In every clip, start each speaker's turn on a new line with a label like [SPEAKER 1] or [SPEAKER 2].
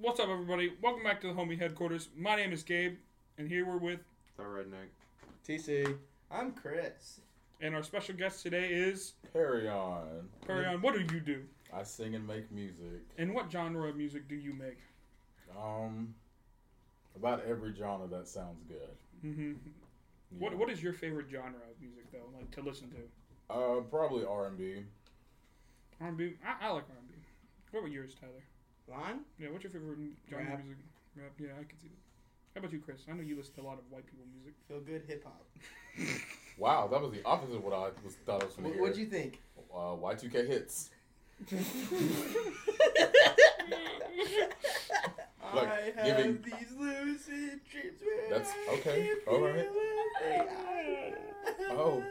[SPEAKER 1] What's up, everybody? Welcome back to the homie headquarters. My name is Gabe, and here we're with,
[SPEAKER 2] The redneck.
[SPEAKER 3] TC. I'm Chris.
[SPEAKER 1] and our special guest today is
[SPEAKER 4] Carry on.
[SPEAKER 1] Perion. What do you do,
[SPEAKER 4] I sing and make music.
[SPEAKER 1] and what genre of music do you make?
[SPEAKER 4] Um, about every genre that sounds good.
[SPEAKER 1] hmm
[SPEAKER 4] you
[SPEAKER 1] What
[SPEAKER 4] know.
[SPEAKER 1] What is your favorite genre of music though, like to listen to?
[SPEAKER 4] Uh, probably R and B.
[SPEAKER 1] R&B. I, I like R&B. What were yours, Tyler?
[SPEAKER 3] Lon?
[SPEAKER 1] Yeah. What's your favorite genre
[SPEAKER 3] Rap.
[SPEAKER 1] of music? Rap. Yeah, I can see that. How about you, Chris? I know you listen to a lot of white people music.
[SPEAKER 3] Feel good hip hop.
[SPEAKER 4] Wow, that was the opposite of what I was thought I was going
[SPEAKER 3] What,
[SPEAKER 4] to hear.
[SPEAKER 3] what'd you think?
[SPEAKER 4] Uh, Y2K hits. Look,
[SPEAKER 3] I have
[SPEAKER 4] giving-
[SPEAKER 3] these lucid dreams. where
[SPEAKER 4] That's-
[SPEAKER 3] I
[SPEAKER 4] okay,
[SPEAKER 3] can
[SPEAKER 4] all right.
[SPEAKER 3] feel it.
[SPEAKER 4] Oh.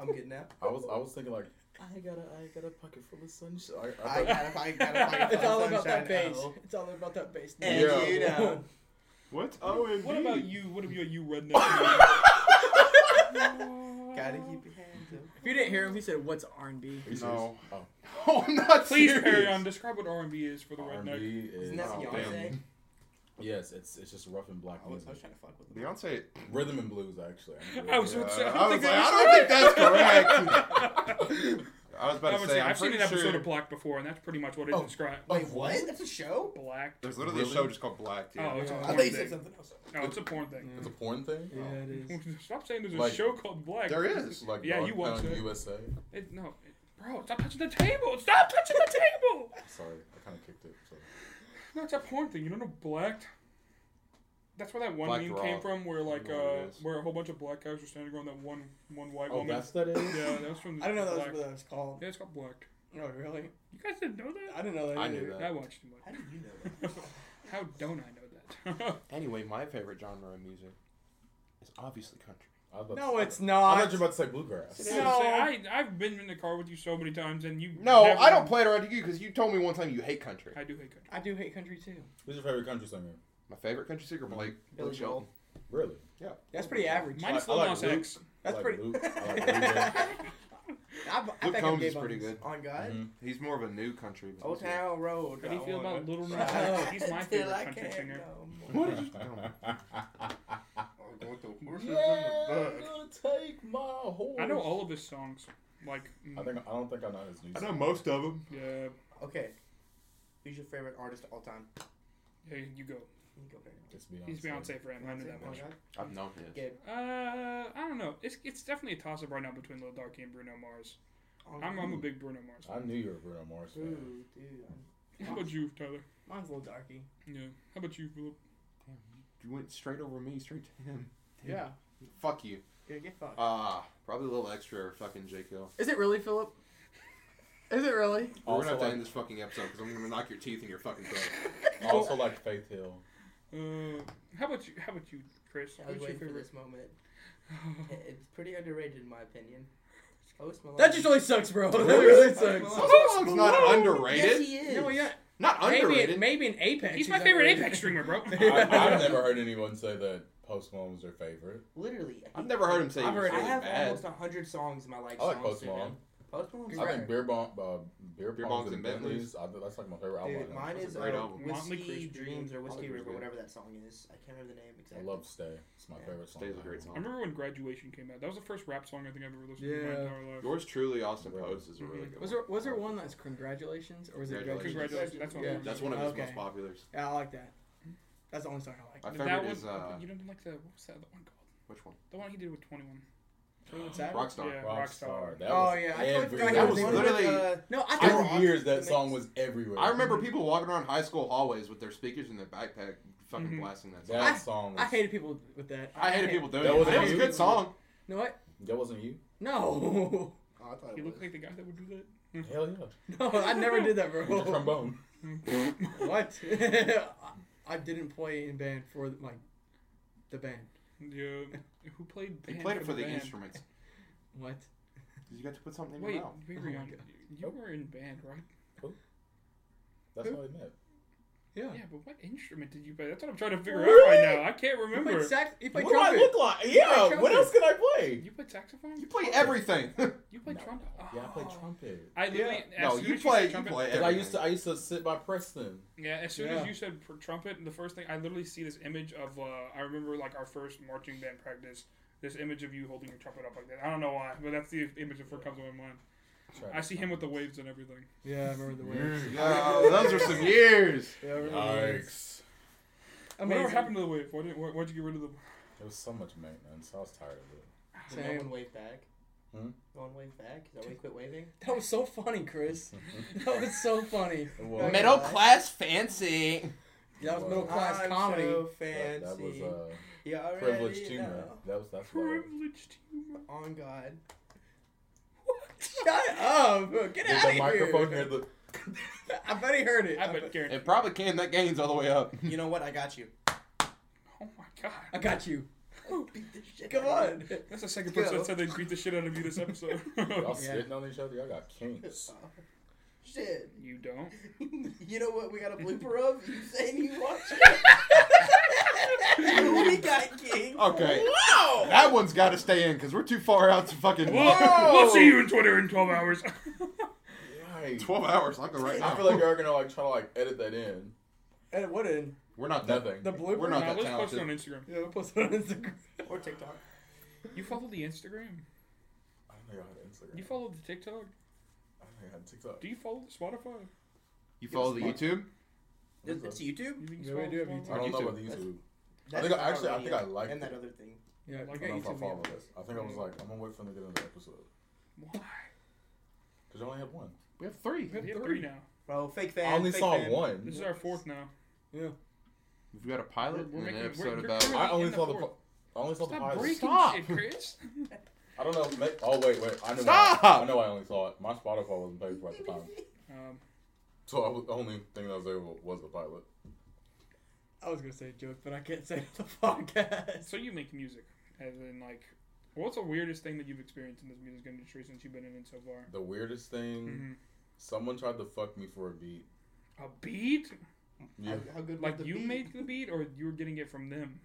[SPEAKER 3] I'm good now.
[SPEAKER 4] I was I was thinking like I got a I got a pocket full of sunshine. I, I
[SPEAKER 3] I
[SPEAKER 4] thought-
[SPEAKER 3] gotta, I gotta find
[SPEAKER 5] It's
[SPEAKER 3] some
[SPEAKER 5] all about
[SPEAKER 3] sunshine.
[SPEAKER 5] that bass.
[SPEAKER 3] Oh.
[SPEAKER 5] It's all about that bass.
[SPEAKER 3] And
[SPEAKER 4] Yeah.
[SPEAKER 3] you know,
[SPEAKER 2] What? Oh, and
[SPEAKER 1] What
[SPEAKER 2] B.
[SPEAKER 1] about you? What about you, redneck?
[SPEAKER 3] gotta keep your hands up.
[SPEAKER 5] If you didn't hear him, he said, "What's R&B?"
[SPEAKER 4] Are you serious?
[SPEAKER 2] No.
[SPEAKER 4] Oh,
[SPEAKER 2] Oh, I'm not
[SPEAKER 1] Please,
[SPEAKER 2] serious.
[SPEAKER 1] Perion, describe what R&B is for the redneck.
[SPEAKER 4] R&B is
[SPEAKER 3] Isn't that
[SPEAKER 2] Oh,
[SPEAKER 3] Beyonce?
[SPEAKER 4] yes, it's it's just rough and black
[SPEAKER 3] I was, I was
[SPEAKER 4] music,
[SPEAKER 3] trying to fuck with him.
[SPEAKER 2] Beyonce.
[SPEAKER 4] rhythm and blues actually. I'm
[SPEAKER 1] I was
[SPEAKER 4] really-
[SPEAKER 1] about to say,
[SPEAKER 2] Uh, I was
[SPEAKER 1] I
[SPEAKER 2] like, I don't
[SPEAKER 1] don't
[SPEAKER 2] think
[SPEAKER 1] think that's correct.
[SPEAKER 2] I was
[SPEAKER 1] I
[SPEAKER 2] about to
[SPEAKER 1] would
[SPEAKER 2] say.
[SPEAKER 1] say,
[SPEAKER 2] I'm
[SPEAKER 1] I've seen an
[SPEAKER 2] pretty
[SPEAKER 1] episode
[SPEAKER 2] sure
[SPEAKER 1] of Black before, and that's pretty much what it
[SPEAKER 4] Oh.
[SPEAKER 1] described.
[SPEAKER 3] Wait,
[SPEAKER 4] Of
[SPEAKER 3] what? That's a show?
[SPEAKER 1] Black.
[SPEAKER 2] There's literally a
[SPEAKER 4] Really?
[SPEAKER 2] show just called Black. Dude.
[SPEAKER 1] Oh, it's a
[SPEAKER 3] Oh, I
[SPEAKER 1] porn
[SPEAKER 3] thought you said
[SPEAKER 1] thing.
[SPEAKER 3] something else.
[SPEAKER 1] Oh, it's a porn thing.
[SPEAKER 4] It's a porn thing.
[SPEAKER 5] Yeah, it is.
[SPEAKER 1] Stop saying there's a
[SPEAKER 4] Like-
[SPEAKER 1] show called Black.
[SPEAKER 2] there is.
[SPEAKER 4] Like
[SPEAKER 1] Yeah,
[SPEAKER 4] Dog
[SPEAKER 1] you watched
[SPEAKER 4] Pound
[SPEAKER 1] it.
[SPEAKER 4] USA.
[SPEAKER 1] It, no, it, bro, stop touching the table. Stop touching the table.
[SPEAKER 4] Sorry, I kind of kicked it. So.
[SPEAKER 1] No, it's a porn thing. You don't know Black. That's where that one
[SPEAKER 2] Blacked
[SPEAKER 1] meme
[SPEAKER 2] Raw.
[SPEAKER 1] came from, where like
[SPEAKER 2] know what it
[SPEAKER 1] uh,
[SPEAKER 2] is.
[SPEAKER 1] where a whole bunch of black guys were standing around that one one white
[SPEAKER 4] Oh,
[SPEAKER 1] woman.
[SPEAKER 4] that's that it is.
[SPEAKER 1] Yeah, that was from.
[SPEAKER 3] I don't know that was
[SPEAKER 1] Black.
[SPEAKER 3] what that was called.
[SPEAKER 1] Yeah, it's called Black.
[SPEAKER 3] No, really?
[SPEAKER 1] You guys didn't know that?
[SPEAKER 3] I didn't know that.
[SPEAKER 4] I
[SPEAKER 3] either.
[SPEAKER 4] knew
[SPEAKER 1] I
[SPEAKER 4] that.
[SPEAKER 1] watched too
[SPEAKER 3] How
[SPEAKER 1] much.
[SPEAKER 3] do you know that?
[SPEAKER 1] How don't I know that?
[SPEAKER 2] Anyway, my favorite genre of music is obviously country.
[SPEAKER 4] I was about
[SPEAKER 5] No,
[SPEAKER 4] to,
[SPEAKER 5] it's
[SPEAKER 4] I thought
[SPEAKER 5] not.
[SPEAKER 4] you were about to say bluegrass.
[SPEAKER 1] Dude,
[SPEAKER 3] No.
[SPEAKER 1] I, I've been in the car with you so many times, and you.
[SPEAKER 2] No,
[SPEAKER 1] never-
[SPEAKER 2] I don't play it around to you because you told me one time you hate country.
[SPEAKER 1] I do hate country.
[SPEAKER 5] I do hate country too.
[SPEAKER 4] Who's your favorite country singer?
[SPEAKER 2] My favorite country singer, Blake.
[SPEAKER 3] Billy Joel.
[SPEAKER 4] Really?
[SPEAKER 5] That's pretty average.
[SPEAKER 1] Minus
[SPEAKER 4] I
[SPEAKER 1] Lil
[SPEAKER 4] like
[SPEAKER 1] Nas
[SPEAKER 4] Luke.
[SPEAKER 1] X.
[SPEAKER 5] That's
[SPEAKER 4] like
[SPEAKER 5] pretty.
[SPEAKER 4] Luke, I like Luke.
[SPEAKER 5] I, I
[SPEAKER 2] Luke
[SPEAKER 5] think I'm
[SPEAKER 2] Combs
[SPEAKER 5] gay
[SPEAKER 2] is pretty
[SPEAKER 5] bonus.
[SPEAKER 2] good.
[SPEAKER 3] On God?
[SPEAKER 4] Mhm.
[SPEAKER 2] He's more of a new country. but-
[SPEAKER 3] Old Town Road.
[SPEAKER 1] How do you
[SPEAKER 3] I
[SPEAKER 1] feel
[SPEAKER 3] wanna
[SPEAKER 1] about Little
[SPEAKER 3] try
[SPEAKER 1] Nas X? He's my
[SPEAKER 3] till
[SPEAKER 1] favorite
[SPEAKER 3] I
[SPEAKER 1] country
[SPEAKER 3] can't
[SPEAKER 1] singer.
[SPEAKER 3] no more.
[SPEAKER 2] What did you?
[SPEAKER 4] Yeah, I'm
[SPEAKER 2] Uh,
[SPEAKER 4] gonna take my horse.
[SPEAKER 1] I know all of his songs. Like, mm,
[SPEAKER 4] I think I don't think I know his new.
[SPEAKER 2] I know
[SPEAKER 4] song.
[SPEAKER 2] most of them.
[SPEAKER 1] yeah,
[SPEAKER 3] Okay. Who's your favorite artist of all time?
[SPEAKER 1] hey, you go.
[SPEAKER 3] You go Beyonce.
[SPEAKER 4] It's Beyonce.
[SPEAKER 1] He's Beyonce for him. I know that
[SPEAKER 3] Oh,
[SPEAKER 1] much.
[SPEAKER 3] God.
[SPEAKER 2] I've known his.
[SPEAKER 3] Gabe.
[SPEAKER 1] Uh, I don't know. It's it's definitely a toss up right now between Lil Darky and Bruno Mars.
[SPEAKER 3] Oh,
[SPEAKER 1] I'm I'm a big Bruno Mars.
[SPEAKER 4] I knew you were a Bruno Mars
[SPEAKER 3] Ooh,
[SPEAKER 4] fan.
[SPEAKER 3] dude.
[SPEAKER 1] How about you, Tyler?
[SPEAKER 3] Mine's a little darky.
[SPEAKER 1] Yeah. How about you, Philip?
[SPEAKER 2] You went straight over me, straight to him.
[SPEAKER 3] Yeah.
[SPEAKER 2] Fuck you.
[SPEAKER 3] Gonna get fucked.
[SPEAKER 2] Ah, probably a little extra or fucking J. Hill.
[SPEAKER 5] Is it really, Philip? Is it really?
[SPEAKER 2] We're
[SPEAKER 4] Also
[SPEAKER 2] gonna have to
[SPEAKER 4] like-
[SPEAKER 2] end this fucking episode because I'm gonna knock your teeth in your fucking throat.
[SPEAKER 4] Also like Faith Hill.
[SPEAKER 1] Uh, how about you? How about you, Chris?
[SPEAKER 3] I was
[SPEAKER 1] Who's your
[SPEAKER 3] waiting for
[SPEAKER 1] favorite?
[SPEAKER 3] this moment. It- It's pretty underrated in my opinion. Post Malone.
[SPEAKER 5] That just really sucks, bro. That
[SPEAKER 2] Really?
[SPEAKER 5] really sucks.
[SPEAKER 2] Post Malone's not
[SPEAKER 3] Yes,
[SPEAKER 2] underrated.
[SPEAKER 3] he is.
[SPEAKER 5] No, yeah.
[SPEAKER 2] Not
[SPEAKER 5] Maybe,
[SPEAKER 2] underrated.
[SPEAKER 5] maybe an Apex.
[SPEAKER 1] He's
[SPEAKER 5] is
[SPEAKER 1] my favorite
[SPEAKER 5] underrated.
[SPEAKER 1] Apex streamer, bro.
[SPEAKER 4] I, I've never heard anyone say that Post Malone was their favorite.
[SPEAKER 3] Literally.
[SPEAKER 2] I've never heard him say
[SPEAKER 5] I've
[SPEAKER 2] he was
[SPEAKER 5] heard
[SPEAKER 3] I
[SPEAKER 2] really
[SPEAKER 3] have
[SPEAKER 2] bad.
[SPEAKER 3] almost almost hundred songs in my life.
[SPEAKER 4] I like
[SPEAKER 3] songs
[SPEAKER 4] Post
[SPEAKER 3] to him.
[SPEAKER 4] Malone.
[SPEAKER 3] Post Malone's
[SPEAKER 4] I
[SPEAKER 3] great.
[SPEAKER 4] think beer bomb, uh, beer,
[SPEAKER 2] Beer
[SPEAKER 4] bombs
[SPEAKER 2] Bongs
[SPEAKER 4] and
[SPEAKER 2] and Bentleys.
[SPEAKER 4] Bentleys. I, that's like my favorite album.
[SPEAKER 3] Dude,
[SPEAKER 4] I,
[SPEAKER 3] mine
[SPEAKER 2] That's a
[SPEAKER 3] is
[SPEAKER 2] great
[SPEAKER 3] uh,
[SPEAKER 2] album.
[SPEAKER 1] Motley
[SPEAKER 3] Whiskey
[SPEAKER 1] Crue.
[SPEAKER 3] Dreams or
[SPEAKER 2] Motley
[SPEAKER 3] Whiskey
[SPEAKER 2] Crue's
[SPEAKER 3] River,
[SPEAKER 2] good.
[SPEAKER 3] whatever that song is. I can't remember the name exactly.
[SPEAKER 4] love Stay. It's my
[SPEAKER 3] Yeah.
[SPEAKER 4] favorite song.
[SPEAKER 2] Stay's a great song.
[SPEAKER 1] I remember when graduation came out. That was the first rap song I think I've ever listened to in
[SPEAKER 5] Yeah.
[SPEAKER 1] my entire life.
[SPEAKER 2] Yours truly, Austin
[SPEAKER 4] Really?
[SPEAKER 2] Post, is a really good
[SPEAKER 5] Was
[SPEAKER 2] one.
[SPEAKER 5] there was there one that's congratulations or was it
[SPEAKER 2] Congratulations.
[SPEAKER 1] Congratulations. That's one.
[SPEAKER 5] Yeah.
[SPEAKER 1] of
[SPEAKER 2] That's one of his most
[SPEAKER 5] Okay.
[SPEAKER 2] populars.
[SPEAKER 5] Yeah, I like that. That's the only song I like.
[SPEAKER 2] My
[SPEAKER 1] them.
[SPEAKER 2] favorite is
[SPEAKER 1] one,
[SPEAKER 2] uh,
[SPEAKER 1] you didn't like the what was that other one called?
[SPEAKER 2] which one?
[SPEAKER 1] The one he did with Twenty One.
[SPEAKER 5] What's that?
[SPEAKER 2] Rockstar.
[SPEAKER 1] Yeah. Rockstar.
[SPEAKER 4] Rockstar. That
[SPEAKER 5] Oh,
[SPEAKER 4] was
[SPEAKER 5] yeah, I totally
[SPEAKER 4] everywhere.
[SPEAKER 5] forgot
[SPEAKER 2] That was
[SPEAKER 5] Yeah.
[SPEAKER 2] literally.
[SPEAKER 5] uh, No, I
[SPEAKER 4] It
[SPEAKER 5] think
[SPEAKER 4] was years that
[SPEAKER 3] Amazing.
[SPEAKER 4] song was everywhere.
[SPEAKER 2] I remember people walking around high school hallways with their speakers in their backpack, fucking
[SPEAKER 1] Mhm.
[SPEAKER 2] blasting that song.
[SPEAKER 4] that song. Was,
[SPEAKER 5] I hated people with that.
[SPEAKER 2] I hated people doing
[SPEAKER 4] That
[SPEAKER 2] it.
[SPEAKER 4] was
[SPEAKER 2] but It was a
[SPEAKER 4] you?
[SPEAKER 2] good song.
[SPEAKER 5] You know what?
[SPEAKER 4] That wasn't you.
[SPEAKER 5] No,
[SPEAKER 3] Oh, I thought
[SPEAKER 1] He
[SPEAKER 3] it was.
[SPEAKER 1] looked like the guy that would do
[SPEAKER 4] Hell yeah.
[SPEAKER 5] no, I never did that, bro.
[SPEAKER 4] With the trombone.
[SPEAKER 1] that.
[SPEAKER 5] What? I didn't play in band for like the band.
[SPEAKER 1] yeah. Who played?
[SPEAKER 2] He
[SPEAKER 1] band
[SPEAKER 2] played it for the
[SPEAKER 1] band?
[SPEAKER 2] instruments.
[SPEAKER 5] What?
[SPEAKER 2] Because you got to put something in
[SPEAKER 1] Wait,
[SPEAKER 2] your mouth.
[SPEAKER 1] Virion,
[SPEAKER 5] God.
[SPEAKER 1] you were in band, right?
[SPEAKER 4] That's how we met.
[SPEAKER 5] Yeah.
[SPEAKER 1] Yeah, but what instrument did you play? That's what I'm trying to figure out right
[SPEAKER 4] Really?
[SPEAKER 1] now. I can't
[SPEAKER 5] He
[SPEAKER 1] remember.
[SPEAKER 5] played sax. He played
[SPEAKER 4] what do I
[SPEAKER 5] trumpet.
[SPEAKER 4] look like? Yeah.
[SPEAKER 5] trumpet.
[SPEAKER 4] What else can I play?
[SPEAKER 1] you played saxophone?
[SPEAKER 6] You play everything.
[SPEAKER 1] You played
[SPEAKER 4] No,
[SPEAKER 1] trumpet?
[SPEAKER 4] no. Yeah, I play
[SPEAKER 1] Oh.
[SPEAKER 4] trumpet.
[SPEAKER 1] I literally. as
[SPEAKER 6] no,
[SPEAKER 1] soon
[SPEAKER 6] you
[SPEAKER 1] as
[SPEAKER 6] play.
[SPEAKER 1] said
[SPEAKER 6] You
[SPEAKER 1] trumpet-
[SPEAKER 6] play.
[SPEAKER 4] Because I
[SPEAKER 6] everything.
[SPEAKER 4] used to I used to sit by Preston.
[SPEAKER 1] Yeah, as soon
[SPEAKER 4] Yeah.
[SPEAKER 1] as you said pr- trumpet, the first thing I literally see this image of uh, I remember like our first marching band practice. This image of you holding your trumpet up like that. I don't know why, but that's the image that first comes to my mind. I see him with the waves and everything.
[SPEAKER 5] Yeah, I remember the waves.
[SPEAKER 4] Mm.
[SPEAKER 6] Yeah, Oh, those are some years.
[SPEAKER 5] Yeah, I remember the waves.
[SPEAKER 4] Yikes.
[SPEAKER 1] Whatever
[SPEAKER 5] Amazing.
[SPEAKER 1] happened to the wave? Why did, why, why'd you get rid of the?
[SPEAKER 4] There was so much maintenance. I was tired of it.
[SPEAKER 3] Did no
[SPEAKER 5] Same.
[SPEAKER 3] one wave back?
[SPEAKER 4] Hmm?
[SPEAKER 3] No one wave back? Is that why you quit waving?
[SPEAKER 5] That was so funny, Chris. That was so funny.
[SPEAKER 4] It
[SPEAKER 3] Middle
[SPEAKER 4] was-
[SPEAKER 3] Middle class
[SPEAKER 6] fancy.
[SPEAKER 5] That was middle class
[SPEAKER 3] I'm
[SPEAKER 5] comedy.
[SPEAKER 3] So
[SPEAKER 4] That,
[SPEAKER 3] fancy.
[SPEAKER 4] that was uh,
[SPEAKER 3] You already
[SPEAKER 4] privileged humor.
[SPEAKER 3] know.
[SPEAKER 4] That was that's what. it was.
[SPEAKER 1] Privileged humor.
[SPEAKER 3] On God.
[SPEAKER 5] Shut up! Get
[SPEAKER 4] Did
[SPEAKER 5] out of
[SPEAKER 4] the microphone
[SPEAKER 5] here!
[SPEAKER 4] hear the?
[SPEAKER 5] I bet he heard it.
[SPEAKER 1] I bet Garen.
[SPEAKER 6] It probably can. That gain's all the way up.
[SPEAKER 3] You know what? I got you.
[SPEAKER 1] Oh my god.
[SPEAKER 5] I got you.
[SPEAKER 3] Beat the shit out
[SPEAKER 5] Come
[SPEAKER 3] of
[SPEAKER 5] on.
[SPEAKER 3] you.
[SPEAKER 1] That's the second person
[SPEAKER 3] Yo.
[SPEAKER 1] that said they beat the shit out of you this episode.
[SPEAKER 4] Y'all
[SPEAKER 5] Yeah.
[SPEAKER 4] spitting on each other. Y'all got kinks.
[SPEAKER 3] Oh, Shit.
[SPEAKER 1] you don't.
[SPEAKER 3] You know what we got a blooper of? You saying you watch it? we got King.
[SPEAKER 6] Okay.
[SPEAKER 3] Wow!
[SPEAKER 6] That one's got to stay in because we're too far out to fucking.
[SPEAKER 1] We'll, we'll see you in Twitter in twelve hours.
[SPEAKER 4] Yikes.
[SPEAKER 6] Twelve hours. I'll go right
[SPEAKER 4] I
[SPEAKER 6] now.
[SPEAKER 4] feel like y'all are gonna like try to like edit that in.
[SPEAKER 5] And what in?
[SPEAKER 6] we're not that
[SPEAKER 4] Nothing.
[SPEAKER 5] The blooper?
[SPEAKER 6] We're not
[SPEAKER 1] Nah,
[SPEAKER 6] that
[SPEAKER 1] let's post it on
[SPEAKER 6] talented.
[SPEAKER 1] Instagram.
[SPEAKER 5] Yeah, we'll post it on Instagram.
[SPEAKER 3] Or TikTok.
[SPEAKER 1] You follow the Instagram?
[SPEAKER 4] I don't think I had Instagram.
[SPEAKER 1] You follow the TikTok?
[SPEAKER 4] I don't think I had TikTok.
[SPEAKER 1] Do you follow the Spotify?
[SPEAKER 6] You follow the YouTube?
[SPEAKER 3] It's it's YouTube?
[SPEAKER 1] You think
[SPEAKER 5] Yeah, we
[SPEAKER 1] follow
[SPEAKER 5] do have
[SPEAKER 1] Spotify?
[SPEAKER 5] YouTube.
[SPEAKER 4] I don't know
[SPEAKER 6] YouTube.
[SPEAKER 4] about the YouTube. I
[SPEAKER 3] That's
[SPEAKER 4] think I- actually, I
[SPEAKER 3] already
[SPEAKER 4] think I
[SPEAKER 3] up.
[SPEAKER 4] liked
[SPEAKER 3] And that
[SPEAKER 4] it.
[SPEAKER 3] other thing.
[SPEAKER 5] Yeah,
[SPEAKER 1] Like,
[SPEAKER 5] I
[SPEAKER 4] I
[SPEAKER 5] got
[SPEAKER 4] don't know if I
[SPEAKER 5] YouTube.
[SPEAKER 4] follow
[SPEAKER 5] videos.
[SPEAKER 4] this. I think
[SPEAKER 3] Mm.
[SPEAKER 4] I was like, I'm gonna wait for them to get another episode
[SPEAKER 1] Why?
[SPEAKER 4] because you only had one.
[SPEAKER 6] We have three.
[SPEAKER 1] We have three now.
[SPEAKER 3] Bro, fake fan.
[SPEAKER 4] I only
[SPEAKER 3] fake
[SPEAKER 4] saw
[SPEAKER 3] fan.
[SPEAKER 1] This
[SPEAKER 4] one.
[SPEAKER 1] is our fourth now.
[SPEAKER 6] We've got a pilot
[SPEAKER 1] We're- we're
[SPEAKER 6] and an
[SPEAKER 1] making- we're-
[SPEAKER 6] episode
[SPEAKER 1] you're
[SPEAKER 6] about.
[SPEAKER 1] currently-
[SPEAKER 4] I only
[SPEAKER 1] In the
[SPEAKER 4] saw the.
[SPEAKER 1] fourth.
[SPEAKER 4] po- I only saw the
[SPEAKER 1] Stop
[SPEAKER 4] pilot.
[SPEAKER 1] breaking
[SPEAKER 6] Stop.
[SPEAKER 1] shit, Chris.
[SPEAKER 4] I don't know. ma- Oh wait, wait. I know.
[SPEAKER 6] Stop!
[SPEAKER 4] I, I know. I only saw it. My Spotify wasn't paid for at the time,
[SPEAKER 1] um,
[SPEAKER 4] so I was, the only thing that was there was the pilot.
[SPEAKER 5] I was going to say a joke, but I can't say it on the podcast.
[SPEAKER 1] so you make music, as in like, what's the weirdest thing that you've experienced in this music industry since you've been in it so far?
[SPEAKER 4] The weirdest thing.
[SPEAKER 3] Mm-hmm.
[SPEAKER 1] hmm
[SPEAKER 4] Someone tried to fuck me for a beat.
[SPEAKER 1] A beat?
[SPEAKER 4] Yeah,
[SPEAKER 3] How, how good was
[SPEAKER 1] Like
[SPEAKER 3] the
[SPEAKER 1] you
[SPEAKER 3] beat?
[SPEAKER 1] made the beat, or you were getting it from them?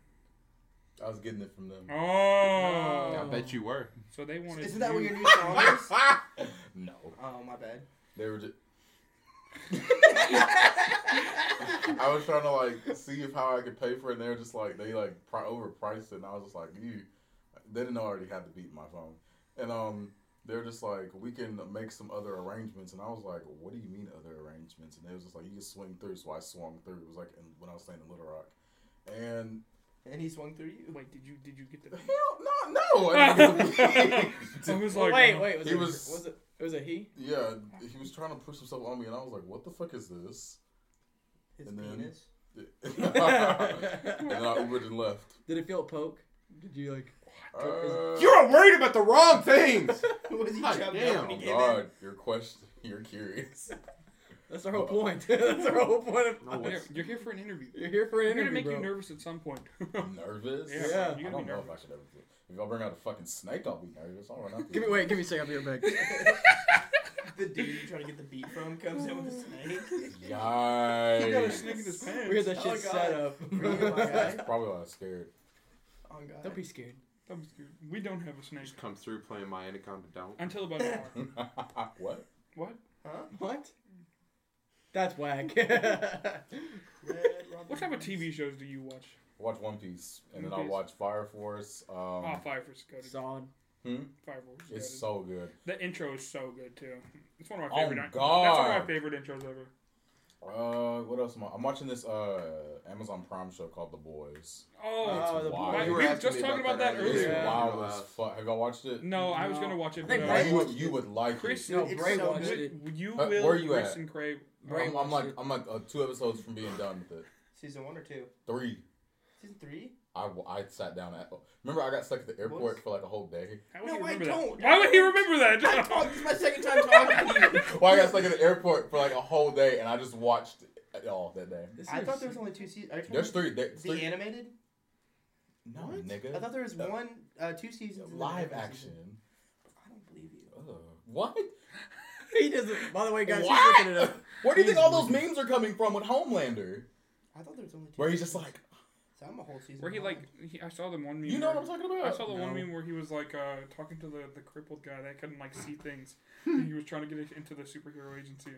[SPEAKER 4] I was getting it from them.
[SPEAKER 1] Oh,
[SPEAKER 6] I bet you were.
[SPEAKER 1] So they wanted.
[SPEAKER 3] Isn't that
[SPEAKER 1] you-
[SPEAKER 3] what your new song is?
[SPEAKER 4] no,
[SPEAKER 3] Oh, my bad.
[SPEAKER 4] they were just. I was trying to like see if how I could pay for it. and They were just like they like pri- overpriced it, and I was just like, you. They didn't know I already had the beat in my phone, and um, they're just like, we can make some other arrangements, and I was like, what do you mean other arrangements? And they was just like, you can swing through, so I swung through. It was like in, when I was staying in Little Rock, and
[SPEAKER 3] And he swung through you.
[SPEAKER 1] Wait, did you did you get the? beat?
[SPEAKER 4] hell no, no, I didn't get the
[SPEAKER 1] I
[SPEAKER 4] beat.
[SPEAKER 1] was like,
[SPEAKER 5] wait,
[SPEAKER 1] uh,
[SPEAKER 5] wait. Was
[SPEAKER 4] He
[SPEAKER 5] it,
[SPEAKER 4] was-
[SPEAKER 5] was, it, was it he?
[SPEAKER 4] yeah, he was trying to push himself on me, and I was like, what the fuck is this?
[SPEAKER 3] His
[SPEAKER 4] And then-
[SPEAKER 3] penis.
[SPEAKER 4] and then I Ubered and left.
[SPEAKER 5] Did it feel a poke? Did you like.
[SPEAKER 4] Uh,
[SPEAKER 6] You're worried about the wrong things.
[SPEAKER 3] was he
[SPEAKER 6] God
[SPEAKER 3] chubbed up
[SPEAKER 6] damn,
[SPEAKER 3] when he
[SPEAKER 4] Oh
[SPEAKER 3] came in?
[SPEAKER 4] God, your question, you're curious.
[SPEAKER 5] That's our whole point. That's our whole point. Of,
[SPEAKER 6] No,
[SPEAKER 1] You're, you're here for an interview.
[SPEAKER 5] You're here for an
[SPEAKER 1] You're gonna
[SPEAKER 5] interview,
[SPEAKER 1] make you
[SPEAKER 5] bro.
[SPEAKER 1] nervous at some point.
[SPEAKER 4] I'm nervous.
[SPEAKER 1] Yeah,
[SPEAKER 5] Yeah.
[SPEAKER 4] I
[SPEAKER 1] you're gonna
[SPEAKER 4] don't
[SPEAKER 1] be
[SPEAKER 4] know if I
[SPEAKER 1] nervous.
[SPEAKER 4] should ever. do- If y'all bring out a fucking snake, I'll be nervous. I'll run out.
[SPEAKER 5] Give me, wait, give me a second. I'll be right back.
[SPEAKER 3] The dude you're trying to get the beat from comes in with a snake.
[SPEAKER 1] He got a
[SPEAKER 4] Yikes.
[SPEAKER 1] snake in his pants.
[SPEAKER 5] We had that
[SPEAKER 3] Oh,
[SPEAKER 5] shit
[SPEAKER 3] God.
[SPEAKER 5] set up.
[SPEAKER 3] Really, my guy?
[SPEAKER 4] That's probably why I was scared.
[SPEAKER 3] Oh, God.
[SPEAKER 5] Don't be scared.
[SPEAKER 1] That was good. We don't have a snake
[SPEAKER 6] Just come through playing my anaconda. Don't.
[SPEAKER 1] until about an hour.
[SPEAKER 4] what?
[SPEAKER 1] What?
[SPEAKER 5] What? That's whack. That's
[SPEAKER 3] Red Robin
[SPEAKER 1] What type of
[SPEAKER 3] Hood.
[SPEAKER 1] TV shows do you watch?
[SPEAKER 4] Watch One Piece, and then
[SPEAKER 1] One
[SPEAKER 4] I'll
[SPEAKER 1] Piece.
[SPEAKER 4] watch Fire Force. Um,
[SPEAKER 1] Ah, Fire Force Goated.
[SPEAKER 5] solid.
[SPEAKER 4] hmm?
[SPEAKER 1] Fire Force Goated.
[SPEAKER 4] It's so good.
[SPEAKER 1] the intro is so good too. It's one of my
[SPEAKER 4] Oh,
[SPEAKER 1] favorite. That's one of
[SPEAKER 4] God.
[SPEAKER 1] my favorite intros ever.
[SPEAKER 4] Uh, what else? Am I? I'm watching this uh Amazon Prime show called The Boys.
[SPEAKER 1] Oh,
[SPEAKER 5] the
[SPEAKER 4] wild.
[SPEAKER 1] Why-
[SPEAKER 6] You
[SPEAKER 1] we were
[SPEAKER 6] asking
[SPEAKER 1] just
[SPEAKER 6] me
[SPEAKER 1] talking about that
[SPEAKER 6] earlier.
[SPEAKER 4] It's
[SPEAKER 5] Yeah.
[SPEAKER 4] wild as fuck. Have y'all watched it?
[SPEAKER 1] no, I was
[SPEAKER 5] No.
[SPEAKER 1] gonna watch it.
[SPEAKER 3] I think
[SPEAKER 1] but
[SPEAKER 3] Bray
[SPEAKER 1] I-
[SPEAKER 4] you would, you would like
[SPEAKER 1] Chris,
[SPEAKER 4] it.
[SPEAKER 5] No,
[SPEAKER 3] It's
[SPEAKER 5] Bray
[SPEAKER 3] so
[SPEAKER 5] watched
[SPEAKER 3] good.
[SPEAKER 5] it.
[SPEAKER 1] you
[SPEAKER 4] Uh,
[SPEAKER 1] will.
[SPEAKER 4] where you
[SPEAKER 1] Chris
[SPEAKER 4] at?
[SPEAKER 1] and Craig.
[SPEAKER 5] Bray
[SPEAKER 4] I'm, I'm
[SPEAKER 5] watched
[SPEAKER 4] like
[SPEAKER 5] it.
[SPEAKER 4] I'm like uh, two episodes from being done with it.
[SPEAKER 3] Season one or two?
[SPEAKER 4] Three.
[SPEAKER 3] Season three?
[SPEAKER 4] I, w- I sat down at. Remember, I got stuck at the airport
[SPEAKER 3] What?
[SPEAKER 4] for like a whole day.
[SPEAKER 1] How would
[SPEAKER 3] No,
[SPEAKER 1] he
[SPEAKER 3] wait,
[SPEAKER 1] remember
[SPEAKER 3] don't.
[SPEAKER 1] that? Why would he remember that?
[SPEAKER 3] I talked. This is my second time talking to you.
[SPEAKER 4] Well, I got stuck at the airport for like a whole day, and I just watched it all that day.
[SPEAKER 5] This
[SPEAKER 3] I
[SPEAKER 5] is-
[SPEAKER 3] thought there was only two seasons.
[SPEAKER 4] There's three. There's
[SPEAKER 3] The
[SPEAKER 4] three.
[SPEAKER 3] animated?
[SPEAKER 4] No,
[SPEAKER 3] What? I
[SPEAKER 4] nigga.
[SPEAKER 3] thought there was
[SPEAKER 4] Uh,
[SPEAKER 3] one, uh, two seasons. and then
[SPEAKER 4] Live
[SPEAKER 3] another season.
[SPEAKER 4] action.
[SPEAKER 3] I don't believe you.
[SPEAKER 4] Ugh. What?
[SPEAKER 5] he doesn't. By the way, guys, he's
[SPEAKER 4] What?
[SPEAKER 5] looking it up.
[SPEAKER 4] Where do you
[SPEAKER 5] He's
[SPEAKER 4] think all those
[SPEAKER 5] looking-
[SPEAKER 4] memes are coming from with Homelander?
[SPEAKER 3] I thought there was only two.
[SPEAKER 4] Where he's just like,
[SPEAKER 3] So I'm a whole season.
[SPEAKER 1] Where he like,
[SPEAKER 3] behind.
[SPEAKER 1] he, I saw the one meme.
[SPEAKER 4] you know
[SPEAKER 1] where-
[SPEAKER 4] what I'm talking about.
[SPEAKER 1] I saw the one
[SPEAKER 4] No.
[SPEAKER 1] meme where he was like uh, talking to the, the crippled guy that couldn't like see things. and he was trying to get into the superhero agency.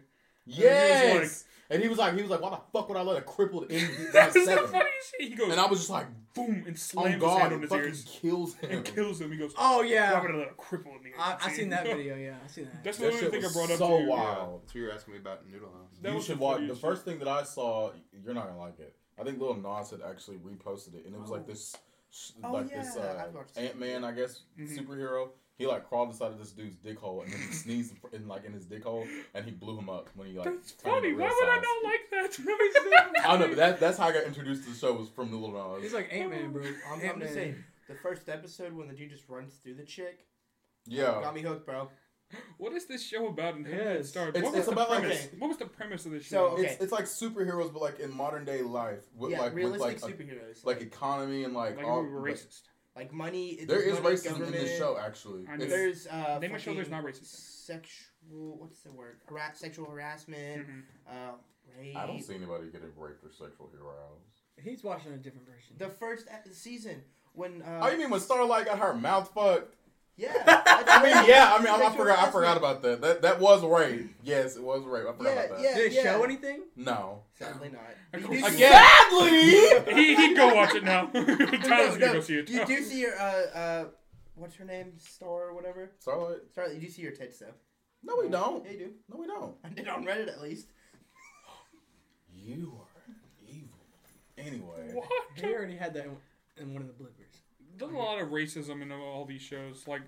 [SPEAKER 4] Yes. And he was like, he was like, why the fuck would I let a crippled in
[SPEAKER 1] That's the
[SPEAKER 4] seven?
[SPEAKER 1] funniest shit. He goes
[SPEAKER 4] And I was just like,
[SPEAKER 1] boom and
[SPEAKER 4] oh
[SPEAKER 1] slams his
[SPEAKER 4] god,
[SPEAKER 1] hand on
[SPEAKER 4] it
[SPEAKER 1] his
[SPEAKER 4] fucking
[SPEAKER 1] ears
[SPEAKER 4] kills him.
[SPEAKER 1] and kills him. He goes,
[SPEAKER 5] Oh
[SPEAKER 1] "Why
[SPEAKER 5] yeah,
[SPEAKER 1] would I let a cripple in the
[SPEAKER 5] I, I
[SPEAKER 1] agency?"
[SPEAKER 5] seen that video. Yeah, I seen that.
[SPEAKER 1] That's the
[SPEAKER 4] That
[SPEAKER 1] only
[SPEAKER 4] shit
[SPEAKER 1] thing I
[SPEAKER 4] was
[SPEAKER 1] brought up.
[SPEAKER 4] so
[SPEAKER 1] to you.
[SPEAKER 4] wild.
[SPEAKER 6] Uh, So you were asking me about Noodle House.
[SPEAKER 1] That
[SPEAKER 4] you
[SPEAKER 1] was
[SPEAKER 4] should
[SPEAKER 1] the
[SPEAKER 4] watch. The
[SPEAKER 1] funniest
[SPEAKER 4] first
[SPEAKER 1] shit.
[SPEAKER 4] thing that I saw, you're not gonna like it. I think Lil Nas had actually reposted it, and it was like this, sh-
[SPEAKER 3] Oh,
[SPEAKER 4] like this
[SPEAKER 3] yeah,
[SPEAKER 4] uh,
[SPEAKER 3] I've watched it.
[SPEAKER 4] Ant Man, I guess,
[SPEAKER 1] Mhm.
[SPEAKER 4] superhero. He like crawled inside of this dude's dick hole and then he sneezed in like in his dick hole, and he blew him up when he like.
[SPEAKER 1] That's
[SPEAKER 4] turned
[SPEAKER 1] funny.
[SPEAKER 4] into
[SPEAKER 1] Why
[SPEAKER 4] real
[SPEAKER 1] would I
[SPEAKER 4] size.
[SPEAKER 1] not like that? That makes
[SPEAKER 4] I don't know,
[SPEAKER 1] sense.
[SPEAKER 4] but that, that's how I got introduced to the show was from Lil Nas.
[SPEAKER 5] He's like Ant Man, bro.
[SPEAKER 3] I'm, I'm
[SPEAKER 5] Ant-Man.
[SPEAKER 3] just saying, the first episode when the dude just runs through the chick
[SPEAKER 4] yeah,
[SPEAKER 3] got me hooked, bro.
[SPEAKER 1] What is this show about and how did it
[SPEAKER 5] Yes.
[SPEAKER 1] start?
[SPEAKER 4] It's-
[SPEAKER 1] what was
[SPEAKER 4] it's
[SPEAKER 1] the
[SPEAKER 4] about, like,
[SPEAKER 1] premise?
[SPEAKER 3] okay.
[SPEAKER 1] What was the premise of this
[SPEAKER 3] So,
[SPEAKER 1] show?
[SPEAKER 3] okay.
[SPEAKER 4] it's, it's like superheroes, but like in modern day life with
[SPEAKER 3] yeah,
[SPEAKER 4] like with
[SPEAKER 3] realistic
[SPEAKER 4] like a-
[SPEAKER 3] superheroes.
[SPEAKER 4] like economy and like,
[SPEAKER 1] like
[SPEAKER 4] all.
[SPEAKER 1] we were
[SPEAKER 4] like,
[SPEAKER 1] racist.
[SPEAKER 3] like money. It's
[SPEAKER 4] there is
[SPEAKER 3] money,
[SPEAKER 4] racism in this
[SPEAKER 3] government.
[SPEAKER 4] show, actually.
[SPEAKER 1] I know.
[SPEAKER 4] It's-
[SPEAKER 3] There's uh,
[SPEAKER 1] Name a show there's
[SPEAKER 3] fucking
[SPEAKER 1] not racism.
[SPEAKER 3] Sexual, what's the word? Harass, sexual harassment,
[SPEAKER 1] Mhm.
[SPEAKER 3] uh, rape.
[SPEAKER 4] I don't see anybody getting raped or sexual heroes.
[SPEAKER 5] He's watching a different version.
[SPEAKER 3] The first e- season when. Uh,
[SPEAKER 4] oh, you mean when Starlight got her mouth fucked?
[SPEAKER 3] Yeah.
[SPEAKER 4] I mean, yeah. I mean, I
[SPEAKER 3] Sexual
[SPEAKER 4] forgot. I
[SPEAKER 3] harassment.
[SPEAKER 4] forgot about that. That that was rape. Yes, it was rape. I forgot
[SPEAKER 3] Yeah,
[SPEAKER 4] about that.
[SPEAKER 3] yeah,
[SPEAKER 5] Did it
[SPEAKER 3] yeah.
[SPEAKER 5] show anything?
[SPEAKER 4] No.
[SPEAKER 3] Sadly not.
[SPEAKER 1] Of
[SPEAKER 3] You
[SPEAKER 1] course.
[SPEAKER 3] do see-
[SPEAKER 1] Again.
[SPEAKER 4] Sadly.
[SPEAKER 1] he he go watch it now.
[SPEAKER 3] No,
[SPEAKER 1] Tyler's gonna
[SPEAKER 3] no,
[SPEAKER 1] go see it.
[SPEAKER 3] You do see your uh uh, what's her name? Star or whatever.
[SPEAKER 4] Starlight.
[SPEAKER 3] Star. You do see your tits though.
[SPEAKER 4] No, we don't.
[SPEAKER 3] Yeah, you do.
[SPEAKER 4] No, we don't.
[SPEAKER 3] I did on Reddit at least.
[SPEAKER 4] You are evil. Anyway.
[SPEAKER 1] What?
[SPEAKER 5] He already had that in, in one of the bloopers.
[SPEAKER 1] There's a lot of racism in all these shows. Like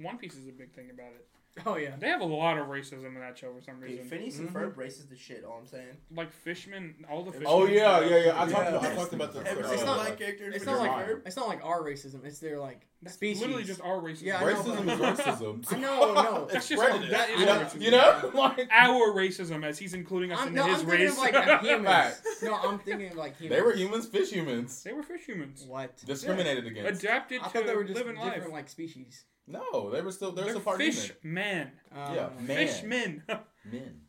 [SPEAKER 1] One Piece is a big thing about it.
[SPEAKER 5] Oh yeah.
[SPEAKER 1] They have a lot of racism in that show for some
[SPEAKER 3] Dude,
[SPEAKER 1] reason. Mm-hmm.
[SPEAKER 3] Phineas
[SPEAKER 5] Mhm.
[SPEAKER 3] and Ferb races the shit. All I'm saying.
[SPEAKER 1] Like Fishman, all the Fishman.
[SPEAKER 4] Oh yeah, yeah, yeah. I talked.
[SPEAKER 5] Yeah.
[SPEAKER 4] About, I talked about this.
[SPEAKER 3] Every
[SPEAKER 4] uh,
[SPEAKER 3] single
[SPEAKER 5] not
[SPEAKER 3] black character.
[SPEAKER 5] It's
[SPEAKER 3] is
[SPEAKER 5] not
[SPEAKER 3] raised
[SPEAKER 5] like
[SPEAKER 3] by
[SPEAKER 4] You're
[SPEAKER 5] it's not like our racism. It's their like
[SPEAKER 1] That's
[SPEAKER 5] species.
[SPEAKER 1] literally just our racism.
[SPEAKER 5] Yeah, I know,
[SPEAKER 4] racism is racism.
[SPEAKER 5] I know, no.
[SPEAKER 1] That's just
[SPEAKER 4] Spread it.
[SPEAKER 1] that is
[SPEAKER 4] you know,
[SPEAKER 1] racism.
[SPEAKER 4] you know? Like,
[SPEAKER 1] Our racism, as he's including us
[SPEAKER 5] I'm,
[SPEAKER 1] in
[SPEAKER 5] no,
[SPEAKER 1] his
[SPEAKER 5] I'm thinking
[SPEAKER 1] race.
[SPEAKER 5] of like uh, humans.
[SPEAKER 4] Facts.
[SPEAKER 5] no, I'm thinking of like humans.
[SPEAKER 4] they were humans, fish humans,
[SPEAKER 1] they were fish humans,
[SPEAKER 5] What?
[SPEAKER 4] discriminated against.
[SPEAKER 1] adapted
[SPEAKER 5] I
[SPEAKER 1] to
[SPEAKER 5] thought they were just
[SPEAKER 1] living
[SPEAKER 5] different
[SPEAKER 1] life.
[SPEAKER 5] like species.
[SPEAKER 4] No, they were still. They're,
[SPEAKER 1] They're
[SPEAKER 4] still part
[SPEAKER 1] fish
[SPEAKER 4] human.
[SPEAKER 1] man,
[SPEAKER 5] Um,
[SPEAKER 4] Yeah, man.
[SPEAKER 1] fishmen.
[SPEAKER 4] Men.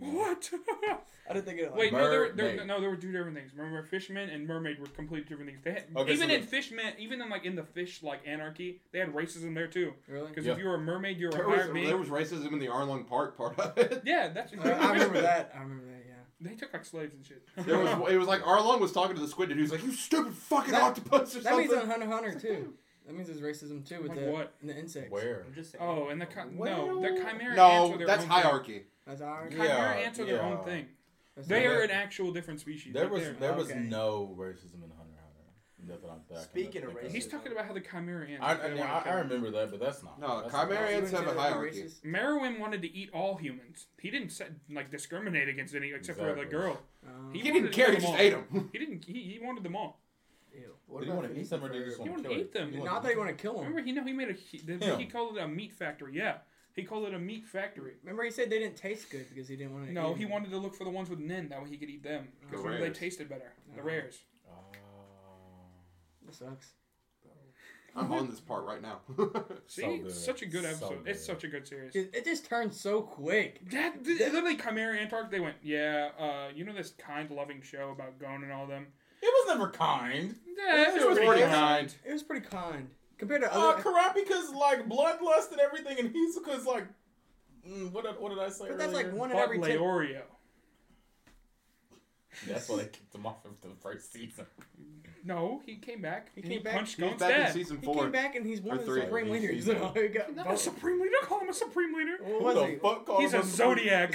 [SPEAKER 1] what?
[SPEAKER 5] I didn't think it. Like,
[SPEAKER 1] Wait, no, there were, there,
[SPEAKER 4] Mermaid.
[SPEAKER 1] no, there were two different things. Remember, fishmen and mermaid were completely different things. They had,
[SPEAKER 4] Okay,
[SPEAKER 1] even
[SPEAKER 4] so
[SPEAKER 1] in
[SPEAKER 4] the-
[SPEAKER 1] fishmen, even in like in the fish like anarchy, they had racism there too.
[SPEAKER 5] really?
[SPEAKER 1] Because
[SPEAKER 4] Yeah.
[SPEAKER 1] if you were a mermaid, you were
[SPEAKER 6] There
[SPEAKER 1] a
[SPEAKER 6] was,
[SPEAKER 1] higher
[SPEAKER 6] there
[SPEAKER 1] being.
[SPEAKER 6] was racism in the Arlong Park part of it.
[SPEAKER 1] Yeah, that's.
[SPEAKER 5] Uh, I remember that. I remember that. Yeah.
[SPEAKER 1] They took like slaves and shit.
[SPEAKER 6] There was, it was like Arlong was talking to the squid, and he was like, "You stupid fucking
[SPEAKER 5] That-
[SPEAKER 6] octopus or
[SPEAKER 5] That means
[SPEAKER 6] something."
[SPEAKER 5] on Hunter x Hunter too. That means there's racism too with
[SPEAKER 1] Like
[SPEAKER 5] the
[SPEAKER 1] what?
[SPEAKER 5] and the insects.
[SPEAKER 4] Where?
[SPEAKER 3] I'm just saying.
[SPEAKER 1] Oh, and the chi- no,
[SPEAKER 4] Well,
[SPEAKER 1] the chimera. ants
[SPEAKER 6] no,
[SPEAKER 1] are their
[SPEAKER 6] that's
[SPEAKER 1] own
[SPEAKER 6] hierarchy.
[SPEAKER 5] That's our.
[SPEAKER 1] Thing. Chimera
[SPEAKER 4] Yeah,
[SPEAKER 1] ants are their own
[SPEAKER 4] yeah.
[SPEAKER 1] thing.
[SPEAKER 5] That's
[SPEAKER 1] They
[SPEAKER 5] our-
[SPEAKER 1] are an actual different species.
[SPEAKER 4] There
[SPEAKER 1] right
[SPEAKER 4] was
[SPEAKER 1] there.
[SPEAKER 4] there was
[SPEAKER 5] Okay.
[SPEAKER 4] no racism in Hunter x Hunter. Nothing like that. I can
[SPEAKER 3] Speaking of
[SPEAKER 4] think
[SPEAKER 3] racism-
[SPEAKER 1] He's talking about how the chimera ants.
[SPEAKER 4] I, I,
[SPEAKER 1] they
[SPEAKER 4] mean,
[SPEAKER 1] wanna
[SPEAKER 4] I,
[SPEAKER 1] kill
[SPEAKER 4] I
[SPEAKER 1] them.
[SPEAKER 4] remember that, but that's not.
[SPEAKER 6] No,
[SPEAKER 4] that's
[SPEAKER 6] chimera
[SPEAKER 4] not-
[SPEAKER 5] You
[SPEAKER 6] ants have
[SPEAKER 5] wouldn't say
[SPEAKER 6] a
[SPEAKER 5] they're not
[SPEAKER 6] hierarchy.
[SPEAKER 5] racist?
[SPEAKER 1] Merwin wanted to eat all humans. He didn't se- like discriminate against any except for
[SPEAKER 4] Exactly.
[SPEAKER 1] the girl.
[SPEAKER 5] Um,
[SPEAKER 1] He
[SPEAKER 6] He didn't
[SPEAKER 1] wanted
[SPEAKER 6] care;
[SPEAKER 1] to
[SPEAKER 6] he
[SPEAKER 1] kill
[SPEAKER 6] just
[SPEAKER 1] them
[SPEAKER 6] ate him.
[SPEAKER 1] He didn't. He, he wanted them all.
[SPEAKER 5] ew.
[SPEAKER 3] What
[SPEAKER 4] Did he
[SPEAKER 3] about
[SPEAKER 4] want to eat
[SPEAKER 3] Phineas
[SPEAKER 4] them or
[SPEAKER 3] and
[SPEAKER 4] did he just
[SPEAKER 3] Ferb?
[SPEAKER 1] He
[SPEAKER 4] want
[SPEAKER 1] wanted
[SPEAKER 4] to
[SPEAKER 1] to eat them.
[SPEAKER 4] You
[SPEAKER 5] Not that you want to
[SPEAKER 4] Hmm.
[SPEAKER 5] kill them.
[SPEAKER 1] Remember, he no, he made a. He, the,
[SPEAKER 4] Him.
[SPEAKER 1] he called it a meat factory. Yeah, he called it a meat factory.
[SPEAKER 5] Remember, he said they didn't taste good because he didn't want to.
[SPEAKER 1] No, he wanted to look for the ones with nin. That way he could eat them
[SPEAKER 5] The
[SPEAKER 1] because they
[SPEAKER 6] rares.
[SPEAKER 1] tasted better. The
[SPEAKER 4] Mm-hmm.
[SPEAKER 5] Oh.
[SPEAKER 1] rares.
[SPEAKER 5] That sucks.
[SPEAKER 6] I'm on this part right now.
[SPEAKER 1] See,
[SPEAKER 4] So
[SPEAKER 1] it's
[SPEAKER 4] good.
[SPEAKER 1] such a good
[SPEAKER 4] So
[SPEAKER 1] episode. It's
[SPEAKER 4] good.
[SPEAKER 1] such a good series.
[SPEAKER 5] It, it just turned so quick.
[SPEAKER 1] That th- literally Chimera Antarctic. They went, yeah, uh, you know this kind, loving show about Gon and all them.
[SPEAKER 4] It was never kind.
[SPEAKER 1] Yeah,
[SPEAKER 4] It
[SPEAKER 1] it was
[SPEAKER 4] was
[SPEAKER 1] pretty
[SPEAKER 4] pretty
[SPEAKER 1] kind.
[SPEAKER 5] It was pretty kind compared to
[SPEAKER 1] Oh,
[SPEAKER 4] Uh,
[SPEAKER 5] other.
[SPEAKER 4] Karapika's like bloodlust and everything, and Hisoka's like, mm, what did, what did I say?
[SPEAKER 5] but that's like
[SPEAKER 4] earlier?
[SPEAKER 5] one in
[SPEAKER 1] But
[SPEAKER 5] every ten.
[SPEAKER 1] Leorio.
[SPEAKER 4] That's why they kicked him off of the first season.
[SPEAKER 1] No, he came back. He,
[SPEAKER 5] He came back.
[SPEAKER 1] punched
[SPEAKER 6] He's
[SPEAKER 1] Gon's
[SPEAKER 6] back in
[SPEAKER 1] dad.
[SPEAKER 6] season
[SPEAKER 5] He came
[SPEAKER 6] four.
[SPEAKER 5] back and he's one of
[SPEAKER 6] Or
[SPEAKER 5] the
[SPEAKER 6] three.
[SPEAKER 5] supreme leaders.
[SPEAKER 4] He's-
[SPEAKER 5] He got
[SPEAKER 1] Not a
[SPEAKER 5] voted.
[SPEAKER 1] supreme leader. Don't call him a supreme leader.
[SPEAKER 5] What
[SPEAKER 4] Who
[SPEAKER 5] was
[SPEAKER 4] the
[SPEAKER 5] he?
[SPEAKER 4] fuck called
[SPEAKER 1] He's
[SPEAKER 4] him
[SPEAKER 1] a Zodiac.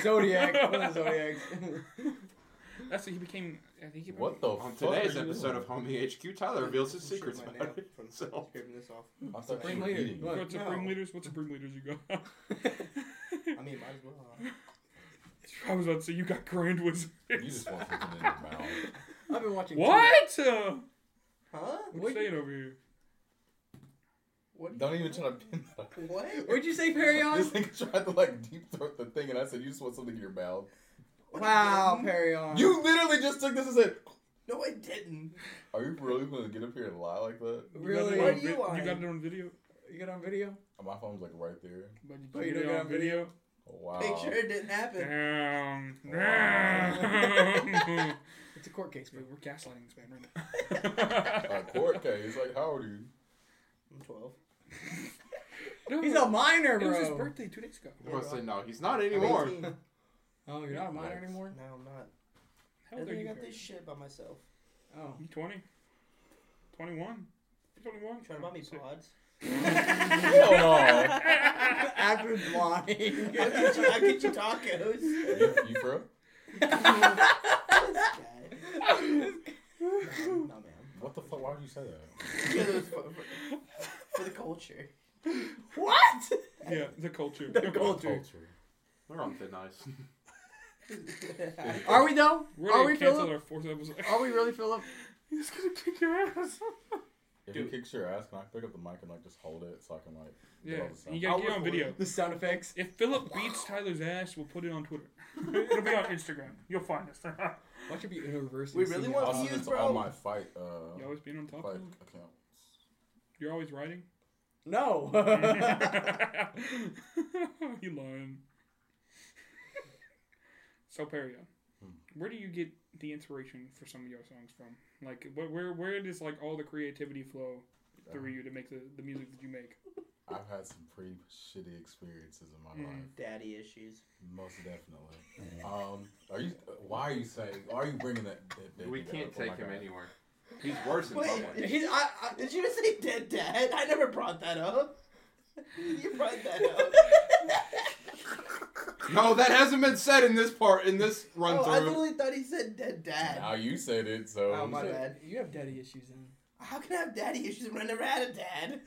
[SPEAKER 5] Zodiac. One of the Zodiacs.
[SPEAKER 1] That's what he became. I think he
[SPEAKER 4] What the
[SPEAKER 6] On
[SPEAKER 4] fuck
[SPEAKER 6] today's
[SPEAKER 4] are you
[SPEAKER 6] episode
[SPEAKER 4] doing?
[SPEAKER 6] of Homie HQ, Tyler reveals his
[SPEAKER 3] I'm sure
[SPEAKER 6] secrets
[SPEAKER 3] my
[SPEAKER 6] about
[SPEAKER 3] nail from
[SPEAKER 6] himself.
[SPEAKER 3] scraping this off.
[SPEAKER 4] I'm sorry,
[SPEAKER 5] Supreme
[SPEAKER 4] I'm
[SPEAKER 5] leader.
[SPEAKER 4] eating.
[SPEAKER 5] Look.
[SPEAKER 1] What's supreme
[SPEAKER 3] No.
[SPEAKER 1] leaders? What's supreme leaders you got?
[SPEAKER 3] I mean, might as well.
[SPEAKER 1] I was about to say you got Grand Wizards.
[SPEAKER 4] You just want something in your mouth.
[SPEAKER 5] I've been watching. too much.
[SPEAKER 1] What? Uh,
[SPEAKER 3] Huh?
[SPEAKER 1] what
[SPEAKER 5] What
[SPEAKER 1] you saying over here?
[SPEAKER 3] What?
[SPEAKER 4] Don't even try to pin that.
[SPEAKER 3] What?
[SPEAKER 5] What'd you say, Perion?
[SPEAKER 4] This nigga tried to like deep throat the thing, and I said, "You just want something in your mouth."
[SPEAKER 5] Wow, Perion.
[SPEAKER 4] You literally just took this and said,
[SPEAKER 3] No, I didn't.
[SPEAKER 4] "Are you really going to get up here and lie like that?"
[SPEAKER 1] You got it
[SPEAKER 5] really?
[SPEAKER 1] on
[SPEAKER 3] What are
[SPEAKER 1] vi-
[SPEAKER 3] you
[SPEAKER 1] You got
[SPEAKER 3] lying?
[SPEAKER 1] it on video.
[SPEAKER 5] You got on video?
[SPEAKER 4] My phone's like right there.
[SPEAKER 1] But you,
[SPEAKER 5] Oh, you
[SPEAKER 1] did
[SPEAKER 5] don't
[SPEAKER 1] it
[SPEAKER 5] got
[SPEAKER 1] on
[SPEAKER 5] on video?
[SPEAKER 1] video.
[SPEAKER 4] Wow.
[SPEAKER 3] Make sure it didn't happen.
[SPEAKER 1] Damn.
[SPEAKER 4] Wow.
[SPEAKER 1] Damn.
[SPEAKER 5] It's a court case, bro.
[SPEAKER 1] Dude, we're gaslighting this man right now.
[SPEAKER 4] A court case. Like, how old are you?
[SPEAKER 3] I'm 12.
[SPEAKER 1] No,
[SPEAKER 5] He's a minor,
[SPEAKER 1] it
[SPEAKER 5] bro.
[SPEAKER 1] was his birthday two days ago.
[SPEAKER 6] I'm gonna say no. He's not
[SPEAKER 3] I'm
[SPEAKER 6] anymore.
[SPEAKER 3] 18. No,
[SPEAKER 5] Oh, you're not a minor
[SPEAKER 4] Nice.
[SPEAKER 5] anymore.
[SPEAKER 3] I'm not.
[SPEAKER 1] How
[SPEAKER 3] I
[SPEAKER 1] old are
[SPEAKER 3] think I
[SPEAKER 1] Oh, you?
[SPEAKER 3] got this
[SPEAKER 1] Barry?
[SPEAKER 3] shit by myself.
[SPEAKER 5] Oh,
[SPEAKER 1] You 20? 21? You're 21?
[SPEAKER 3] Trying to buy me pods.
[SPEAKER 4] Hell no.
[SPEAKER 5] after blind.
[SPEAKER 3] I get you, I get you tacos.
[SPEAKER 4] You, you bro?
[SPEAKER 3] This guy. no, man.
[SPEAKER 4] What the fuck? Why would you say that?
[SPEAKER 3] for, for- for the culture.
[SPEAKER 5] what?
[SPEAKER 1] Yeah, the culture.
[SPEAKER 5] The culture.
[SPEAKER 6] We're on thin ice.
[SPEAKER 5] Are we though?
[SPEAKER 1] We're
[SPEAKER 5] Are
[SPEAKER 1] gonna
[SPEAKER 5] we
[SPEAKER 1] cancel
[SPEAKER 5] Philip?
[SPEAKER 1] our fourth episode.
[SPEAKER 5] Are we really Philip?
[SPEAKER 1] He's gonna kick your ass.
[SPEAKER 4] If
[SPEAKER 6] Dude.
[SPEAKER 4] he kicks your ass, can I pick up the mic and like just hold it so I can like
[SPEAKER 1] Yeah,
[SPEAKER 4] all the sound?
[SPEAKER 1] you gotta get it on
[SPEAKER 5] record
[SPEAKER 1] video.
[SPEAKER 5] The sound effects.
[SPEAKER 1] If Philip beats Tyler's ass, we'll put it on Twitter. It'll be on Instagram. You'll find us. you
[SPEAKER 5] Why should be in reverse?
[SPEAKER 3] We
[SPEAKER 5] and
[SPEAKER 3] really
[SPEAKER 5] see
[SPEAKER 3] want-
[SPEAKER 5] how-
[SPEAKER 4] also,
[SPEAKER 3] views,
[SPEAKER 4] it's
[SPEAKER 3] bro.
[SPEAKER 4] on my fight uh
[SPEAKER 1] always being on top.
[SPEAKER 4] fight
[SPEAKER 1] of it?
[SPEAKER 4] account.
[SPEAKER 1] You're always writing.
[SPEAKER 5] No.
[SPEAKER 1] you lying. So Perio,
[SPEAKER 4] Hmm.
[SPEAKER 1] where do you get the inspiration for some of your songs from? Like, where where where does like all the creativity flow
[SPEAKER 4] Uh-huh.
[SPEAKER 1] through you to make the, the music that you make?
[SPEAKER 4] I've had some pretty shitty experiences in my
[SPEAKER 1] Mhm.
[SPEAKER 4] life,
[SPEAKER 3] Daddy issues.
[SPEAKER 4] most definitely. um, are you? Why are you saying? Why are you bringing that? that, that
[SPEAKER 6] We
[SPEAKER 4] that
[SPEAKER 6] can't
[SPEAKER 4] up? Oh my
[SPEAKER 6] take him
[SPEAKER 4] God.
[SPEAKER 6] anywhere. He's worse in
[SPEAKER 3] Wait.
[SPEAKER 6] public.
[SPEAKER 5] He's, I, I,
[SPEAKER 3] Did you just say dead dad? I never brought that up. You brought that up.
[SPEAKER 6] No, that hasn't been said in this part, in this run
[SPEAKER 3] Oh, I
[SPEAKER 6] through.
[SPEAKER 3] literally thought he said dead dad.
[SPEAKER 4] Now you said it, so
[SPEAKER 3] Oh, my
[SPEAKER 5] so
[SPEAKER 3] bad.
[SPEAKER 5] You have daddy issues then.
[SPEAKER 3] How can I have daddy issues when I never had a dad?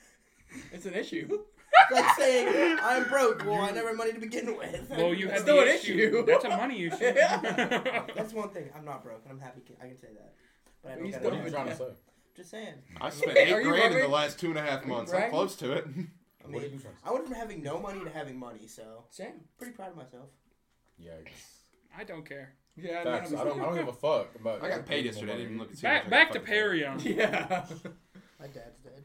[SPEAKER 5] It's an issue.
[SPEAKER 3] It's like saying I'm broke. Well, I never had money to begin with.
[SPEAKER 1] Well, you
[SPEAKER 5] That's
[SPEAKER 1] had
[SPEAKER 5] still
[SPEAKER 1] the
[SPEAKER 5] an
[SPEAKER 1] issue.
[SPEAKER 5] issue.
[SPEAKER 1] That's a money issue.
[SPEAKER 5] Yeah.
[SPEAKER 3] That's one thing. I'm not broke, and I'm happy. I can say that. But I don't
[SPEAKER 5] He's
[SPEAKER 3] got
[SPEAKER 4] What
[SPEAKER 5] still-
[SPEAKER 4] are you
[SPEAKER 3] it.
[SPEAKER 4] trying to say?
[SPEAKER 3] Just saying.
[SPEAKER 6] I spent
[SPEAKER 5] Are
[SPEAKER 6] eight
[SPEAKER 5] you
[SPEAKER 6] grand in the
[SPEAKER 5] rubbing?
[SPEAKER 6] last two and a half months. I'm
[SPEAKER 5] Right?
[SPEAKER 6] close to it.
[SPEAKER 3] I
[SPEAKER 4] What are
[SPEAKER 3] mean,
[SPEAKER 4] you trying to
[SPEAKER 3] I went from having no money to having money, so
[SPEAKER 5] Sam.
[SPEAKER 3] pretty proud of myself.
[SPEAKER 4] say? Yikes.
[SPEAKER 1] I don't care.
[SPEAKER 5] Yeah.
[SPEAKER 4] Facts. I don't. I don't give a fuck about.
[SPEAKER 6] I got paid yesterday. I didn't even look at.
[SPEAKER 1] Back back to um. Perion.
[SPEAKER 5] Yeah.
[SPEAKER 3] My dad's dead.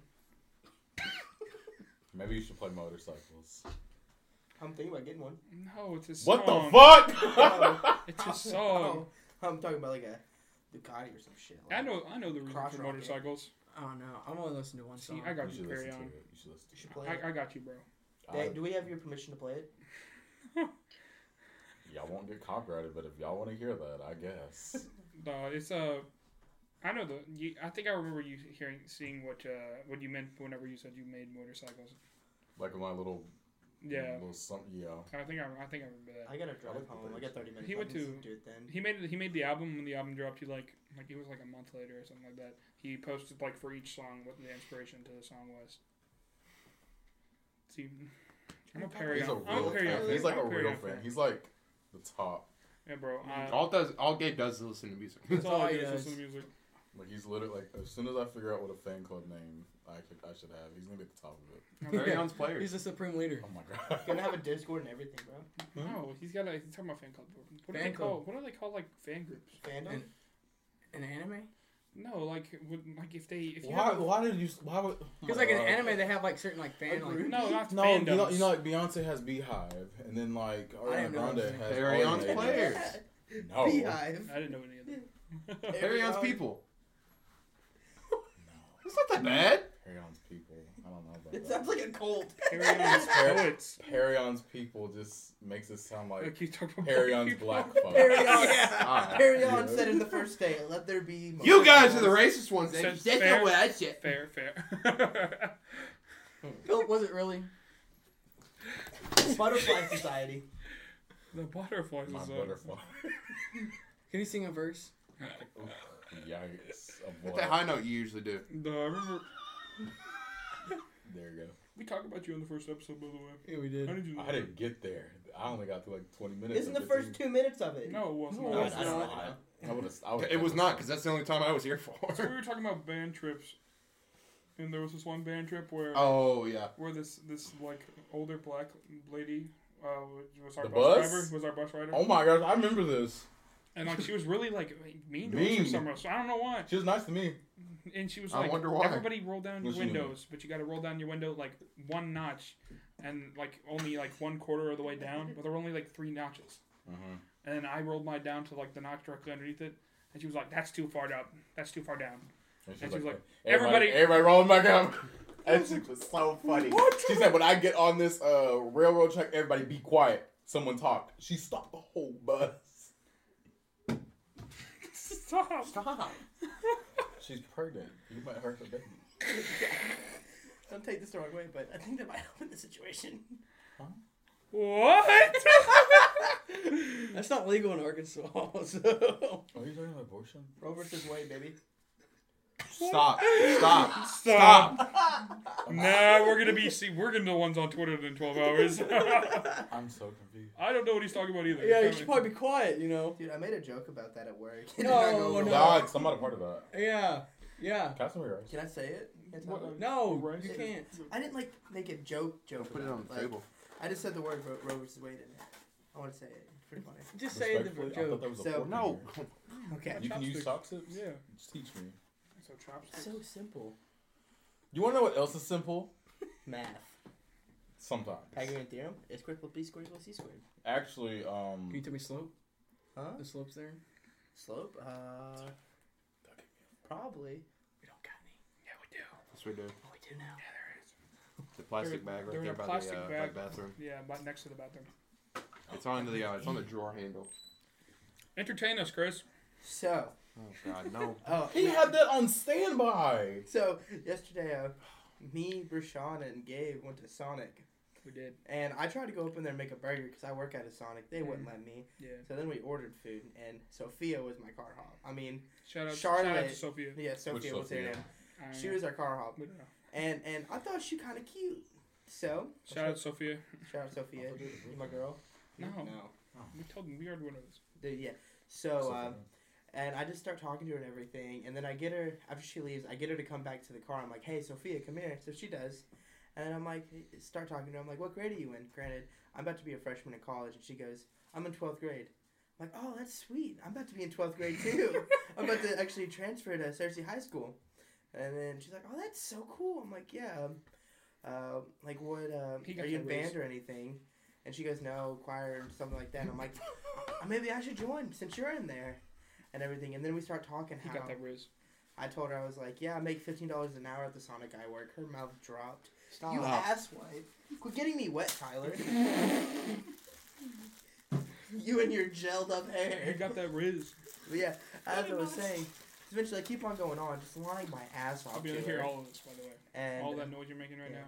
[SPEAKER 4] Maybe you should play motorcycles.
[SPEAKER 3] I'm thinking about getting one.
[SPEAKER 1] No, it's a song.
[SPEAKER 4] What the fuck?
[SPEAKER 3] Oh,
[SPEAKER 1] It's a song.
[SPEAKER 5] Oh.
[SPEAKER 3] I'm talking about like a Ducati or some shit. Like,
[SPEAKER 1] I know I know the reason
[SPEAKER 3] Cross
[SPEAKER 1] for
[SPEAKER 3] rocket.
[SPEAKER 1] motorcycles.
[SPEAKER 5] Oh no. I'm only listening to one
[SPEAKER 1] See,
[SPEAKER 5] song.
[SPEAKER 1] I got you,
[SPEAKER 4] you should listen to
[SPEAKER 1] Perion.
[SPEAKER 4] it. You should listen
[SPEAKER 3] You
[SPEAKER 4] to
[SPEAKER 3] should play it. Uh,
[SPEAKER 1] I, I got you, bro.
[SPEAKER 4] it.
[SPEAKER 3] Dad, do we have your permission to play it?
[SPEAKER 4] I- Y'all won't get copyrighted, but if y'all want to hear that, I guess.
[SPEAKER 1] No, it's uh, I know the. You, I think I remember you hearing, seeing what uh, what you meant whenever you said you made motorcycles.
[SPEAKER 4] Like my little,
[SPEAKER 1] Yeah,
[SPEAKER 4] little something. Yeah.
[SPEAKER 1] I think I, I think I remember that.
[SPEAKER 3] I gotta drive
[SPEAKER 4] like the
[SPEAKER 3] home. I
[SPEAKER 4] bridge.
[SPEAKER 3] got 30 minutes.
[SPEAKER 1] He
[SPEAKER 3] I
[SPEAKER 1] went
[SPEAKER 3] can
[SPEAKER 1] to-
[SPEAKER 3] do it then.
[SPEAKER 1] He made he made the album when the album dropped. He like like it was like a month later or something like that. He posted like for each song what the inspiration to the song was. See, I'm a parry.
[SPEAKER 4] He's a
[SPEAKER 1] I'm
[SPEAKER 4] real
[SPEAKER 1] a parry.
[SPEAKER 4] fan. He's like a real fan. He's like the top.
[SPEAKER 1] yeah, bro. I,
[SPEAKER 6] All does all Gabe does is listen to music.
[SPEAKER 1] that's all
[SPEAKER 5] all
[SPEAKER 1] I
[SPEAKER 5] he
[SPEAKER 1] do is
[SPEAKER 5] does.
[SPEAKER 1] listen to music.
[SPEAKER 4] Like he's literally like as soon as I figure out what a fan club name I could I should have, he's gonna be at the top of it.
[SPEAKER 6] Perion's players.
[SPEAKER 5] He's the supreme leader.
[SPEAKER 4] Oh my god.
[SPEAKER 3] Gonna have a Discord and everything, bro.
[SPEAKER 1] No, he's got a. He's talking about fan club. What do
[SPEAKER 5] Fan
[SPEAKER 1] they call? What do they call like fan groups?
[SPEAKER 3] Fandom.
[SPEAKER 5] And- An anime?
[SPEAKER 1] No, like would- like if they if you
[SPEAKER 4] why?
[SPEAKER 1] have a-
[SPEAKER 4] Why did you? Why would? oh
[SPEAKER 5] Because like in
[SPEAKER 4] God.
[SPEAKER 5] anime, they have like certain like fan
[SPEAKER 3] A
[SPEAKER 5] like.
[SPEAKER 3] group?
[SPEAKER 1] no not
[SPEAKER 4] No, you
[SPEAKER 1] fandoms.
[SPEAKER 4] know, you know, like Beyonce has Beehive, and then like Ariana
[SPEAKER 5] didn't know
[SPEAKER 4] Grande
[SPEAKER 5] that was a
[SPEAKER 4] has
[SPEAKER 5] thing.
[SPEAKER 6] Perion's
[SPEAKER 4] Army.
[SPEAKER 6] players.
[SPEAKER 3] Oh.
[SPEAKER 4] No.
[SPEAKER 3] Beehive.
[SPEAKER 1] I didn't know any of them.
[SPEAKER 6] Perion's
[SPEAKER 3] Perion.
[SPEAKER 6] people.
[SPEAKER 4] No,
[SPEAKER 6] It's not that bad.
[SPEAKER 4] Perion's people. I don't know about
[SPEAKER 3] It
[SPEAKER 4] that.
[SPEAKER 3] sounds like a cult.
[SPEAKER 1] Perion's poets.
[SPEAKER 4] Perion's people just makes it sound like
[SPEAKER 1] Like you talk about
[SPEAKER 4] Perion's
[SPEAKER 1] people.
[SPEAKER 4] black folk.
[SPEAKER 3] Perion.
[SPEAKER 6] Ah.
[SPEAKER 3] Perion
[SPEAKER 4] Yeah.
[SPEAKER 3] said in the first day, "Let there be."
[SPEAKER 6] You guys are the
[SPEAKER 3] multiples."
[SPEAKER 6] racist ones. They
[SPEAKER 1] Says
[SPEAKER 6] just don't
[SPEAKER 1] fair.
[SPEAKER 6] know what I said.
[SPEAKER 1] Fair, fair.
[SPEAKER 5] Philip, Oh, was it really?
[SPEAKER 3] Butterfly Society.
[SPEAKER 1] the butterflies
[SPEAKER 4] My
[SPEAKER 1] is a-
[SPEAKER 4] butterfly.
[SPEAKER 5] Can you sing a verse?
[SPEAKER 4] Yikes. A
[SPEAKER 6] Hit that
[SPEAKER 4] boy.
[SPEAKER 6] high note you usually do.
[SPEAKER 1] No, I remember
[SPEAKER 4] There you
[SPEAKER 1] we talked about you in the first episode, by the way.
[SPEAKER 5] Yeah, we
[SPEAKER 1] How
[SPEAKER 5] did.
[SPEAKER 1] did you?
[SPEAKER 4] go. I didn't get there. I only got to like 20 minutes.
[SPEAKER 3] Isn't
[SPEAKER 4] of
[SPEAKER 3] the first
[SPEAKER 4] 15.
[SPEAKER 3] two minutes of it?
[SPEAKER 1] No, it wasn't.
[SPEAKER 5] No,
[SPEAKER 4] No,
[SPEAKER 1] I-
[SPEAKER 4] it's
[SPEAKER 1] I-
[SPEAKER 3] don't-
[SPEAKER 4] not. I would've- I would've-
[SPEAKER 6] It was not because that's the only time I was here for.
[SPEAKER 1] so we were talking about band trips, and there was this one band trip where
[SPEAKER 6] Oh yeah.
[SPEAKER 1] where this this like older black lady uh, was our
[SPEAKER 4] The
[SPEAKER 1] bus,
[SPEAKER 4] bus?
[SPEAKER 1] driver. Was our bus rider?
[SPEAKER 4] Oh my gosh, I remember this.
[SPEAKER 1] And like she was really like mean to us
[SPEAKER 4] Mean.
[SPEAKER 1] for some reason. So I don't know why.
[SPEAKER 4] She was nice to me.
[SPEAKER 1] And she was
[SPEAKER 6] I
[SPEAKER 1] like,
[SPEAKER 6] wonder why.
[SPEAKER 1] everybody roll down your
[SPEAKER 4] What she mean?
[SPEAKER 1] windows, but you got to roll down your window like one notch, and like only like one quarter of the way down, but there were only like three notches.
[SPEAKER 4] Mhm.
[SPEAKER 1] And then I rolled mine down to like the notch directly underneath it, And she was like, "That's too far up. That's too far down."
[SPEAKER 4] And
[SPEAKER 1] And she was like,
[SPEAKER 4] everybody,
[SPEAKER 1] "Everybody-
[SPEAKER 4] everybody, rolling back up. And she was so funny. She said, when I get on this uh, railroad track, everybody be quiet. Someone talk. She stopped the whole bus.
[SPEAKER 1] Stop.
[SPEAKER 4] Stop. She's pregnant. You might hurt her baby.
[SPEAKER 3] Don't take this the wrong way, but I think that might help in the situation.
[SPEAKER 1] What?
[SPEAKER 5] That's not legal in Arkansas. So.
[SPEAKER 4] Are you talking about abortion?
[SPEAKER 3] Roe versus Wade, baby.
[SPEAKER 6] Stop. Stop.
[SPEAKER 1] Stop. nah, we're gonna be see. We're gonna be the ones on Twitter in twelve hours. I
[SPEAKER 4] I'm so confused.
[SPEAKER 1] don't know what he's talking about either.
[SPEAKER 5] Yeah, you should probably be quiet. You know.
[SPEAKER 3] Dude, I made a joke about that at work.
[SPEAKER 5] No,
[SPEAKER 3] Go over
[SPEAKER 5] no.
[SPEAKER 3] well.
[SPEAKER 4] God, somebody part of that.
[SPEAKER 5] Yeah, yeah.
[SPEAKER 4] Casimir, right?
[SPEAKER 3] Can I say it? It's not
[SPEAKER 1] What?
[SPEAKER 3] wrong.
[SPEAKER 5] No,
[SPEAKER 1] Right.
[SPEAKER 5] you can't.
[SPEAKER 3] I didn't like make a joke joke.
[SPEAKER 6] Put it
[SPEAKER 3] about
[SPEAKER 6] on the
[SPEAKER 3] like,
[SPEAKER 6] table.
[SPEAKER 3] I just said the word Ro- Roe versus Wade in it. I want to say it. It's pretty funny.
[SPEAKER 5] Just say the
[SPEAKER 4] Respectfully, I thought
[SPEAKER 5] joke.
[SPEAKER 4] that was a
[SPEAKER 3] So,
[SPEAKER 4] fork in
[SPEAKER 6] No.
[SPEAKER 4] here.
[SPEAKER 3] Okay.
[SPEAKER 4] You can use chopsticks?
[SPEAKER 1] Yeah.
[SPEAKER 4] Just teach me.
[SPEAKER 1] So chopsticks.
[SPEAKER 3] So simple.
[SPEAKER 4] You want to know what else is simple?
[SPEAKER 3] Math.
[SPEAKER 4] Sometimes.
[SPEAKER 3] Pythagorean theorem. A squared plus b squared equals c squared.
[SPEAKER 4] Actually, um.
[SPEAKER 5] Can you tell me slope?
[SPEAKER 3] Huh?
[SPEAKER 5] The slope's there.
[SPEAKER 3] Slope. Uh. Probably.
[SPEAKER 5] We don't got any.
[SPEAKER 1] Yeah, we do.
[SPEAKER 6] That's what we do.
[SPEAKER 3] Oh, we do now.
[SPEAKER 1] Yeah, there
[SPEAKER 6] The plastic bag
[SPEAKER 1] They're
[SPEAKER 6] right
[SPEAKER 1] in
[SPEAKER 6] there
[SPEAKER 1] a
[SPEAKER 6] by
[SPEAKER 1] plastic
[SPEAKER 6] the, uh, by
[SPEAKER 1] bag.
[SPEAKER 6] the bathroom.
[SPEAKER 1] is. Yeah, but next to the bathroom.
[SPEAKER 6] It's on the uh, it's on the drawer handle.
[SPEAKER 1] Entertain us, Chris.
[SPEAKER 3] So.
[SPEAKER 6] Oh God, no.
[SPEAKER 3] Oh.
[SPEAKER 4] He had that on standby.
[SPEAKER 3] So yesterday, uh, me, Brashawn, and Gabe went to Sonic,
[SPEAKER 1] We did.
[SPEAKER 3] and I tried to go up in there and make a burger because I work at a Sonic. They wouldn't let me.
[SPEAKER 1] Yeah.
[SPEAKER 3] So then we ordered food, and Sophia was my car hop. I mean,
[SPEAKER 1] Shout out, shout out
[SPEAKER 3] Charlotte.
[SPEAKER 1] to Sophia.
[SPEAKER 3] yeah, Sophia was her
[SPEAKER 4] Sophia?
[SPEAKER 3] name.
[SPEAKER 1] I don't
[SPEAKER 3] She
[SPEAKER 1] know.
[SPEAKER 3] was our car hop,
[SPEAKER 1] We don't know.
[SPEAKER 3] and and I thought she kind of cute. So
[SPEAKER 1] Shout out to Sophia.
[SPEAKER 3] shout out Sophia, you my girl.
[SPEAKER 1] No.
[SPEAKER 3] no,
[SPEAKER 1] We told them we are one of those.
[SPEAKER 3] Dude, yeah.
[SPEAKER 4] Oh,
[SPEAKER 3] So
[SPEAKER 4] uh,
[SPEAKER 3] um, and I just start talking to her and everything, and then I get her after she leaves. I get her to come back to the car. I'm like, "Hey, Sophia, come here." So she does, and then I'm like, start talking to her. I'm like, "What grade are you in?" Granted, I'm about to be a freshman in college, and she goes, "I'm in twelfth grade." I'm like, "Oh, that's sweet. I'm about to be in twelfth grade too. I'm about to actually transfer to Cersei High School." And then she's like, "Oh, that's so cool." I'm like, "Yeah." Um, uh, like, what? Um,
[SPEAKER 1] He got
[SPEAKER 3] are you in
[SPEAKER 1] that
[SPEAKER 3] band
[SPEAKER 1] raise.
[SPEAKER 3] or anything? And she goes, "No, choir or something like that." And I'm like, Uh, "Maybe I should join since you're in there." and everything. And then we start talking
[SPEAKER 1] He
[SPEAKER 3] how
[SPEAKER 1] got that riz.
[SPEAKER 3] I told her I was like, yeah, I make fifteen dollars an hour at the Sonic I work. Her mouth dropped.
[SPEAKER 5] Stop.
[SPEAKER 3] You asswipe! Quit getting me wet, Tyler. you and your gelled up
[SPEAKER 1] He
[SPEAKER 3] hair.
[SPEAKER 1] got that riz.
[SPEAKER 3] But yeah, as I was saying, eventually I keep on going on, just lying my ass off.
[SPEAKER 1] I'll be
[SPEAKER 3] to
[SPEAKER 1] able to hear
[SPEAKER 3] her.
[SPEAKER 1] all of this, by the way.
[SPEAKER 3] and uh,
[SPEAKER 1] all that noise you're making right
[SPEAKER 3] yeah.
[SPEAKER 1] now.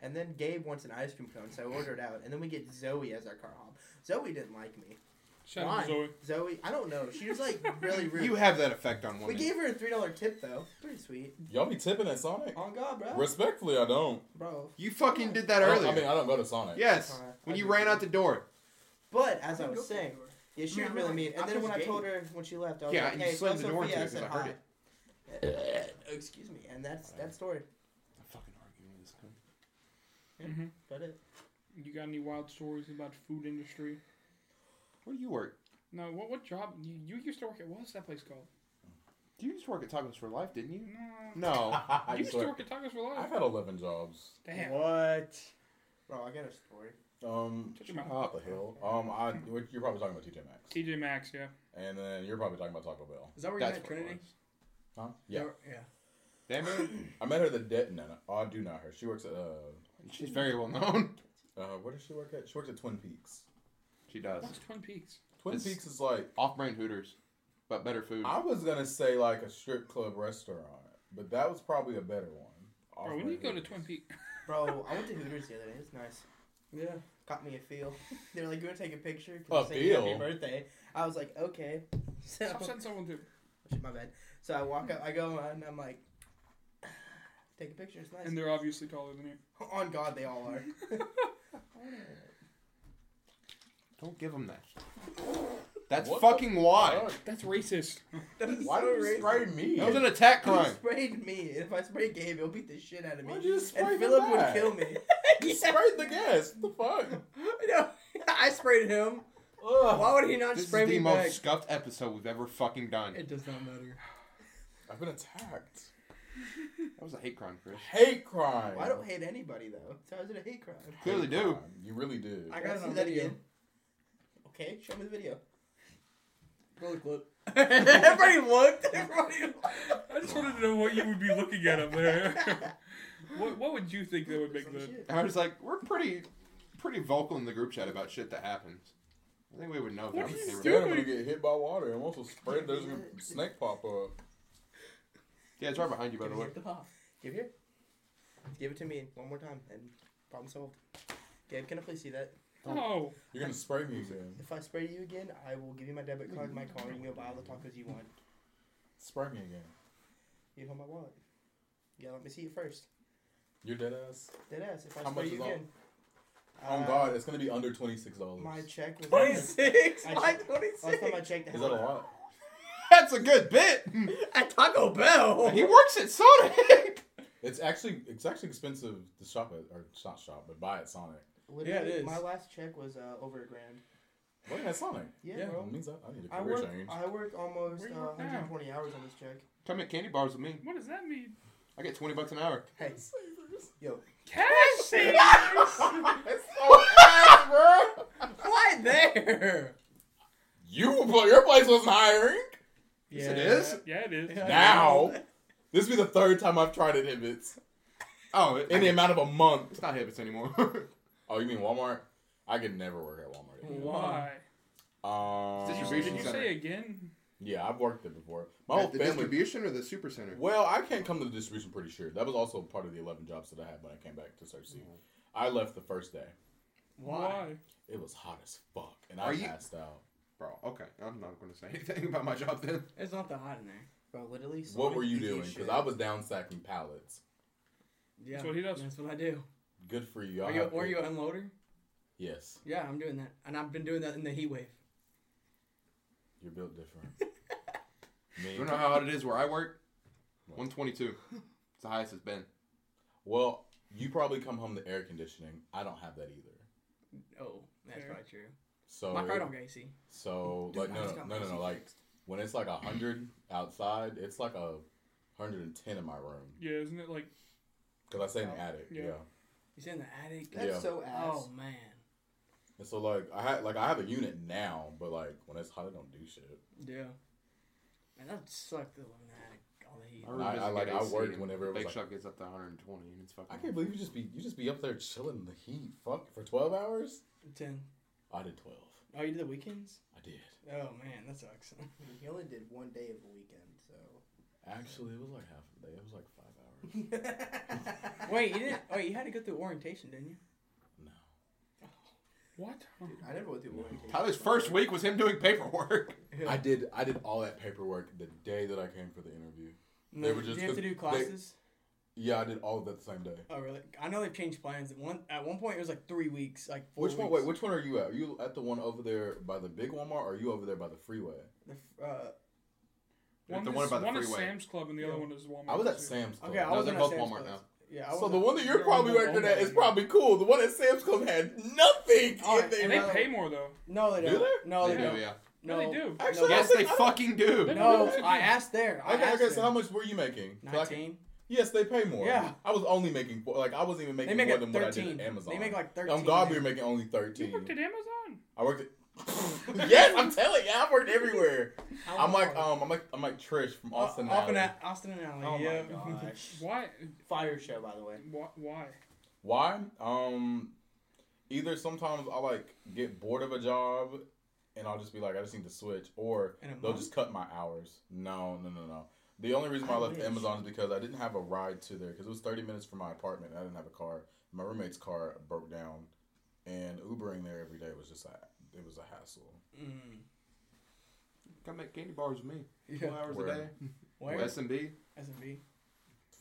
[SPEAKER 3] and then Gabe wants an ice cream cone, so I ordered out. And then we get Zoe as our car hop. Zoe didn't like me.
[SPEAKER 1] Shout out
[SPEAKER 5] Why?
[SPEAKER 1] to Zoe.
[SPEAKER 3] Zoe, I don't know. She was like really rude.
[SPEAKER 6] You have that effect on
[SPEAKER 3] we
[SPEAKER 6] women.
[SPEAKER 3] gave her a three dollar tip though. Pretty sweet.
[SPEAKER 4] Y'all be tipping at Sonic?
[SPEAKER 3] On God, bro.
[SPEAKER 4] Respectfully, I don't.
[SPEAKER 3] bro.
[SPEAKER 6] you fucking did that
[SPEAKER 4] I don't-
[SPEAKER 6] earlier.
[SPEAKER 4] I mean, I don't go to Sonic.
[SPEAKER 6] yes.
[SPEAKER 3] Alright,
[SPEAKER 6] When
[SPEAKER 3] I
[SPEAKER 6] you
[SPEAKER 3] do.
[SPEAKER 6] ran out the door.
[SPEAKER 3] But as I was saying, yeah, she
[SPEAKER 5] I
[SPEAKER 3] was
[SPEAKER 5] mean,
[SPEAKER 3] really
[SPEAKER 5] I
[SPEAKER 3] mean.
[SPEAKER 5] I
[SPEAKER 3] And then when I
[SPEAKER 5] pushed
[SPEAKER 3] told her when she left, I was
[SPEAKER 6] Yeah,
[SPEAKER 3] like,
[SPEAKER 6] you
[SPEAKER 3] "Hey,
[SPEAKER 6] slammed
[SPEAKER 3] tell
[SPEAKER 6] the door
[SPEAKER 3] Sophia
[SPEAKER 6] to
[SPEAKER 3] I
[SPEAKER 6] it 'cause
[SPEAKER 3] said
[SPEAKER 6] I heard
[SPEAKER 3] hi." Uh, Excuse me, and that's that story.
[SPEAKER 6] I'm fucking arguing with this guy.
[SPEAKER 3] But it.
[SPEAKER 1] You got any wild stories about the food industry?
[SPEAKER 6] Where do you work?
[SPEAKER 1] No, what what job? You, you used to work at, what's that place called?
[SPEAKER 6] You used to work at Tacos for Life, didn't you?
[SPEAKER 1] No.
[SPEAKER 6] No.
[SPEAKER 1] You
[SPEAKER 4] I
[SPEAKER 1] used to
[SPEAKER 4] swear.
[SPEAKER 1] work at Tacos for
[SPEAKER 4] I've
[SPEAKER 1] Life.
[SPEAKER 4] had 11 jobs.
[SPEAKER 1] Damn.
[SPEAKER 3] What? Bro, I got a story.
[SPEAKER 4] Um,
[SPEAKER 1] Shut your mouth.
[SPEAKER 4] what the hell? Um, I, you're probably talking about TJ Maxx.
[SPEAKER 1] TJ Maxx, yeah.
[SPEAKER 4] And then you're probably talking about Taco Bell.
[SPEAKER 5] Is that where you
[SPEAKER 6] That's
[SPEAKER 5] met
[SPEAKER 6] what it
[SPEAKER 5] Trinity?
[SPEAKER 6] was.
[SPEAKER 4] Huh? Yeah.
[SPEAKER 5] Yeah.
[SPEAKER 6] Damn man.
[SPEAKER 4] I met her the debt. No, no, I do not her. She works at, uh,
[SPEAKER 6] She's very well known.
[SPEAKER 4] uh, where does she work at? She works at Twin Peaks.
[SPEAKER 6] She does.
[SPEAKER 1] What's Twin Peaks?
[SPEAKER 4] Twin
[SPEAKER 6] It's-
[SPEAKER 4] Peaks is like,
[SPEAKER 6] Off-brand Hooters, but better food.
[SPEAKER 4] I was going to say like a strip club restaurant, but that was probably a better one.
[SPEAKER 1] Bro, when you go to Twin Peaks,
[SPEAKER 3] Bro, I went to Hooters the other day. It was nice.
[SPEAKER 5] Yeah.
[SPEAKER 3] Got me a feel. they were like, "You want to take a picture?
[SPEAKER 4] A
[SPEAKER 3] Can you say
[SPEAKER 4] feel?
[SPEAKER 3] happy birthday?" I was like, "Okay." So
[SPEAKER 1] stop sending someone to.
[SPEAKER 3] shit, my bad. So I walk up. I go on. I'm like, "Take a picture. It's nice."
[SPEAKER 1] And they're obviously taller than you.
[SPEAKER 3] on God, they all are.
[SPEAKER 6] Don't give them that. That's
[SPEAKER 4] What the
[SPEAKER 6] fucking why.
[SPEAKER 4] fuck?
[SPEAKER 1] That's racist.
[SPEAKER 4] Why did you spray me?
[SPEAKER 6] That was an attack
[SPEAKER 3] If
[SPEAKER 6] crime.
[SPEAKER 3] You sprayed me. If I spray Gabe, he'll beat the shit out of me.
[SPEAKER 4] Why'd you spray
[SPEAKER 3] and
[SPEAKER 4] him
[SPEAKER 3] Philip would
[SPEAKER 4] back?
[SPEAKER 3] kill me.
[SPEAKER 4] You sprayed the gas. What the fuck?
[SPEAKER 5] no, I sprayed him. Why would he not
[SPEAKER 6] This is
[SPEAKER 5] spray me
[SPEAKER 6] the most
[SPEAKER 5] back?
[SPEAKER 6] scuffed episode we've ever fucking done.
[SPEAKER 5] It does not matter.
[SPEAKER 4] I've been attacked.
[SPEAKER 6] That was a hate crime, Chris.
[SPEAKER 4] Hate crime.
[SPEAKER 3] Well, I don't hate anybody though. So is it a hate crime?
[SPEAKER 4] Hate
[SPEAKER 6] Clearly do.
[SPEAKER 4] crime. You really do.
[SPEAKER 5] I
[SPEAKER 3] Can
[SPEAKER 5] got it
[SPEAKER 3] see
[SPEAKER 5] on
[SPEAKER 3] that
[SPEAKER 5] video.
[SPEAKER 3] again? Okay, show me the video.
[SPEAKER 5] Roll the clip.
[SPEAKER 3] Everybody looked. Everybody
[SPEAKER 1] I just wanted to know what you would be looking at up there. what What would you think that would make the?
[SPEAKER 3] looked.
[SPEAKER 2] I was like, we're pretty, pretty vocal in the group chat about shit that happens. I think we would know. if
[SPEAKER 1] What are
[SPEAKER 2] that was
[SPEAKER 1] you
[SPEAKER 2] favorite.
[SPEAKER 1] doing?
[SPEAKER 4] Damn, we get hit by water and once we spread, there's a snake pop up.
[SPEAKER 2] Yeah, it's right behind you, by the way.
[SPEAKER 3] Give here. Give it to me one more time, and problem solved. Gabe, can I please see that?
[SPEAKER 1] Oh,
[SPEAKER 4] You're gonna spray me again.
[SPEAKER 3] If I spray you again, I will give you my debit card, my car, and you can buy all the tacos you want.
[SPEAKER 4] Spray me again.
[SPEAKER 3] You hold my wallet. You gotta let me see it first.
[SPEAKER 4] You're dead ass.
[SPEAKER 3] Dead ass. If I
[SPEAKER 4] How
[SPEAKER 3] spray
[SPEAKER 4] much
[SPEAKER 3] you
[SPEAKER 4] is all-
[SPEAKER 3] again.
[SPEAKER 4] Oh
[SPEAKER 3] Uh,
[SPEAKER 4] God, it's gonna be under twenty six dollars.
[SPEAKER 3] My check was. oh,
[SPEAKER 5] Twenty six.
[SPEAKER 3] I
[SPEAKER 5] Why
[SPEAKER 3] checked-
[SPEAKER 5] twenty
[SPEAKER 3] Last time I
[SPEAKER 5] six?
[SPEAKER 3] checked,
[SPEAKER 4] Is that a lot?
[SPEAKER 2] That's a good bit.
[SPEAKER 5] At Taco Bell.
[SPEAKER 2] He works at Sonic.
[SPEAKER 4] It's actually it's actually expensive to shop at or not shop but buy at Sonic.
[SPEAKER 5] Yeah, it
[SPEAKER 3] Literally,
[SPEAKER 5] is.
[SPEAKER 3] my last check was uh, over a grand.
[SPEAKER 4] What at Sonic?
[SPEAKER 3] Yeah,
[SPEAKER 5] Yeah.
[SPEAKER 4] Well,
[SPEAKER 3] bro.
[SPEAKER 4] it means I, I need a
[SPEAKER 3] I
[SPEAKER 4] career
[SPEAKER 3] work.
[SPEAKER 4] change.
[SPEAKER 3] I work almost
[SPEAKER 1] Where
[SPEAKER 3] uh,
[SPEAKER 1] you work now?
[SPEAKER 3] 120 hours on this check.
[SPEAKER 2] Come at candy bars with me.
[SPEAKER 1] what does that mean?
[SPEAKER 2] I get twenty bucks an hour.
[SPEAKER 3] Hey, yo,
[SPEAKER 1] Cash savings.
[SPEAKER 5] Why there?
[SPEAKER 4] You but your place wasn't hiring.
[SPEAKER 5] Yeah.
[SPEAKER 2] It is.
[SPEAKER 1] yeah, it is.
[SPEAKER 5] Yeah.
[SPEAKER 4] Now this be the third time I've tried at Hibbits
[SPEAKER 2] Oh, it,
[SPEAKER 4] in the amount of a month.
[SPEAKER 2] it's not Hibbits anymore.
[SPEAKER 4] Oh, you mean Walmart? I could never work at Walmart. again.
[SPEAKER 1] Why?
[SPEAKER 4] Um,
[SPEAKER 2] It's
[SPEAKER 1] Did
[SPEAKER 2] distribution
[SPEAKER 1] you
[SPEAKER 2] center.
[SPEAKER 1] say again?
[SPEAKER 4] Yeah, I've worked there before. My whole
[SPEAKER 2] At the
[SPEAKER 4] family.
[SPEAKER 2] distribution or the super center?
[SPEAKER 4] Well, I can't come to the distribution. Pretty sure that was also part of the eleven jobs that I had when I came back to Search C. I left the first day.
[SPEAKER 5] Why?
[SPEAKER 4] It was hot as fuck, and
[SPEAKER 2] Are
[SPEAKER 4] I
[SPEAKER 2] you-
[SPEAKER 4] passed out.
[SPEAKER 2] Bro, okay, I'm not going to say anything about my job then.
[SPEAKER 5] It's not that hot in there.
[SPEAKER 3] bro, literally.
[SPEAKER 4] What
[SPEAKER 3] Sonic
[SPEAKER 4] were you
[SPEAKER 3] piece of
[SPEAKER 4] doing?
[SPEAKER 3] shit.
[SPEAKER 4] Because I was down stacking pallets.
[SPEAKER 5] Yeah.
[SPEAKER 1] That's what he does.
[SPEAKER 5] That's what I do.
[SPEAKER 4] Good for you. I
[SPEAKER 5] Are you?
[SPEAKER 4] have
[SPEAKER 5] Were
[SPEAKER 4] to-
[SPEAKER 5] you an unloader?
[SPEAKER 4] Yes,
[SPEAKER 5] Yeah, I'm doing that, and I've been doing that in the heat wave.
[SPEAKER 4] you're built different.
[SPEAKER 2] You
[SPEAKER 4] Me.
[SPEAKER 2] know how hot it is where I work? 122. It's the highest it's been.
[SPEAKER 4] Well, you probably come home to air conditioning. I don't have that either.
[SPEAKER 5] Oh, that's
[SPEAKER 1] Fair.
[SPEAKER 5] probably true.
[SPEAKER 4] So
[SPEAKER 5] My car don't get AC.
[SPEAKER 4] So like no no no, no, no like when it's like hundred outside, it's like a hundred and ten in my room
[SPEAKER 1] Yeah, isn't it like?
[SPEAKER 4] because I stay in the attic. Yeah.
[SPEAKER 1] Yeah.
[SPEAKER 5] He's in the attic.
[SPEAKER 3] That's
[SPEAKER 4] Yeah.
[SPEAKER 3] so ass.
[SPEAKER 5] Oh man.
[SPEAKER 4] And so like I had like I have a unit now, but like when it's hot, I don't do shit.
[SPEAKER 5] Yeah. Man, that sucked. The living in the attic, all the heat.
[SPEAKER 4] room I- I doesn't like- get I AC, worked and whenever it the was
[SPEAKER 2] Bake
[SPEAKER 4] bake like-
[SPEAKER 2] Shop gets up to 120 and it's fucking.
[SPEAKER 4] I can't believe you just be you just be up there chilling in the heat. Fuck for twelve hours.
[SPEAKER 5] Ten.
[SPEAKER 4] I did twelve.
[SPEAKER 5] Oh, you did the weekends?
[SPEAKER 4] I did.
[SPEAKER 5] Oh man, that sucks.
[SPEAKER 3] He only did one day of the weekend, so.
[SPEAKER 4] Actually, it was like half a day. It was like five hours.
[SPEAKER 5] Wait, you didn't. Oh, you had to go through orientation, didn't you?
[SPEAKER 4] No.
[SPEAKER 1] What?
[SPEAKER 3] Dude, I never went through orientation.
[SPEAKER 2] Tyler's first week was him doing paperwork.
[SPEAKER 4] I did. I did all that paperwork the day that I came for the interview. They were just-
[SPEAKER 5] did you have to do
[SPEAKER 4] they-
[SPEAKER 5] classes?
[SPEAKER 4] Yeah, I did all of that the same day.
[SPEAKER 5] oh really? I know they've changed plans. At one at one point, it was like three weeks, like four
[SPEAKER 4] Which one?
[SPEAKER 5] weeks.
[SPEAKER 4] Wait, which one are you at? Are you at the one over there by the big Walmart, or are you over there by the freeway?
[SPEAKER 5] The f- uh,
[SPEAKER 2] The
[SPEAKER 1] One,
[SPEAKER 2] one
[SPEAKER 1] is,
[SPEAKER 2] about the
[SPEAKER 1] one is
[SPEAKER 2] freeway.
[SPEAKER 1] Sam's Club and the other one is Walmart.
[SPEAKER 4] I was at
[SPEAKER 1] too.
[SPEAKER 4] Sam's. Club.
[SPEAKER 5] okay, I
[SPEAKER 2] No,
[SPEAKER 5] was
[SPEAKER 2] they're
[SPEAKER 5] at
[SPEAKER 2] both
[SPEAKER 5] Sam's
[SPEAKER 2] Walmart
[SPEAKER 5] Clubs. Yeah. I
[SPEAKER 4] so
[SPEAKER 5] wasn't-
[SPEAKER 4] the one that you're
[SPEAKER 1] They're
[SPEAKER 4] probably
[SPEAKER 1] all
[SPEAKER 4] working at is
[SPEAKER 1] Walmart.
[SPEAKER 4] probably cool. The one at Sam's Club had nothing
[SPEAKER 5] Oh,
[SPEAKER 4] in there.
[SPEAKER 1] And they pay more though.
[SPEAKER 5] No, they
[SPEAKER 4] Do
[SPEAKER 5] don't.
[SPEAKER 4] they?
[SPEAKER 5] No, they,
[SPEAKER 2] They do,
[SPEAKER 5] don't.
[SPEAKER 2] yeah.
[SPEAKER 5] No,
[SPEAKER 1] Yeah, they do.
[SPEAKER 4] Actually,
[SPEAKER 5] no,
[SPEAKER 2] Yes, they
[SPEAKER 4] I-
[SPEAKER 2] fucking do.
[SPEAKER 5] no,
[SPEAKER 1] They do.
[SPEAKER 5] I asked there. I
[SPEAKER 4] Okay,
[SPEAKER 5] asked
[SPEAKER 4] okay, so
[SPEAKER 5] them.
[SPEAKER 4] how much were you making? 'Cause I can-
[SPEAKER 5] Nineteen.
[SPEAKER 4] yes, they pay more.
[SPEAKER 5] Yeah.
[SPEAKER 4] I was only making four. Like I wasn't even
[SPEAKER 5] They
[SPEAKER 4] making
[SPEAKER 5] make
[SPEAKER 4] more
[SPEAKER 5] it
[SPEAKER 4] than what I
[SPEAKER 5] thirteen.
[SPEAKER 4] did at Amazon.
[SPEAKER 5] They make like thirteen.
[SPEAKER 4] I'm glad we
[SPEAKER 5] there.
[SPEAKER 4] were making only
[SPEAKER 1] You worked at
[SPEAKER 4] thirteen.
[SPEAKER 1] Amazon.
[SPEAKER 4] I worked. At- yes, I'm telling you, I've worked everywhere.
[SPEAKER 5] How
[SPEAKER 4] I'm like,
[SPEAKER 5] long?
[SPEAKER 4] um, I'm like, I'm like Trish from Austin.
[SPEAKER 5] Uh, Austin,
[SPEAKER 4] Alley.
[SPEAKER 5] A- Austin and Alley.
[SPEAKER 3] Oh
[SPEAKER 5] yeah.
[SPEAKER 3] my gosh.
[SPEAKER 1] Why?
[SPEAKER 3] Fire show, by the way.
[SPEAKER 1] Why? Why?
[SPEAKER 4] Why? Um, either sometimes I like get bored of a job, and I'll just be like, I just need to switch, or
[SPEAKER 5] In a
[SPEAKER 4] they'll
[SPEAKER 5] month?
[SPEAKER 4] just cut my hours. No, no, no, no. The only reason why I,
[SPEAKER 3] I
[SPEAKER 4] left
[SPEAKER 3] wish.
[SPEAKER 4] Amazon is because I didn't have a ride to there because it was thirty minutes from my apartment. And I didn't have a car. My roommate's car broke down, and Ubering there every day was just a, it was a hassle.
[SPEAKER 5] Mm.
[SPEAKER 2] Come make candy bars with me. Two
[SPEAKER 5] Yeah.
[SPEAKER 2] hours
[SPEAKER 4] Where?
[SPEAKER 2] a day.
[SPEAKER 5] Where?
[SPEAKER 2] S and B.
[SPEAKER 5] S and B.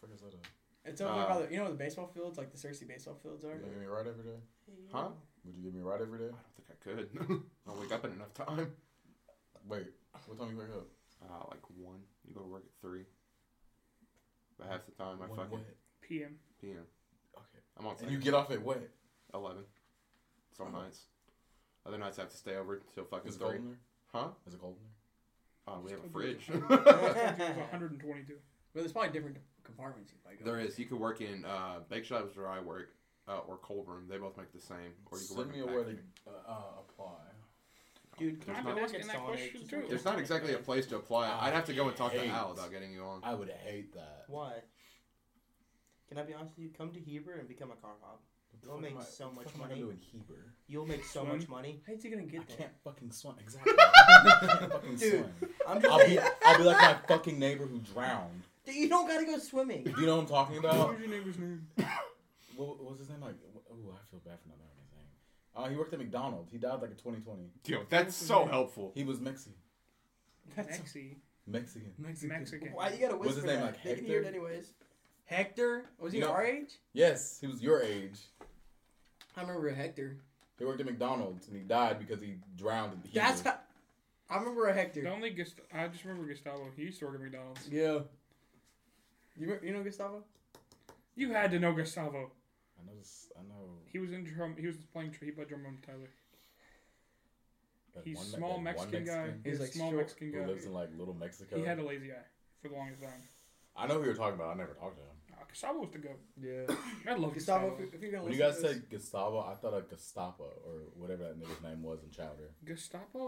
[SPEAKER 4] What the fuck is that? A,
[SPEAKER 5] It's over
[SPEAKER 2] Uh,
[SPEAKER 5] by the. You know where the baseball fields, like the Cersei baseball fields are.
[SPEAKER 4] you gonna give me a ride every day?
[SPEAKER 2] Huh?
[SPEAKER 4] Would you give me a ride every day?
[SPEAKER 2] I don't think I could. I'll wake up in enough time.
[SPEAKER 4] Wait, what time you wake up?
[SPEAKER 2] Uh, like one. You go to work at three. But half the time I
[SPEAKER 4] When
[SPEAKER 2] fucking
[SPEAKER 4] what?
[SPEAKER 1] PM.
[SPEAKER 2] PM.
[SPEAKER 4] Okay.
[SPEAKER 2] I'm on
[SPEAKER 4] And you get off at what?
[SPEAKER 2] 11. Some
[SPEAKER 4] Oh.
[SPEAKER 2] nights. Other nights I have to stay over till fucking
[SPEAKER 4] Is it cold
[SPEAKER 2] three.
[SPEAKER 4] in there?
[SPEAKER 2] Huh?
[SPEAKER 4] Is it cold in there?
[SPEAKER 2] Oh, we have a
[SPEAKER 1] Just
[SPEAKER 2] fridge.
[SPEAKER 1] It was 122.
[SPEAKER 5] But there's probably different compartments uh, you probably go.
[SPEAKER 2] there
[SPEAKER 5] in.
[SPEAKER 2] is. You could work in uh, bake shops where I work, uh, or cold room. They both make the same. Or you can
[SPEAKER 4] Send
[SPEAKER 2] work
[SPEAKER 4] me
[SPEAKER 2] in
[SPEAKER 4] a way to
[SPEAKER 2] factory.
[SPEAKER 4] uh, uh, apply.
[SPEAKER 3] Dude,
[SPEAKER 1] Can
[SPEAKER 3] can
[SPEAKER 1] I
[SPEAKER 3] you
[SPEAKER 1] been
[SPEAKER 3] go work at
[SPEAKER 1] asking that
[SPEAKER 3] Sonic?
[SPEAKER 1] question
[SPEAKER 3] Just
[SPEAKER 1] too?
[SPEAKER 3] work at
[SPEAKER 2] There's not
[SPEAKER 3] Sonic,
[SPEAKER 2] exactly a
[SPEAKER 3] man.
[SPEAKER 2] place to apply. I'd have to go and talk to
[SPEAKER 4] Hey.
[SPEAKER 2] Al about getting you on.
[SPEAKER 4] I would hate that.
[SPEAKER 3] Why? Can I be honest with you? Come to Hebrew and become a car hop. You'll make so much money.
[SPEAKER 4] doing Hebrew.
[SPEAKER 3] You'll make so
[SPEAKER 1] Swim?
[SPEAKER 3] much money.
[SPEAKER 5] How's he gonna
[SPEAKER 4] I
[SPEAKER 5] get there?
[SPEAKER 4] can't fucking swim. Exactly. I can't fucking
[SPEAKER 3] Dude.
[SPEAKER 4] swim.
[SPEAKER 3] I'm
[SPEAKER 4] I'll
[SPEAKER 3] just
[SPEAKER 4] be,
[SPEAKER 3] saying,
[SPEAKER 4] I'll be like my fucking neighbor who drowned.
[SPEAKER 3] dude, you don't gotta go swimming.
[SPEAKER 4] You know what I'm talking
[SPEAKER 1] What
[SPEAKER 4] about?
[SPEAKER 1] was your neighbor's name?
[SPEAKER 4] What, what was his name? Like, oh, I feel bad for not knowing his name. Uh, he worked at McDonald's. He died like in 2020.
[SPEAKER 2] Yo, that's so helpful.
[SPEAKER 4] He was Mexican.
[SPEAKER 5] That's
[SPEAKER 1] Mexi.
[SPEAKER 4] Mexican.
[SPEAKER 5] Mexican.
[SPEAKER 1] Mexican.
[SPEAKER 3] Why you gotta whisper
[SPEAKER 4] What's his name,
[SPEAKER 3] that?
[SPEAKER 4] like,
[SPEAKER 3] they can hear it
[SPEAKER 4] Hector?
[SPEAKER 3] anyways.
[SPEAKER 5] Hector? Was he
[SPEAKER 4] No.
[SPEAKER 5] our age?
[SPEAKER 4] Yes, he was your age.
[SPEAKER 5] I remember a Hector.
[SPEAKER 4] He worked at McDonald's and he died because he drowned in Hebrew.
[SPEAKER 5] That's how, I remember a Hector.
[SPEAKER 1] The only Gust- I just remember Gustavo. He used to work at McDonald's.
[SPEAKER 5] Yeah. You re- you know Gustavo?
[SPEAKER 1] You had to know Gustavo.
[SPEAKER 4] I know. This, I know.
[SPEAKER 1] He was in drum. He was playing. tr- He played drum on Tyler.
[SPEAKER 4] that
[SPEAKER 1] He's
[SPEAKER 4] one- that
[SPEAKER 1] small
[SPEAKER 4] one
[SPEAKER 1] Mexican, guy.
[SPEAKER 4] Mexican
[SPEAKER 1] He's
[SPEAKER 5] He's, like,
[SPEAKER 1] small
[SPEAKER 5] short.
[SPEAKER 1] Mexican
[SPEAKER 4] who lives
[SPEAKER 1] guy.
[SPEAKER 4] in like Little Mexico.
[SPEAKER 1] He had a lazy eye for the longest time.
[SPEAKER 4] I know who you're talking about. I never talked to him.
[SPEAKER 1] Ah, Gustavo was the goat.
[SPEAKER 5] Yeah.
[SPEAKER 1] I love Gustavo.
[SPEAKER 5] Gustavo,
[SPEAKER 1] Gustavo,
[SPEAKER 5] if, if you're gonna
[SPEAKER 4] When you guys
[SPEAKER 5] listen to this-
[SPEAKER 4] said Gustavo, I thought of Gestapo or whatever that nigga's name was in Chowder.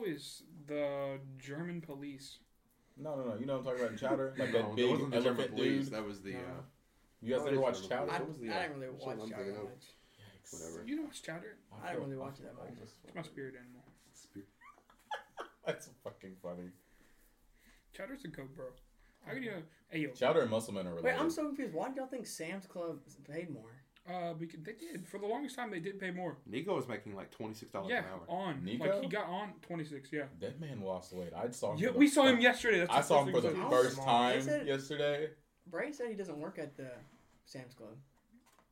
[SPEAKER 1] is the German police.
[SPEAKER 4] No, no, no. You know what I'm talking about in Chowder?
[SPEAKER 2] No,
[SPEAKER 4] Like that
[SPEAKER 2] that
[SPEAKER 4] big
[SPEAKER 2] wasn't the German
[SPEAKER 4] elephant
[SPEAKER 2] police.
[SPEAKER 4] dude.
[SPEAKER 2] That was the.
[SPEAKER 1] No.
[SPEAKER 2] Uh,
[SPEAKER 4] You guys
[SPEAKER 2] Oh,
[SPEAKER 4] ever
[SPEAKER 2] it is
[SPEAKER 4] watched
[SPEAKER 2] Chowder.
[SPEAKER 4] Chowder?
[SPEAKER 5] I,
[SPEAKER 2] what was the,
[SPEAKER 5] I
[SPEAKER 2] uh,
[SPEAKER 5] didn't really
[SPEAKER 2] what's the
[SPEAKER 5] watch
[SPEAKER 2] one
[SPEAKER 5] Chowder
[SPEAKER 2] thing
[SPEAKER 5] that
[SPEAKER 2] up?
[SPEAKER 5] much.
[SPEAKER 4] Yikes.
[SPEAKER 2] Whatever.
[SPEAKER 1] You know what's Chowder?
[SPEAKER 5] I didn't really watch it that much.
[SPEAKER 1] It's my spirit animal.
[SPEAKER 4] That's fucking funny.
[SPEAKER 1] Chowder's a goat, bro. How can you? Hey yo,
[SPEAKER 4] Chowder and Muscleman are
[SPEAKER 5] Wait,
[SPEAKER 4] related.
[SPEAKER 5] I'm so confused. Why do y'all think Sam's Club paid more?
[SPEAKER 1] uh, because they did for the longest time. They did pay more.
[SPEAKER 2] Nico was making like twenty six dollars
[SPEAKER 1] Yeah,
[SPEAKER 2] an hour.
[SPEAKER 1] on.
[SPEAKER 4] Nico?
[SPEAKER 1] Like he got on 26. Yeah.
[SPEAKER 4] That man lost weight. I saw him.
[SPEAKER 1] Yeah,
[SPEAKER 4] for the
[SPEAKER 1] we saw him
[SPEAKER 4] fir-
[SPEAKER 1] yesterday. That's
[SPEAKER 4] I saw him
[SPEAKER 1] thing
[SPEAKER 4] for the
[SPEAKER 1] we
[SPEAKER 5] How
[SPEAKER 1] saw.
[SPEAKER 4] first
[SPEAKER 5] small
[SPEAKER 4] time
[SPEAKER 5] is it?
[SPEAKER 4] yesterday.
[SPEAKER 5] Bray said he doesn't work at the Sam's Club.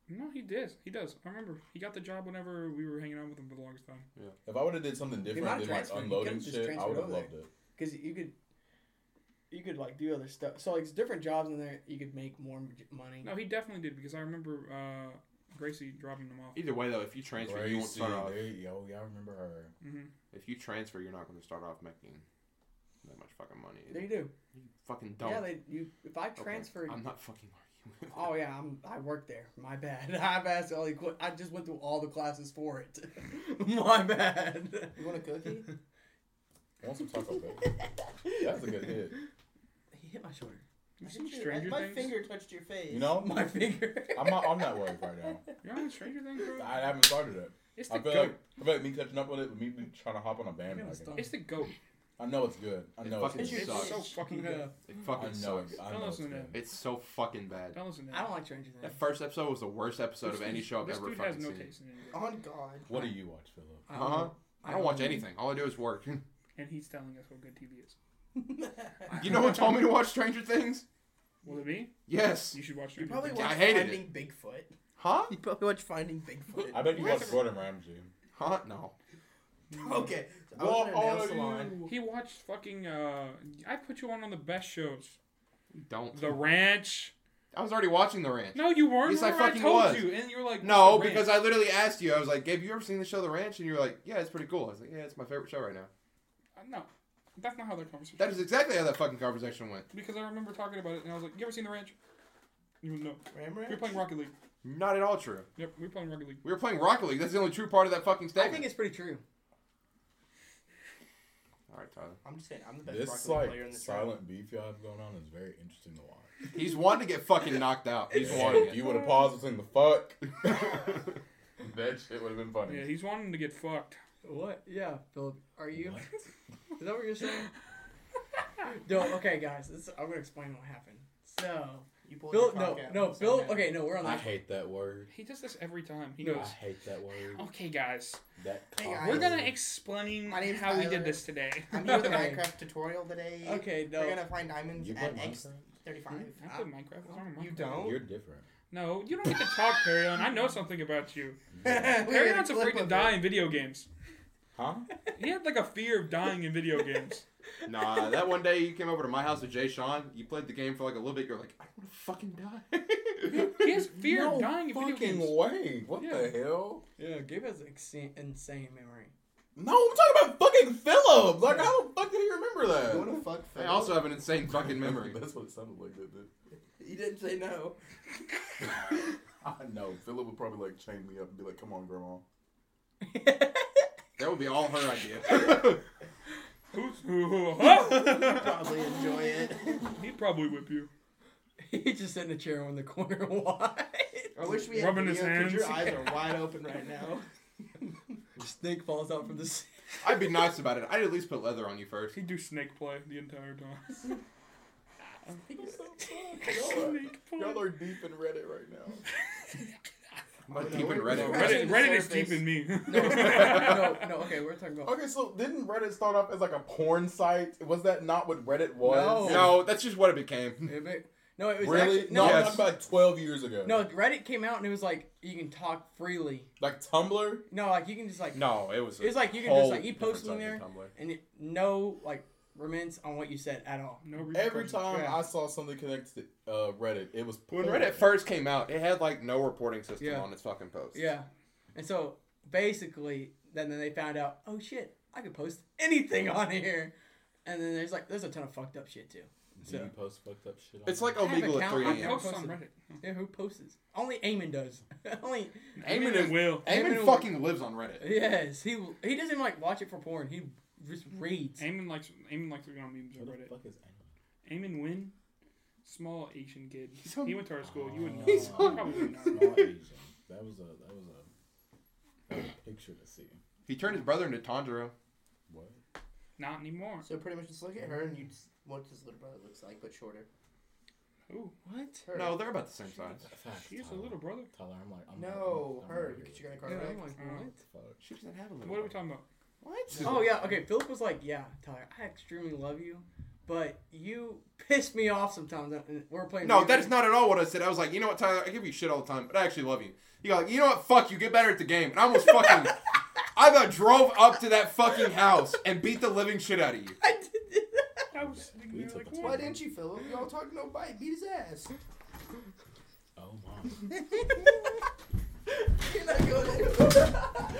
[SPEAKER 1] No, he does. He does. I remember. He got the job whenever we were hanging out with him for the longest time.
[SPEAKER 4] If I would have did something
[SPEAKER 5] might
[SPEAKER 4] different than like
[SPEAKER 5] transfer. He
[SPEAKER 4] unloading
[SPEAKER 5] could've just
[SPEAKER 4] shit, I
[SPEAKER 5] transferred
[SPEAKER 4] would have
[SPEAKER 5] over there.
[SPEAKER 4] loved it.
[SPEAKER 5] Because you could, you could like do other stuff. So like it's different jobs in there, you could make more m- money.
[SPEAKER 1] No, he definitely did because I remember uh, Gracie dropping him off.
[SPEAKER 2] Either way, though, if you transfer, you won't
[SPEAKER 4] Gracie,
[SPEAKER 2] start off.
[SPEAKER 4] there you go. Yeah, I remember her.
[SPEAKER 1] Mm-hmm.
[SPEAKER 2] If you transfer, you're not going to start off making that much fucking money. either.
[SPEAKER 5] They do.
[SPEAKER 2] You fucking don't.
[SPEAKER 5] Yeah, they. You if I
[SPEAKER 2] Okay,
[SPEAKER 5] transferred.
[SPEAKER 2] I'm not fucking arguing. with
[SPEAKER 5] Oh yeah, I'm, I worked there. My bad. I've asked all the. que- I just went through all the classes for it. My bad.
[SPEAKER 3] You want a cookie?
[SPEAKER 4] I want some Taco Bell. That's a good hit.
[SPEAKER 5] He hit my shoulder.
[SPEAKER 1] You
[SPEAKER 3] I
[SPEAKER 1] seen
[SPEAKER 3] hit your-
[SPEAKER 1] Stranger
[SPEAKER 3] my
[SPEAKER 1] Things?
[SPEAKER 3] finger touched your face.
[SPEAKER 4] You know,
[SPEAKER 5] My finger.
[SPEAKER 4] I'm not on that wave right now.
[SPEAKER 1] You're on Stranger Things, bro.
[SPEAKER 4] I haven't started it.
[SPEAKER 1] It's the
[SPEAKER 4] I feel
[SPEAKER 1] goat.
[SPEAKER 4] like, I feel like me catching up on it, me be trying to hop on a bandwagon.
[SPEAKER 1] It's the goat.
[SPEAKER 4] I know it's good. I
[SPEAKER 2] It
[SPEAKER 4] know it's
[SPEAKER 2] fucking
[SPEAKER 4] good.
[SPEAKER 3] It's your
[SPEAKER 1] It's so
[SPEAKER 3] Sucks.
[SPEAKER 1] fucking good.
[SPEAKER 2] it. It
[SPEAKER 4] I
[SPEAKER 2] fucking
[SPEAKER 4] know
[SPEAKER 2] sucks.
[SPEAKER 4] it. I
[SPEAKER 1] Don't
[SPEAKER 4] know it's
[SPEAKER 1] listen to
[SPEAKER 4] good.
[SPEAKER 2] It's so fucking bad.
[SPEAKER 1] Don't listen to
[SPEAKER 5] I
[SPEAKER 1] him.
[SPEAKER 5] don't like Stranger Things.
[SPEAKER 2] That first episode was the worst episode of
[SPEAKER 1] This
[SPEAKER 2] any
[SPEAKER 1] dude-
[SPEAKER 2] show I've
[SPEAKER 1] this
[SPEAKER 2] ever
[SPEAKER 1] dude
[SPEAKER 2] fucking
[SPEAKER 1] has no
[SPEAKER 2] seen.
[SPEAKER 1] taste in anything.
[SPEAKER 3] On God.
[SPEAKER 4] What do you watch, Philip?
[SPEAKER 5] I don't-
[SPEAKER 2] Huh? I don't watch
[SPEAKER 5] don't-
[SPEAKER 2] anything. All I do is work.
[SPEAKER 1] And he's telling us how good TV is.
[SPEAKER 2] You know who told me to watch Stranger Things?
[SPEAKER 1] Will it be?
[SPEAKER 2] Yes.
[SPEAKER 1] You should watch
[SPEAKER 3] You
[SPEAKER 1] Stranger
[SPEAKER 3] probably
[SPEAKER 1] Things.
[SPEAKER 2] Yeah,
[SPEAKER 3] watch
[SPEAKER 2] I hated
[SPEAKER 3] Finding Bigfoot.
[SPEAKER 2] Huh?
[SPEAKER 3] You probably watch Finding Bigfoot.
[SPEAKER 4] I bet you
[SPEAKER 1] What?
[SPEAKER 4] watch Gordon Ramsay.
[SPEAKER 2] Huh? No.
[SPEAKER 3] okay. So I was in a nail salon.
[SPEAKER 1] He watched fucking. Uh, I put you on on the best shows.
[SPEAKER 2] You don't.
[SPEAKER 1] The Ranch.
[SPEAKER 2] I was already watching The Ranch.
[SPEAKER 1] No, you weren't.
[SPEAKER 2] Yes, I
[SPEAKER 1] Remember
[SPEAKER 2] fucking
[SPEAKER 1] told
[SPEAKER 2] was.
[SPEAKER 1] you, and you were like,
[SPEAKER 2] No, because I literally asked you. I was like, Gabe, you ever seen the show The Ranch? And you were like, Yeah, it's pretty cool. I was like, Yeah, it's my favorite show right now.
[SPEAKER 1] Uh, no, that's not how that conversation.
[SPEAKER 2] That is exactly how that fucking conversation went.
[SPEAKER 1] because I remember talking about it, and I was like, "You ever seen The Ranch?" You would know.
[SPEAKER 3] Ram
[SPEAKER 1] We were
[SPEAKER 3] Ranch?
[SPEAKER 1] playing Rocket League.
[SPEAKER 2] Not at all true.
[SPEAKER 1] Yep, we were playing Rocket League.
[SPEAKER 2] We were playing Rocket League. That's the only true part of that fucking
[SPEAKER 5] I
[SPEAKER 2] statement.
[SPEAKER 5] think it's pretty true.
[SPEAKER 2] all right, Tyler.
[SPEAKER 3] I'm just saying, I'm the best
[SPEAKER 4] This
[SPEAKER 3] broccoli player in
[SPEAKER 4] like
[SPEAKER 3] the
[SPEAKER 4] silent beef y'all have going on is very interesting to watch.
[SPEAKER 2] He's wanting to get fucking knocked out. He's wanting
[SPEAKER 4] if
[SPEAKER 2] it.
[SPEAKER 4] you would have paused between the fuck, that shit would have been funny.
[SPEAKER 1] Yeah, he's wanting to get fucked.
[SPEAKER 5] What? Yeah, Philip. Are you?
[SPEAKER 4] What?
[SPEAKER 5] Is that what you're saying? no. Okay, guys. This, I'm gonna explain what happened. So,
[SPEAKER 3] You pulled
[SPEAKER 5] Bill.
[SPEAKER 3] your
[SPEAKER 5] No,
[SPEAKER 3] cock out
[SPEAKER 5] no,
[SPEAKER 3] and
[SPEAKER 5] Bill.
[SPEAKER 3] said that.
[SPEAKER 5] Okay, no, we're on
[SPEAKER 4] I
[SPEAKER 5] that.
[SPEAKER 4] hate that word.
[SPEAKER 1] He does this every time. He Oh.
[SPEAKER 5] No.
[SPEAKER 4] I
[SPEAKER 1] goes,
[SPEAKER 4] hate that word.
[SPEAKER 1] "Okay, guys,
[SPEAKER 4] That
[SPEAKER 3] Hey, guys.
[SPEAKER 1] we're gonna
[SPEAKER 4] cock-
[SPEAKER 1] explain
[SPEAKER 3] My name's
[SPEAKER 1] how we
[SPEAKER 3] Tyler.
[SPEAKER 1] did this today."
[SPEAKER 3] I'm here with a
[SPEAKER 5] Okay.
[SPEAKER 3] Minecraft tutorial today.
[SPEAKER 5] Okay,
[SPEAKER 3] We're
[SPEAKER 5] no.
[SPEAKER 3] gonna find diamonds
[SPEAKER 4] You play
[SPEAKER 3] at X35.
[SPEAKER 4] Minecraft?
[SPEAKER 1] I played Minecraft. What's wrong with
[SPEAKER 3] uh, You
[SPEAKER 1] Minecraft?
[SPEAKER 3] don't?
[SPEAKER 4] You're different.
[SPEAKER 1] No, you don't get to talk, Perion. I know something about you.
[SPEAKER 3] We had
[SPEAKER 1] Perion's
[SPEAKER 3] clip
[SPEAKER 1] afraid to
[SPEAKER 3] of
[SPEAKER 1] die
[SPEAKER 3] it.
[SPEAKER 1] in video games.
[SPEAKER 4] Huh?
[SPEAKER 1] He had like a fear of dying in video games.
[SPEAKER 2] Nah, that one day you came over to my house with Jay Sean. You played the game for like a little bit. You're like, I want to fucking die.
[SPEAKER 1] He has fear of dying in video
[SPEAKER 4] fucking
[SPEAKER 1] games.
[SPEAKER 4] way. What
[SPEAKER 1] Yeah.
[SPEAKER 4] the hell?
[SPEAKER 5] Yeah, Gabe has an exa- insane memory.
[SPEAKER 4] No, I'm talking about fucking Philip. Like, how the fuck did he remember
[SPEAKER 3] You
[SPEAKER 4] that?
[SPEAKER 3] wanna fuck
[SPEAKER 2] I
[SPEAKER 3] Phil?
[SPEAKER 2] also have an insane fucking memory.
[SPEAKER 4] That's what it sounded like. That did.
[SPEAKER 3] He didn't say no.
[SPEAKER 4] I know.
[SPEAKER 7] Philip would probably like chain me up and be like, "Come on, grandma."
[SPEAKER 2] That would be all her idea.
[SPEAKER 1] Who's who? huh?
[SPEAKER 3] Probably enjoy it.
[SPEAKER 1] He'd probably whip you.
[SPEAKER 5] He's just sitting in a chair in the corner. Why?
[SPEAKER 3] I wish we had
[SPEAKER 1] Rubbing
[SPEAKER 3] Rubbing
[SPEAKER 1] his
[SPEAKER 3] video because your
[SPEAKER 1] hands.
[SPEAKER 3] eyes are wide open right now.
[SPEAKER 5] Snake falls out from the. s-
[SPEAKER 2] I'd be nice about it. I'd at least put leather on you first.
[SPEAKER 1] He'd do snake play the entire time.
[SPEAKER 8] Y'all are-
[SPEAKER 1] snake play.
[SPEAKER 8] Y'all are deep in Reddit right now.
[SPEAKER 2] I'm not deep in Reddit.
[SPEAKER 1] Reddit,
[SPEAKER 5] Scratching the
[SPEAKER 1] Reddit is
[SPEAKER 5] surface.
[SPEAKER 1] deep in me.
[SPEAKER 5] No, no, no. Okay, we're talking about.
[SPEAKER 8] Okay, so didn't Reddit start off as like a porn site? Was that not what Reddit was?
[SPEAKER 5] No.
[SPEAKER 2] No, that's just what it became.
[SPEAKER 5] It ma- No, it was
[SPEAKER 8] Really?
[SPEAKER 5] actually-
[SPEAKER 8] no,
[SPEAKER 5] no,
[SPEAKER 8] I'm
[SPEAKER 2] Yes.
[SPEAKER 8] talking about 12 years ago.
[SPEAKER 5] no. Reddit came out and it was like you can talk freely.
[SPEAKER 8] Like Tumblr?
[SPEAKER 5] No, like you can just like
[SPEAKER 2] No, it was. a
[SPEAKER 5] It's like you can
[SPEAKER 2] whole
[SPEAKER 5] just like you
[SPEAKER 2] different
[SPEAKER 5] post
[SPEAKER 2] type
[SPEAKER 5] in
[SPEAKER 2] of
[SPEAKER 5] there
[SPEAKER 2] Tumblr.
[SPEAKER 5] and it, no like remnants on what you said at all.
[SPEAKER 1] No
[SPEAKER 8] Every
[SPEAKER 1] repercussions.
[SPEAKER 8] time
[SPEAKER 5] Yeah.
[SPEAKER 8] I saw something connected to uh, Reddit, it was
[SPEAKER 2] When
[SPEAKER 8] porn.
[SPEAKER 2] Reddit first came out, it had like no reporting system
[SPEAKER 5] Oh. Yeah.
[SPEAKER 2] on its fucking posts.
[SPEAKER 5] Yeah, and so basically, then then they found out. Oh shit, I could post anything on here, and then there's like there's a ton of fucked up shit too.
[SPEAKER 4] Do you
[SPEAKER 5] So
[SPEAKER 4] post fucked up shit on
[SPEAKER 2] It's like
[SPEAKER 5] I have
[SPEAKER 2] illegal at
[SPEAKER 5] account-
[SPEAKER 2] 3
[SPEAKER 5] I
[SPEAKER 1] I
[SPEAKER 2] a.m.
[SPEAKER 1] post on Reddit.
[SPEAKER 5] yeah, who posts? Only Eamon does. only
[SPEAKER 2] Eamon
[SPEAKER 1] and
[SPEAKER 2] is-
[SPEAKER 1] Will.
[SPEAKER 2] Eamon
[SPEAKER 5] Eamon-
[SPEAKER 2] fucking lives on Reddit.
[SPEAKER 5] yes, he he doesn't even, like watch it for porn. He just reads.
[SPEAKER 1] Eamon likes Eamon likes looking on memes on
[SPEAKER 4] What the
[SPEAKER 1] Reddit.
[SPEAKER 4] fuck is Eamon?
[SPEAKER 1] Eamon Win, small Asian kid.
[SPEAKER 2] He's on-
[SPEAKER 1] he went to our school. You
[SPEAKER 4] Oh.
[SPEAKER 1] wouldn't know.
[SPEAKER 2] He's
[SPEAKER 1] You
[SPEAKER 2] on-
[SPEAKER 1] probably wouldn't know.
[SPEAKER 4] Small Asian. That was a that was a, that was a picture to see.
[SPEAKER 2] He turned his brother into Tanjiro.
[SPEAKER 4] What?
[SPEAKER 1] Not anymore.
[SPEAKER 3] So pretty much just look at her and you just what his little brother looks like, but shorter.
[SPEAKER 1] Ooh,
[SPEAKER 5] What?
[SPEAKER 3] Her.
[SPEAKER 2] No, they're about the same size.
[SPEAKER 1] she's a little brother.
[SPEAKER 4] Tyler, I'm like, I'm
[SPEAKER 3] No,
[SPEAKER 4] I'm
[SPEAKER 3] her.
[SPEAKER 4] not
[SPEAKER 3] Because you're
[SPEAKER 4] here.
[SPEAKER 3] gonna
[SPEAKER 5] Yeah,
[SPEAKER 3] carve
[SPEAKER 5] I'm like,
[SPEAKER 1] Oh.
[SPEAKER 5] what?
[SPEAKER 4] Fuck.
[SPEAKER 2] She doesn't have a little.
[SPEAKER 1] What are we talking about?
[SPEAKER 2] What?
[SPEAKER 5] Oh yeah, okay. Philip was like, "Yeah, Tyler, I extremely love you, but you piss me off sometimes." And We're playing.
[SPEAKER 2] No,
[SPEAKER 5] video
[SPEAKER 2] that is
[SPEAKER 5] games."
[SPEAKER 2] not at all what I said. I was like, you know what, Tyler? I give you shit all the time, but I actually love you. You go like, you know what? Fuck you. Get better at the game. And I almost fucking, I about drove up to that fucking house and beat the living shit out of you.
[SPEAKER 5] I did that.
[SPEAKER 1] I was thinking
[SPEAKER 4] We
[SPEAKER 1] there,
[SPEAKER 4] took
[SPEAKER 1] like,
[SPEAKER 4] the
[SPEAKER 3] Why
[SPEAKER 1] what?
[SPEAKER 3] didn't you, Philip? We all talked no bite. Beat his ass.
[SPEAKER 4] Oh my.
[SPEAKER 3] You're not going to.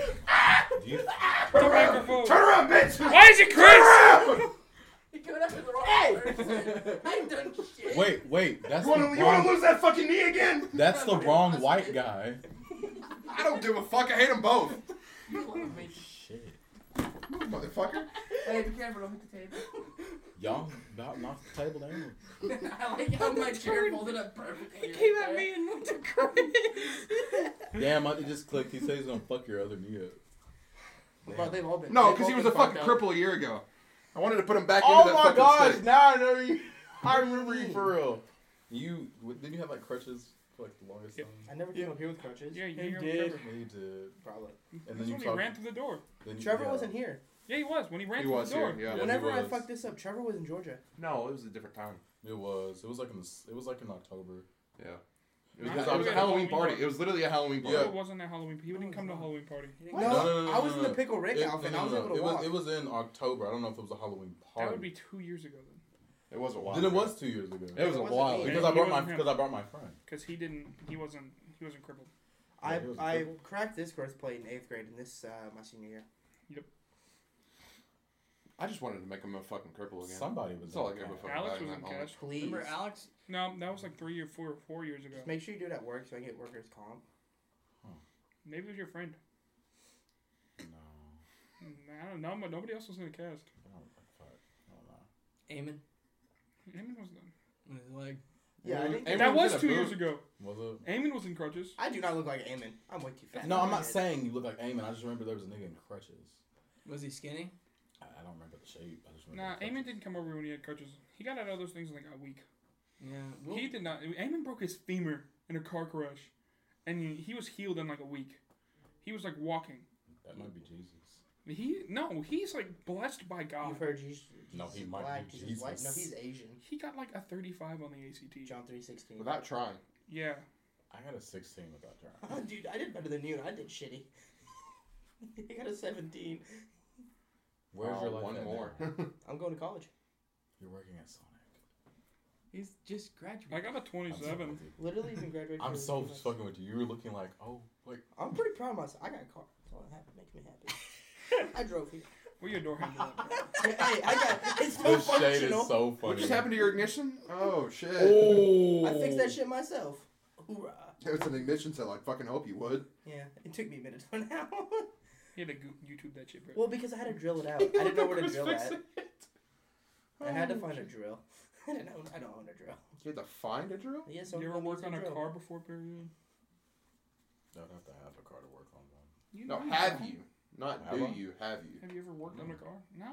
[SPEAKER 4] Do you,
[SPEAKER 1] The microphone.
[SPEAKER 2] Turn around, bitch.
[SPEAKER 1] Why is it Chris?
[SPEAKER 3] You're going after the wrong person. I ain't done shit.
[SPEAKER 4] wait, wait. That's
[SPEAKER 2] You want
[SPEAKER 4] the
[SPEAKER 2] to you
[SPEAKER 4] wrong.
[SPEAKER 2] wanna lose that fucking knee again?
[SPEAKER 4] that's the wrong white guy.
[SPEAKER 2] I don't give a fuck. I hate them both.
[SPEAKER 3] You love me.
[SPEAKER 4] Shit.
[SPEAKER 2] Motherfucker.
[SPEAKER 3] Hey, be careful. Don't hit the table.
[SPEAKER 4] Y'all about knocked the table down.
[SPEAKER 3] I like how my chair folded up perfectly.
[SPEAKER 5] He came at me and went to Chris.
[SPEAKER 4] Damn, I it just clicked. He said he's gonna fuck your other knee up.
[SPEAKER 3] Bro, they've all been.
[SPEAKER 2] No,
[SPEAKER 3] they've
[SPEAKER 2] because
[SPEAKER 3] all
[SPEAKER 2] he was a
[SPEAKER 3] been
[SPEAKER 2] fucking
[SPEAKER 3] fucked up.
[SPEAKER 2] cripple a year ago. I wanted to put him back
[SPEAKER 8] Oh
[SPEAKER 2] into that
[SPEAKER 8] my
[SPEAKER 2] fucking
[SPEAKER 8] gosh,
[SPEAKER 2] state.
[SPEAKER 8] now I know you. I remember you for real.
[SPEAKER 4] You w- didn't you have like crutches for like the longest
[SPEAKER 1] Yep.
[SPEAKER 3] I never came up here with crutches.
[SPEAKER 1] Yeah, you
[SPEAKER 5] He
[SPEAKER 1] hear
[SPEAKER 5] did.
[SPEAKER 1] Trevor.
[SPEAKER 4] time? You did.
[SPEAKER 3] Probably.
[SPEAKER 4] And
[SPEAKER 1] That's
[SPEAKER 4] then you
[SPEAKER 1] when he ran
[SPEAKER 4] talked.
[SPEAKER 1] through the door.
[SPEAKER 4] then you-
[SPEAKER 3] Trevor
[SPEAKER 4] yeah.
[SPEAKER 3] wasn't here.
[SPEAKER 1] Yeah, he was when he ran
[SPEAKER 2] He
[SPEAKER 1] through
[SPEAKER 2] was
[SPEAKER 1] the door.
[SPEAKER 2] here. Yeah.
[SPEAKER 4] he
[SPEAKER 3] Whenever I
[SPEAKER 4] was.
[SPEAKER 3] fucked this up, Trevor was in Georgia.
[SPEAKER 2] No, it was a different time.
[SPEAKER 4] It was. It was like in the, s- it was like in October.
[SPEAKER 2] Yeah. It was,
[SPEAKER 1] I-
[SPEAKER 2] just-
[SPEAKER 1] I
[SPEAKER 2] it was
[SPEAKER 1] was
[SPEAKER 2] a
[SPEAKER 1] at a
[SPEAKER 2] Halloween
[SPEAKER 1] Halloween
[SPEAKER 2] party.
[SPEAKER 1] party.
[SPEAKER 2] It was literally a Halloween party.
[SPEAKER 1] No,
[SPEAKER 4] Yeah.
[SPEAKER 1] it wasn't a Halloween. He didn't come to a Halloween party.
[SPEAKER 3] No,
[SPEAKER 4] No, no, no,
[SPEAKER 3] I was
[SPEAKER 4] no,
[SPEAKER 3] in the
[SPEAKER 4] no.
[SPEAKER 3] pickle Rick
[SPEAKER 4] It-
[SPEAKER 3] outfit.
[SPEAKER 4] no,
[SPEAKER 3] I was
[SPEAKER 4] no,
[SPEAKER 3] able
[SPEAKER 4] no.
[SPEAKER 3] to
[SPEAKER 4] it
[SPEAKER 3] walk.
[SPEAKER 4] was it was in October. I don't know if it was a Halloween party.
[SPEAKER 1] That would be two years ago then,
[SPEAKER 2] It was a while.
[SPEAKER 4] then it
[SPEAKER 2] ago.
[SPEAKER 4] was two years ago.
[SPEAKER 2] It was a
[SPEAKER 3] wasn't
[SPEAKER 2] while.
[SPEAKER 3] me.
[SPEAKER 2] ago.
[SPEAKER 4] because
[SPEAKER 1] Yeah,
[SPEAKER 4] I brought
[SPEAKER 1] he
[SPEAKER 4] my
[SPEAKER 1] wasn't him.
[SPEAKER 4] because I brought my friend.
[SPEAKER 1] because he didn't. He wasn't. He wasn't crippled.
[SPEAKER 3] I,
[SPEAKER 4] it was a
[SPEAKER 3] I
[SPEAKER 4] cripple.
[SPEAKER 3] cracked this growth plate in eighth grade, and this uh, my senior year.
[SPEAKER 2] I just wanted to make him a fucking cripple again.
[SPEAKER 4] Somebody was.
[SPEAKER 2] That's all I
[SPEAKER 4] in
[SPEAKER 2] gave a
[SPEAKER 4] that.
[SPEAKER 2] fuck
[SPEAKER 1] Alex
[SPEAKER 2] about in
[SPEAKER 1] was
[SPEAKER 2] that
[SPEAKER 1] in
[SPEAKER 2] moment.
[SPEAKER 1] cash.
[SPEAKER 3] Please,
[SPEAKER 5] Remember Alex?
[SPEAKER 1] No, that was like three or four, four years ago.
[SPEAKER 3] just make sure you do it at work so I get workers comp.
[SPEAKER 1] Maybe it was your friend.
[SPEAKER 4] No.
[SPEAKER 1] Mm, I don't know, but nobody else was in the cast.
[SPEAKER 4] I don't, fuck. I don't know.
[SPEAKER 5] Eamon.
[SPEAKER 1] Eamon was done.
[SPEAKER 5] with his leg.
[SPEAKER 3] Yeah, I
[SPEAKER 2] Eamon-
[SPEAKER 3] think
[SPEAKER 2] Eamon-
[SPEAKER 1] that
[SPEAKER 2] was
[SPEAKER 1] was
[SPEAKER 2] in
[SPEAKER 1] two
[SPEAKER 2] a
[SPEAKER 1] years
[SPEAKER 2] boot.
[SPEAKER 1] ago.
[SPEAKER 4] Was it?
[SPEAKER 1] Eamon was in crutches.
[SPEAKER 3] I do not look like Eamon. I'm way too fat.
[SPEAKER 4] No, I'm
[SPEAKER 3] Yeah.
[SPEAKER 4] not saying you look like Eamon. I just remember there was a nigga in crutches.
[SPEAKER 5] Was he skinny?
[SPEAKER 4] I, I don't remember the shape. I just remember.
[SPEAKER 1] Nah,
[SPEAKER 4] the
[SPEAKER 1] Eamon
[SPEAKER 4] crutches.
[SPEAKER 1] didn't come over when he had crutches. He got out of those things in like a week.
[SPEAKER 5] Yeah.
[SPEAKER 1] He did not. Eamon broke his femur in a car crash, and he, he was healed in like a week. He was like walking.
[SPEAKER 4] That might be Jesus.
[SPEAKER 1] He no, he's like blessed by
[SPEAKER 3] You've
[SPEAKER 1] God.
[SPEAKER 3] heard Jesus.
[SPEAKER 4] No, he
[SPEAKER 3] is
[SPEAKER 4] might be
[SPEAKER 3] black, Jesus is white. No,
[SPEAKER 4] Jesus.
[SPEAKER 3] he's Asian.
[SPEAKER 1] He got like a 35 on the ACT.
[SPEAKER 3] John three sixteen.
[SPEAKER 2] Without trying.
[SPEAKER 1] Yeah,
[SPEAKER 4] I got a 16 without trying.
[SPEAKER 3] Oh, dude, I did better than you. and I did shitty. I got a seventeen.
[SPEAKER 9] Oh,
[SPEAKER 4] Where's your
[SPEAKER 2] Wow,
[SPEAKER 4] life
[SPEAKER 2] Oh, one
[SPEAKER 4] at
[SPEAKER 2] more?
[SPEAKER 4] now?
[SPEAKER 3] I'm going to college.
[SPEAKER 4] You're working at Sonic.
[SPEAKER 5] He's just graduated.
[SPEAKER 1] I got a
[SPEAKER 4] I'm so
[SPEAKER 1] 27.
[SPEAKER 4] with you.
[SPEAKER 3] Literally, even graduated.
[SPEAKER 4] I'm
[SPEAKER 3] from-
[SPEAKER 4] so fucking with you. You were looking like, oh, like
[SPEAKER 3] I'm pretty proud of myself. I got a car. That's all that happened. Makes me happy. I drove here.
[SPEAKER 1] What your door handle? up?
[SPEAKER 3] hey, I got. It's so
[SPEAKER 4] this shade
[SPEAKER 3] functional.
[SPEAKER 4] is so funny.
[SPEAKER 2] What just happened to your ignition? Oh shit.
[SPEAKER 4] Oh,
[SPEAKER 3] I fixed that shit myself. Hoorah.
[SPEAKER 2] It was an ignition cell. I fucking hope you would.
[SPEAKER 3] Yeah, it took me a minute to now.
[SPEAKER 1] He had to go- YouTube that shit, bro.
[SPEAKER 3] Well, because I had to drill it out. I didn't know where to
[SPEAKER 1] Chris
[SPEAKER 3] drill
[SPEAKER 1] fixed Oh,
[SPEAKER 3] at. I had to find a drill. I didn't own, I don't own a drill.
[SPEAKER 2] You had to find a drill?
[SPEAKER 3] Yes,
[SPEAKER 1] You ever worked on a car before, period?
[SPEAKER 9] I'd have to have a car to work on one.
[SPEAKER 1] You
[SPEAKER 2] No,
[SPEAKER 1] know
[SPEAKER 2] have
[SPEAKER 1] car.
[SPEAKER 2] you? Not
[SPEAKER 9] Have
[SPEAKER 2] do
[SPEAKER 9] I?
[SPEAKER 2] you? Have you?
[SPEAKER 1] Have you ever worked on a car? No.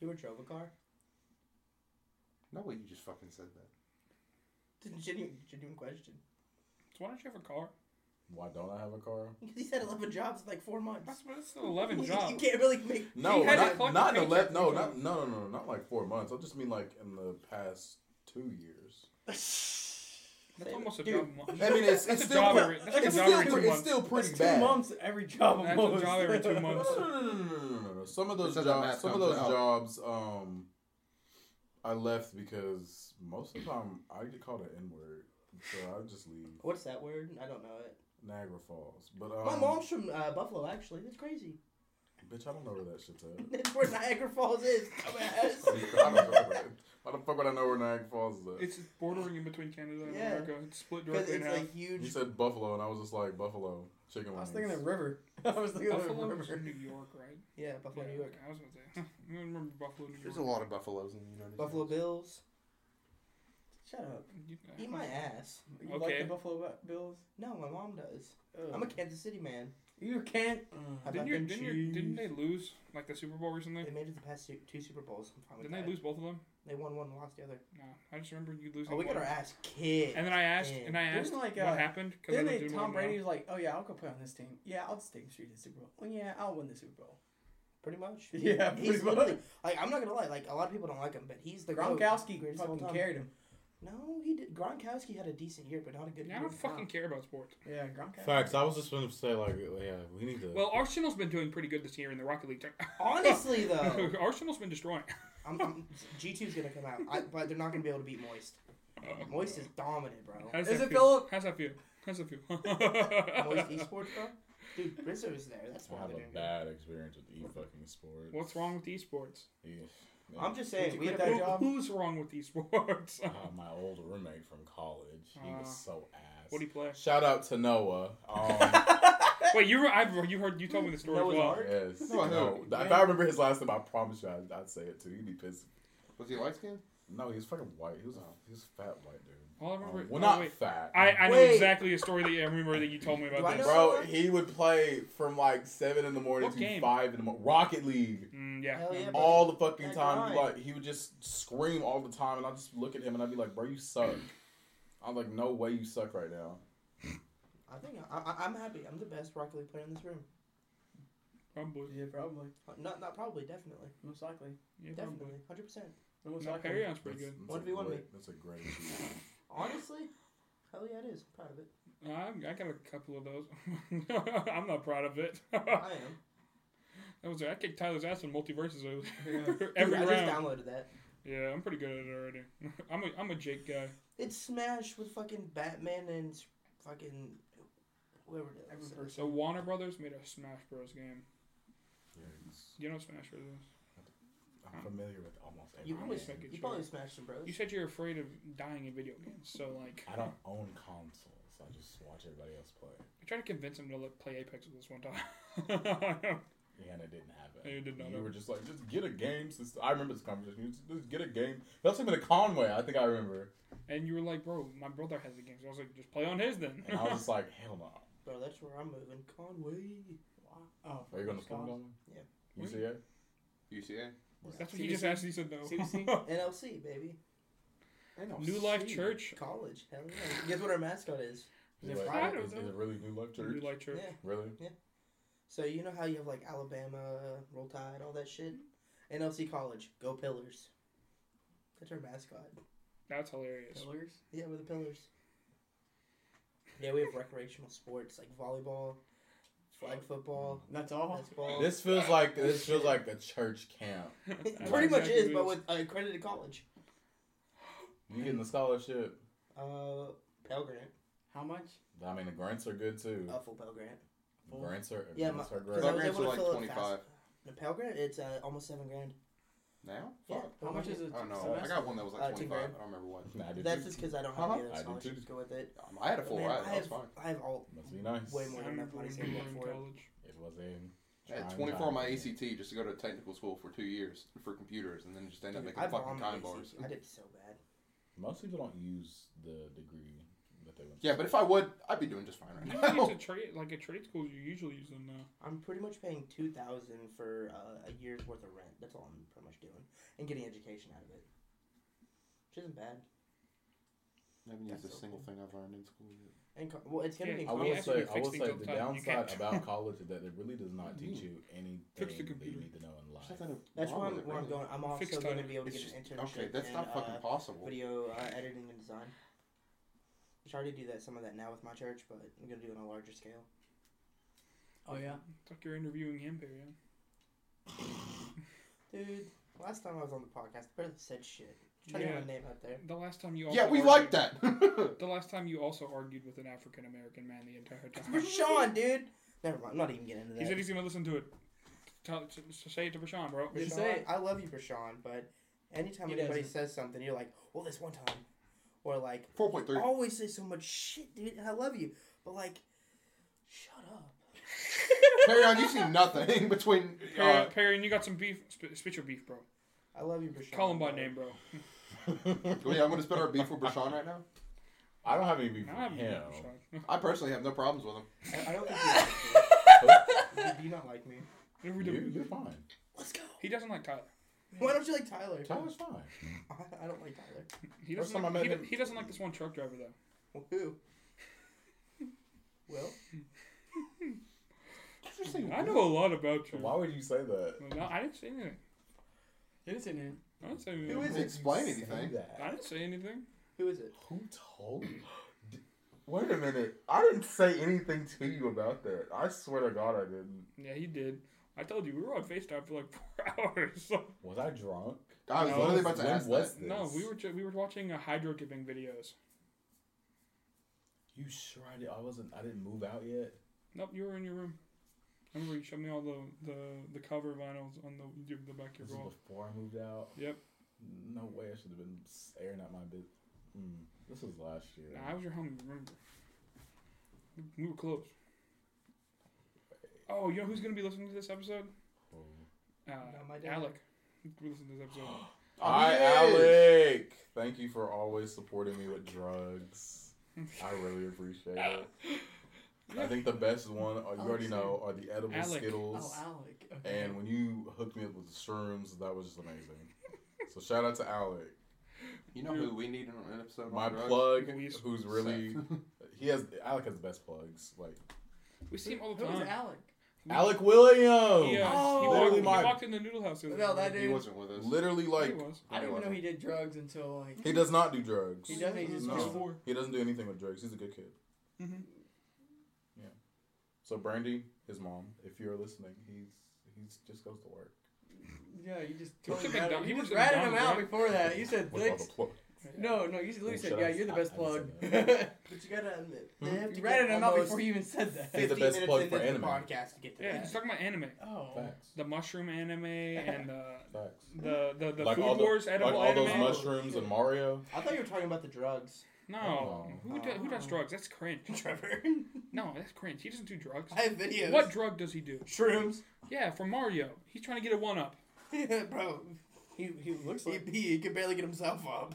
[SPEAKER 3] You ever drove a car?
[SPEAKER 2] No, way you just fucking said that.
[SPEAKER 3] Genuine, genuine question.
[SPEAKER 1] So why don't you have a car?
[SPEAKER 9] Why don't I have a car?
[SPEAKER 3] Because he's had 11 jobs in like four months.
[SPEAKER 1] That's what it's still eleven
[SPEAKER 3] You-
[SPEAKER 1] jobs.
[SPEAKER 3] You can't really make.
[SPEAKER 9] No,
[SPEAKER 1] had to
[SPEAKER 9] not,
[SPEAKER 1] collect
[SPEAKER 9] not
[SPEAKER 1] a
[SPEAKER 9] in the le-
[SPEAKER 1] paycheck
[SPEAKER 9] no,
[SPEAKER 1] from
[SPEAKER 9] not no, no, no, not like four months. I just mean like in the past two years.
[SPEAKER 1] That's almost a
[SPEAKER 3] Dude,
[SPEAKER 1] job. a month.
[SPEAKER 2] I mean, it's,
[SPEAKER 1] That's
[SPEAKER 2] it's
[SPEAKER 1] a
[SPEAKER 2] still
[SPEAKER 1] job
[SPEAKER 2] pre-
[SPEAKER 1] every. That's like a
[SPEAKER 2] it's
[SPEAKER 1] job
[SPEAKER 2] still,
[SPEAKER 1] every two
[SPEAKER 2] pre- it's
[SPEAKER 1] months.
[SPEAKER 2] still pretty
[SPEAKER 5] That's
[SPEAKER 2] bad.
[SPEAKER 5] Two months every job.
[SPEAKER 1] That's a
[SPEAKER 5] almost.
[SPEAKER 1] job every two months.
[SPEAKER 9] No, no, no, no, no, no, no. Hmm, Some of those
[SPEAKER 2] That's how that
[SPEAKER 9] jobs,
[SPEAKER 2] math
[SPEAKER 9] some of
[SPEAKER 2] comes
[SPEAKER 9] those
[SPEAKER 2] out.
[SPEAKER 9] jobs, um, I left because most of the time I get called an N word, so I just leave.
[SPEAKER 3] What's that word? I don't know it.
[SPEAKER 9] Niagara Falls, but um,
[SPEAKER 3] My mom's from uh, Buffalo, actually. That's crazy.
[SPEAKER 9] bitch, I don't know where that shit's at.
[SPEAKER 3] That's where Niagara Falls is, dumbass.
[SPEAKER 9] I don't know where that- Why the fuck would I know where Niagara Falls is at?
[SPEAKER 1] It's bordering in between Canada and
[SPEAKER 3] Yeah.
[SPEAKER 1] America. It's split
[SPEAKER 3] Because
[SPEAKER 1] directly in
[SPEAKER 3] it's
[SPEAKER 1] half.
[SPEAKER 3] like
[SPEAKER 9] You
[SPEAKER 3] huge.
[SPEAKER 9] said Buffalo, and I was just like Buffalo chicken
[SPEAKER 5] I
[SPEAKER 9] wings.
[SPEAKER 5] was thinking of river. I was thinking of
[SPEAKER 1] Buffalo is
[SPEAKER 5] river.
[SPEAKER 1] New York, right?
[SPEAKER 3] Yeah, Buffalo,
[SPEAKER 1] Yeah,
[SPEAKER 3] New York.
[SPEAKER 1] okay, I was gonna say. I don't remember Buffalo, New York.
[SPEAKER 2] There's a lot of buffaloes in the United States.
[SPEAKER 3] Buffalo Bills.
[SPEAKER 5] Shut up.
[SPEAKER 1] You- I
[SPEAKER 3] Eat
[SPEAKER 1] don't-
[SPEAKER 3] my ass.
[SPEAKER 5] You
[SPEAKER 1] Okay.
[SPEAKER 5] like the Buffalo Bi- Bills?
[SPEAKER 3] No, my mom does.
[SPEAKER 5] Ugh.
[SPEAKER 3] I'm a Kansas City man.
[SPEAKER 5] You can't.
[SPEAKER 3] How
[SPEAKER 1] Didn't
[SPEAKER 3] about
[SPEAKER 1] you,
[SPEAKER 3] them
[SPEAKER 1] didn't, you, didn't
[SPEAKER 3] Chiefs?
[SPEAKER 1] they lose like the Super Bowl recently?
[SPEAKER 3] They made it the past two- two Super Bowls. I'm fine with
[SPEAKER 1] Didn't they
[SPEAKER 3] that.
[SPEAKER 1] lose both of them?
[SPEAKER 3] They won one, and lost the other.
[SPEAKER 1] No, I just remember you losing.
[SPEAKER 3] Oh, we got
[SPEAKER 1] one.
[SPEAKER 3] our ass kicked.
[SPEAKER 1] And then I asked, and I
[SPEAKER 5] Didn't,
[SPEAKER 1] asked
[SPEAKER 5] like, uh,
[SPEAKER 1] what happened because I
[SPEAKER 5] Then
[SPEAKER 1] legitimately
[SPEAKER 5] they, Tom
[SPEAKER 1] don't know.
[SPEAKER 5] Brady was like, "Oh yeah, I'll go play on this team. Yeah, I'll just take straight to the Super Bowl. Well, "Oh, yeah, I'll win the Super Bowl."
[SPEAKER 3] Pretty much.
[SPEAKER 5] Yeah,
[SPEAKER 3] he's
[SPEAKER 5] pretty much.
[SPEAKER 3] literally like I'm not gonna lie. Like a lot of people don't like him, but he's the GOAT.
[SPEAKER 5] Gronkowski
[SPEAKER 3] Greatest of all
[SPEAKER 5] fucking
[SPEAKER 3] time.
[SPEAKER 5] carried him.
[SPEAKER 3] No, he did. Gronkowski had a decent year, but not a good.
[SPEAKER 1] Yeah, I
[SPEAKER 3] year.
[SPEAKER 1] don't fucking care about sports.
[SPEAKER 5] Yeah, Gronkowski.
[SPEAKER 4] Facts. I was just going to say like, yeah, we need to.
[SPEAKER 1] Well, Arsenal's been doing pretty good this year in the Rocket League.
[SPEAKER 3] Honestly
[SPEAKER 4] Oh.
[SPEAKER 3] though,
[SPEAKER 1] Arsenal's been destroying.
[SPEAKER 3] I'm, I'm, G2's gonna come out, I, but they're not gonna be able to beat Moist. Moist is dominant, bro.
[SPEAKER 1] How does
[SPEAKER 5] Is
[SPEAKER 1] that
[SPEAKER 5] it
[SPEAKER 1] feel?
[SPEAKER 5] Philip?
[SPEAKER 1] Um, How's that feel? How's that feel?
[SPEAKER 3] Moist esports, bro. Dude, Rizzo's there. That's
[SPEAKER 4] I
[SPEAKER 3] why
[SPEAKER 4] have
[SPEAKER 3] they're
[SPEAKER 4] a
[SPEAKER 3] doing good.
[SPEAKER 4] bad experience with e fucking sports.
[SPEAKER 1] What's wrong with esports?
[SPEAKER 4] Yeah.
[SPEAKER 3] I'm just
[SPEAKER 5] Did
[SPEAKER 3] saying,
[SPEAKER 5] you
[SPEAKER 3] we had
[SPEAKER 5] quit that
[SPEAKER 3] that
[SPEAKER 1] Who,
[SPEAKER 3] job.
[SPEAKER 5] job?
[SPEAKER 1] who's wrong with esports?
[SPEAKER 4] Ah, my old roommate from college. He
[SPEAKER 1] Ah.
[SPEAKER 4] was so ass.
[SPEAKER 1] what do you play?
[SPEAKER 4] Shout out to Noah. Um,
[SPEAKER 1] Wait, you were, I've, you heard you told me the story as
[SPEAKER 3] Noah's
[SPEAKER 1] well.
[SPEAKER 3] Ark?
[SPEAKER 4] yes.
[SPEAKER 2] No, I know.
[SPEAKER 4] No, if I remember his last name, I promise you, I'd, I'd say it too. He'd be pissed.
[SPEAKER 2] Was he light skinned?
[SPEAKER 4] No, he was fucking white. He was a, he was a fat white dude.
[SPEAKER 1] All I
[SPEAKER 4] Um,
[SPEAKER 1] remember.
[SPEAKER 4] well,
[SPEAKER 1] oh,
[SPEAKER 4] not
[SPEAKER 1] wait.
[SPEAKER 4] fat.
[SPEAKER 1] I, I know
[SPEAKER 3] Wait.
[SPEAKER 1] exactly a story that you- I remember that you told me
[SPEAKER 3] Do I
[SPEAKER 1] about this.
[SPEAKER 3] know?
[SPEAKER 4] Bro, he would play from like seven in the morning
[SPEAKER 1] What
[SPEAKER 4] to
[SPEAKER 1] game?
[SPEAKER 4] five in the morning. Rocket League.
[SPEAKER 1] Mm, yeah.
[SPEAKER 3] Hell yeah, bro.
[SPEAKER 4] All the fucking
[SPEAKER 3] That
[SPEAKER 4] time. He,
[SPEAKER 3] guy.
[SPEAKER 4] like he would just scream all the time, and I'd just look at him and I'd be like, "Bro, you suck." I'm like, "No way, you suck right now."
[SPEAKER 3] I think I, I, I'm happy. I'm the best Rocket League player in this room.
[SPEAKER 1] Probably.
[SPEAKER 5] Yeah, probably.
[SPEAKER 3] Uh, Not, not probably, definitely,
[SPEAKER 5] Most likely.
[SPEAKER 1] Yeah, probably.
[SPEAKER 3] definitely, hundred percent.
[SPEAKER 5] Most
[SPEAKER 1] No,
[SPEAKER 5] likely.
[SPEAKER 1] Perion's pretty good.
[SPEAKER 4] That's,
[SPEAKER 3] One
[SPEAKER 4] a
[SPEAKER 3] v one
[SPEAKER 4] great-
[SPEAKER 3] me.
[SPEAKER 4] That's a great. achievement.
[SPEAKER 3] Honestly, hell yeah, it is. I'm proud of it.
[SPEAKER 1] I'm, I got a couple of those. I'm not proud of it.
[SPEAKER 3] I
[SPEAKER 1] that
[SPEAKER 3] am.
[SPEAKER 1] was I kicked Tyler's ass in multiverses
[SPEAKER 5] Yeah.
[SPEAKER 1] earlier.
[SPEAKER 3] Dude,
[SPEAKER 1] every
[SPEAKER 3] I just
[SPEAKER 1] round.
[SPEAKER 3] downloaded that.
[SPEAKER 1] Yeah, I'm pretty good at it already. I'm a I'm a Jake guy.
[SPEAKER 3] It's Smash with fucking Batman and s- fucking whoever it
[SPEAKER 5] Every
[SPEAKER 3] is.
[SPEAKER 5] person.
[SPEAKER 1] So Warner Brothers made a Smash Bros. game.
[SPEAKER 4] Yikes.
[SPEAKER 1] You know Smash Bros. is?
[SPEAKER 4] I'm familiar with almost every.
[SPEAKER 3] You probably,
[SPEAKER 1] just
[SPEAKER 4] game.
[SPEAKER 1] make it
[SPEAKER 3] you
[SPEAKER 1] sure.
[SPEAKER 3] probably smashed some bros.
[SPEAKER 1] You said you're afraid of dying in video games, so like
[SPEAKER 4] I don't own consoles. I just watch everybody else play.
[SPEAKER 1] I tried to convince him to let play Apex with us one time.
[SPEAKER 4] Yeah, and it didn't happen.
[SPEAKER 1] And it did not
[SPEAKER 4] You
[SPEAKER 1] happen.
[SPEAKER 4] were just like, just get a game. Sis- I remember this conversation. You Just, just get a game. That's like with a Conway. I think I remember.
[SPEAKER 1] and you were like, "Bro, my brother has the game," so I was like, "Just play on his then."
[SPEAKER 4] And I was just like, hell no.
[SPEAKER 3] Bro, that's where I'm moving. Conway.
[SPEAKER 5] Oh,
[SPEAKER 4] Are you going to
[SPEAKER 5] fuck,
[SPEAKER 4] school,
[SPEAKER 5] God.
[SPEAKER 4] Conway?
[SPEAKER 3] Yeah.
[SPEAKER 4] UCA?
[SPEAKER 2] UCA?
[SPEAKER 1] That's what you
[SPEAKER 5] CBC?
[SPEAKER 1] just asked. and He said no.
[SPEAKER 5] CBC?
[SPEAKER 3] NLC, baby.
[SPEAKER 1] New Life Church.
[SPEAKER 3] College. Hell yeah. Guess what our mascot is?
[SPEAKER 4] Is,
[SPEAKER 5] Yeah,
[SPEAKER 4] it, like,
[SPEAKER 1] Friday
[SPEAKER 4] is,
[SPEAKER 1] was
[SPEAKER 4] is
[SPEAKER 1] it?
[SPEAKER 4] it really New Life Church?
[SPEAKER 1] New Life Church.
[SPEAKER 3] Yeah.
[SPEAKER 4] Really?
[SPEAKER 3] So you know how you have like Alabama, Roll Tide, all that shit? NLC College. Go Pillars. That's our mascot.
[SPEAKER 1] That's hilarious.
[SPEAKER 5] Pillars?
[SPEAKER 3] Yeah, we're the Pillars. Yeah, we have recreational sports like volleyball, flag football,
[SPEAKER 5] That's all.
[SPEAKER 3] basketball.
[SPEAKER 4] This feels like this feels like a church camp.
[SPEAKER 3] It
[SPEAKER 1] That's
[SPEAKER 3] pretty much
[SPEAKER 1] exactly what
[SPEAKER 3] is,
[SPEAKER 1] it
[SPEAKER 3] but with an accredited college.
[SPEAKER 4] You getting the scholarship?
[SPEAKER 3] Uh, Pell Grant.
[SPEAKER 5] How much?
[SPEAKER 4] I mean, the grants are good too.
[SPEAKER 3] A full Pell Grant.
[SPEAKER 5] Full.
[SPEAKER 4] Grants are
[SPEAKER 3] Uh, Yeah,
[SPEAKER 4] grants
[SPEAKER 3] my-
[SPEAKER 4] are
[SPEAKER 3] Because I
[SPEAKER 2] Pell
[SPEAKER 4] great.
[SPEAKER 3] was
[SPEAKER 2] Grants
[SPEAKER 3] able
[SPEAKER 2] are
[SPEAKER 3] to
[SPEAKER 2] like
[SPEAKER 3] fill
[SPEAKER 2] 25.
[SPEAKER 3] it The Pell Grant, it's uh, almost seven grand.
[SPEAKER 2] Now?
[SPEAKER 3] Yeah.
[SPEAKER 2] Fuck.
[SPEAKER 5] How much is it?
[SPEAKER 2] I don't know. I
[SPEAKER 5] semester?
[SPEAKER 2] got one that was
[SPEAKER 3] Uh,
[SPEAKER 2] like
[SPEAKER 3] two
[SPEAKER 2] 25.
[SPEAKER 3] grand.
[SPEAKER 2] I don't remember what.
[SPEAKER 4] Nah, dude,
[SPEAKER 3] That's
[SPEAKER 4] dude,
[SPEAKER 3] just because I don't have
[SPEAKER 2] Huh?
[SPEAKER 3] any
[SPEAKER 4] I
[SPEAKER 3] other
[SPEAKER 4] do
[SPEAKER 3] scholarships to go with it.
[SPEAKER 2] Um, I had a full
[SPEAKER 3] Man,
[SPEAKER 2] ride.
[SPEAKER 3] I
[SPEAKER 2] That was
[SPEAKER 3] have,
[SPEAKER 2] fine.
[SPEAKER 3] I have all
[SPEAKER 4] Must be nice.
[SPEAKER 3] way more
[SPEAKER 1] I
[SPEAKER 3] than enough
[SPEAKER 1] remember
[SPEAKER 3] money
[SPEAKER 1] when
[SPEAKER 3] saved
[SPEAKER 1] we
[SPEAKER 3] up
[SPEAKER 1] were in
[SPEAKER 3] for it.
[SPEAKER 1] college.
[SPEAKER 4] It was in.
[SPEAKER 2] I had 24 on my ACT just to go to technical school for two years for computers, and then just end up
[SPEAKER 3] Dude,
[SPEAKER 2] making
[SPEAKER 3] I
[SPEAKER 2] fucking
[SPEAKER 3] bombed
[SPEAKER 2] time
[SPEAKER 3] my
[SPEAKER 2] bars.
[SPEAKER 3] ACT. I did so bad.
[SPEAKER 4] Most people don't use the degree that they went.
[SPEAKER 2] Yeah, but if I would, I'd be doing just fine
[SPEAKER 1] You
[SPEAKER 2] right
[SPEAKER 1] can
[SPEAKER 2] now.
[SPEAKER 1] get to trade like at trade schools. You usually use them now.
[SPEAKER 3] I'm pretty much paying two thousand for uh, a year's worth of rent. That's all I'm pretty much doing, and getting education out of it, which isn't bad.
[SPEAKER 2] I haven't used
[SPEAKER 3] That's
[SPEAKER 2] a
[SPEAKER 3] so
[SPEAKER 2] single thing I've learned in school yet.
[SPEAKER 3] And co- well, it's gonna
[SPEAKER 1] Yeah,
[SPEAKER 3] be
[SPEAKER 1] you
[SPEAKER 4] I
[SPEAKER 1] can't
[SPEAKER 3] college.
[SPEAKER 4] will
[SPEAKER 1] actually
[SPEAKER 4] say, I
[SPEAKER 1] fix
[SPEAKER 4] will
[SPEAKER 1] things
[SPEAKER 4] say
[SPEAKER 1] on
[SPEAKER 4] the
[SPEAKER 1] time. You
[SPEAKER 4] downside
[SPEAKER 1] can't-
[SPEAKER 4] about college is that it really does not teach you anything
[SPEAKER 1] Fix the
[SPEAKER 4] that you
[SPEAKER 1] computer.
[SPEAKER 4] need to know in life.
[SPEAKER 2] There's nothing
[SPEAKER 3] That's
[SPEAKER 2] wrong
[SPEAKER 3] why I'm,
[SPEAKER 2] with it,
[SPEAKER 3] where I'm
[SPEAKER 2] really.
[SPEAKER 3] going. I'm also
[SPEAKER 1] Fixed
[SPEAKER 3] going to
[SPEAKER 1] time.
[SPEAKER 3] be able to
[SPEAKER 2] It's
[SPEAKER 3] get an
[SPEAKER 2] just-
[SPEAKER 3] internship
[SPEAKER 2] okay, that's
[SPEAKER 3] in
[SPEAKER 2] not fucking
[SPEAKER 3] uh,
[SPEAKER 2] possible.
[SPEAKER 3] video uh, editing and design. Which I already do that some of that now with my church, but I'm gonna do it on a larger scale.
[SPEAKER 5] Oh yeah.
[SPEAKER 1] It's like you're interviewing him, period.
[SPEAKER 3] Dude, last time I was on the podcast, I barely said shit. Trying to
[SPEAKER 1] Yeah.
[SPEAKER 3] get my name out there.
[SPEAKER 1] The last time you also
[SPEAKER 2] Yeah, we
[SPEAKER 1] argued-
[SPEAKER 2] like that.
[SPEAKER 1] The last time you also argued with an African American man the entire time.
[SPEAKER 3] Rashawn, dude. Never mind. I'm not even getting into that.
[SPEAKER 1] he said he's gonna listen to it. Tell, s- s- say it to Rashawn, bro.
[SPEAKER 5] Didn't
[SPEAKER 3] Rashawn,
[SPEAKER 5] say it.
[SPEAKER 3] I love you, Rashawn, but anytime
[SPEAKER 5] He
[SPEAKER 3] anybody
[SPEAKER 5] doesn't.
[SPEAKER 3] says something, you're like, well, this one time, or like,
[SPEAKER 2] 4.3.
[SPEAKER 3] I always say so much shit, dude. and I love you, but like, shut up.
[SPEAKER 2] Carry on, you've seen nothing between.
[SPEAKER 1] Perry,
[SPEAKER 2] Uh,
[SPEAKER 1] Perry, and you got some beef. Sp- spit your beef, bro.
[SPEAKER 3] I love you, Rashawn.
[SPEAKER 1] Call him by
[SPEAKER 3] but-
[SPEAKER 1] name, bro.
[SPEAKER 2] oh yeah, I'm going to spit our beef with Brashawn right now.
[SPEAKER 4] I don't have any beef
[SPEAKER 1] I have
[SPEAKER 4] with
[SPEAKER 1] beef
[SPEAKER 4] him.
[SPEAKER 1] with Rashawn.
[SPEAKER 2] I personally have no problems with him.
[SPEAKER 3] I, I don't think you like me. Do you not like me?
[SPEAKER 1] What do we do?
[SPEAKER 4] You, you're fine.
[SPEAKER 3] Let's go.
[SPEAKER 1] He doesn't like Tyler.
[SPEAKER 3] Why don't you like Tyler?
[SPEAKER 4] Tyler's fine.
[SPEAKER 3] I, I don't like Tyler.
[SPEAKER 1] He
[SPEAKER 4] First
[SPEAKER 1] doesn't.
[SPEAKER 4] time I
[SPEAKER 1] Like,
[SPEAKER 4] met
[SPEAKER 1] he,
[SPEAKER 4] him-
[SPEAKER 1] do- he doesn't like this one truck driver though.
[SPEAKER 3] Well, who? Will?
[SPEAKER 1] I know a lot about you.
[SPEAKER 4] Why would you say that?
[SPEAKER 1] Well, No, I didn't say anything.
[SPEAKER 5] You didn't say anything.
[SPEAKER 1] I didn't say anything.
[SPEAKER 2] Who is
[SPEAKER 4] Would you
[SPEAKER 2] explain
[SPEAKER 4] say
[SPEAKER 2] anything.
[SPEAKER 4] that?
[SPEAKER 1] I didn't say anything.
[SPEAKER 3] Who is it?
[SPEAKER 4] Who told? D- Wait a minute. I didn't say anything to you about that. I swear to God, I didn't.
[SPEAKER 1] Yeah, he did. I told you we were on Facetime for like four hours. So.
[SPEAKER 4] Was I drunk?
[SPEAKER 2] I was
[SPEAKER 1] No.
[SPEAKER 2] literally about to
[SPEAKER 4] When
[SPEAKER 2] ask
[SPEAKER 4] was
[SPEAKER 2] that.
[SPEAKER 4] this?
[SPEAKER 1] No, we were ju- we were watching uh, hydro dipping videos.
[SPEAKER 4] You sure I did? I wasn't. I didn't move out yet.
[SPEAKER 1] Nope, you were in your room. I remember you showed me all the the, the cover vinyls on the the back of
[SPEAKER 4] This
[SPEAKER 1] your
[SPEAKER 4] is
[SPEAKER 1] wall.
[SPEAKER 4] before I moved out.
[SPEAKER 1] Yep.
[SPEAKER 4] No way. I should have been airing out my business. Mm, this was last year.
[SPEAKER 1] Nah, I was your homie. Remember, we were close. Oh, you know who's gonna be listening to this episode? Uh,
[SPEAKER 3] Not my dad.
[SPEAKER 1] Alec. He's gonna be listening to this episode.
[SPEAKER 4] Hi, Alec. Thank you for always supporting me with drugs. I really appreciate it. I think the best one, uh, you already know, are the edible
[SPEAKER 1] Alec.
[SPEAKER 4] Skittles.
[SPEAKER 5] Oh, Alec. Okay.
[SPEAKER 4] and when you hooked me up with the shrooms, that was just amazing. so shout out to Alec,
[SPEAKER 2] You know who we need in an episode?
[SPEAKER 4] my
[SPEAKER 2] on drugs?
[SPEAKER 4] plug,
[SPEAKER 1] Louise.
[SPEAKER 4] who's really he has Alec has the best plugs. Like
[SPEAKER 1] We see him all the
[SPEAKER 5] Who
[SPEAKER 1] time.
[SPEAKER 5] was Alec?
[SPEAKER 1] Mm.
[SPEAKER 4] Alec Williams.
[SPEAKER 1] He, uh, he,
[SPEAKER 5] Oh.
[SPEAKER 1] walked,
[SPEAKER 4] literally
[SPEAKER 1] he
[SPEAKER 4] my
[SPEAKER 1] walked in the noodle house. the other
[SPEAKER 5] No,
[SPEAKER 1] day.
[SPEAKER 5] that
[SPEAKER 2] He
[SPEAKER 5] dude.
[SPEAKER 2] wasn't with us.
[SPEAKER 4] literally like
[SPEAKER 1] he was.
[SPEAKER 5] I didn't even know
[SPEAKER 4] wasn't.
[SPEAKER 5] he did drugs until like
[SPEAKER 4] He does not do drugs.
[SPEAKER 5] he doesn't. He just
[SPEAKER 4] No.
[SPEAKER 5] was
[SPEAKER 1] four.
[SPEAKER 4] He doesn't do anything with drugs. He's a good kid.
[SPEAKER 1] Mhm.
[SPEAKER 4] Yeah. So Brandy, his mom, if you're listening, he's he's just goes to work.
[SPEAKER 5] Yeah, you just
[SPEAKER 1] He works
[SPEAKER 5] totally
[SPEAKER 1] at
[SPEAKER 5] ratted,
[SPEAKER 1] McDonald's.
[SPEAKER 5] you
[SPEAKER 1] He works
[SPEAKER 5] just
[SPEAKER 1] at
[SPEAKER 5] ratted him out
[SPEAKER 1] McDonald's, right?
[SPEAKER 5] before that. You said
[SPEAKER 4] With all
[SPEAKER 5] thanks.
[SPEAKER 4] the plug.
[SPEAKER 5] No, no, you literally
[SPEAKER 4] Oh,
[SPEAKER 5] said
[SPEAKER 4] shut
[SPEAKER 5] yeah.
[SPEAKER 4] up.
[SPEAKER 5] You're the best
[SPEAKER 4] I- I
[SPEAKER 5] plug.
[SPEAKER 4] didn't
[SPEAKER 5] you
[SPEAKER 4] say
[SPEAKER 3] But you gotta admit, they have to
[SPEAKER 5] ratted
[SPEAKER 3] get
[SPEAKER 5] him out
[SPEAKER 3] almost
[SPEAKER 5] before you even said that.
[SPEAKER 4] Hey, Hmm? the
[SPEAKER 3] 15
[SPEAKER 4] best
[SPEAKER 3] minutes
[SPEAKER 4] plug
[SPEAKER 3] into
[SPEAKER 4] for
[SPEAKER 3] the
[SPEAKER 4] anime.
[SPEAKER 3] podcast to get to
[SPEAKER 1] Yeah,
[SPEAKER 3] that.
[SPEAKER 1] he's talking about anime.
[SPEAKER 5] Oh.
[SPEAKER 4] Facts.
[SPEAKER 1] The mushroom anime and the
[SPEAKER 4] Facts.
[SPEAKER 1] the the, the
[SPEAKER 4] Like all
[SPEAKER 1] food
[SPEAKER 4] the-
[SPEAKER 1] wars
[SPEAKER 4] like
[SPEAKER 1] edible
[SPEAKER 4] all those
[SPEAKER 1] anime.
[SPEAKER 4] mushrooms and Mario.
[SPEAKER 3] I thought you were talking about the drugs,
[SPEAKER 1] no,
[SPEAKER 4] Oh.
[SPEAKER 1] who does, who does drugs? That's cringe.
[SPEAKER 3] Trevor.
[SPEAKER 1] No, that's cringe. He doesn't do drugs.
[SPEAKER 3] I have videos.
[SPEAKER 1] What drug does he do?
[SPEAKER 3] shrooms?
[SPEAKER 1] Yeah, for Mario, he's trying to get a one up.
[SPEAKER 3] Bro, he, he looks like he, he could barely get himself up.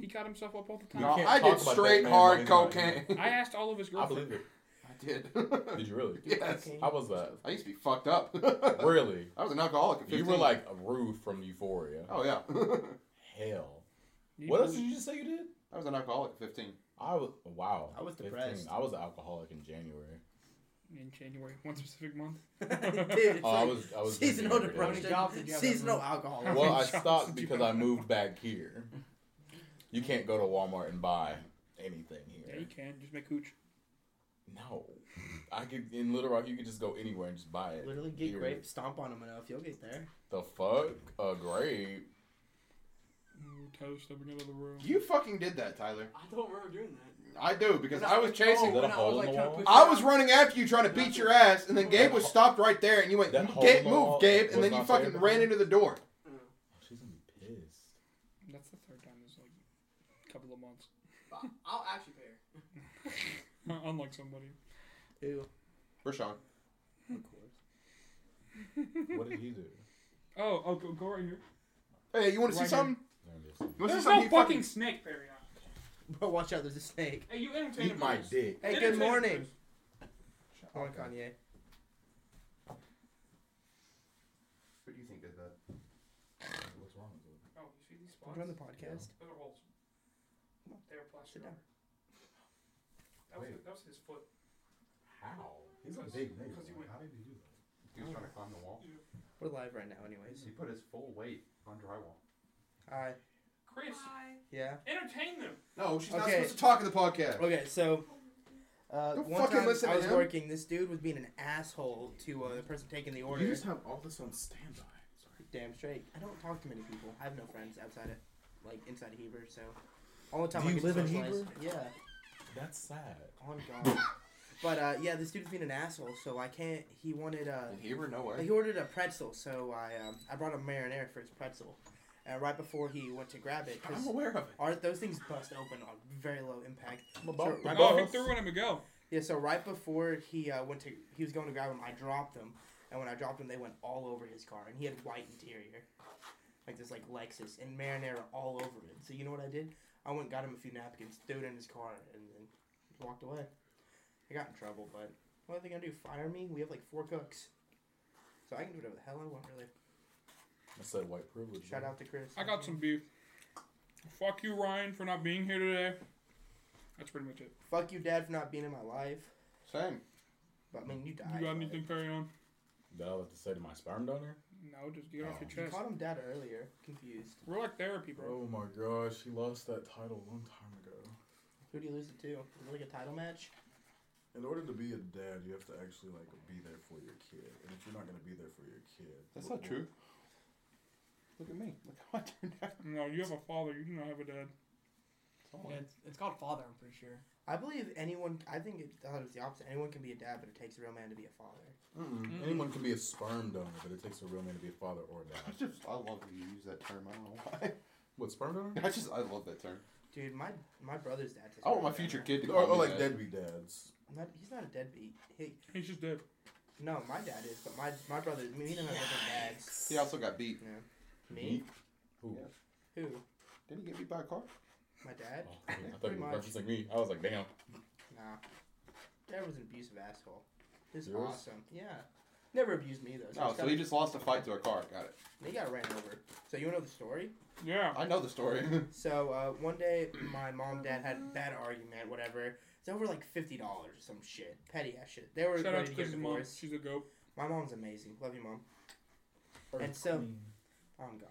[SPEAKER 1] He got himself up all the
[SPEAKER 4] No,
[SPEAKER 1] time.
[SPEAKER 4] can't
[SPEAKER 2] I
[SPEAKER 4] talk
[SPEAKER 2] did
[SPEAKER 4] about
[SPEAKER 2] straight
[SPEAKER 4] Batman
[SPEAKER 2] hard
[SPEAKER 4] right now, you
[SPEAKER 2] cocaine.
[SPEAKER 1] I asked all of his
[SPEAKER 4] I
[SPEAKER 1] girlfriends.
[SPEAKER 4] believe it.
[SPEAKER 2] I did.
[SPEAKER 4] Did you really?
[SPEAKER 2] yes.
[SPEAKER 3] Okay.
[SPEAKER 4] How was that?
[SPEAKER 2] I used to be fucked up.
[SPEAKER 4] Really?
[SPEAKER 2] I was an alcoholic. At 15.
[SPEAKER 4] You were like a roof from Euphoria.
[SPEAKER 2] oh yeah,
[SPEAKER 4] Hell.
[SPEAKER 1] You
[SPEAKER 4] What else
[SPEAKER 1] believe-
[SPEAKER 4] did you just say you did?
[SPEAKER 2] I was an alcoholic at 15.
[SPEAKER 4] I was wow.
[SPEAKER 3] I was
[SPEAKER 4] 15.
[SPEAKER 3] depressed.
[SPEAKER 4] I was an alcoholic in January.
[SPEAKER 1] in January, one specific month?
[SPEAKER 3] Dude, it's
[SPEAKER 4] Oh, I
[SPEAKER 3] like
[SPEAKER 4] was- I was
[SPEAKER 3] seasonal
[SPEAKER 4] drinking every day.
[SPEAKER 5] Jobs that
[SPEAKER 3] depression,
[SPEAKER 5] you have
[SPEAKER 3] seasonal
[SPEAKER 5] that
[SPEAKER 3] alcoholism.
[SPEAKER 4] Well, I
[SPEAKER 1] Shots
[SPEAKER 4] stopped
[SPEAKER 1] that
[SPEAKER 4] because
[SPEAKER 1] you-
[SPEAKER 4] I moved back here. You can't go to Walmart and buy anything
[SPEAKER 1] Yeah, you
[SPEAKER 4] here.
[SPEAKER 1] can just make hooch.
[SPEAKER 4] No, I could in Little Rock. You could just go anywhere and just buy it.
[SPEAKER 3] Literally get
[SPEAKER 4] Here.
[SPEAKER 3] grape, stomp on them enough, you'll get there.
[SPEAKER 4] The fuck, a grape.
[SPEAKER 1] Ooh, Tyler stepping out of the room.
[SPEAKER 2] You fucking did that, Tyler.
[SPEAKER 5] I don't remember doing that.
[SPEAKER 2] I do because I
[SPEAKER 5] Oh,
[SPEAKER 2] was Oh, chasing.
[SPEAKER 4] Is that a hole in the wall?
[SPEAKER 2] I was running after you trying to beat your ass, and then Gabe was stopped right there, and you went,
[SPEAKER 4] That hole
[SPEAKER 2] "Gabe,
[SPEAKER 4] in the
[SPEAKER 2] move,
[SPEAKER 4] wall
[SPEAKER 2] Gabe," and
[SPEAKER 4] was
[SPEAKER 2] then
[SPEAKER 4] my
[SPEAKER 2] you fucking
[SPEAKER 4] favorite.
[SPEAKER 2] ran into the door.
[SPEAKER 4] She's gonna be pissed.
[SPEAKER 1] That's the third time in like a couple of months.
[SPEAKER 5] I'll actually pay her.
[SPEAKER 1] Unlike somebody.
[SPEAKER 3] Ew.
[SPEAKER 2] Rashawn,
[SPEAKER 3] Of course.
[SPEAKER 4] What did he do?
[SPEAKER 1] Oh, oh, go, go right here.
[SPEAKER 2] Hey, you want to
[SPEAKER 1] Right
[SPEAKER 2] see something? You wanna see
[SPEAKER 1] There's no
[SPEAKER 2] something
[SPEAKER 1] fucking,
[SPEAKER 2] he
[SPEAKER 1] snake, Perion.
[SPEAKER 3] Bro, watch out. There's a snake.
[SPEAKER 1] Hey, you entertain
[SPEAKER 4] Eat my dick.
[SPEAKER 3] Hey,
[SPEAKER 1] Entertain
[SPEAKER 3] good
[SPEAKER 1] the
[SPEAKER 3] morning.
[SPEAKER 1] first.
[SPEAKER 3] I want Kanye.
[SPEAKER 10] What do you think of that?
[SPEAKER 4] What's wrong with it?
[SPEAKER 1] Oh, you see these spots?
[SPEAKER 3] We're on the podcast.
[SPEAKER 1] Those are holes. They were plastered.
[SPEAKER 3] Sit down.
[SPEAKER 1] That was,
[SPEAKER 4] Wait.
[SPEAKER 1] that was his foot.
[SPEAKER 4] How? He's a
[SPEAKER 1] Because-
[SPEAKER 4] big nigga.
[SPEAKER 1] because you
[SPEAKER 4] Like,
[SPEAKER 1] went-
[SPEAKER 4] How did he do that?
[SPEAKER 10] He was trying to climb the wall.
[SPEAKER 3] We're live right now, anyways.
[SPEAKER 10] He put his full weight on drywall.
[SPEAKER 3] Hi.
[SPEAKER 1] Chris,
[SPEAKER 3] Yeah.
[SPEAKER 1] entertain them.
[SPEAKER 2] No, she's not
[SPEAKER 3] Okay.
[SPEAKER 2] supposed to talk in the podcast.
[SPEAKER 3] Okay, so. Uh,
[SPEAKER 2] Don't
[SPEAKER 3] one
[SPEAKER 2] fucking
[SPEAKER 3] time
[SPEAKER 2] listen
[SPEAKER 3] I
[SPEAKER 2] to
[SPEAKER 3] was
[SPEAKER 2] him.
[SPEAKER 3] working. This dude was being an asshole to uh, the person taking the order.
[SPEAKER 4] have all this on standby. Sorry.
[SPEAKER 3] Damn straight. I don't talk to many people. I have no friends outside of, like, inside of Heber, so. All the time
[SPEAKER 4] Do
[SPEAKER 3] I
[SPEAKER 4] you
[SPEAKER 3] can
[SPEAKER 4] live in
[SPEAKER 3] socialize-
[SPEAKER 4] Heber?
[SPEAKER 3] Yeah.
[SPEAKER 4] That's sad.
[SPEAKER 3] On God. but, uh, yeah, this dude was being an asshole, so I can't. He wanted, uh.
[SPEAKER 2] In Heber, no
[SPEAKER 3] He ordered a pretzel, so I um, I brought a marinara for his pretzel. And right before he went to grab it, 'cause
[SPEAKER 2] I'm aware of it.
[SPEAKER 3] are those things bust open on very low impact.
[SPEAKER 4] boss.
[SPEAKER 3] So right
[SPEAKER 1] oh, he
[SPEAKER 3] before-
[SPEAKER 1] threw one at Miguel.
[SPEAKER 3] yeah, so right before he uh, went to, he was going to grab them. I dropped them, and when I dropped them, they went all over his car, and he had white interior, like this like Lexus and marinara all over it. So you know what I did? I went and got him a few napkins, threw it in his car, and then walked away. I got in trouble, but what are they gonna do? Fire me? We have like four cooks, so I can do whatever the hell I want. Really.
[SPEAKER 4] That's that white privilege.
[SPEAKER 3] Shout
[SPEAKER 4] man.
[SPEAKER 3] out to Chris.
[SPEAKER 1] I got some beef. Fuck you, Ryan, for not being here today. That's pretty much it.
[SPEAKER 3] Fuck you, Dad, for not being in my life.
[SPEAKER 2] Same.
[SPEAKER 3] But I mean, you died.
[SPEAKER 1] You got
[SPEAKER 3] but-
[SPEAKER 1] anything, Perion?
[SPEAKER 4] That I have to say to my sperm donor?
[SPEAKER 1] No, just get it off
[SPEAKER 4] Oh.
[SPEAKER 1] your
[SPEAKER 3] You
[SPEAKER 1] chest.
[SPEAKER 3] called him Dad earlier. Confused.
[SPEAKER 1] We're like therapy, bro.
[SPEAKER 4] Oh my gosh, he lost that title a long time ago.
[SPEAKER 3] Who do you lose it to? Is it like a title match?
[SPEAKER 4] In order to be a dad, you have to actually like be there for your kid, and if you're not gonna be there for your kid,
[SPEAKER 2] That's
[SPEAKER 4] wh-
[SPEAKER 2] not
[SPEAKER 4] wh-
[SPEAKER 2] true. Look at me. Look how I turned out.
[SPEAKER 1] No, you have a father. You do not have a dad.
[SPEAKER 5] Yeah, it's, it's called father. I'm pretty sure.
[SPEAKER 3] I believe anyone. I think it, I thought it was the opposite. Anyone can be a dad, but it takes a real man to be a father.
[SPEAKER 4] Mm-mm.
[SPEAKER 1] Mm-mm.
[SPEAKER 4] Mm-hmm. Anyone can be a sperm donor, but it takes a real man to be a father or a
[SPEAKER 10] I
[SPEAKER 4] dad.
[SPEAKER 10] just, I love that you use that term. I don't know why.
[SPEAKER 4] What sperm donor?
[SPEAKER 10] I just, I love that term.
[SPEAKER 3] Dude, my my brother's dad.
[SPEAKER 2] I want Oh, my future kid to
[SPEAKER 4] Or,
[SPEAKER 2] call
[SPEAKER 4] or
[SPEAKER 2] me
[SPEAKER 4] like
[SPEAKER 2] that.
[SPEAKER 4] deadbeat dads.
[SPEAKER 3] Not, he's not a deadbeat. He,
[SPEAKER 1] He's just dead.
[SPEAKER 3] no, my dad is, but my my brother. Me and him are different dads.
[SPEAKER 2] He also got beat.
[SPEAKER 3] Yeah. Me?
[SPEAKER 4] Beat? Who?
[SPEAKER 10] Yeah.
[SPEAKER 3] Who?
[SPEAKER 2] Did he get beat by a car?
[SPEAKER 3] My dad?
[SPEAKER 4] Oh, I thought
[SPEAKER 3] Pretty
[SPEAKER 4] you were
[SPEAKER 3] much.
[SPEAKER 4] referencing me. I was like, damn.
[SPEAKER 2] Oh.
[SPEAKER 3] Nah. Dad was an abusive asshole. He was
[SPEAKER 4] Yours?
[SPEAKER 3] awesome. Yeah. Never abused me though.
[SPEAKER 2] No,
[SPEAKER 3] he's
[SPEAKER 2] Oh, so
[SPEAKER 3] got-
[SPEAKER 2] he just lost a fight to a car. Got it.
[SPEAKER 3] he got ran over. So you wanna know the story?
[SPEAKER 1] Yeah.
[SPEAKER 2] I know the story.
[SPEAKER 3] So uh, one day, my mom and dad had a bad argument, whatever. It's over like fifty dollars or some shit, petty ass shit. They were
[SPEAKER 1] Shout out
[SPEAKER 3] ready
[SPEAKER 1] to
[SPEAKER 3] to get
[SPEAKER 1] Chris's mom.
[SPEAKER 3] divorced.
[SPEAKER 1] She's a goat.
[SPEAKER 3] My mom's amazing. Love you, mom. And so- Oh God.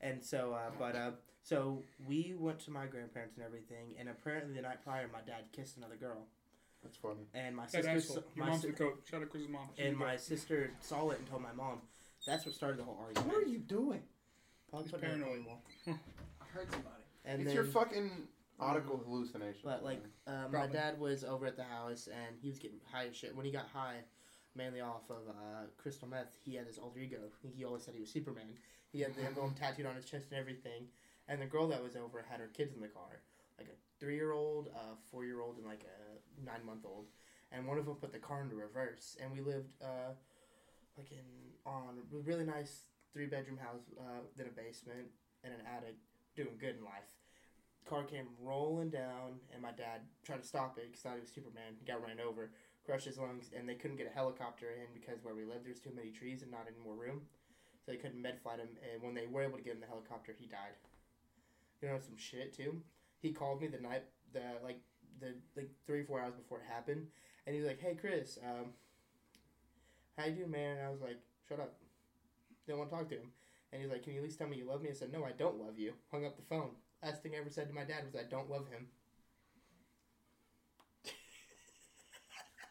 [SPEAKER 3] And so, uh, but uh, so we went to my grandparents and everything. And apparently, the night prior, my dad kissed another girl,
[SPEAKER 10] That's funny.
[SPEAKER 3] and my
[SPEAKER 1] That
[SPEAKER 3] sister,
[SPEAKER 1] asshole.
[SPEAKER 3] s-
[SPEAKER 1] Your
[SPEAKER 3] my
[SPEAKER 1] mom's
[SPEAKER 3] si-
[SPEAKER 1] the goat. Shout out to Chris's mom. She's a
[SPEAKER 3] and
[SPEAKER 1] goat.
[SPEAKER 3] my sister saw it and told my mom. That's what started the whole argument.
[SPEAKER 10] you doing?
[SPEAKER 3] Probably
[SPEAKER 1] He's
[SPEAKER 3] put her in a
[SPEAKER 1] paranoid.
[SPEAKER 3] wall.
[SPEAKER 5] I heard somebody.
[SPEAKER 3] And
[SPEAKER 10] it's
[SPEAKER 3] then,
[SPEAKER 10] your fucking audible hallucination.
[SPEAKER 3] But like, uh, my
[SPEAKER 1] Probably.
[SPEAKER 3] dad was over at the house and he was getting high as shit. When he got high, mainly off of uh, crystal meth, he had his alter ego. He always said he was Superman. He had the emblem tattooed on his chest and everything. And the girl that was over had her kids in the car, like a three-year-old, a four-year-old, and like a nine-month-old. And one of them put the car into reverse. And we lived uh, like in on a really nice three-bedroom house, uh, then a basement and an attic, doing good in life car came rolling down, and my dad tried to stop it because thought he was Superman. He got ran over, crushed his lungs, and they couldn't get a helicopter in because where we lived there's too many trees and not any more room, so they couldn't med flight him. And when they were able to get him in the helicopter, he died. You know some shit too. He called me the night the like the like three four hours before it happened, and he's like, "Hey Chris, um, how you doing, man?" And I was like, "Shut up." Didn't want to talk to him. And he's like, "Can you at least tell me you love me?" I said, "No, I don't love you." Hung up the phone. Last thing I ever said to my dad was, "I don't love him."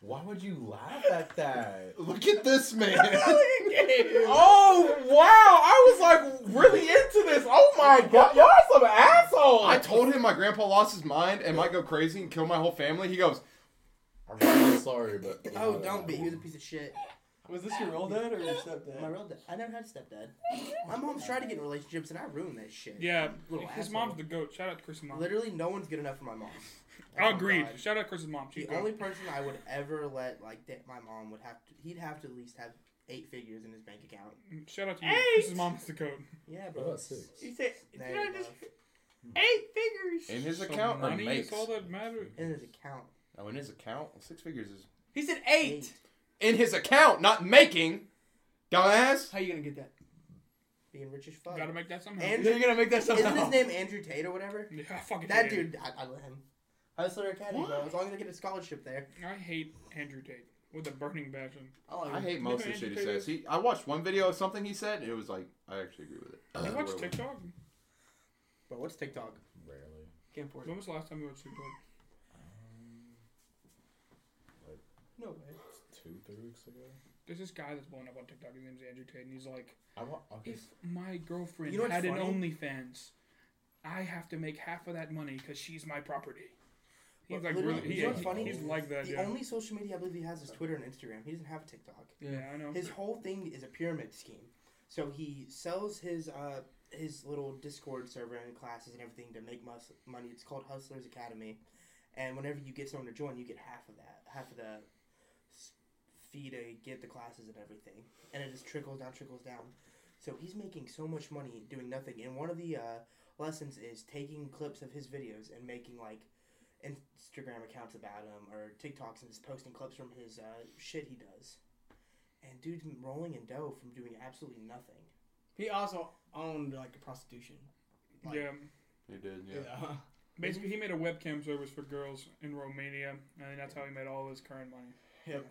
[SPEAKER 4] Why would you laugh at that?
[SPEAKER 2] Look at this man.
[SPEAKER 4] oh wow! I was like really into this. Oh my god, y'all are some assholes.
[SPEAKER 2] I told him my grandpa lost his mind and might go crazy and kill my whole family. He goes,
[SPEAKER 4] I'm really sorry, but
[SPEAKER 3] Oh, don't be. He was a piece of shit.
[SPEAKER 5] Was this your real dad or your
[SPEAKER 3] My
[SPEAKER 5] stepdad?
[SPEAKER 3] real dad. I never had a stepdad. My mom's tried to get in relationships, and I ruined that shit.
[SPEAKER 1] Yeah.
[SPEAKER 3] Little
[SPEAKER 1] His
[SPEAKER 3] asshole.
[SPEAKER 1] mom's the goat. Shout out to Chris's mom.
[SPEAKER 3] Literally, no one's good enough for my mom. Oh, my
[SPEAKER 1] Agreed.
[SPEAKER 3] God.
[SPEAKER 1] Shout out to Chris's mom. She's
[SPEAKER 3] The
[SPEAKER 1] a goat.
[SPEAKER 3] only person I would ever let like that my mom would have to he'd have to at least have eight figures in his bank account. Oh,
[SPEAKER 1] Shout out to you. This is
[SPEAKER 5] Eight.
[SPEAKER 1] mom's the code.
[SPEAKER 3] Yeah,
[SPEAKER 11] What
[SPEAKER 3] bro.
[SPEAKER 11] about six?
[SPEAKER 5] You said
[SPEAKER 3] There
[SPEAKER 5] did I
[SPEAKER 3] you go.
[SPEAKER 5] just- eight figures.
[SPEAKER 6] In his
[SPEAKER 1] So
[SPEAKER 6] account or
[SPEAKER 1] money
[SPEAKER 6] makes?
[SPEAKER 1] is all that matters.
[SPEAKER 3] In his account.
[SPEAKER 6] Oh, in his account, six figures is
[SPEAKER 5] He said eight.
[SPEAKER 3] Eight.
[SPEAKER 6] in his account, not making. Dumbass.
[SPEAKER 5] How you gonna get that?
[SPEAKER 3] Being rich as fuck.
[SPEAKER 1] Gotta make that somehow.
[SPEAKER 3] And-
[SPEAKER 5] You're gonna make that somehow.
[SPEAKER 3] Isn't his name Andrew Tate or whatever?
[SPEAKER 1] yeah, I fucking
[SPEAKER 3] That
[SPEAKER 1] hate
[SPEAKER 3] dude, I, I let him. Hustler Academy, bro. As long as I get a scholarship there.
[SPEAKER 1] Andrew- I hate Andrew Tate with a burning passion.
[SPEAKER 5] I like
[SPEAKER 6] I
[SPEAKER 5] him.
[SPEAKER 6] hate most of the shit he says. He, I watched one video of something he said, and it was like, I actually agree with it.
[SPEAKER 1] You
[SPEAKER 6] Uh,
[SPEAKER 1] watch
[SPEAKER 6] where-
[SPEAKER 1] TikTok?
[SPEAKER 3] Bro, what's TikTok?
[SPEAKER 11] Rarely.
[SPEAKER 5] Can't afford
[SPEAKER 1] When was the last time you watched TikTok?
[SPEAKER 3] No way.
[SPEAKER 11] Two, three weeks ago.
[SPEAKER 1] There's this guy that's blowing up on TikTok. His name's Andrew Tate, and he's like,
[SPEAKER 11] I want. Okay.
[SPEAKER 1] if my girlfriend
[SPEAKER 3] You know what's
[SPEAKER 1] had an
[SPEAKER 3] funny?
[SPEAKER 1] OnlyFans, I have to make half of that money because she's my property. He's
[SPEAKER 3] Well,
[SPEAKER 1] like
[SPEAKER 3] literally,
[SPEAKER 1] really,
[SPEAKER 3] you
[SPEAKER 1] yeah,
[SPEAKER 3] know what's
[SPEAKER 1] he-
[SPEAKER 3] funny?
[SPEAKER 1] he's like that.
[SPEAKER 3] The
[SPEAKER 1] yeah.
[SPEAKER 3] only social media I believe he has is Twitter and Instagram. He doesn't have a TikTok.
[SPEAKER 1] yeah, I know.
[SPEAKER 3] His whole thing is a pyramid scheme. So he sells his uh his little Discord server and classes and everything to make mus- money. It's called Hustlers Academy, and whenever you get someone to join, you get half of that, half of the s- fee to get the classes and everything, and it just trickles down, trickles down. So he's making so much money doing nothing. And one of the uh, lessons is taking clips of his videos and making like Instagram accounts about him or TikToks and just posting clips from his uh, shit he does. And dude's been rolling in dough from doing absolutely nothing.
[SPEAKER 5] He also owned like a prostitution. Like,
[SPEAKER 1] yeah,
[SPEAKER 2] He did, yeah.
[SPEAKER 5] Yeah.
[SPEAKER 1] basically, he made a webcam service for girls in Romania, and that's how he made all his current money.
[SPEAKER 5] Yep.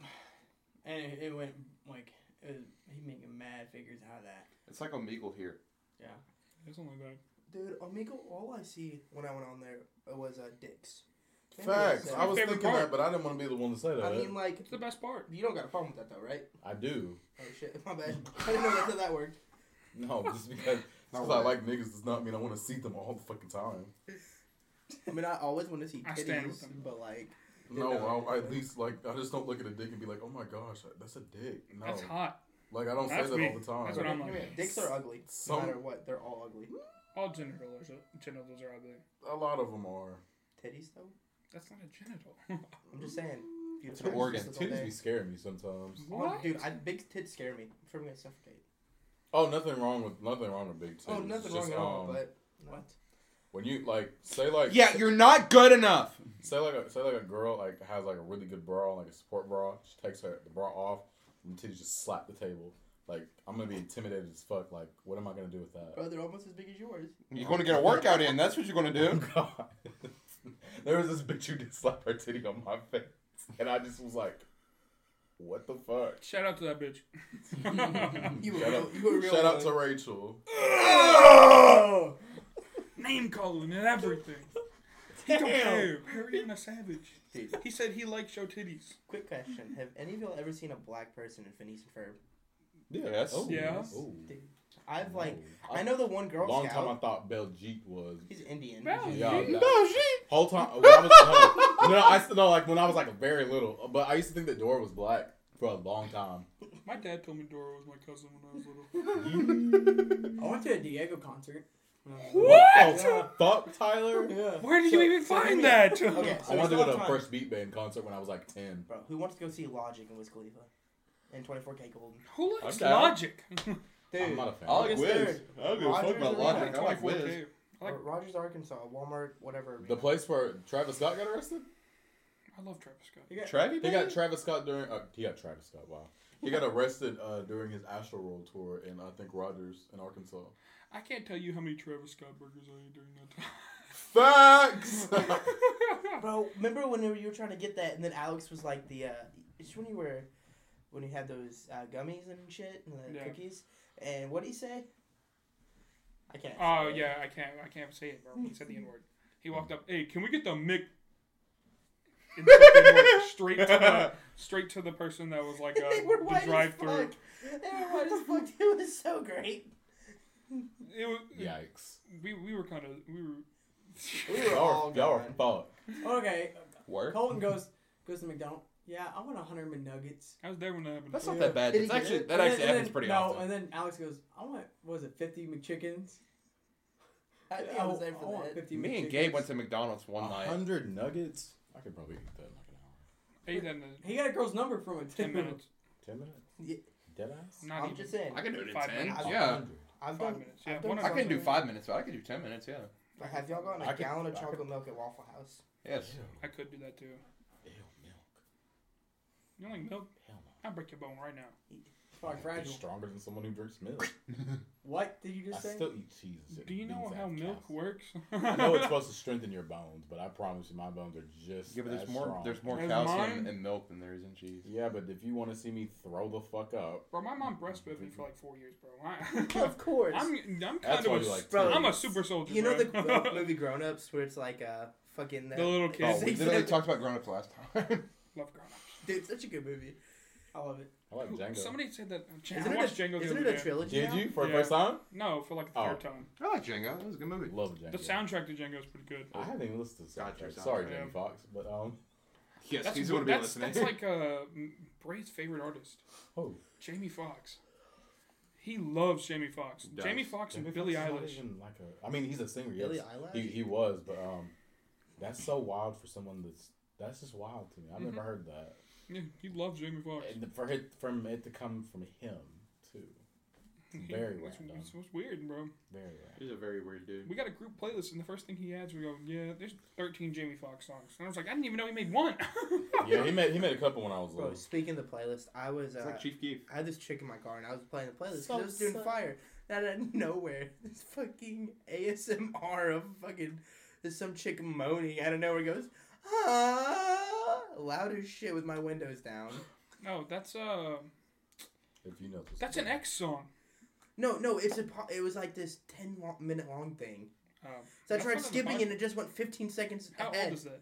[SPEAKER 5] And it, it went like it was, he making mad figures out of that.
[SPEAKER 6] It's like Omegle here.
[SPEAKER 1] It's only bad.
[SPEAKER 3] Dude, Omegle, all I see when I went on there was uh, dicks. Maybe
[SPEAKER 4] Facts.
[SPEAKER 3] it's, uh,
[SPEAKER 4] I was uh,
[SPEAKER 1] Favorite
[SPEAKER 4] thinking
[SPEAKER 1] part.
[SPEAKER 4] that, but I didn't want to be the one to say that.
[SPEAKER 3] I mean, like,
[SPEAKER 1] It's the best part.
[SPEAKER 3] you don't got a problem with that though, right?
[SPEAKER 4] I do.
[SPEAKER 3] Oh shit, my bad. I didn't know that's how that worked.
[SPEAKER 4] No, just because just 'cause I like niggas does not mean I want to see them all the fucking time.
[SPEAKER 3] I mean, I always want to see
[SPEAKER 1] I stand
[SPEAKER 3] titties,
[SPEAKER 1] with them.
[SPEAKER 3] but like,
[SPEAKER 4] No,
[SPEAKER 3] Yeah, no.
[SPEAKER 4] I, I at least like I just don't look at a dick and be like, oh my gosh, that's a dick. No,
[SPEAKER 3] Oh.
[SPEAKER 1] That's hot.
[SPEAKER 4] like I don't
[SPEAKER 1] That's
[SPEAKER 4] say that
[SPEAKER 1] me.
[SPEAKER 4] all the time.
[SPEAKER 1] That's what I'm like.
[SPEAKER 3] dicks are ugly.
[SPEAKER 4] Some-
[SPEAKER 3] no matter what, they're all ugly.
[SPEAKER 1] All genitals are genitals are ugly.
[SPEAKER 4] A lot of them are.
[SPEAKER 3] Titties though?
[SPEAKER 1] That's not a genital.
[SPEAKER 3] I'm just saying. if you
[SPEAKER 4] It's
[SPEAKER 3] put
[SPEAKER 4] an
[SPEAKER 3] them
[SPEAKER 4] organ.
[SPEAKER 3] just all
[SPEAKER 4] Titties
[SPEAKER 3] day-
[SPEAKER 4] be scaring me sometimes.
[SPEAKER 3] Oh,
[SPEAKER 1] what?
[SPEAKER 3] dude, I, big tits scare me. I'm afraid I'm gonna suffocate.
[SPEAKER 4] Oh, nothing wrong with nothing wrong with big titties.
[SPEAKER 3] Oh, nothing
[SPEAKER 4] Just,
[SPEAKER 3] wrong at all,
[SPEAKER 4] um,
[SPEAKER 3] but what?
[SPEAKER 4] when you like say like
[SPEAKER 6] Yeah, you're not good enough.
[SPEAKER 4] say like a, say like a girl like has like a really good bra like a support bra, she takes her the bra off, and the titties just slap the table. Like I'm gonna be intimidated as fuck. Like what am I gonna do with that?
[SPEAKER 3] Bro, they're almost as big as yours.
[SPEAKER 6] You're going to get a workout in. That's what you're going to do.
[SPEAKER 4] God. there was this bitch who did slap her titty on my face, and I just was like, "What the fuck?"
[SPEAKER 1] Shout out to that bitch.
[SPEAKER 3] You were
[SPEAKER 4] shout
[SPEAKER 3] real-
[SPEAKER 4] out,
[SPEAKER 3] you were real
[SPEAKER 4] shout out to
[SPEAKER 3] one.
[SPEAKER 4] Rachel.
[SPEAKER 1] Name calling and everything. He don't care. Perry ain't a savage.
[SPEAKER 3] Dude.
[SPEAKER 1] He said he likes your titties.
[SPEAKER 3] Quick question: Have any of y'all ever seen a black person in Phineas and Ferb?
[SPEAKER 6] Yes.
[SPEAKER 4] Oh,
[SPEAKER 1] Yeah.
[SPEAKER 4] oh.
[SPEAKER 3] I've like,
[SPEAKER 4] I-
[SPEAKER 3] I know the one Girl
[SPEAKER 4] Long
[SPEAKER 3] Scout.
[SPEAKER 4] time I thought Belgique was.
[SPEAKER 3] He's Indian.
[SPEAKER 1] Bro,
[SPEAKER 3] He's-
[SPEAKER 4] Yeah,
[SPEAKER 1] you-
[SPEAKER 4] that- Whole time when I was no, no, I s- no, like when I was like very little, but I used to think that Dora was black for a long time.
[SPEAKER 1] My dad told me Dora was my cousin when I was little.
[SPEAKER 5] I went to a Diego concert.
[SPEAKER 4] What? the fuck, Tyler?
[SPEAKER 5] Yeah.
[SPEAKER 1] Where did
[SPEAKER 3] Oh, So-
[SPEAKER 1] you even
[SPEAKER 3] so let
[SPEAKER 1] find
[SPEAKER 3] me-
[SPEAKER 1] that?
[SPEAKER 3] Okay, so
[SPEAKER 4] I wanted to go
[SPEAKER 3] it's all
[SPEAKER 4] to a
[SPEAKER 3] time.
[SPEAKER 4] first beat band concert when I was like ten.
[SPEAKER 3] Bro, who wants to go see Logic and Wiz Khalifa and 24K Golden?
[SPEAKER 1] Who likes
[SPEAKER 6] Okay.
[SPEAKER 1] logic?
[SPEAKER 3] Dude,
[SPEAKER 4] I'm not a fan.
[SPEAKER 6] I like
[SPEAKER 3] August
[SPEAKER 6] Wiz.
[SPEAKER 3] third.
[SPEAKER 6] I don't give a fuck
[SPEAKER 3] Rogers
[SPEAKER 6] about
[SPEAKER 3] Arena.
[SPEAKER 6] logic. I like
[SPEAKER 1] 24K.
[SPEAKER 6] Wiz.
[SPEAKER 1] I like-
[SPEAKER 3] Or Rogers, Arkansas, Walmart, whatever.
[SPEAKER 4] The
[SPEAKER 3] arena.
[SPEAKER 4] place where Travis Scott got arrested.
[SPEAKER 1] I love Travis Scott.
[SPEAKER 6] Travis?
[SPEAKER 4] He got Travis Scott during. Uh, he got Travis Scott. Wow. He got arrested uh, during his Astro World tour in I think Rogers in Arkansas.
[SPEAKER 1] I can't tell you how many Travis Scott burgers I ate during that
[SPEAKER 4] Facts.
[SPEAKER 1] time.
[SPEAKER 3] Bro, remember when you were trying to get that, and then Alex was like the, uh, it's when you were, when you had those uh, gummies and shit and the
[SPEAKER 1] Yeah.
[SPEAKER 3] cookies, and what did he say? I can't.
[SPEAKER 1] oh yeah, I can't. I can't say it, bro. He said the N word. He walked up. Hey, can we get the Mick? And said the N-word straight to the straight to the person that was like uh,
[SPEAKER 3] they were
[SPEAKER 1] the
[SPEAKER 3] white
[SPEAKER 1] drive
[SPEAKER 3] as
[SPEAKER 1] through.
[SPEAKER 3] fuck. They were white as fuck. It was so great.
[SPEAKER 1] It was.
[SPEAKER 4] Yikes.
[SPEAKER 1] We we were kind of we were.
[SPEAKER 3] We were all
[SPEAKER 4] Y'all are, y'all are
[SPEAKER 3] gone.
[SPEAKER 4] fucked.
[SPEAKER 5] Okay.
[SPEAKER 6] Work?
[SPEAKER 5] Colton goes goes to McDonald's. Yeah, I want a hundred McNuggets.
[SPEAKER 1] I was there when that happened.
[SPEAKER 6] That's not
[SPEAKER 5] Yeah.
[SPEAKER 6] that bad.
[SPEAKER 3] Did
[SPEAKER 6] It's
[SPEAKER 3] he get
[SPEAKER 6] actually,
[SPEAKER 3] it?
[SPEAKER 6] that
[SPEAKER 5] And then-
[SPEAKER 6] actually
[SPEAKER 5] and
[SPEAKER 6] happens
[SPEAKER 5] then-
[SPEAKER 6] pretty
[SPEAKER 5] no,
[SPEAKER 6] often.
[SPEAKER 5] and then Alex goes, I want what was it, fifty McChickens?
[SPEAKER 3] I think I was there
[SPEAKER 5] I
[SPEAKER 3] for
[SPEAKER 5] want
[SPEAKER 3] that.
[SPEAKER 5] 50
[SPEAKER 6] Me and
[SPEAKER 5] McChickens."
[SPEAKER 6] Gabe went to McDonald's one night.
[SPEAKER 4] hundred nuggets. I could probably eat that in like an hour.
[SPEAKER 1] I ate that in
[SPEAKER 5] He got a girl's number from a
[SPEAKER 1] ten minutes.
[SPEAKER 4] Ten minutes.
[SPEAKER 3] Yeah.
[SPEAKER 4] Deadass?
[SPEAKER 1] Not
[SPEAKER 3] I'm
[SPEAKER 1] even.
[SPEAKER 3] just saying.
[SPEAKER 2] I can do it in
[SPEAKER 1] Five
[SPEAKER 2] ten.
[SPEAKER 1] minutes.
[SPEAKER 2] Yeah,
[SPEAKER 1] Five
[SPEAKER 3] I've done,
[SPEAKER 1] minutes.
[SPEAKER 3] I've
[SPEAKER 1] Yeah,
[SPEAKER 3] done
[SPEAKER 1] one of
[SPEAKER 2] I
[SPEAKER 1] those
[SPEAKER 2] can do
[SPEAKER 1] are-
[SPEAKER 2] five minutes, but I can do ten minutes. Yeah.
[SPEAKER 3] Like, have y'all gotten a
[SPEAKER 4] I could-
[SPEAKER 3] gallon of
[SPEAKER 4] I could-
[SPEAKER 3] chocolate milk at Waffle House?
[SPEAKER 2] Yes.
[SPEAKER 1] I could do that too.
[SPEAKER 4] Ew, milk.
[SPEAKER 1] You don't like milk?
[SPEAKER 4] Hell no.
[SPEAKER 1] I'll break your bone right now.
[SPEAKER 5] Fuck,
[SPEAKER 4] You're
[SPEAKER 5] fragile.
[SPEAKER 4] stronger than someone who drinks milk.
[SPEAKER 5] What did you
[SPEAKER 4] I
[SPEAKER 5] just say?
[SPEAKER 4] still eat cheese. and shit
[SPEAKER 1] Do you
[SPEAKER 4] and
[SPEAKER 1] know
[SPEAKER 4] things
[SPEAKER 1] how
[SPEAKER 4] that have
[SPEAKER 1] milk
[SPEAKER 4] calcium.
[SPEAKER 1] works?
[SPEAKER 4] I know it's supposed to strengthen your bones, but I promise you, my bones are just.
[SPEAKER 2] Yeah, but there's
[SPEAKER 4] as
[SPEAKER 2] more.
[SPEAKER 4] strong.
[SPEAKER 2] There's more
[SPEAKER 1] As
[SPEAKER 2] calcium
[SPEAKER 1] mine-
[SPEAKER 2] in milk than there is in cheese.
[SPEAKER 4] Yeah, but if you want to see me throw the fuck up,
[SPEAKER 1] Bro, my mom breastfed me for like four years, bro. I,
[SPEAKER 3] of course.
[SPEAKER 1] I'm I'm kind
[SPEAKER 4] That's why
[SPEAKER 1] of a
[SPEAKER 4] you
[SPEAKER 1] like
[SPEAKER 4] like
[SPEAKER 3] bro,
[SPEAKER 1] I'm a super soldier.
[SPEAKER 3] you know the
[SPEAKER 1] bro.
[SPEAKER 3] gro- movie Grown Ups where it's like uh fucking
[SPEAKER 1] the little
[SPEAKER 2] Oh,
[SPEAKER 1] kids
[SPEAKER 2] we literally talked about grown ups last time.
[SPEAKER 1] love grown
[SPEAKER 3] Dude, such a good movie.
[SPEAKER 5] I love it.
[SPEAKER 4] I like Django.
[SPEAKER 1] up. Somebody said that. uh,
[SPEAKER 3] Isn't
[SPEAKER 1] I
[SPEAKER 3] it
[SPEAKER 1] watched
[SPEAKER 3] a,
[SPEAKER 1] Django the
[SPEAKER 3] isn't
[SPEAKER 1] other
[SPEAKER 3] it a
[SPEAKER 1] day.
[SPEAKER 3] trilogy?
[SPEAKER 4] Did
[SPEAKER 3] now?
[SPEAKER 4] you
[SPEAKER 1] Yeah.
[SPEAKER 4] for the first time?
[SPEAKER 1] No, for like the
[SPEAKER 4] Oh.
[SPEAKER 1] third time.
[SPEAKER 2] I like Django. That was a good movie.
[SPEAKER 4] Love Django.
[SPEAKER 1] The soundtrack to Django is pretty good.
[SPEAKER 4] I haven't even listened to the
[SPEAKER 2] Got your
[SPEAKER 4] soundtrack. Sorry,
[SPEAKER 1] soundtrack.
[SPEAKER 4] Jamie Foxx, but um,
[SPEAKER 2] Yes,
[SPEAKER 1] That's
[SPEAKER 2] he's
[SPEAKER 1] what-
[SPEAKER 2] going to be
[SPEAKER 1] that's,
[SPEAKER 2] listening.
[SPEAKER 1] that's like uh, m- Bray's favorite artist,
[SPEAKER 4] oh,
[SPEAKER 1] Jamie Foxx. He loves Jamie Foxx.
[SPEAKER 2] He does.
[SPEAKER 1] Jamie Foxx and
[SPEAKER 4] Jamie
[SPEAKER 1] Billie
[SPEAKER 4] Foxx is not
[SPEAKER 1] Eilish.
[SPEAKER 4] even Like a, I mean, he's a singer. Yes.
[SPEAKER 3] Billie Eilish?
[SPEAKER 4] He, he was, but um, that's so wild for someone that's that's just wild to me. I've
[SPEAKER 1] Mhm.
[SPEAKER 4] never heard that.
[SPEAKER 1] Yeah, he loves Jamie Foxx.
[SPEAKER 4] And for it from it to come from him too, it's very
[SPEAKER 1] It's-
[SPEAKER 4] random.
[SPEAKER 1] it's- it's weird, bro.
[SPEAKER 4] Very random.
[SPEAKER 12] He's a very weird dude.
[SPEAKER 1] We got a group playlist, and the first thing he adds, we go, "Yeah, there's 13 Jamie Foxx songs," and I was like, "I didn't even know he made one."
[SPEAKER 4] yeah, he made he made a couple when I was
[SPEAKER 3] Bro,
[SPEAKER 4] little.
[SPEAKER 3] speaking of the playlist, I was
[SPEAKER 12] It's
[SPEAKER 3] uh,
[SPEAKER 12] like Chief Keef.
[SPEAKER 3] I had this chick in my car and I was playing the playlist because
[SPEAKER 4] So-
[SPEAKER 3] I was doing
[SPEAKER 4] so-
[SPEAKER 3] fire. And out of nowhere, this fucking ASMR of fucking there's some chick moaning out of nowhere goes, ah, loud as shit with my windows down.
[SPEAKER 1] no, that's uh,
[SPEAKER 4] If you know this
[SPEAKER 1] that's an
[SPEAKER 4] story.
[SPEAKER 1] X song.
[SPEAKER 3] No, no, it's a po- it was like this ten lo- minute long thing.
[SPEAKER 1] Um,
[SPEAKER 3] So I
[SPEAKER 1] That's
[SPEAKER 3] tried
[SPEAKER 1] not a
[SPEAKER 3] skipping
[SPEAKER 1] pod-
[SPEAKER 3] and it just went 15 seconds
[SPEAKER 1] how
[SPEAKER 3] ahead.
[SPEAKER 1] old is that?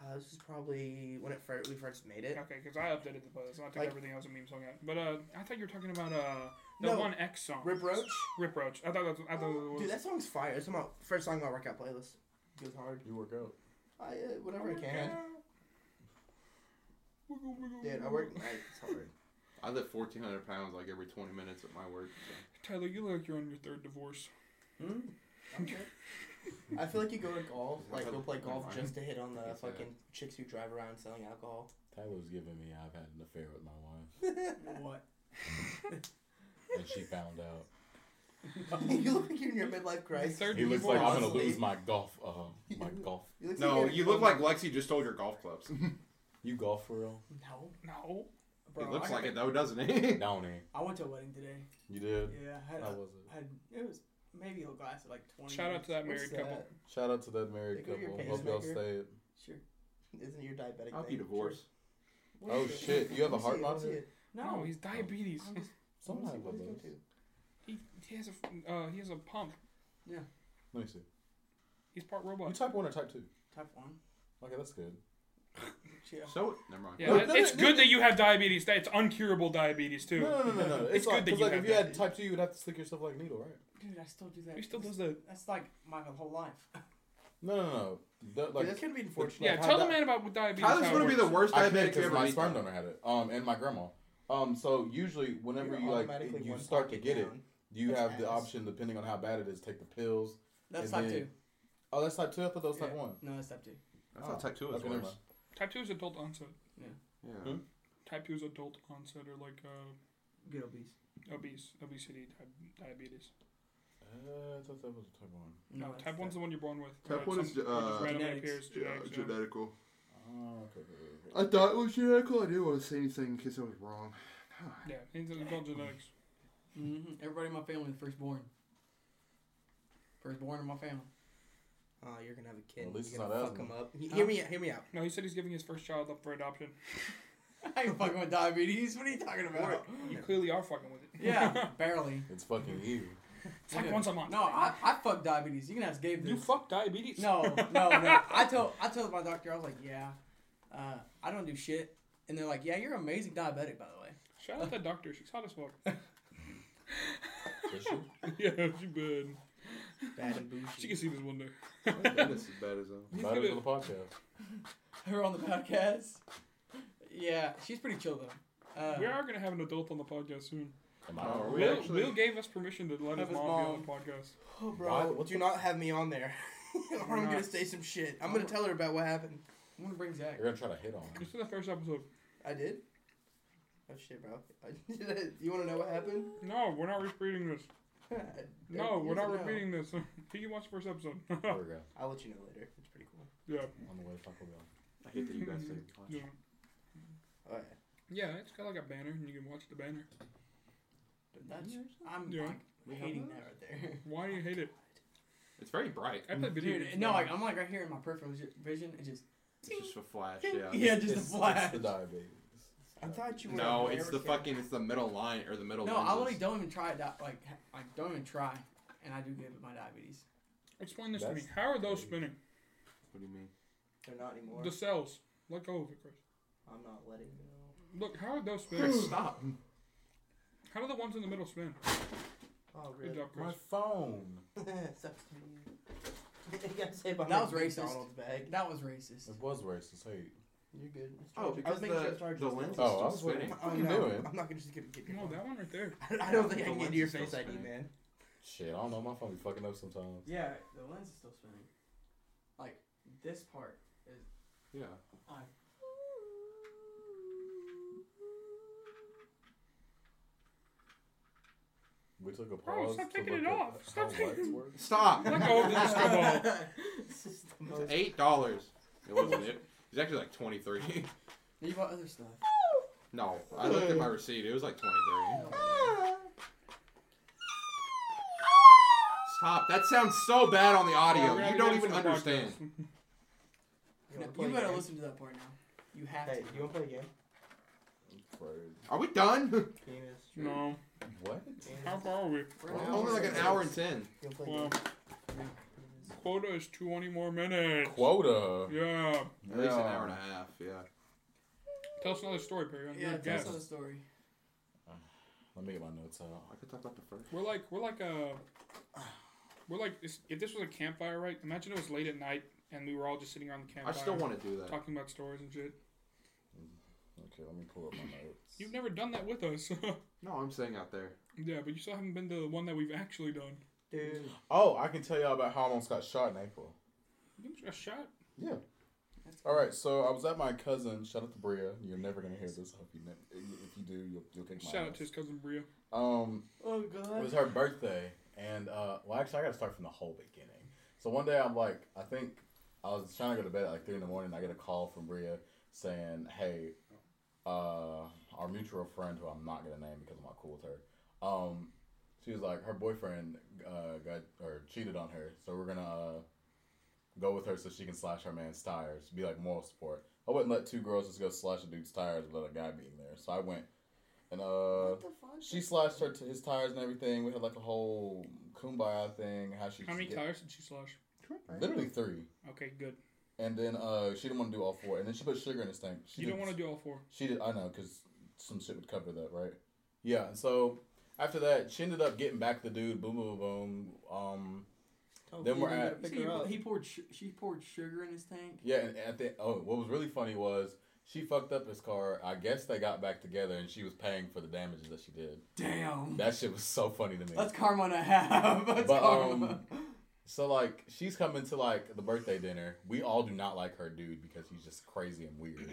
[SPEAKER 3] Uh, this is probably when it first, we first made it.
[SPEAKER 1] Okay, because I updated the playlist. I took
[SPEAKER 3] Like-
[SPEAKER 1] everything else and meme song out. But uh, I thought you were talking about uh, the
[SPEAKER 3] No.
[SPEAKER 1] one X song, Rip,
[SPEAKER 3] Rip Roach,
[SPEAKER 1] Roach. I thought that's I thought it was.
[SPEAKER 3] dude, that song's fire. It's my first song on my workout playlist. It goes hard.
[SPEAKER 4] You work out.
[SPEAKER 3] I uh, whatever I can.
[SPEAKER 1] Oh Wiggle, wiggle,
[SPEAKER 3] Dude, I
[SPEAKER 1] wiggle.
[SPEAKER 3] work. I, it's hard.
[SPEAKER 12] I lift 1,400 pounds like every 20 minutes at my work.
[SPEAKER 1] Tyler, you look like you're on your third divorce.
[SPEAKER 5] Hmm?
[SPEAKER 3] Okay. I feel like you go to golf, like go play golf
[SPEAKER 12] Never mind.
[SPEAKER 3] just to hit on the
[SPEAKER 12] Yes, yeah.
[SPEAKER 3] fucking chicks who drive around selling alcohol.
[SPEAKER 4] Tyler's giving me I've had an affair with my wife,
[SPEAKER 5] What?
[SPEAKER 4] and she found out.
[SPEAKER 3] you look like you're in your midlife crisis.
[SPEAKER 1] Third
[SPEAKER 4] He looks like I'm gonna
[SPEAKER 3] Honestly.
[SPEAKER 4] lose my golf. Uh, my golf.
[SPEAKER 3] You look
[SPEAKER 2] no,
[SPEAKER 3] you're-
[SPEAKER 2] you look like Lexi just stole your golf clubs.
[SPEAKER 4] You golf for real?
[SPEAKER 5] No.
[SPEAKER 1] No.
[SPEAKER 5] Bro,
[SPEAKER 2] it looks
[SPEAKER 5] I
[SPEAKER 2] like
[SPEAKER 5] got-
[SPEAKER 2] it though, doesn't it?
[SPEAKER 4] Down ain't.
[SPEAKER 5] I went to a wedding today.
[SPEAKER 4] You did.
[SPEAKER 5] Yeah, I had,
[SPEAKER 4] How
[SPEAKER 5] a,
[SPEAKER 4] was it?
[SPEAKER 5] I had it was maybe a glass of like twenty.
[SPEAKER 1] Shout out to that
[SPEAKER 3] What's
[SPEAKER 1] married couple.
[SPEAKER 3] that?
[SPEAKER 4] Shout out to that married
[SPEAKER 3] They go to your
[SPEAKER 4] couple.
[SPEAKER 3] pants
[SPEAKER 4] Hope y'all
[SPEAKER 3] maker.
[SPEAKER 4] stay.
[SPEAKER 5] Sure.
[SPEAKER 3] Isn't your diabetic?
[SPEAKER 12] I'll
[SPEAKER 3] thing?
[SPEAKER 12] be divorced.
[SPEAKER 3] What
[SPEAKER 4] Oh,
[SPEAKER 3] is it?
[SPEAKER 4] shit, you have a
[SPEAKER 3] Let me
[SPEAKER 4] heart
[SPEAKER 3] see it, let me
[SPEAKER 4] monitor?
[SPEAKER 3] see it.
[SPEAKER 5] No,
[SPEAKER 1] No, he's diabetes.
[SPEAKER 5] I was-
[SPEAKER 4] Someone
[SPEAKER 3] Let me
[SPEAKER 4] have
[SPEAKER 3] see
[SPEAKER 4] one
[SPEAKER 3] what he's got
[SPEAKER 4] of those.
[SPEAKER 3] to.
[SPEAKER 1] He, he has a uh, he has a pump.
[SPEAKER 4] Let me see.
[SPEAKER 1] He's part
[SPEAKER 4] You
[SPEAKER 1] robot.
[SPEAKER 4] type one or type two?
[SPEAKER 5] type one.
[SPEAKER 4] Okay, that's good.
[SPEAKER 5] Chill.
[SPEAKER 12] So, never mind.
[SPEAKER 1] Yeah,
[SPEAKER 4] No,
[SPEAKER 1] that-
[SPEAKER 4] no,
[SPEAKER 1] it's
[SPEAKER 4] no,
[SPEAKER 1] good
[SPEAKER 4] no.
[SPEAKER 1] that you have diabetes. That it's uncurable diabetes too.
[SPEAKER 4] No, no, no, no, no. It's,
[SPEAKER 1] It's good
[SPEAKER 4] like,
[SPEAKER 1] that
[SPEAKER 4] 'cause,
[SPEAKER 1] you
[SPEAKER 4] like
[SPEAKER 1] have
[SPEAKER 4] if you had
[SPEAKER 1] that.
[SPEAKER 4] type two, you would have to stick yourself like a needle, right?
[SPEAKER 5] Dude, I still do that.
[SPEAKER 1] He still does that.
[SPEAKER 5] That's like my whole life.
[SPEAKER 4] No, no, no. That,
[SPEAKER 3] Dude,
[SPEAKER 4] like,
[SPEAKER 3] that's gonna be unfortunate.
[SPEAKER 1] Yeah,
[SPEAKER 4] how
[SPEAKER 1] tell the
[SPEAKER 4] that-
[SPEAKER 1] man about what diabetes.
[SPEAKER 2] Tyler's
[SPEAKER 1] how it
[SPEAKER 2] going to be the
[SPEAKER 1] works.
[SPEAKER 2] worst
[SPEAKER 4] I can't
[SPEAKER 2] diabetic
[SPEAKER 4] because
[SPEAKER 2] ever.
[SPEAKER 4] my
[SPEAKER 2] meet,
[SPEAKER 4] sperm
[SPEAKER 2] though.
[SPEAKER 4] donor had it, um, and my grandma. Um, so usually whenever
[SPEAKER 3] You're
[SPEAKER 4] you like
[SPEAKER 3] automatically
[SPEAKER 4] you
[SPEAKER 3] one
[SPEAKER 4] start to
[SPEAKER 3] pocket
[SPEAKER 4] get it,
[SPEAKER 3] down.
[SPEAKER 4] you
[SPEAKER 3] That's
[SPEAKER 4] have the
[SPEAKER 3] ass.
[SPEAKER 4] option depending on how bad it is, take the pills.
[SPEAKER 5] That's
[SPEAKER 4] And
[SPEAKER 5] type
[SPEAKER 4] then-
[SPEAKER 5] two.
[SPEAKER 4] Oh, that's type two. I thought that was type
[SPEAKER 5] Yeah.
[SPEAKER 4] one.
[SPEAKER 5] No, that's type two.
[SPEAKER 2] I thought type two was
[SPEAKER 4] Okay, never
[SPEAKER 2] worse.
[SPEAKER 4] mind.
[SPEAKER 1] Type two is adult onset.
[SPEAKER 12] Yeah.
[SPEAKER 1] Type two is adult onset or like uh,
[SPEAKER 5] Get obese.
[SPEAKER 1] obese obesity di- diabetes.
[SPEAKER 4] Uh, I thought that was type one.
[SPEAKER 1] No,
[SPEAKER 5] that's
[SPEAKER 1] Oh, type one's the one you're born with.
[SPEAKER 13] Type
[SPEAKER 1] Uh,
[SPEAKER 13] one
[SPEAKER 1] some-
[SPEAKER 13] is,
[SPEAKER 1] it just
[SPEAKER 13] uh,
[SPEAKER 1] randomly
[SPEAKER 5] Genetics.
[SPEAKER 1] appears, genetics, yeah.
[SPEAKER 13] genetical.
[SPEAKER 4] Oh, okay. okay, okay, okay.
[SPEAKER 13] I thought it was genetical. I didn't want to say anything in case I was wrong.
[SPEAKER 1] Yeah, he's an adult
[SPEAKER 5] Hmm.
[SPEAKER 1] genetics.
[SPEAKER 5] Mhm. Everybody in my family, the firstborn. Firstborn in my family.
[SPEAKER 3] Oh, you're gonna have a kid.
[SPEAKER 4] Well, at least
[SPEAKER 3] you're
[SPEAKER 4] it's
[SPEAKER 3] gonna
[SPEAKER 4] not
[SPEAKER 3] fuck
[SPEAKER 4] asthma.
[SPEAKER 3] him up. You- Hear me. Hear me out.
[SPEAKER 1] No, he said he's giving his first child up for adoption.
[SPEAKER 5] I ain't fucking with diabetes. What are you talking about?
[SPEAKER 1] You clearly are fucking with it.
[SPEAKER 5] yeah, barely.
[SPEAKER 4] It's fucking you.
[SPEAKER 1] It's like
[SPEAKER 5] Yeah.
[SPEAKER 1] once a month.
[SPEAKER 5] No, I, I fuck diabetes. You can ask Gabe this.
[SPEAKER 1] you fuck diabetes.
[SPEAKER 5] No, no, no. I told I told my doctor I was like, yeah, uh, I don't do shit, and they're like, yeah, you're amazing diabetic by the way.
[SPEAKER 1] Shout out that doctor. She's hot as fuck.
[SPEAKER 4] Is she?
[SPEAKER 1] yeah, she bad.
[SPEAKER 3] Bad and bougie.
[SPEAKER 1] She can see this one day.
[SPEAKER 12] That's as bad as hell.
[SPEAKER 1] He's
[SPEAKER 4] Invite her to
[SPEAKER 1] gonna-
[SPEAKER 4] the podcast.
[SPEAKER 5] Her on the podcast. Yeah, she's pretty chill though. Uh,
[SPEAKER 1] We are gonna have an adult on the podcast soon.
[SPEAKER 4] Am
[SPEAKER 12] Oh,
[SPEAKER 4] I?
[SPEAKER 12] are we
[SPEAKER 1] Will,
[SPEAKER 12] actually-
[SPEAKER 1] Will gave us permission to let
[SPEAKER 5] Have
[SPEAKER 1] his
[SPEAKER 5] his
[SPEAKER 1] mom, be on the podcast.
[SPEAKER 3] Oh, bro,
[SPEAKER 4] Why? What's
[SPEAKER 3] do not have me on there, or I'm
[SPEAKER 1] Why
[SPEAKER 3] gonna
[SPEAKER 1] not?
[SPEAKER 3] say some shit. I'm gonna tell her about what happened.
[SPEAKER 5] I'm gonna bring Zach.
[SPEAKER 4] You're gonna try to hit on her.
[SPEAKER 1] This is the first episode.
[SPEAKER 3] I did. Oh shit, bro. you want to know what happened?
[SPEAKER 1] No, we're not repeating this. No,
[SPEAKER 3] You
[SPEAKER 1] we're not
[SPEAKER 3] should know.
[SPEAKER 1] repeating this. Can you watch the first episode?
[SPEAKER 11] There we go.
[SPEAKER 3] I'll let you know later. It's pretty cool.
[SPEAKER 1] yeah.
[SPEAKER 11] On the way to Taco Bell.
[SPEAKER 2] I hate that you guys say
[SPEAKER 1] yeah.
[SPEAKER 2] watch.
[SPEAKER 3] Oh yeah.
[SPEAKER 1] Yeah, it's got like a banner, and you can watch the banner.
[SPEAKER 5] That's, I'm
[SPEAKER 1] Yeah.
[SPEAKER 5] like,
[SPEAKER 2] We have
[SPEAKER 5] hating
[SPEAKER 2] those?
[SPEAKER 5] that right there.
[SPEAKER 1] Why do you hate it?
[SPEAKER 2] It's very bright.
[SPEAKER 1] I play video
[SPEAKER 5] Dude,
[SPEAKER 1] games.
[SPEAKER 5] no,
[SPEAKER 1] man.
[SPEAKER 5] like, I'm like right here in my peripheral vis- vision. It just
[SPEAKER 2] It's just a flash.
[SPEAKER 5] yeah,
[SPEAKER 2] Yeah.
[SPEAKER 5] just
[SPEAKER 11] It's-
[SPEAKER 5] a flash.
[SPEAKER 11] It's the diabetes.
[SPEAKER 3] I thought you were.
[SPEAKER 2] No,
[SPEAKER 3] a
[SPEAKER 2] it's the
[SPEAKER 3] American.
[SPEAKER 2] fucking. It's the middle line or the middle.
[SPEAKER 5] No, I
[SPEAKER 2] lenses.
[SPEAKER 5] literally don't even try it. di- Like, ha- I don't even try, and I do give it my diabetes.
[SPEAKER 1] Explain this to me.
[SPEAKER 11] That's-
[SPEAKER 1] How are those spinning?
[SPEAKER 2] What do you mean?
[SPEAKER 3] They're not anymore.
[SPEAKER 1] The cells. Let go of it, Chris.
[SPEAKER 3] I'm not letting you know.
[SPEAKER 1] Look, how are those spinning?
[SPEAKER 2] Chris, stop.
[SPEAKER 1] How do the ones in the middle spin?
[SPEAKER 3] Oh
[SPEAKER 1] Good
[SPEAKER 3] really?
[SPEAKER 1] job,
[SPEAKER 4] My
[SPEAKER 1] Chris.
[SPEAKER 4] phone.
[SPEAKER 3] Sucks to be you. you gotta say behind
[SPEAKER 5] That was racist.
[SPEAKER 3] McDonald's bag.
[SPEAKER 5] That was racist.
[SPEAKER 4] It was racist. Hey.
[SPEAKER 3] You're good. It's
[SPEAKER 2] Oh,
[SPEAKER 3] charged.
[SPEAKER 2] because
[SPEAKER 3] I was making sure
[SPEAKER 2] the,
[SPEAKER 3] it's charged.
[SPEAKER 2] the lens is
[SPEAKER 4] Oh, I
[SPEAKER 2] still
[SPEAKER 4] was
[SPEAKER 2] spinning.
[SPEAKER 4] What
[SPEAKER 3] Oh,
[SPEAKER 4] are you
[SPEAKER 3] no,
[SPEAKER 4] doing?
[SPEAKER 3] I'm not gonna just gonna get your.
[SPEAKER 1] No, that one right there.
[SPEAKER 3] I I don't think I
[SPEAKER 2] The
[SPEAKER 3] can get
[SPEAKER 2] lens
[SPEAKER 3] to your
[SPEAKER 2] is still
[SPEAKER 3] face ID,
[SPEAKER 2] spinning.
[SPEAKER 3] man.
[SPEAKER 11] Shit, I don't know. My phone be fucking up sometimes.
[SPEAKER 5] Yeah, the lens is still spinning. Like this part.
[SPEAKER 2] Yeah.
[SPEAKER 11] We took a
[SPEAKER 1] Bro,
[SPEAKER 11] pause.
[SPEAKER 1] stop
[SPEAKER 11] to
[SPEAKER 1] taking
[SPEAKER 11] look
[SPEAKER 1] it
[SPEAKER 11] at
[SPEAKER 1] off. Stop
[SPEAKER 11] how
[SPEAKER 1] taking-
[SPEAKER 11] lights work.
[SPEAKER 2] Stop.
[SPEAKER 1] Let go of the disco ball.
[SPEAKER 3] This is the most-
[SPEAKER 2] Eight dollars. It wasn't it. It's actually like twenty three.
[SPEAKER 5] You bought other stuff.
[SPEAKER 2] no, I looked at my receipt. It was like twenty three. Stop. That sounds so bad on the
[SPEAKER 1] Oh,
[SPEAKER 2] audio.
[SPEAKER 1] we're gonna
[SPEAKER 2] you
[SPEAKER 1] get
[SPEAKER 2] don't
[SPEAKER 1] into
[SPEAKER 2] even
[SPEAKER 1] the podcast.
[SPEAKER 2] understand.
[SPEAKER 3] You
[SPEAKER 5] No,
[SPEAKER 3] wanna play
[SPEAKER 5] you
[SPEAKER 3] a
[SPEAKER 5] better
[SPEAKER 3] game?
[SPEAKER 5] listen to that part now. You have
[SPEAKER 3] Hey,
[SPEAKER 5] to.
[SPEAKER 3] you wanna play a game?
[SPEAKER 4] Crazy.
[SPEAKER 2] Are we done?
[SPEAKER 3] Penis.
[SPEAKER 1] No.
[SPEAKER 11] What?
[SPEAKER 3] Penis.
[SPEAKER 1] How far are we?
[SPEAKER 5] We're
[SPEAKER 2] It's
[SPEAKER 5] an
[SPEAKER 2] only
[SPEAKER 5] hour
[SPEAKER 2] like an
[SPEAKER 5] in.
[SPEAKER 2] hour and ten.
[SPEAKER 3] You wanna play a
[SPEAKER 1] Well,
[SPEAKER 3] game?
[SPEAKER 1] quota is 20 more minutes.
[SPEAKER 4] Quota.
[SPEAKER 1] Yeah.
[SPEAKER 2] At least an hour and a half. Yeah.
[SPEAKER 1] Tell us another story, Perry. I'm
[SPEAKER 5] Yeah,
[SPEAKER 1] your
[SPEAKER 5] tell us
[SPEAKER 1] guest.
[SPEAKER 5] another story.
[SPEAKER 11] Let me get my notes out.
[SPEAKER 2] I could talk about the first.
[SPEAKER 1] We're like we're like a we're like this, if this was a campfire, right? Imagine it was late at night and we were all just sitting around the
[SPEAKER 2] I
[SPEAKER 1] campfire.
[SPEAKER 2] still want to do that.
[SPEAKER 1] talking about stories and shit.
[SPEAKER 11] Okay, let me pull up my notes.
[SPEAKER 1] You've never done that with us.
[SPEAKER 2] No, I'm saying out there.
[SPEAKER 1] yeah, but you still haven't been to the one that we've actually done.
[SPEAKER 3] Dude,
[SPEAKER 4] Oh, I can tell y'all about how I almost got shot in April.
[SPEAKER 1] You think we got shot?
[SPEAKER 4] Yeah. All right, so I was at my cousin. Shout out to Bria. You're never gonna hear this. I hope you ne- if you do, you'll, you'll kick my
[SPEAKER 1] Shout out to
[SPEAKER 4] ass.
[SPEAKER 1] his cousin Bria.
[SPEAKER 4] Um,
[SPEAKER 5] Oh
[SPEAKER 4] it
[SPEAKER 5] god.
[SPEAKER 4] was her birthday, and uh, well, actually, I gotta start from the whole beginning. So one day, I'm like, I think I was trying to go to bed at like three in the morning. I get a call from Bria saying, "Hey, uh, our mutual friend, who I'm not gonna name because I'm not cool with her, um, she was like, her boyfriend uh, got or cheated on her, so we're gonna uh, go with her so she can slash her man's tires, be like moral support. I wouldn't let two girls just go slash a dude's tires without a guy being there, so I went." And uh, she slashed her t- his tires and everything. We had like a whole kumbaya thing. How she
[SPEAKER 1] How many
[SPEAKER 4] get-
[SPEAKER 1] tires did she slash?
[SPEAKER 4] Literally three.
[SPEAKER 1] Okay, good.
[SPEAKER 4] And then uh, she didn't want to do all four. And then she put sugar in his thing. She
[SPEAKER 1] You
[SPEAKER 4] did,
[SPEAKER 1] don't want to do all four.
[SPEAKER 4] She did. I know, cause some shit would cover that, right? Yeah. And so after that, she ended up getting back the dude. Boom, boom, boom. boom. Um.
[SPEAKER 3] hopefully
[SPEAKER 4] we're
[SPEAKER 3] you didn't
[SPEAKER 4] at-
[SPEAKER 3] go pick
[SPEAKER 5] See,
[SPEAKER 3] her up.
[SPEAKER 5] he poured. Sh- she poured sugar in his tank.
[SPEAKER 4] Yeah. And at the oh, what was really funny was she fucked up his car. I guess they got back together, and she was paying for the damages that she did.
[SPEAKER 5] Damn.
[SPEAKER 4] That shit was so funny to me.
[SPEAKER 5] That's karma to have. That's
[SPEAKER 4] But, um,
[SPEAKER 5] karma.
[SPEAKER 4] So like she's coming to like the birthday dinner. We all do not like her dude because he's just crazy and weird.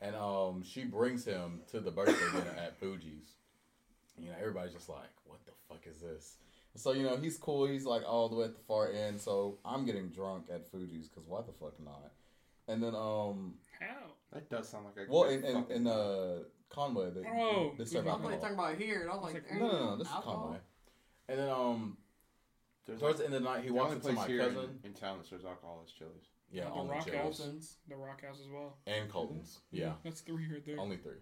[SPEAKER 4] And um she brings him to the birthday dinner at Fuji's. You know, everybody's just like, What the fuck is this? So, you know, he's cool, he's like all the way at the far end, so I'm getting drunk at Fuji's because why the fuck not? And then um
[SPEAKER 1] How?
[SPEAKER 2] That does sound like a
[SPEAKER 4] well in in, in uh Conway they,
[SPEAKER 1] Oh,
[SPEAKER 4] they serve
[SPEAKER 1] mhm.
[SPEAKER 5] I'm like
[SPEAKER 4] alcohol.
[SPEAKER 5] talking about here, and I'm like,
[SPEAKER 1] like,
[SPEAKER 5] there
[SPEAKER 4] No,
[SPEAKER 5] ain't
[SPEAKER 4] no, no, this is
[SPEAKER 5] alcohol?
[SPEAKER 4] Conway. And then um
[SPEAKER 2] There's like-
[SPEAKER 4] towards the end of the night he
[SPEAKER 2] the
[SPEAKER 4] walks
[SPEAKER 2] only
[SPEAKER 4] up to
[SPEAKER 2] place
[SPEAKER 4] my
[SPEAKER 2] here in-
[SPEAKER 4] cousin.
[SPEAKER 2] in town that serves alcohol is Chili's.
[SPEAKER 4] Yeah,
[SPEAKER 1] The
[SPEAKER 4] on the
[SPEAKER 1] Rock
[SPEAKER 4] Joes.
[SPEAKER 5] Colton's.
[SPEAKER 1] The Rock House as well.
[SPEAKER 4] And Colton's. Yeah.
[SPEAKER 1] That's three right there.
[SPEAKER 4] Only three.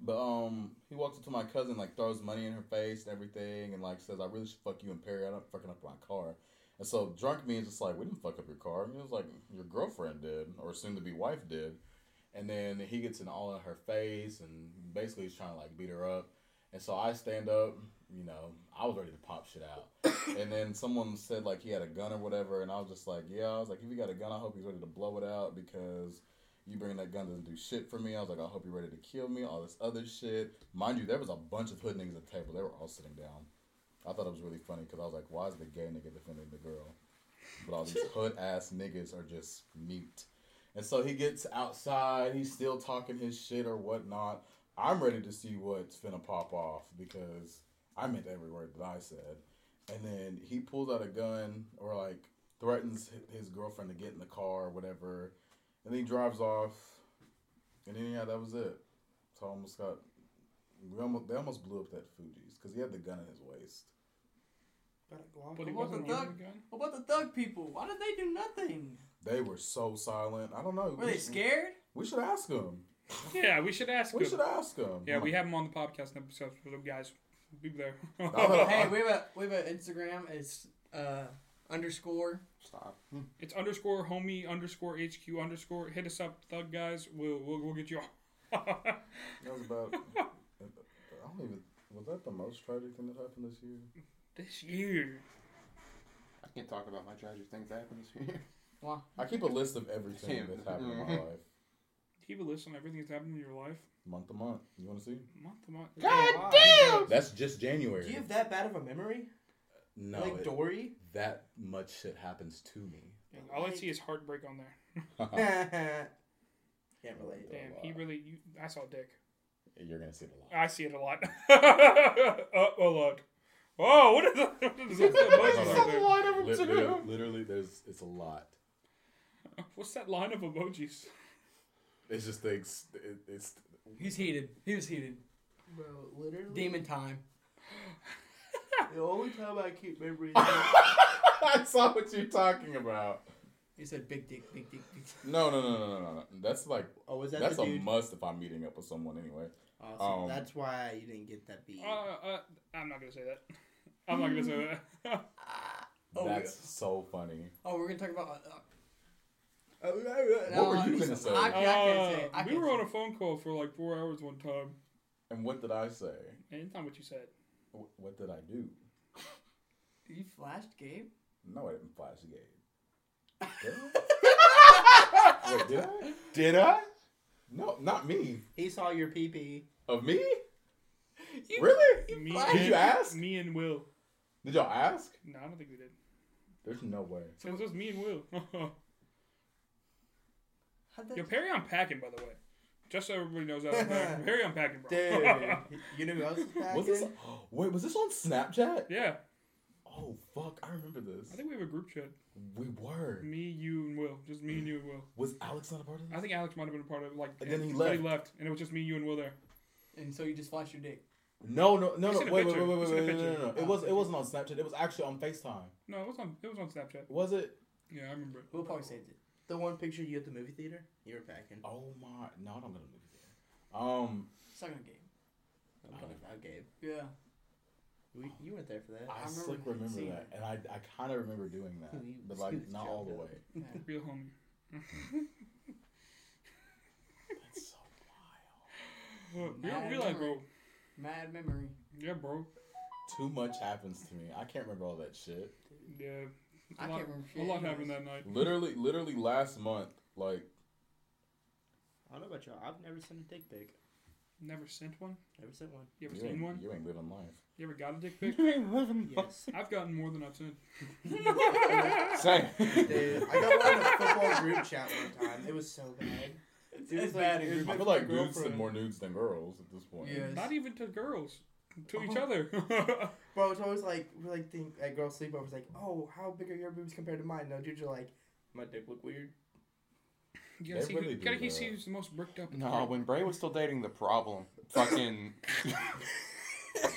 [SPEAKER 4] But um, he walks up to my cousin, like throws money in her face and everything, and like says, "I really should fuck you and Perry. I don't fucking up my car." And so drunk me is just like, "We didn't fuck up your car." And he was like, "Your girlfriend did, or soon to be wife did." And then he gets in all in her face, and basically he's trying to like beat her up. And so I stand up, you know, I was ready to pop shit out. and then someone said like he had a gun or whatever, and I was just like, "Yeah." I was like, "If you got a gun, I hope he's ready to blow it out because." You bringing that gun doesn't do shit for me. I was like, I hope you're ready to kill me. All this other shit. Mind you, there was a bunch of hood niggas at the table. They were all sitting down. I thought it was really funny because I was like, why is the gay nigga defending the girl? But all these hood ass niggas are just meat. And so he gets outside. He's still talking his shit or whatnot. I'm ready to see what's gonna pop off because I meant every word that I said. And then he pulls out a gun or like threatens hi- his girlfriend to get in the car or whatever. And then he drives off. And then yeah, that was it. So I almost got we almost they almost blew up that Fuji's because he had the gun in his waist.
[SPEAKER 1] But he
[SPEAKER 5] What
[SPEAKER 1] wasn't
[SPEAKER 5] the
[SPEAKER 1] using
[SPEAKER 5] fuck?
[SPEAKER 1] the gun.
[SPEAKER 5] What about the thug people? Why did they do nothing?
[SPEAKER 4] They were so silent. I don't know.
[SPEAKER 5] Were they scared?
[SPEAKER 4] We should ask him.
[SPEAKER 1] Yeah, we should ask
[SPEAKER 4] We
[SPEAKER 1] him.
[SPEAKER 4] should ask him.
[SPEAKER 1] Yeah, we have him on the podcast and episodes for the guys. Be there.
[SPEAKER 4] Oh.
[SPEAKER 5] hey, we have a we have an Instagram. It's uh underscore.
[SPEAKER 2] Stop.
[SPEAKER 1] it's underscore homie underscore HQ underscore. Hit us up, thug guys. We'll we'll, we'll get you all.
[SPEAKER 4] That was about. I don't even. Was that the most tragic thing that happened this year?
[SPEAKER 1] this year.
[SPEAKER 2] I can't talk about my tragic things that happened this year.
[SPEAKER 4] I keep a list of everything
[SPEAKER 2] Damn.
[SPEAKER 4] that's happened in my
[SPEAKER 1] Mm-hmm.
[SPEAKER 4] life,
[SPEAKER 1] Keep a list on everything that's happened in your life.
[SPEAKER 4] month to month. You want to see?
[SPEAKER 1] Month to month.
[SPEAKER 3] Wow.
[SPEAKER 4] That's just
[SPEAKER 3] Do you
[SPEAKER 4] January.
[SPEAKER 3] have that bad of a memory?
[SPEAKER 4] No,
[SPEAKER 3] like
[SPEAKER 4] it-
[SPEAKER 3] Dory?
[SPEAKER 4] that much shit happens to me.
[SPEAKER 1] All I see is heartbreak on there.
[SPEAKER 3] Can't relate.
[SPEAKER 1] Damn, he really. You, I saw dick.
[SPEAKER 4] You're gonna see it a lot.
[SPEAKER 1] I see it a lot. uh, a lot. Oh, what is that? What is that emoji right there?
[SPEAKER 4] Li- li- literally, there's it's a lot.
[SPEAKER 1] What's that line of emojis?
[SPEAKER 4] It's just things. It, it's
[SPEAKER 5] He's heated. He was heated.
[SPEAKER 3] Bro, literally.
[SPEAKER 5] Demon time.
[SPEAKER 3] The only time I keep memories.
[SPEAKER 4] I saw what you're talking about.
[SPEAKER 5] He said big dick, big dick, big dick.
[SPEAKER 4] No, no, no, no, no, no, no. That's like
[SPEAKER 3] oh, was that
[SPEAKER 4] that's
[SPEAKER 3] the
[SPEAKER 4] a
[SPEAKER 3] dude?
[SPEAKER 4] must if I'm meeting up with someone anyway.
[SPEAKER 3] Awesome.
[SPEAKER 4] um,
[SPEAKER 3] That's why you didn't get that beat.
[SPEAKER 1] Uh, uh, I'm not gonna say that. I'm not gonna say that.
[SPEAKER 5] Oh,
[SPEAKER 4] that's so funny.
[SPEAKER 5] Oh, we're gonna talk about. Uh,
[SPEAKER 4] What were you gonna say?
[SPEAKER 5] I, I can't say. it. I
[SPEAKER 1] Uh, we
[SPEAKER 5] can't
[SPEAKER 1] were
[SPEAKER 5] say
[SPEAKER 1] on
[SPEAKER 5] it.
[SPEAKER 1] a phone call for like four hours one time,
[SPEAKER 4] And what did I say?
[SPEAKER 1] and it's not what you said.
[SPEAKER 4] Wh- What did I do?
[SPEAKER 5] You flashed, Gabe.
[SPEAKER 4] No, I didn't flash the game. Did I? Wait, did I? Did I? No, not me.
[SPEAKER 3] He saw your pee pee.
[SPEAKER 4] Of me?
[SPEAKER 5] You-
[SPEAKER 4] Really?
[SPEAKER 1] Me
[SPEAKER 5] flashed-
[SPEAKER 4] Did you ask?
[SPEAKER 1] Me and Will.
[SPEAKER 4] Did y'all ask?
[SPEAKER 1] No, I don't think we did.
[SPEAKER 4] There's no way.
[SPEAKER 1] So it was just me and Will.
[SPEAKER 5] How'd that-
[SPEAKER 1] Yo, Perry unpacking, by the way. Just so everybody knows that. unpacking. Perry unpacking, bro.
[SPEAKER 3] Dude, you know who else was back?
[SPEAKER 4] Was this? Wait, was this on Snapchat?
[SPEAKER 1] yeah,
[SPEAKER 4] Oh fuck, I remember
[SPEAKER 1] I
[SPEAKER 4] this.
[SPEAKER 1] think we have a group chat.
[SPEAKER 4] We were.
[SPEAKER 1] Me, you, and Will. Just me and you and Will.
[SPEAKER 4] Was Alex not a part of this?
[SPEAKER 1] I think Alex might have been a part of it. Like,
[SPEAKER 4] And then he
[SPEAKER 1] but
[SPEAKER 4] left.
[SPEAKER 1] He left, and it was just me, you, and Will there.
[SPEAKER 5] And so you just flashed your dick.
[SPEAKER 4] No, no, no,
[SPEAKER 1] He
[SPEAKER 4] no.
[SPEAKER 1] sent
[SPEAKER 4] Wait,
[SPEAKER 1] a
[SPEAKER 4] wait,
[SPEAKER 1] picture.
[SPEAKER 4] wait, wait, wait,
[SPEAKER 1] He sent a
[SPEAKER 4] wait, no, no, no.
[SPEAKER 5] picture.
[SPEAKER 4] It was, it wasn't on Snapchat. It was actually on Facetime.
[SPEAKER 1] No, it was on. It was on Snapchat.
[SPEAKER 4] Was it?
[SPEAKER 1] Yeah, I remember. it.
[SPEAKER 5] We'll probably saved it.
[SPEAKER 3] The one picture you at the movie theater? You were packing.
[SPEAKER 4] Oh my! No, I don't go to movie theater. Um,
[SPEAKER 5] It's not gonna Gabe.
[SPEAKER 4] Oh,
[SPEAKER 3] I gave.
[SPEAKER 5] Yeah.
[SPEAKER 3] oh, We, you weren't there for that.
[SPEAKER 4] I,
[SPEAKER 5] I remember
[SPEAKER 4] slick remember
[SPEAKER 5] seeing
[SPEAKER 4] that, and I, I kind of remember doing that,
[SPEAKER 3] You-
[SPEAKER 4] but like not all the way.
[SPEAKER 5] yeah.
[SPEAKER 1] Real homie.
[SPEAKER 4] That's so wild.
[SPEAKER 1] You don't
[SPEAKER 5] Mad
[SPEAKER 1] realize,
[SPEAKER 5] memory.
[SPEAKER 1] bro.
[SPEAKER 5] Mad memory.
[SPEAKER 1] Yeah, bro.
[SPEAKER 4] Too much happens to me. I can't remember all that shit.
[SPEAKER 1] Yeah.
[SPEAKER 5] I
[SPEAKER 1] A
[SPEAKER 5] can't
[SPEAKER 1] lot,
[SPEAKER 5] remember
[SPEAKER 1] a
[SPEAKER 5] shit.
[SPEAKER 1] lot happened that night.
[SPEAKER 4] Literally, literally last month, like
[SPEAKER 3] I don't know about y'all. I've never sent a dick pic.
[SPEAKER 1] Never sent one.
[SPEAKER 3] Never sent one.
[SPEAKER 1] You ever
[SPEAKER 4] you
[SPEAKER 1] seen
[SPEAKER 4] ain't,
[SPEAKER 1] one?
[SPEAKER 4] you ain't living life.
[SPEAKER 1] You ever got a dick pic?
[SPEAKER 3] Yes.
[SPEAKER 1] I've gotten more than I've sent.
[SPEAKER 4] Same.
[SPEAKER 3] Dude, I got one in a football group chat one time. It was so bad.
[SPEAKER 5] It's,
[SPEAKER 3] It was
[SPEAKER 5] it's
[SPEAKER 3] like-
[SPEAKER 5] bad.
[SPEAKER 3] it was
[SPEAKER 4] I feel like dudes send more nudes than girls at this point.
[SPEAKER 5] Yeah. Yes.
[SPEAKER 1] Not even to girls. To each other.
[SPEAKER 3] Bro, it's always like, we like think at girl sleepovers, like, oh, how big are your boobs compared to mine? No, dudes are like, my dick look weird.
[SPEAKER 1] you gotta
[SPEAKER 4] They
[SPEAKER 1] see,
[SPEAKER 4] really
[SPEAKER 1] who,
[SPEAKER 4] do
[SPEAKER 1] gotta
[SPEAKER 4] that.
[SPEAKER 1] see who's the most bricked up. in the
[SPEAKER 2] No,
[SPEAKER 1] group.
[SPEAKER 2] when Bray was still dating the problem, fucking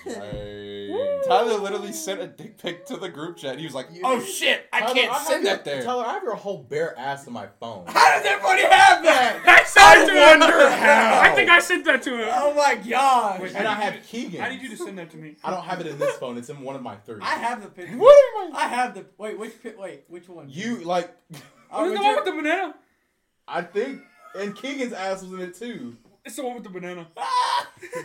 [SPEAKER 4] Hey.
[SPEAKER 2] Tyler literally sent a dick pic to the group chat. He was like, "Oh shit, I
[SPEAKER 4] Tyler,
[SPEAKER 2] can't
[SPEAKER 4] have
[SPEAKER 2] send
[SPEAKER 4] your-
[SPEAKER 2] that there."
[SPEAKER 4] Tyler, I have your whole bare ass in my phone.
[SPEAKER 5] How does everybody have that?
[SPEAKER 1] I sent it to him.
[SPEAKER 4] wonder how.
[SPEAKER 1] I think I sent that to him.
[SPEAKER 5] Oh my gosh.
[SPEAKER 1] Wait,
[SPEAKER 4] and I have Keegan.
[SPEAKER 1] I need you to send that to me.
[SPEAKER 4] I don't have it in this phone. It's in one of my three.
[SPEAKER 5] I have the picture.
[SPEAKER 4] What am I?
[SPEAKER 5] I have the wait. Which pi- wait? Which one?
[SPEAKER 4] You like?
[SPEAKER 5] Oh,
[SPEAKER 1] Is it
[SPEAKER 5] which
[SPEAKER 1] the one
[SPEAKER 5] one-
[SPEAKER 1] with the banana?
[SPEAKER 4] I think. And Keegan's ass was in it too.
[SPEAKER 1] It's the one with the banana.
[SPEAKER 3] You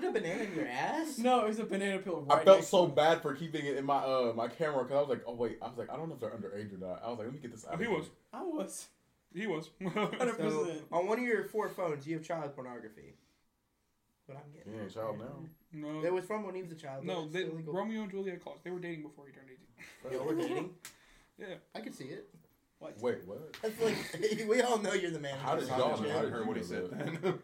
[SPEAKER 3] had a banana in your ass?
[SPEAKER 5] No, it was a banana peel. Right
[SPEAKER 4] I felt
[SPEAKER 5] next
[SPEAKER 4] so bad for keeping it in my uh my camera because I was like, oh wait, I was like, I don't know if they're underage or not. I was like, let me get this out.
[SPEAKER 1] Oh, he
[SPEAKER 4] of here.
[SPEAKER 1] was.
[SPEAKER 5] I was.
[SPEAKER 1] He was.
[SPEAKER 5] Hundred
[SPEAKER 3] So,
[SPEAKER 5] percent.
[SPEAKER 3] on one of your four phones, you have child pornography. What I'm
[SPEAKER 4] He
[SPEAKER 3] getting.
[SPEAKER 4] ain't a child now.
[SPEAKER 3] It
[SPEAKER 1] no.
[SPEAKER 3] was from when he was a child. but
[SPEAKER 1] No,
[SPEAKER 3] it's
[SPEAKER 1] they,
[SPEAKER 3] illegal.
[SPEAKER 1] Romeo and Juliet Claus. They were dating before he turned 18.
[SPEAKER 3] Yeah, we're dating.
[SPEAKER 1] Yeah.
[SPEAKER 3] I can see it.
[SPEAKER 4] Wait, what?
[SPEAKER 3] That's like we all know you're the man.
[SPEAKER 4] How did
[SPEAKER 2] I
[SPEAKER 4] y'all?
[SPEAKER 2] haven't
[SPEAKER 4] How did
[SPEAKER 2] heard
[SPEAKER 4] you
[SPEAKER 2] what he
[SPEAKER 4] know
[SPEAKER 2] said
[SPEAKER 4] that?
[SPEAKER 2] then.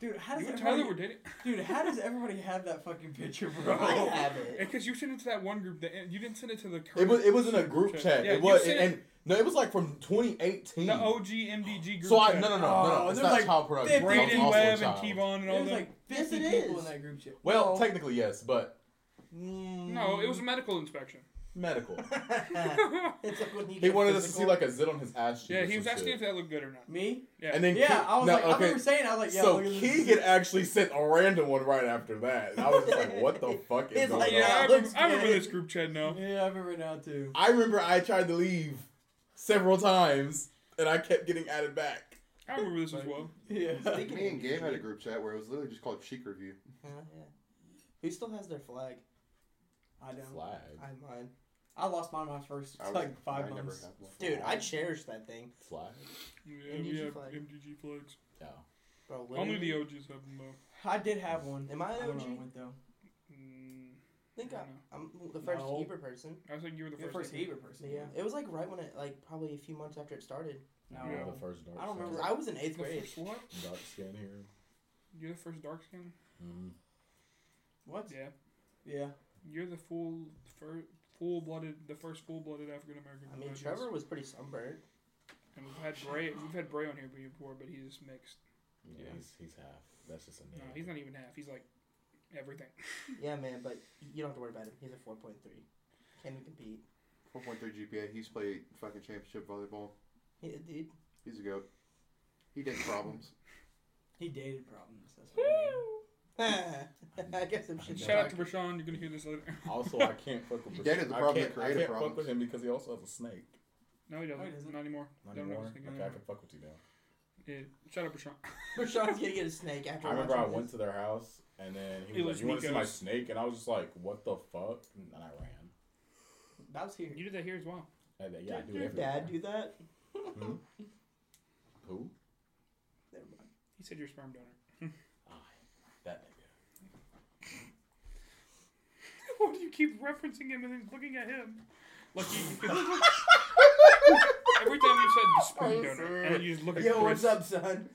[SPEAKER 5] Dude, how does
[SPEAKER 1] You and
[SPEAKER 5] everybody,
[SPEAKER 1] Tyler were dating.
[SPEAKER 5] dude, how does everybody have that fucking picture, bro?
[SPEAKER 3] I have it.
[SPEAKER 1] Because you sent it to that one group. That, you didn't send it to the.
[SPEAKER 11] It was it was in a group chat.
[SPEAKER 1] Yeah,
[SPEAKER 11] it was
[SPEAKER 1] you oh,
[SPEAKER 11] and,
[SPEAKER 1] sent
[SPEAKER 11] and no, it was like from 2018.
[SPEAKER 1] the OG MDG group.
[SPEAKER 11] so I
[SPEAKER 1] chat.
[SPEAKER 11] no no no no
[SPEAKER 5] Oh,
[SPEAKER 11] no. It's
[SPEAKER 5] there's
[SPEAKER 11] not
[SPEAKER 5] like
[SPEAKER 11] child pornography.
[SPEAKER 5] 50
[SPEAKER 11] It's
[SPEAKER 1] Braden
[SPEAKER 11] also
[SPEAKER 1] Webb and
[SPEAKER 11] child.
[SPEAKER 1] T-Bone and all
[SPEAKER 5] There's
[SPEAKER 1] that.
[SPEAKER 5] like
[SPEAKER 3] Yes,
[SPEAKER 5] 50
[SPEAKER 3] it
[SPEAKER 5] people
[SPEAKER 3] is.
[SPEAKER 5] in that group chat.
[SPEAKER 11] Well,
[SPEAKER 5] No.
[SPEAKER 11] technically yes, but
[SPEAKER 3] Mm.
[SPEAKER 1] no, it was a medical inspection.
[SPEAKER 11] medical.
[SPEAKER 3] it's like when you
[SPEAKER 11] He
[SPEAKER 3] get
[SPEAKER 11] wanted us to
[SPEAKER 3] physical.
[SPEAKER 11] see like a zit on his ass cheek.
[SPEAKER 1] Yeah,
[SPEAKER 11] or
[SPEAKER 1] he
[SPEAKER 11] some
[SPEAKER 1] was asking
[SPEAKER 11] shit.
[SPEAKER 1] if that looked good or not.
[SPEAKER 5] me.
[SPEAKER 1] Yeah.
[SPEAKER 11] And then
[SPEAKER 5] Yeah,
[SPEAKER 11] Ke-
[SPEAKER 5] I was
[SPEAKER 11] no,
[SPEAKER 5] like, I
[SPEAKER 11] okay.
[SPEAKER 5] remember saying, I was like, yeah,
[SPEAKER 11] so
[SPEAKER 5] look at this.
[SPEAKER 11] Keegan actually sent a random one right after that. And I was just like, what the fuck is
[SPEAKER 3] It's
[SPEAKER 11] going
[SPEAKER 3] like,
[SPEAKER 11] on?
[SPEAKER 1] yeah, I
[SPEAKER 3] that
[SPEAKER 1] remember,
[SPEAKER 3] looks
[SPEAKER 1] I remember
[SPEAKER 3] good.
[SPEAKER 1] this group chat now.
[SPEAKER 5] Yeah, I remember now too.
[SPEAKER 11] I remember I tried to leave several times and I kept getting added back.
[SPEAKER 1] I remember this as well.
[SPEAKER 5] Yeah.
[SPEAKER 2] Me and Gabe had a group chat where it was literally just called Chic Review.
[SPEAKER 3] Uh, yeah. Who still has their flag?
[SPEAKER 5] I don't.
[SPEAKER 11] Flag.
[SPEAKER 3] I have mine.
[SPEAKER 5] I lost mine my first
[SPEAKER 2] I was-
[SPEAKER 5] like five
[SPEAKER 2] I never
[SPEAKER 5] months.
[SPEAKER 2] had one.
[SPEAKER 3] Dude, I cherish that thing.
[SPEAKER 11] Flag.
[SPEAKER 1] Yeah,
[SPEAKER 3] MDG
[SPEAKER 1] we have
[SPEAKER 3] flag.
[SPEAKER 1] MDG flags.
[SPEAKER 11] No.
[SPEAKER 3] Bro,
[SPEAKER 1] Only
[SPEAKER 3] literally-
[SPEAKER 1] the OGs have them though.
[SPEAKER 5] I did have one.
[SPEAKER 3] Am I
[SPEAKER 5] I
[SPEAKER 3] an
[SPEAKER 5] don't know
[SPEAKER 3] OG?
[SPEAKER 5] where it went though.
[SPEAKER 1] Mm,
[SPEAKER 3] I think
[SPEAKER 1] I
[SPEAKER 3] I'm,
[SPEAKER 1] don't know.
[SPEAKER 3] I'm the first
[SPEAKER 5] No.
[SPEAKER 3] Heber person.
[SPEAKER 1] I think you were the
[SPEAKER 5] The
[SPEAKER 1] first.
[SPEAKER 5] first
[SPEAKER 1] Hebrew.
[SPEAKER 5] Hebrew person.
[SPEAKER 3] yeah. It was like right when it, like probably a few months after it started.
[SPEAKER 5] No.
[SPEAKER 1] Yeah.
[SPEAKER 11] The first dark
[SPEAKER 5] I don't
[SPEAKER 11] skin-
[SPEAKER 3] Because
[SPEAKER 5] remember.
[SPEAKER 3] I was in eighth
[SPEAKER 1] The
[SPEAKER 3] grade.
[SPEAKER 1] first what?
[SPEAKER 11] Dark skin here.
[SPEAKER 1] You're the first dark skin.
[SPEAKER 11] Mm.
[SPEAKER 5] What?
[SPEAKER 1] Yeah,
[SPEAKER 5] Yeah.
[SPEAKER 1] you're the full, fir- full blooded, the first full blooded African American.
[SPEAKER 3] I mean, Trevor was pretty sunburned.
[SPEAKER 1] And we've had Bray, we've had Bray on here before, but he's mixed.
[SPEAKER 11] Yeah,
[SPEAKER 1] Yeah.
[SPEAKER 11] He's, he's half. That's just a
[SPEAKER 1] No,
[SPEAKER 11] name.
[SPEAKER 1] he's not even half. He's like everything.
[SPEAKER 3] Yeah, man, but you don't have to worry about him. He's a 4.3. Can we compete?
[SPEAKER 2] 4.3 GPA. He's played fucking championship volleyball.
[SPEAKER 3] Yeah, dude.
[SPEAKER 2] He's a goat. He did problems.
[SPEAKER 5] He dated problems. That's what I mean.
[SPEAKER 3] I guess I'm shit.
[SPEAKER 11] Yeah.
[SPEAKER 1] Shout out to Rashawn. You're gonna hear this later.
[SPEAKER 11] Also, I can't fuck with.
[SPEAKER 2] He dated the problem
[SPEAKER 11] I
[SPEAKER 2] that
[SPEAKER 11] can't, I
[SPEAKER 2] created
[SPEAKER 11] can't
[SPEAKER 2] problems.
[SPEAKER 11] fuck with him because he also has a snake.
[SPEAKER 1] No, he
[SPEAKER 3] Oh,
[SPEAKER 1] doesn't.
[SPEAKER 5] No, he doesn't.
[SPEAKER 1] Not anymore.
[SPEAKER 11] Not
[SPEAKER 1] Don't know
[SPEAKER 11] anymore.
[SPEAKER 1] if he's gonna
[SPEAKER 11] Okay, I can fuck with you now.
[SPEAKER 1] Yeah, shout out Rashawn.
[SPEAKER 3] Rashawn's gonna get a snake after
[SPEAKER 11] I remember I
[SPEAKER 3] watching
[SPEAKER 11] went
[SPEAKER 3] this.
[SPEAKER 11] to their house and then he
[SPEAKER 1] It
[SPEAKER 11] was like,
[SPEAKER 1] was
[SPEAKER 11] "You want to see my
[SPEAKER 1] Nico's.
[SPEAKER 11] snake?" And I was just like, "What the fuck?" And I ran.
[SPEAKER 5] That was here.
[SPEAKER 1] You did that here as well.
[SPEAKER 11] And then, yeah, I do
[SPEAKER 3] Did your
[SPEAKER 11] everything.
[SPEAKER 3] dad do that?
[SPEAKER 11] Who?
[SPEAKER 5] Never mind.
[SPEAKER 1] He said you're a sperm donor.
[SPEAKER 11] I. That nigga.
[SPEAKER 1] Why do you keep referencing him and then looking at him? Like you, every time you said sperm donor, and then you just look at
[SPEAKER 3] Yo,
[SPEAKER 1] Chris.
[SPEAKER 3] what's up, son?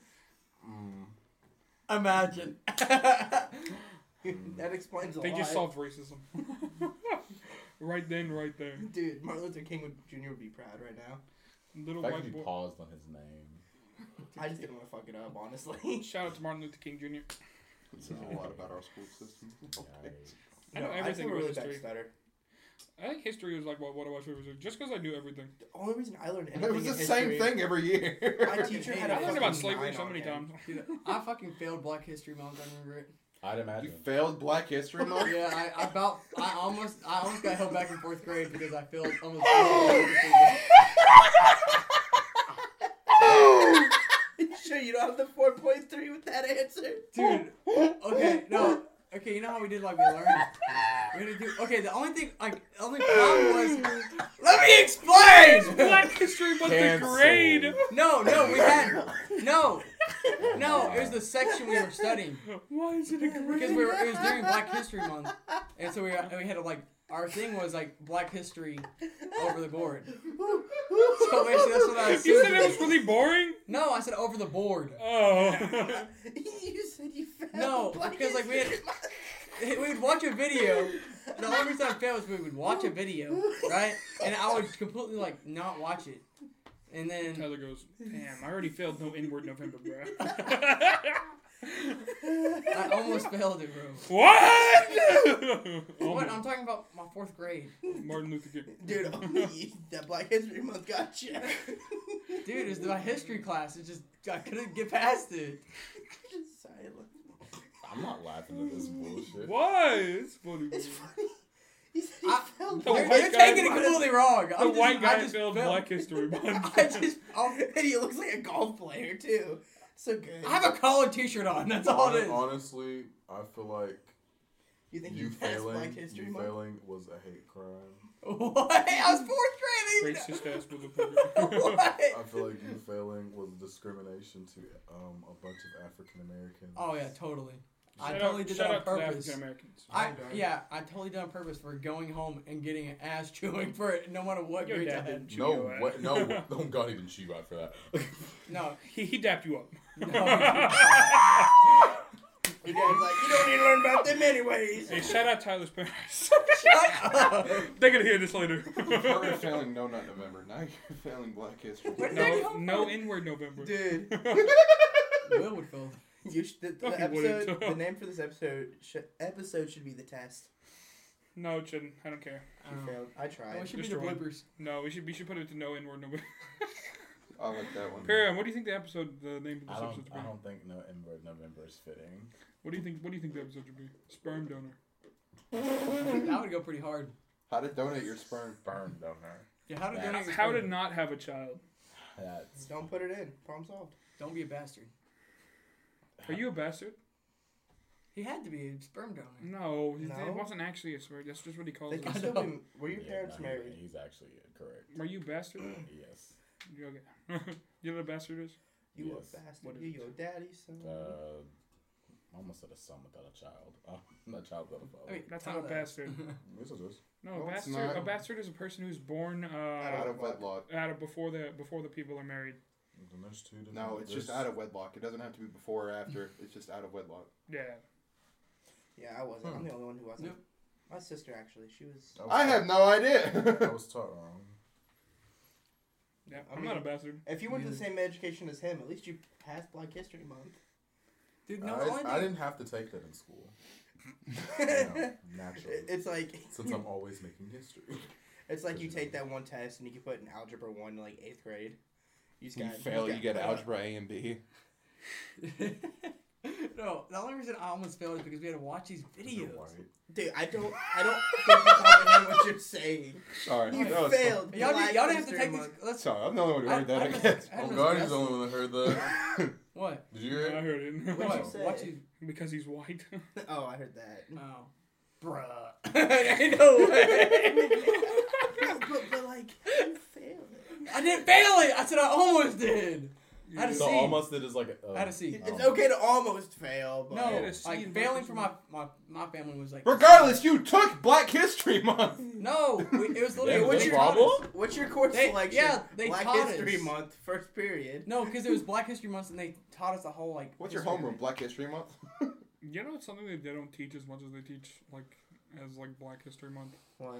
[SPEAKER 5] Imagine.
[SPEAKER 3] that explains a
[SPEAKER 1] They
[SPEAKER 3] lot.
[SPEAKER 1] just solved racism. right then, right there.
[SPEAKER 3] Dude, Martin Luther King would- Jr. would be proud right now.
[SPEAKER 1] Little
[SPEAKER 11] The fact that
[SPEAKER 1] white
[SPEAKER 11] you
[SPEAKER 1] boy.
[SPEAKER 11] paused on his name.
[SPEAKER 3] I just didn't want to fuck it up, honestly.
[SPEAKER 1] Shout out to Martin Luther King Jr.
[SPEAKER 2] He says a lot about our school system.
[SPEAKER 11] Yikes.
[SPEAKER 1] I know
[SPEAKER 3] No,
[SPEAKER 1] everything
[SPEAKER 3] feel
[SPEAKER 1] about
[SPEAKER 3] really bad
[SPEAKER 1] history.
[SPEAKER 3] stutter.
[SPEAKER 1] I think history was like what, what I watched was just because I knew everything.
[SPEAKER 3] The only reason I learned anything
[SPEAKER 4] It was
[SPEAKER 3] in
[SPEAKER 4] the same
[SPEAKER 3] history-
[SPEAKER 4] thing every year.
[SPEAKER 3] My teacher had a
[SPEAKER 1] I learned about
[SPEAKER 3] fucking
[SPEAKER 1] slavery
[SPEAKER 3] nine
[SPEAKER 1] so
[SPEAKER 3] on
[SPEAKER 1] many
[SPEAKER 3] him.
[SPEAKER 1] times.
[SPEAKER 5] Dude, I fucking failed Black History Month. I remember it.
[SPEAKER 11] I'd
[SPEAKER 4] You
[SPEAKER 11] imagine.
[SPEAKER 4] failed Black History Month.
[SPEAKER 5] Yeah, I, I about I almost I almost got held back in fourth grade because I failed almost. I
[SPEAKER 3] You sure you don't have the 4.3 with that answer?
[SPEAKER 5] dude. Okay, no. Okay, you know how we did like we learned. We're gonna do. Okay, the only thing like the only problem was. Let me explain.
[SPEAKER 1] Black history was the
[SPEAKER 11] Cancel.
[SPEAKER 1] grade.
[SPEAKER 5] No, no, we had no, no. It was the section we were studying
[SPEAKER 1] Why is it a grade?
[SPEAKER 5] because we were. It was during Black History Month, and so we were, we had to like our thing was like Black History over the board. So basically, that's what I
[SPEAKER 1] You said it
[SPEAKER 5] assumed.
[SPEAKER 1] was really boring.
[SPEAKER 5] No, I said over the board.
[SPEAKER 1] Oh,
[SPEAKER 3] you said you failed.
[SPEAKER 5] No, because, like, we had- we would watch a video. The only reason I failed was we would watch a video, right? And I would completely like not watch it, and then
[SPEAKER 1] Tyler goes. Damn, I already failed. No inward November, bro.
[SPEAKER 5] I almost failed it, bro.
[SPEAKER 1] what?
[SPEAKER 5] What?
[SPEAKER 1] Almost.
[SPEAKER 5] I'm talking about my fourth grade,
[SPEAKER 1] Martin Luther King.
[SPEAKER 3] Dude, only that Black History Month got you.
[SPEAKER 5] dude. It's my history class. It just I couldn't get past it.
[SPEAKER 3] Just silent.
[SPEAKER 11] I'm not laughing at this bullshit.
[SPEAKER 1] Why? It's funny.
[SPEAKER 3] It's funny. He said he
[SPEAKER 5] Mm. I-
[SPEAKER 1] The
[SPEAKER 3] failed.
[SPEAKER 5] You're,
[SPEAKER 3] Black
[SPEAKER 1] white
[SPEAKER 5] you're
[SPEAKER 1] guy-
[SPEAKER 5] taking it completely wrong.
[SPEAKER 1] The
[SPEAKER 5] I'm just,
[SPEAKER 1] white
[SPEAKER 5] I
[SPEAKER 1] guy
[SPEAKER 5] just
[SPEAKER 1] failed Black History Month.
[SPEAKER 5] I just um,
[SPEAKER 3] Oh, and he looks like a golf player too. So good.
[SPEAKER 5] I have a collared T-shirt on. That's all
[SPEAKER 4] Hon-
[SPEAKER 5] it is.
[SPEAKER 4] Honestly, I feel like
[SPEAKER 3] you think
[SPEAKER 4] you
[SPEAKER 3] you passed Black
[SPEAKER 4] failing,
[SPEAKER 3] History
[SPEAKER 4] you
[SPEAKER 3] Month?
[SPEAKER 4] failing was a hate crime.
[SPEAKER 5] What? I was fourth grade. I didn't
[SPEAKER 1] Racist ass
[SPEAKER 5] even know.
[SPEAKER 1] motherfucker.
[SPEAKER 5] What?
[SPEAKER 4] I feel like you failing was discrimination to um, a bunch of African Americans.
[SPEAKER 5] Oh yeah, totally. I
[SPEAKER 1] Shout
[SPEAKER 5] totally
[SPEAKER 1] out-
[SPEAKER 5] did
[SPEAKER 1] shout
[SPEAKER 5] that on
[SPEAKER 1] out to the
[SPEAKER 5] purpose.
[SPEAKER 1] African Americans.
[SPEAKER 5] I
[SPEAKER 3] Hi, Dad.
[SPEAKER 5] yeah, I totally did on purpose for going home and getting an ass chewing for it, no matter what
[SPEAKER 1] Your
[SPEAKER 5] grades I
[SPEAKER 1] dad
[SPEAKER 5] had.
[SPEAKER 1] didn't chew
[SPEAKER 11] No,
[SPEAKER 1] your
[SPEAKER 11] what?
[SPEAKER 1] ass.
[SPEAKER 11] No, don't God even cheat right for that.
[SPEAKER 5] No,
[SPEAKER 1] he he dapped you up.
[SPEAKER 5] no,
[SPEAKER 3] Your dad's like, you don't need to learn about them anyways.
[SPEAKER 1] Hey, shout out Tyler's parents.
[SPEAKER 5] Shut up.
[SPEAKER 1] They're gonna hear this later.
[SPEAKER 2] You're failing No Nut November. Now you're failing Black History.
[SPEAKER 5] Where did that
[SPEAKER 1] no,
[SPEAKER 5] come
[SPEAKER 1] no
[SPEAKER 5] from?
[SPEAKER 1] inward November.
[SPEAKER 3] Dude,
[SPEAKER 5] Will would go.
[SPEAKER 3] you should, the, the,
[SPEAKER 1] Fucking
[SPEAKER 3] episode,
[SPEAKER 1] wouldn't.
[SPEAKER 3] the name for this episode should, episode should be the test.
[SPEAKER 1] no, it shouldn't. I don't care.
[SPEAKER 3] You failed. I tried.
[SPEAKER 5] Oh, it should be the
[SPEAKER 1] Destroyed.
[SPEAKER 5] bloopers.
[SPEAKER 1] No, we should we should put it to no inward November.
[SPEAKER 2] I like that one.
[SPEAKER 1] Perion, what do you think the episode, the name of
[SPEAKER 4] I
[SPEAKER 1] this episode
[SPEAKER 4] don't, I
[SPEAKER 1] should be?
[SPEAKER 4] don't think no Ember November is fitting.
[SPEAKER 1] What do you think? What do you think the episode should be? Sperm donor.
[SPEAKER 5] That would go pretty hard.
[SPEAKER 2] How to donate your sperm.
[SPEAKER 4] Burn donor.
[SPEAKER 5] Yeah, how to
[SPEAKER 4] That's
[SPEAKER 5] donate your
[SPEAKER 1] How
[SPEAKER 5] sperm.
[SPEAKER 1] to not have a child?
[SPEAKER 4] That's
[SPEAKER 3] Don't put it in. Problem solved.
[SPEAKER 5] Don't be a bastard.
[SPEAKER 1] Are you a bastard?
[SPEAKER 5] He had to be a sperm
[SPEAKER 1] Mm.
[SPEAKER 5] donor.
[SPEAKER 1] No, he-
[SPEAKER 3] No?
[SPEAKER 1] it wasn't actually a sperm. That's just what he calls
[SPEAKER 3] They
[SPEAKER 1] it.
[SPEAKER 3] can still be. Were your
[SPEAKER 4] yeah,
[SPEAKER 3] parents
[SPEAKER 4] no, he-
[SPEAKER 3] married?
[SPEAKER 4] He's actually uh, correct.
[SPEAKER 1] Are you a bastard?
[SPEAKER 4] Yes.
[SPEAKER 1] you okay? you know what a bastard is?
[SPEAKER 3] You
[SPEAKER 4] Yes.
[SPEAKER 3] a bastard.
[SPEAKER 1] What
[SPEAKER 3] you
[SPEAKER 1] is-
[SPEAKER 3] your daddy's son.
[SPEAKER 4] Uh, I almost said a son without a child. Uh, not a child without a
[SPEAKER 5] I
[SPEAKER 4] father.
[SPEAKER 5] mean,
[SPEAKER 1] That's
[SPEAKER 5] tell
[SPEAKER 1] not a
[SPEAKER 5] that.
[SPEAKER 1] bastard.
[SPEAKER 4] This is this.
[SPEAKER 1] No, a
[SPEAKER 2] No, it's
[SPEAKER 1] bastard. A
[SPEAKER 2] not.
[SPEAKER 1] bastard is a person who's born
[SPEAKER 2] Out
[SPEAKER 1] uh,
[SPEAKER 2] of wedlock.
[SPEAKER 1] out of before the before the people are married.
[SPEAKER 4] Then there's two different.
[SPEAKER 2] No, it's just out of wedlock. It doesn't have to be before or after. It's just out of wedlock.
[SPEAKER 1] Yeah.
[SPEAKER 3] Yeah, I wasn't. I'm the only one who wasn't.
[SPEAKER 5] Nope.
[SPEAKER 3] My sister actually. She was.
[SPEAKER 4] was
[SPEAKER 2] I
[SPEAKER 4] taught-
[SPEAKER 2] have no idea.
[SPEAKER 4] I was taught wrong.
[SPEAKER 1] Yeah.
[SPEAKER 3] I
[SPEAKER 1] I'm not a
[SPEAKER 3] mean-
[SPEAKER 1] bastard.
[SPEAKER 3] If you went to the same education as him, at least you passed Black History Month.
[SPEAKER 5] Dude, no, the only
[SPEAKER 4] I, I
[SPEAKER 5] thing,
[SPEAKER 4] didn't have to take that in school. You know, naturally.
[SPEAKER 3] It- it's like
[SPEAKER 4] since I'm always making history.
[SPEAKER 3] it's like you take that one test and you can put in algebra one in like eighth grade. You, just got- got caught up.
[SPEAKER 6] A and B.
[SPEAKER 5] no, the only reason I almost failed is because we had to watch these
[SPEAKER 4] You're
[SPEAKER 5] videos.
[SPEAKER 4] white.
[SPEAKER 3] Dude, I don't, I don't think you comprehend what you're saying.
[SPEAKER 6] Sorry.
[SPEAKER 3] You
[SPEAKER 6] that
[SPEAKER 1] Oh,
[SPEAKER 6] was-
[SPEAKER 3] failed.
[SPEAKER 5] Y'all,
[SPEAKER 3] Black
[SPEAKER 5] did, y'all didn't have to
[SPEAKER 3] History
[SPEAKER 5] take these.
[SPEAKER 3] Month.
[SPEAKER 5] Let's.
[SPEAKER 6] Sorry, I'm the only one who
[SPEAKER 5] I-
[SPEAKER 6] heard that.
[SPEAKER 5] I
[SPEAKER 6] I
[SPEAKER 5] must-
[SPEAKER 6] guess.
[SPEAKER 5] I
[SPEAKER 4] Oh,
[SPEAKER 5] must
[SPEAKER 4] God, he's
[SPEAKER 5] guess.
[SPEAKER 4] the only one that heard that.
[SPEAKER 5] What?
[SPEAKER 4] Did you hear
[SPEAKER 1] I
[SPEAKER 4] it?
[SPEAKER 1] heard it.
[SPEAKER 3] What'd
[SPEAKER 5] What?
[SPEAKER 3] you say?
[SPEAKER 5] Watch these.
[SPEAKER 1] because he's white.
[SPEAKER 3] Oh, I heard that.
[SPEAKER 2] Mm.
[SPEAKER 5] Oh, bruh. Ain't no way.
[SPEAKER 3] No, but, but like, you failed.
[SPEAKER 5] I didn't fail it. I said I almost did. I had a
[SPEAKER 4] So
[SPEAKER 5] C.
[SPEAKER 4] almost it is like a.
[SPEAKER 5] I had a C.
[SPEAKER 4] Oh.
[SPEAKER 3] It's okay to almost fail, but
[SPEAKER 5] No,
[SPEAKER 1] a C in
[SPEAKER 5] like
[SPEAKER 1] Black
[SPEAKER 5] failing for
[SPEAKER 1] History
[SPEAKER 5] my, my my family was like
[SPEAKER 6] Regardless, you took Black History Month.
[SPEAKER 5] no. We, it was
[SPEAKER 4] Yeah,
[SPEAKER 5] literally
[SPEAKER 3] what's
[SPEAKER 5] they
[SPEAKER 3] your
[SPEAKER 5] taught us.
[SPEAKER 6] problem?
[SPEAKER 3] What's your course
[SPEAKER 5] They-
[SPEAKER 3] selection?
[SPEAKER 5] yeah, they
[SPEAKER 3] Black
[SPEAKER 5] taught
[SPEAKER 3] History
[SPEAKER 5] us.
[SPEAKER 3] Month, first period.
[SPEAKER 5] No, because it was Black History Month and they taught us the whole like.
[SPEAKER 2] What's your
[SPEAKER 5] history
[SPEAKER 2] homeroom?
[SPEAKER 5] thing.
[SPEAKER 2] Black History Month?
[SPEAKER 1] you know, it's something that they don't teach as much as they teach like as like Black History Month,
[SPEAKER 3] What?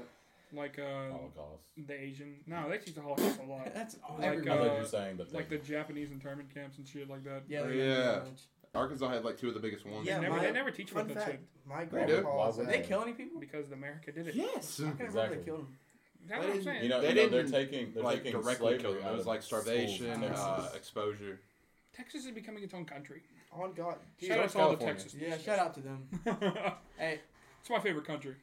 [SPEAKER 1] like uh
[SPEAKER 5] Oh.
[SPEAKER 4] Holocaust.
[SPEAKER 1] the Asian. No, they teach the Holocaust a lot.
[SPEAKER 5] That's all.
[SPEAKER 1] Like,
[SPEAKER 4] I thought you
[SPEAKER 1] uh,
[SPEAKER 4] were saying that.
[SPEAKER 1] like
[SPEAKER 4] they-
[SPEAKER 1] the Japanese internment camps and shit like that.
[SPEAKER 5] yeah.
[SPEAKER 2] Oh,
[SPEAKER 5] they-
[SPEAKER 2] yeah. Arkansas had like two of the biggest ones.
[SPEAKER 3] Yeah,
[SPEAKER 1] They never,
[SPEAKER 3] my-
[SPEAKER 1] they never teach about
[SPEAKER 3] Fun
[SPEAKER 1] that
[SPEAKER 3] fact:
[SPEAKER 1] shit
[SPEAKER 3] My
[SPEAKER 2] They do?
[SPEAKER 3] grandpa was
[SPEAKER 4] Why would
[SPEAKER 5] Did
[SPEAKER 3] a-
[SPEAKER 5] they kill any people?
[SPEAKER 1] because America did it.
[SPEAKER 6] Yes.
[SPEAKER 5] I can't remember if
[SPEAKER 4] Exactly.
[SPEAKER 5] they killed them.
[SPEAKER 1] That's what I'm
[SPEAKER 6] They didn't-
[SPEAKER 1] saying.
[SPEAKER 4] You know,
[SPEAKER 6] They
[SPEAKER 4] you know, they're
[SPEAKER 6] didn't,
[SPEAKER 4] taking they're
[SPEAKER 2] Like
[SPEAKER 4] taking
[SPEAKER 2] directly
[SPEAKER 4] slavery
[SPEAKER 2] kill them.
[SPEAKER 4] out
[SPEAKER 2] It was
[SPEAKER 4] of
[SPEAKER 2] like
[SPEAKER 4] schools in
[SPEAKER 2] starvation,
[SPEAKER 4] Texas.
[SPEAKER 2] uh, exposure.
[SPEAKER 1] Texas is becoming its own country.
[SPEAKER 3] On God, dude.
[SPEAKER 1] Shout out to all the
[SPEAKER 2] California.
[SPEAKER 1] Texas.
[SPEAKER 5] Yeah, shout out to them. Hey,
[SPEAKER 1] it's my favorite country.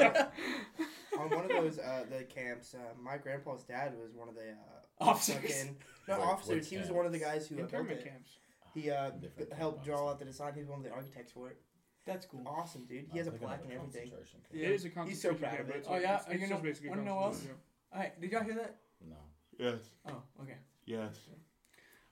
[SPEAKER 3] on one of those uh, the camps, uh, my grandpa's dad was one of the uh,
[SPEAKER 5] officers.
[SPEAKER 3] fucking not
[SPEAKER 4] Wait,
[SPEAKER 3] officers.
[SPEAKER 4] what
[SPEAKER 3] He was
[SPEAKER 4] camps?
[SPEAKER 3] one of the guys who uh, built
[SPEAKER 1] Internment
[SPEAKER 3] it.
[SPEAKER 1] camps.
[SPEAKER 3] He uh, b-
[SPEAKER 4] Different camp,
[SPEAKER 3] helped draw out
[SPEAKER 4] obviously.
[SPEAKER 3] the design. He was one of the architects for it.
[SPEAKER 5] That's cool.
[SPEAKER 3] Awesome, dude. He has a plaque and everything.
[SPEAKER 5] Yeah.
[SPEAKER 1] It is a
[SPEAKER 3] He's so
[SPEAKER 1] concentration
[SPEAKER 3] proud
[SPEAKER 1] camp,
[SPEAKER 3] of
[SPEAKER 1] but
[SPEAKER 3] it.
[SPEAKER 1] it's
[SPEAKER 5] Oh,
[SPEAKER 1] like-
[SPEAKER 5] yeah?
[SPEAKER 1] it's- it's
[SPEAKER 5] Are you
[SPEAKER 1] just
[SPEAKER 5] gonna-
[SPEAKER 1] basically
[SPEAKER 5] wanna know what else?
[SPEAKER 1] concentration camp.
[SPEAKER 5] All right, did y'all hear that?
[SPEAKER 4] No.
[SPEAKER 2] Yes.
[SPEAKER 5] Oh, okay.
[SPEAKER 2] Yes.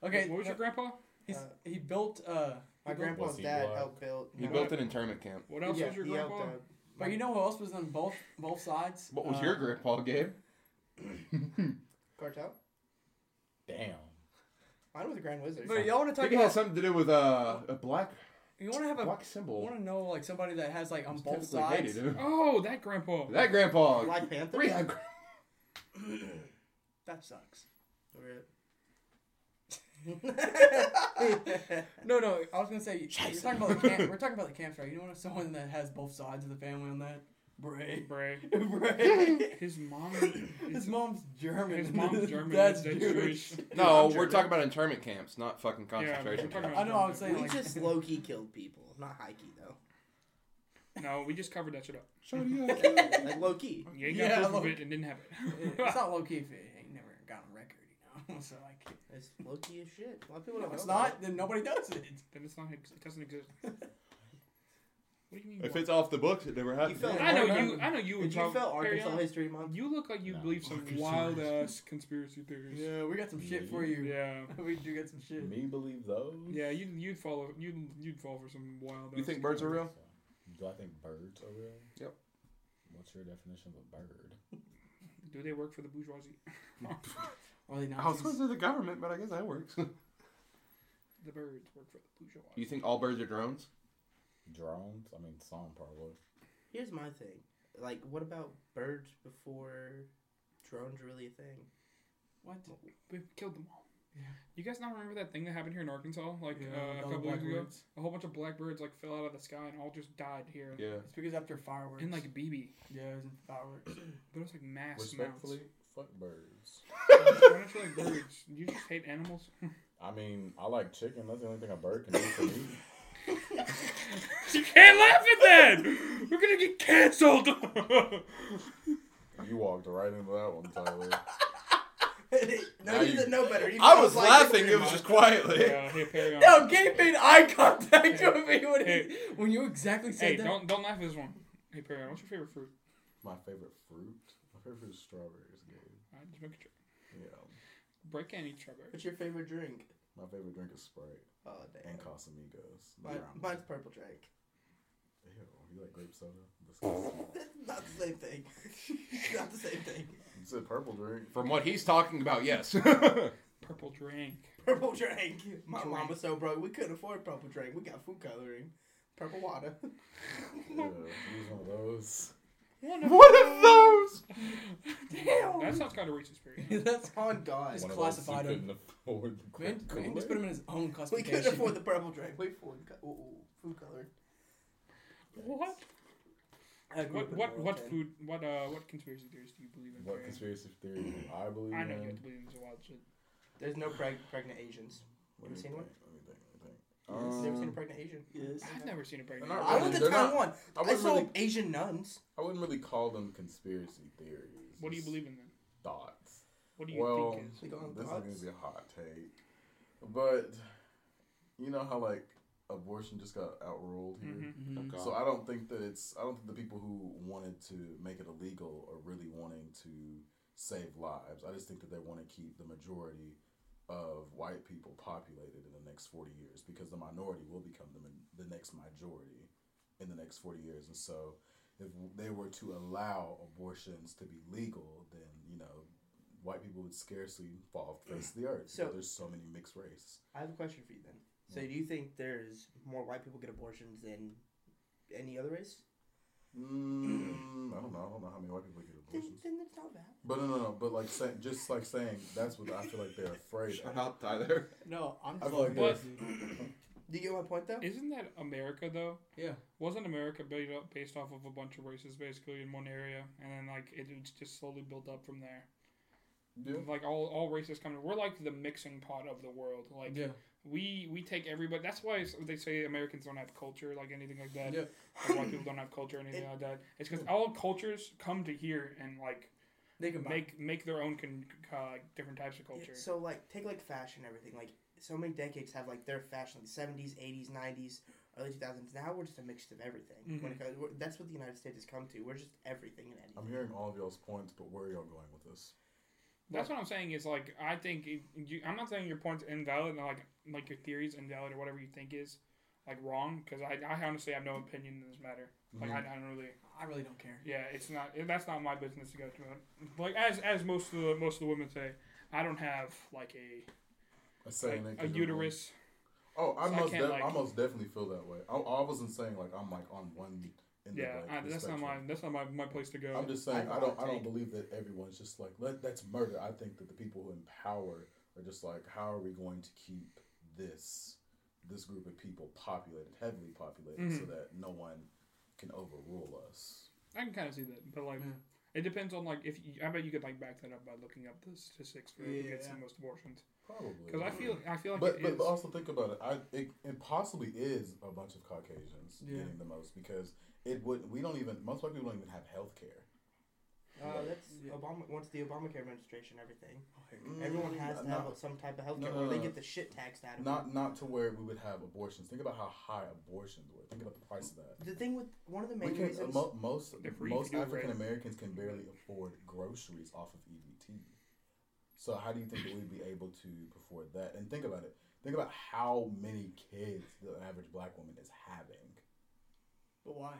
[SPEAKER 5] Okay.
[SPEAKER 1] What was your
[SPEAKER 5] no, grandpa?
[SPEAKER 1] grandpa?
[SPEAKER 5] He's,
[SPEAKER 3] Uh,
[SPEAKER 5] he built. uh
[SPEAKER 3] My
[SPEAKER 5] he built-
[SPEAKER 3] grandpa's
[SPEAKER 4] Was he
[SPEAKER 3] dad
[SPEAKER 4] black?
[SPEAKER 3] helped build.
[SPEAKER 6] He
[SPEAKER 3] no,
[SPEAKER 6] built an internment camp.
[SPEAKER 1] What else
[SPEAKER 3] yeah,
[SPEAKER 1] was your
[SPEAKER 3] he helped,
[SPEAKER 1] grandpa?
[SPEAKER 3] uh,
[SPEAKER 5] But you know who else was on both both sides?
[SPEAKER 6] What was
[SPEAKER 5] Uh,
[SPEAKER 6] your grandpa, Gabe?
[SPEAKER 3] Cartel.
[SPEAKER 4] Damn.
[SPEAKER 3] Mine was a Grand Wizard.
[SPEAKER 5] Uh, But y'all want to
[SPEAKER 6] I
[SPEAKER 5] talk
[SPEAKER 6] think it had
[SPEAKER 5] about?
[SPEAKER 6] something to do with uh, a black
[SPEAKER 5] You want to have a.
[SPEAKER 6] black symbol.
[SPEAKER 5] Want to know like somebody that has like on
[SPEAKER 6] It's
[SPEAKER 5] both
[SPEAKER 6] typically
[SPEAKER 5] sides?
[SPEAKER 6] hated, huh?
[SPEAKER 1] Oh, that grandpa.
[SPEAKER 6] That grandpa.
[SPEAKER 3] Black Panther.
[SPEAKER 6] we had-
[SPEAKER 5] That sucks.
[SPEAKER 3] Rip.
[SPEAKER 5] No, no. I was gonna say we're talking about the camp. We're talking about the camps, right? You know, someone that has both sides of the family on that. Bray.
[SPEAKER 1] Bray.
[SPEAKER 5] Bray.
[SPEAKER 1] His mom.
[SPEAKER 5] His mom's German.
[SPEAKER 1] His mom's German.
[SPEAKER 5] That's
[SPEAKER 1] his dad's
[SPEAKER 5] Jewish.
[SPEAKER 1] Jewish.
[SPEAKER 6] No, we're talking about internment camps, not fucking
[SPEAKER 1] Yeah, we're
[SPEAKER 6] concentration
[SPEAKER 1] talking
[SPEAKER 6] camps.
[SPEAKER 1] about
[SPEAKER 5] I know. I was
[SPEAKER 1] German.
[SPEAKER 5] saying
[SPEAKER 3] we
[SPEAKER 5] like.
[SPEAKER 3] just low key killed people, not high key though.
[SPEAKER 1] No, we just covered that shit up.
[SPEAKER 3] Like low key.
[SPEAKER 1] You ain't got
[SPEAKER 5] Yeah,
[SPEAKER 1] proof
[SPEAKER 5] look.
[SPEAKER 1] of it and didn't have it.
[SPEAKER 5] it's not low key if it ain't never got on record, you know. so like,
[SPEAKER 3] It's low key as shit. A lot of people
[SPEAKER 5] if
[SPEAKER 3] don't
[SPEAKER 5] it's
[SPEAKER 3] know. about
[SPEAKER 5] not, then nobody does it.
[SPEAKER 1] then it's not. It doesn't exist. What do you mean?
[SPEAKER 6] If
[SPEAKER 1] why?
[SPEAKER 6] it's off the books, it never
[SPEAKER 3] You
[SPEAKER 6] happened.
[SPEAKER 3] felt-
[SPEAKER 1] I know you. I know you.
[SPEAKER 3] it.
[SPEAKER 1] would
[SPEAKER 3] Did you
[SPEAKER 1] prob-
[SPEAKER 3] fail
[SPEAKER 1] Harry,
[SPEAKER 3] Arkansas
[SPEAKER 1] I-
[SPEAKER 3] History Month?
[SPEAKER 1] You loc like you
[SPEAKER 4] No.
[SPEAKER 1] believe some
[SPEAKER 4] Arkansas
[SPEAKER 1] wild
[SPEAKER 4] History.
[SPEAKER 1] ass conspiracy theories.
[SPEAKER 5] Yeah, we got some shit for you.
[SPEAKER 1] Yeah.
[SPEAKER 5] we do get some shit.
[SPEAKER 4] Me believe those.
[SPEAKER 1] Yeah, you you'd follow you you'd fall for some wild.
[SPEAKER 6] You
[SPEAKER 1] ass-
[SPEAKER 6] think birds are real?
[SPEAKER 4] Do I think birds are real?
[SPEAKER 6] Yep.
[SPEAKER 4] What's your definition of a bird?
[SPEAKER 1] Do they work for the bourgeoisie?
[SPEAKER 5] Or they not?
[SPEAKER 6] I was supposed to the government, but I guess that works.
[SPEAKER 1] The birds work for the bourgeois.
[SPEAKER 14] You think all birds are drones?
[SPEAKER 4] Drones? I mean, some probably.
[SPEAKER 3] Here's my thing. Like, what about birds before drones were really a thing?
[SPEAKER 5] What?
[SPEAKER 1] we killed them all. You guys not remember that thing that happened here in Arkansas like
[SPEAKER 5] Yeah,
[SPEAKER 1] uh,
[SPEAKER 5] all
[SPEAKER 1] a
[SPEAKER 5] the
[SPEAKER 1] couple weeks ago?
[SPEAKER 5] blackbirds.
[SPEAKER 1] A whole bunch of blackbirds like fell out of the sky and all just died here.
[SPEAKER 14] Yeah.
[SPEAKER 5] It's because after fireworks.
[SPEAKER 1] In like BB,
[SPEAKER 5] yeah, it was in fireworks.
[SPEAKER 1] but it was like mass amounts.
[SPEAKER 4] Respectfully, fuck birds.
[SPEAKER 1] Why don't you like birds? You just hate animals.
[SPEAKER 4] I mean, I like chicken. That's the only thing a bird can do for me.
[SPEAKER 1] you can't laugh at that. We're gonna get canceled.
[SPEAKER 4] You walked right into that one, Tyler.
[SPEAKER 3] no, you didn't know better. You
[SPEAKER 2] I
[SPEAKER 3] just
[SPEAKER 2] was
[SPEAKER 3] like-
[SPEAKER 2] laughing. It was just quietly.
[SPEAKER 1] yeah, hey, Perry. on.
[SPEAKER 5] No, Gabe made eye contact with me when, he,
[SPEAKER 1] Hey.
[SPEAKER 5] when you exactly said
[SPEAKER 1] Hey,
[SPEAKER 5] that.
[SPEAKER 1] don't don't laugh at this one. Hey, Perry, what's your favorite fruit?
[SPEAKER 4] My favorite fruit? My favorite fruit is strawberries, dude.
[SPEAKER 1] I Uh, just make a tr-
[SPEAKER 4] Yeah.
[SPEAKER 1] break and eat strawberry.
[SPEAKER 3] What's your favorite drink?
[SPEAKER 4] My favorite drink is Sprite
[SPEAKER 3] Oh, damn.
[SPEAKER 4] and Casamigos. The
[SPEAKER 3] Mine,
[SPEAKER 4] brown one.
[SPEAKER 3] mine's purple drink.
[SPEAKER 4] Ew, you like grape soda? Disgusting.
[SPEAKER 3] Not the same thing. Not the same thing.
[SPEAKER 4] You said purple drink.
[SPEAKER 2] From what he's talking about, yes.
[SPEAKER 1] Purple drink.
[SPEAKER 3] Purple drink. My
[SPEAKER 1] Drink.
[SPEAKER 3] mom was so broke we couldn't afford purple drink. We got food coloring, purple water.
[SPEAKER 4] Yeah, use one of those.
[SPEAKER 1] One
[SPEAKER 2] what are those?
[SPEAKER 1] Damn. That sounds kind of racist, Perry.
[SPEAKER 5] That's
[SPEAKER 3] On God,
[SPEAKER 5] Just
[SPEAKER 4] One of those you
[SPEAKER 5] classified him.
[SPEAKER 4] couldn't afford the
[SPEAKER 5] Man,
[SPEAKER 4] Coca-Cola.
[SPEAKER 5] man just put him in his own
[SPEAKER 3] we
[SPEAKER 5] classification.
[SPEAKER 3] couldn't afford the purple drink. We food, co- ooh, food coloring.
[SPEAKER 1] What?
[SPEAKER 3] I grew
[SPEAKER 1] What
[SPEAKER 3] up in
[SPEAKER 1] what what
[SPEAKER 3] Burlington.
[SPEAKER 1] food? What uh? What conspiracy theories do you believe in?
[SPEAKER 4] What
[SPEAKER 1] Perry?
[SPEAKER 4] conspiracy theory do I believe
[SPEAKER 1] I
[SPEAKER 4] in?
[SPEAKER 1] know you have to believe in a lot of shit.
[SPEAKER 3] There's no preg- pregnant Asians.
[SPEAKER 4] Let
[SPEAKER 3] Have you
[SPEAKER 4] me
[SPEAKER 3] seen one?
[SPEAKER 4] think, Let me think. Let me think.
[SPEAKER 3] you ever seen a
[SPEAKER 4] Um,
[SPEAKER 3] pregnant Asian?
[SPEAKER 5] Yes.
[SPEAKER 1] I've never seen a pregnant.
[SPEAKER 4] They're not
[SPEAKER 3] I
[SPEAKER 1] woman.
[SPEAKER 3] went to
[SPEAKER 4] They're not-
[SPEAKER 3] Taiwan.
[SPEAKER 4] I
[SPEAKER 3] I
[SPEAKER 4] wouldn't
[SPEAKER 3] saw
[SPEAKER 4] really.
[SPEAKER 3] Asian nuns.
[SPEAKER 4] I wouldn't really call them conspiracy theories.
[SPEAKER 1] What do you
[SPEAKER 4] It's
[SPEAKER 1] believe in then?
[SPEAKER 4] Thoughts.
[SPEAKER 1] What do you
[SPEAKER 4] Well,
[SPEAKER 1] think is?
[SPEAKER 3] We go on
[SPEAKER 4] this
[SPEAKER 3] thoughts.
[SPEAKER 4] is gonna be a hot take, but you know how like abortion just got outruled here.
[SPEAKER 1] Mhm.
[SPEAKER 2] Mm-hmm.
[SPEAKER 14] Oh, God.
[SPEAKER 4] So I don't think that it's. I don't think the people who wanted to make it illegal are really wanting to save lives. I just think that they want to keep the majority of white people populated in the next forty years because the minority will become the ma- the next majority in the next forty years, and so if they were to allow abortions to be legal, then you know. White people would scarcely fall off the face of the earth
[SPEAKER 3] So-
[SPEAKER 4] because there's so many mixed race.
[SPEAKER 3] I have a question for you then. So do you think there's more white people get abortions than any other race?
[SPEAKER 4] Mm, I don't know. I don't know how many white people get
[SPEAKER 3] Then,
[SPEAKER 4] abortions.
[SPEAKER 3] then it's not bad.
[SPEAKER 4] But no, no, no. But like saying, just like saying, that's what I feel like they're afraid
[SPEAKER 14] Shut
[SPEAKER 4] of.
[SPEAKER 14] up, Tyler.
[SPEAKER 5] No, I'm
[SPEAKER 4] I've
[SPEAKER 5] just
[SPEAKER 4] only
[SPEAKER 5] like
[SPEAKER 1] been-
[SPEAKER 5] this.
[SPEAKER 3] Do you get my point though?
[SPEAKER 1] Isn't that America though?
[SPEAKER 5] Yeah.
[SPEAKER 1] Wasn't America built up based off of a bunch of races basically in one area, and then like it it's just slowly built up from there.
[SPEAKER 4] Yeah.
[SPEAKER 1] Like all all races come. We're like the mixing pot of the world. Like
[SPEAKER 5] Yeah.
[SPEAKER 1] we we take everybody. That's why it's- they say Americans don't have culture, like anything like that.
[SPEAKER 5] Yeah.
[SPEAKER 1] Or white people don't have culture, or anything like that. It's because all cultures come to here and like
[SPEAKER 5] They can make
[SPEAKER 1] make make their own con, uh, different types of culture.
[SPEAKER 3] Yeah, so like take like fashion and everything. Like so many decades have like their fashion, like seventies, eighties, nineties, early two thousands. Now we're just a mixture of everything. When it comes, we're, that's what the United States has come to. We're just everything and anything.
[SPEAKER 4] I'm hearing all of y'all's points, but where are y'all going with this?
[SPEAKER 1] That's what I'm saying. Is like I think it, you, I'm not saying your point's invalid, and like like your theory's invalid or whatever you think is like wrong. Because I, I honestly have no opinion in this matter. Like
[SPEAKER 4] Mm-hmm.
[SPEAKER 1] I, I don't really.
[SPEAKER 5] I really don't care.
[SPEAKER 1] Yeah, it's not. That's not my business to go to. Like as as most of the most of the women say, I don't have like a
[SPEAKER 4] I'm saying
[SPEAKER 1] like,
[SPEAKER 4] that
[SPEAKER 1] a
[SPEAKER 4] 'cause you're-
[SPEAKER 1] uterus.
[SPEAKER 4] Oh, I
[SPEAKER 1] so I
[SPEAKER 4] most
[SPEAKER 1] can't,
[SPEAKER 4] de- I
[SPEAKER 1] like-
[SPEAKER 4] most definitely feel that way. I, I wasn't saying like I'm like on one. End
[SPEAKER 1] Yeah,
[SPEAKER 4] of, like,
[SPEAKER 1] I,
[SPEAKER 4] the
[SPEAKER 1] that's not
[SPEAKER 4] spectrum.
[SPEAKER 1] my that's not my, my place to go.
[SPEAKER 4] I'm just saying
[SPEAKER 3] I
[SPEAKER 4] I don't I
[SPEAKER 3] take-
[SPEAKER 4] don't believe that everyone's just like let that's murder. I think that the people who empower are just like how are we going to keep this this group of people populated heavily populated so
[SPEAKER 1] Mm-hmm.
[SPEAKER 4] that no one can overrule us.
[SPEAKER 1] I can kind of see that, but like
[SPEAKER 5] Yeah.
[SPEAKER 1] it depends on like if you, I bet you could like back that up by looking up the statistics for who gets the
[SPEAKER 5] Yeah.
[SPEAKER 1] most abortions.
[SPEAKER 4] Probably
[SPEAKER 1] Because I feel I feel like
[SPEAKER 4] But,
[SPEAKER 1] it is.
[SPEAKER 4] but also think about it. I it, it possibly is a bunch of Caucasians
[SPEAKER 5] Yeah.
[SPEAKER 4] getting the most because it would we don't even most white people don't even have health care.
[SPEAKER 3] Uh, that's
[SPEAKER 5] Yeah.
[SPEAKER 3] Obama. Once the Obamacare administration, everything.
[SPEAKER 4] Mm,
[SPEAKER 3] Everyone has to have
[SPEAKER 4] not,
[SPEAKER 3] some type of health
[SPEAKER 4] no,
[SPEAKER 3] care,
[SPEAKER 4] no,
[SPEAKER 3] or they
[SPEAKER 4] no.
[SPEAKER 3] get the shit taxed out of them.
[SPEAKER 4] not not to where we would have abortions. Think about how high abortions were. Think about the price of that.
[SPEAKER 3] The thing with one of the
[SPEAKER 4] We
[SPEAKER 3] main
[SPEAKER 4] can,
[SPEAKER 3] reasons.
[SPEAKER 4] mo- most
[SPEAKER 1] They're free,
[SPEAKER 4] most
[SPEAKER 1] you can do it,
[SPEAKER 4] African Americans can barely afford groceries off of EBT. So how do you think that we'd be able to afford that? And think about it. Think about how many kids the average black woman is having.
[SPEAKER 5] But why?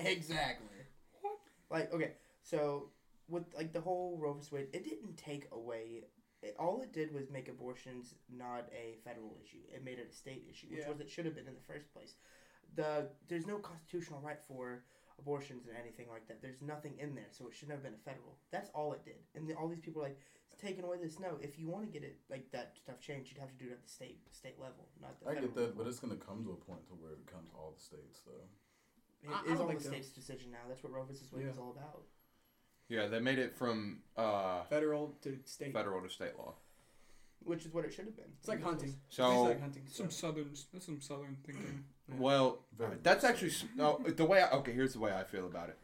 [SPEAKER 3] Exactly. Like okay, so with like the whole Roe vs Wade, it didn't take away it, all it did was make abortions not a federal issue. It made it a state issue, which
[SPEAKER 5] Yeah.
[SPEAKER 3] was it should have been in the first place. The there's no constitutional right for abortions and anything like that. There's nothing in there, so it shouldn't have been a federal. That's all it did. And the, all these people are like it's taking away this. No, if you want to get it like that stuff changed, you'd have to do it at the state state level, not the
[SPEAKER 4] I
[SPEAKER 3] federal.
[SPEAKER 4] get that, but it's gonna come to a point to where it comes to all the states though.
[SPEAKER 3] It
[SPEAKER 5] I- I
[SPEAKER 3] is
[SPEAKER 5] don't
[SPEAKER 3] all the
[SPEAKER 5] think so.
[SPEAKER 3] state's decision now. That's what Roe versus Wade is all about.
[SPEAKER 2] Yeah, they made it from uh,
[SPEAKER 5] Federal to state.
[SPEAKER 2] federal to state law.
[SPEAKER 3] Which is what it should have been.
[SPEAKER 5] It's like hunting.
[SPEAKER 2] So-
[SPEAKER 5] it's like hunting.
[SPEAKER 1] Some southern, that's some southern thinking.
[SPEAKER 2] Well,
[SPEAKER 4] Very
[SPEAKER 2] that's actually s- no, the way. I, okay, here's the way I feel about it.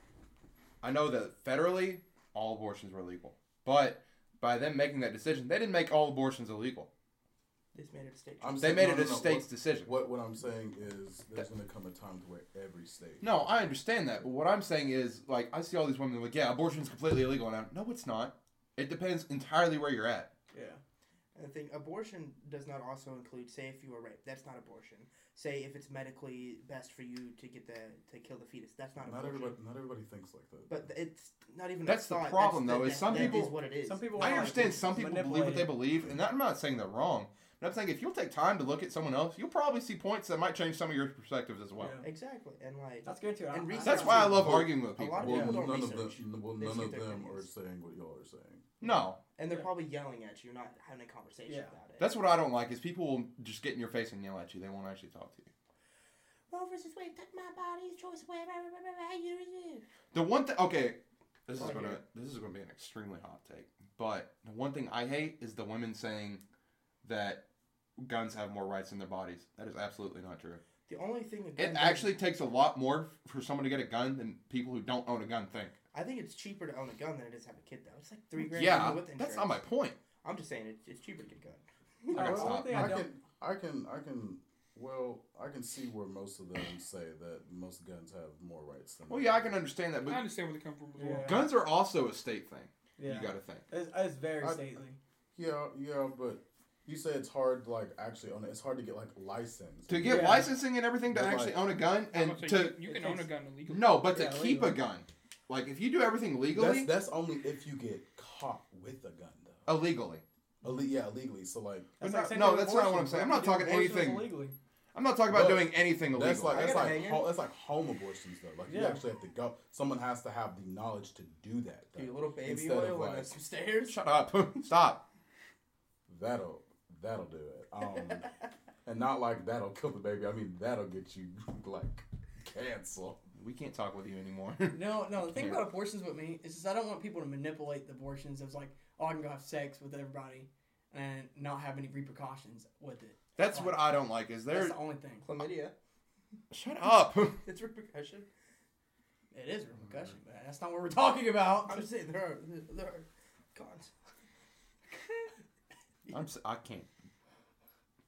[SPEAKER 2] I know that federally, all abortions were legal, but by them making that decision, they didn't make all abortions illegal.
[SPEAKER 3] They just made it a state.
[SPEAKER 4] I'm
[SPEAKER 2] They
[SPEAKER 4] saying-
[SPEAKER 2] made
[SPEAKER 4] no,
[SPEAKER 2] it
[SPEAKER 4] no,
[SPEAKER 2] a
[SPEAKER 4] no,
[SPEAKER 2] state's decision.
[SPEAKER 4] What what I'm saying is there's gonna come a time to where every state.
[SPEAKER 2] No, I understand that, but what I'm saying is, like, I see all these women like, yeah, abortion's completely illegal, and I'm no, it's not. It depends entirely where you're at.
[SPEAKER 5] Yeah.
[SPEAKER 3] And the thing, abortion does not also include, say, if you were raped, that's not abortion. Say if it's medically best for you to get the to kill the fetus, that's not,
[SPEAKER 4] Not
[SPEAKER 3] abortion.
[SPEAKER 4] everybody not everybody thinks like that.
[SPEAKER 3] But th- it's not even.
[SPEAKER 2] That's
[SPEAKER 3] a
[SPEAKER 2] the
[SPEAKER 3] thought.
[SPEAKER 2] problem,
[SPEAKER 3] that's
[SPEAKER 2] though, is some
[SPEAKER 3] that
[SPEAKER 2] people-
[SPEAKER 3] is what it is.
[SPEAKER 5] Some people.
[SPEAKER 2] I
[SPEAKER 5] are,
[SPEAKER 2] understand
[SPEAKER 5] like,
[SPEAKER 2] some people believe what they
[SPEAKER 5] manipulated.
[SPEAKER 2] believe, and I'm not saying they're wrong. But I'm saying if you'll take time to look at someone else, you'll probably see points that might change some of your perspectives as well.
[SPEAKER 5] Yeah.
[SPEAKER 3] exactly, and like
[SPEAKER 5] That's good too. I-
[SPEAKER 3] And
[SPEAKER 5] I-
[SPEAKER 3] research.
[SPEAKER 2] That's why I love
[SPEAKER 4] Well,
[SPEAKER 2] arguing with
[SPEAKER 3] a
[SPEAKER 2] people.
[SPEAKER 3] lot of
[SPEAKER 4] well,
[SPEAKER 3] people don't
[SPEAKER 4] none of
[SPEAKER 3] research.
[SPEAKER 4] them. Well,
[SPEAKER 3] They just
[SPEAKER 4] none of
[SPEAKER 3] get their
[SPEAKER 4] them are
[SPEAKER 3] opinions.
[SPEAKER 4] saying what y'all are saying.
[SPEAKER 2] No,
[SPEAKER 3] and they're
[SPEAKER 5] Yeah.
[SPEAKER 3] probably yelling at you, not having a conversation
[SPEAKER 5] Yeah.
[SPEAKER 3] about it.
[SPEAKER 2] That's what I don't like is people will just get in your face and yell at you. They won't actually talk to you.
[SPEAKER 3] Roe versus Wade took my body's choice away. Blah, blah, blah, blah, you- you.
[SPEAKER 2] The one thing, okay, this is
[SPEAKER 3] Right
[SPEAKER 2] gonna
[SPEAKER 3] here.
[SPEAKER 2] this is gonna be an extremely hot take, but the one thing I hate is the women saying that guns have more rights in their bodies. That is absolutely not true.
[SPEAKER 3] The only thing a
[SPEAKER 2] It
[SPEAKER 3] gun does-
[SPEAKER 2] actually takes a lot more for someone to get a gun than people who don't own a gun think.
[SPEAKER 3] I think it's cheaper to own a gun than it is to have a kid, though. It's like three grand.
[SPEAKER 2] yeah,
[SPEAKER 3] even with
[SPEAKER 2] that's not my
[SPEAKER 3] insurance.
[SPEAKER 2] point.
[SPEAKER 3] I'm just saying it, it's cheaper to get a gun.
[SPEAKER 2] I gotta
[SPEAKER 4] Well,
[SPEAKER 2] stop.
[SPEAKER 5] think I
[SPEAKER 4] I
[SPEAKER 5] don't-
[SPEAKER 4] can, I can, I can. Well, I can see where most of them say that most guns have more rights than.
[SPEAKER 2] Well, yeah, I can understand that,
[SPEAKER 1] I
[SPEAKER 2] but
[SPEAKER 1] understand where they come from as
[SPEAKER 5] Yeah.
[SPEAKER 1] well.
[SPEAKER 2] guns are also a state thing.
[SPEAKER 5] Yeah.
[SPEAKER 2] You got to think.
[SPEAKER 5] It's, it's very
[SPEAKER 4] I-
[SPEAKER 5] stately.
[SPEAKER 4] Yeah, yeah, but you say it's hard, like actually, on it. it's hard to get like licensed
[SPEAKER 2] To get
[SPEAKER 5] Yeah.
[SPEAKER 2] licensing and everything to
[SPEAKER 4] But,
[SPEAKER 2] actually
[SPEAKER 4] like,
[SPEAKER 2] own a gun and
[SPEAKER 1] I'm not saying
[SPEAKER 2] to
[SPEAKER 1] you, you
[SPEAKER 5] It
[SPEAKER 1] can own a
[SPEAKER 5] takes-
[SPEAKER 1] gun illegally.
[SPEAKER 2] no, but to
[SPEAKER 5] Yeah,
[SPEAKER 2] keep
[SPEAKER 5] legally.
[SPEAKER 2] a gun. Like if you do everything legally,
[SPEAKER 4] That's that's only if you get caught with a gun, though.
[SPEAKER 2] illegally.
[SPEAKER 4] Ille- yeah, illegally. So like,
[SPEAKER 2] But
[SPEAKER 5] That's
[SPEAKER 2] not-
[SPEAKER 5] like saying
[SPEAKER 2] no,
[SPEAKER 5] do
[SPEAKER 2] that's not what I'm
[SPEAKER 5] abortions.
[SPEAKER 2] saying. I'm
[SPEAKER 5] You
[SPEAKER 2] not
[SPEAKER 5] do
[SPEAKER 2] talking
[SPEAKER 5] abortions
[SPEAKER 2] anything.
[SPEAKER 5] illegally.
[SPEAKER 2] I'm not talking about
[SPEAKER 4] But
[SPEAKER 2] doing anything illegal.
[SPEAKER 4] that's like that's
[SPEAKER 3] gotta
[SPEAKER 4] like
[SPEAKER 3] hang
[SPEAKER 4] ho- that's like home abortions, though. Like you
[SPEAKER 5] Yeah.
[SPEAKER 4] actually have to go. Someone has to have the knowledge to do that. Though.
[SPEAKER 3] Dude, a little baby
[SPEAKER 4] Instead of,
[SPEAKER 3] oil and
[SPEAKER 4] like-
[SPEAKER 3] some stairs.
[SPEAKER 2] shut up, stop.
[SPEAKER 4] That'll that'll do it. Um, and not like that'll kill the baby. I mean that'll get you like canceled.
[SPEAKER 2] We can't talk with you anymore.
[SPEAKER 5] No, no. The thing
[SPEAKER 2] Yeah.
[SPEAKER 5] about abortions with me is just I don't want people to manipulate the abortions. It's like, oh, I can go have sex with everybody and not have any repercussions with it.
[SPEAKER 2] That's what I don't like. Is
[SPEAKER 5] That's
[SPEAKER 2] there?
[SPEAKER 5] the only thing.
[SPEAKER 3] Chlamydia.
[SPEAKER 2] Shut up.
[SPEAKER 3] It's repercussion.
[SPEAKER 5] It is repercussion,
[SPEAKER 2] Mm-hmm.
[SPEAKER 5] but that's not what we're talking about.
[SPEAKER 3] I'm just saying there are there are cons.
[SPEAKER 2] I'm. s- I can't.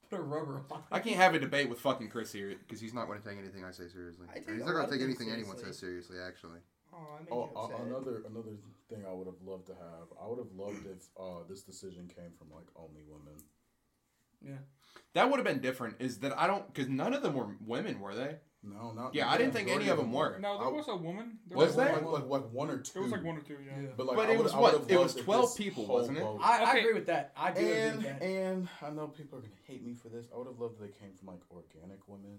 [SPEAKER 5] Put a rubber on.
[SPEAKER 2] I can't have a debate with fucking Chris here because he's not going to take anything I say seriously.
[SPEAKER 3] I take
[SPEAKER 2] he's
[SPEAKER 3] a
[SPEAKER 2] not
[SPEAKER 3] lot
[SPEAKER 2] going
[SPEAKER 3] of
[SPEAKER 2] to take
[SPEAKER 3] things
[SPEAKER 2] anything anyone
[SPEAKER 3] seriously.
[SPEAKER 2] says seriously. Actually,
[SPEAKER 3] Oh, I made
[SPEAKER 4] Oh,
[SPEAKER 3] you
[SPEAKER 4] uh,
[SPEAKER 3] upset.
[SPEAKER 4] another another thing I would have loved to have. I would have loved if uh, this decision came from like only women.
[SPEAKER 5] Yeah.
[SPEAKER 2] that would have been different. Is that I don't because none of them were women, were they?
[SPEAKER 4] No, not
[SPEAKER 2] Yeah, I didn't think any of them were.
[SPEAKER 1] No, there
[SPEAKER 4] I-
[SPEAKER 1] was a woman. There
[SPEAKER 4] Oh. Was Hmm.
[SPEAKER 1] a
[SPEAKER 4] that
[SPEAKER 1] woman.
[SPEAKER 4] like, like, like one or two?
[SPEAKER 1] There was like one or two. Yeah.
[SPEAKER 5] Yeah.
[SPEAKER 4] But, like,
[SPEAKER 2] But
[SPEAKER 4] I
[SPEAKER 2] it
[SPEAKER 4] would-
[SPEAKER 2] was
[SPEAKER 4] I
[SPEAKER 2] what?
[SPEAKER 4] would have
[SPEAKER 2] It was
[SPEAKER 4] loved if
[SPEAKER 2] 12
[SPEAKER 4] this
[SPEAKER 2] people,
[SPEAKER 4] whole
[SPEAKER 2] wasn't it?
[SPEAKER 4] vote-
[SPEAKER 5] I, I
[SPEAKER 1] Okay.
[SPEAKER 5] agree with that. I do agree
[SPEAKER 4] And
[SPEAKER 5] with that.
[SPEAKER 4] and I know people are gonna hate me for this. I would have loved if they came from like organic women,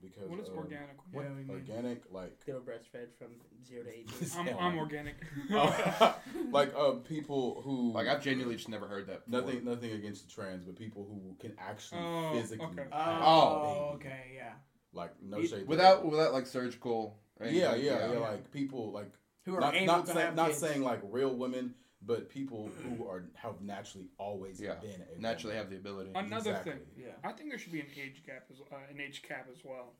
[SPEAKER 4] because
[SPEAKER 1] What is
[SPEAKER 4] um,
[SPEAKER 1] organic?
[SPEAKER 5] Yeah, I mean,
[SPEAKER 4] Organic like
[SPEAKER 3] They were breastfed from zero to eighteen.
[SPEAKER 1] I'm, I'm organic.
[SPEAKER 4] Oh. like uh, people who
[SPEAKER 2] Like I've genuinely just never heard that. before.
[SPEAKER 4] nothing nothing against the trans, but people who can actually
[SPEAKER 1] Oh,
[SPEAKER 4] physically
[SPEAKER 1] okay.
[SPEAKER 4] have a
[SPEAKER 5] Oh,
[SPEAKER 4] baby.
[SPEAKER 5] okay, yeah.
[SPEAKER 4] like no
[SPEAKER 5] You-
[SPEAKER 4] shade to
[SPEAKER 2] without
[SPEAKER 4] them.
[SPEAKER 2] without like surgical. or
[SPEAKER 4] yeah,
[SPEAKER 2] anything,
[SPEAKER 4] yeah yeah like people like
[SPEAKER 5] Who are
[SPEAKER 4] not
[SPEAKER 5] able
[SPEAKER 4] not,
[SPEAKER 5] to
[SPEAKER 4] say,
[SPEAKER 5] have
[SPEAKER 4] not
[SPEAKER 5] kids.
[SPEAKER 4] saying like real women, but people who are have naturally always
[SPEAKER 2] Mm-hmm. Yeah,
[SPEAKER 4] been a
[SPEAKER 2] naturally
[SPEAKER 4] woman.
[SPEAKER 2] have the ability,
[SPEAKER 1] Another
[SPEAKER 4] Exactly.
[SPEAKER 1] thing.
[SPEAKER 5] Yeah.
[SPEAKER 1] I think there should be an age gap as uh, an age cap as well.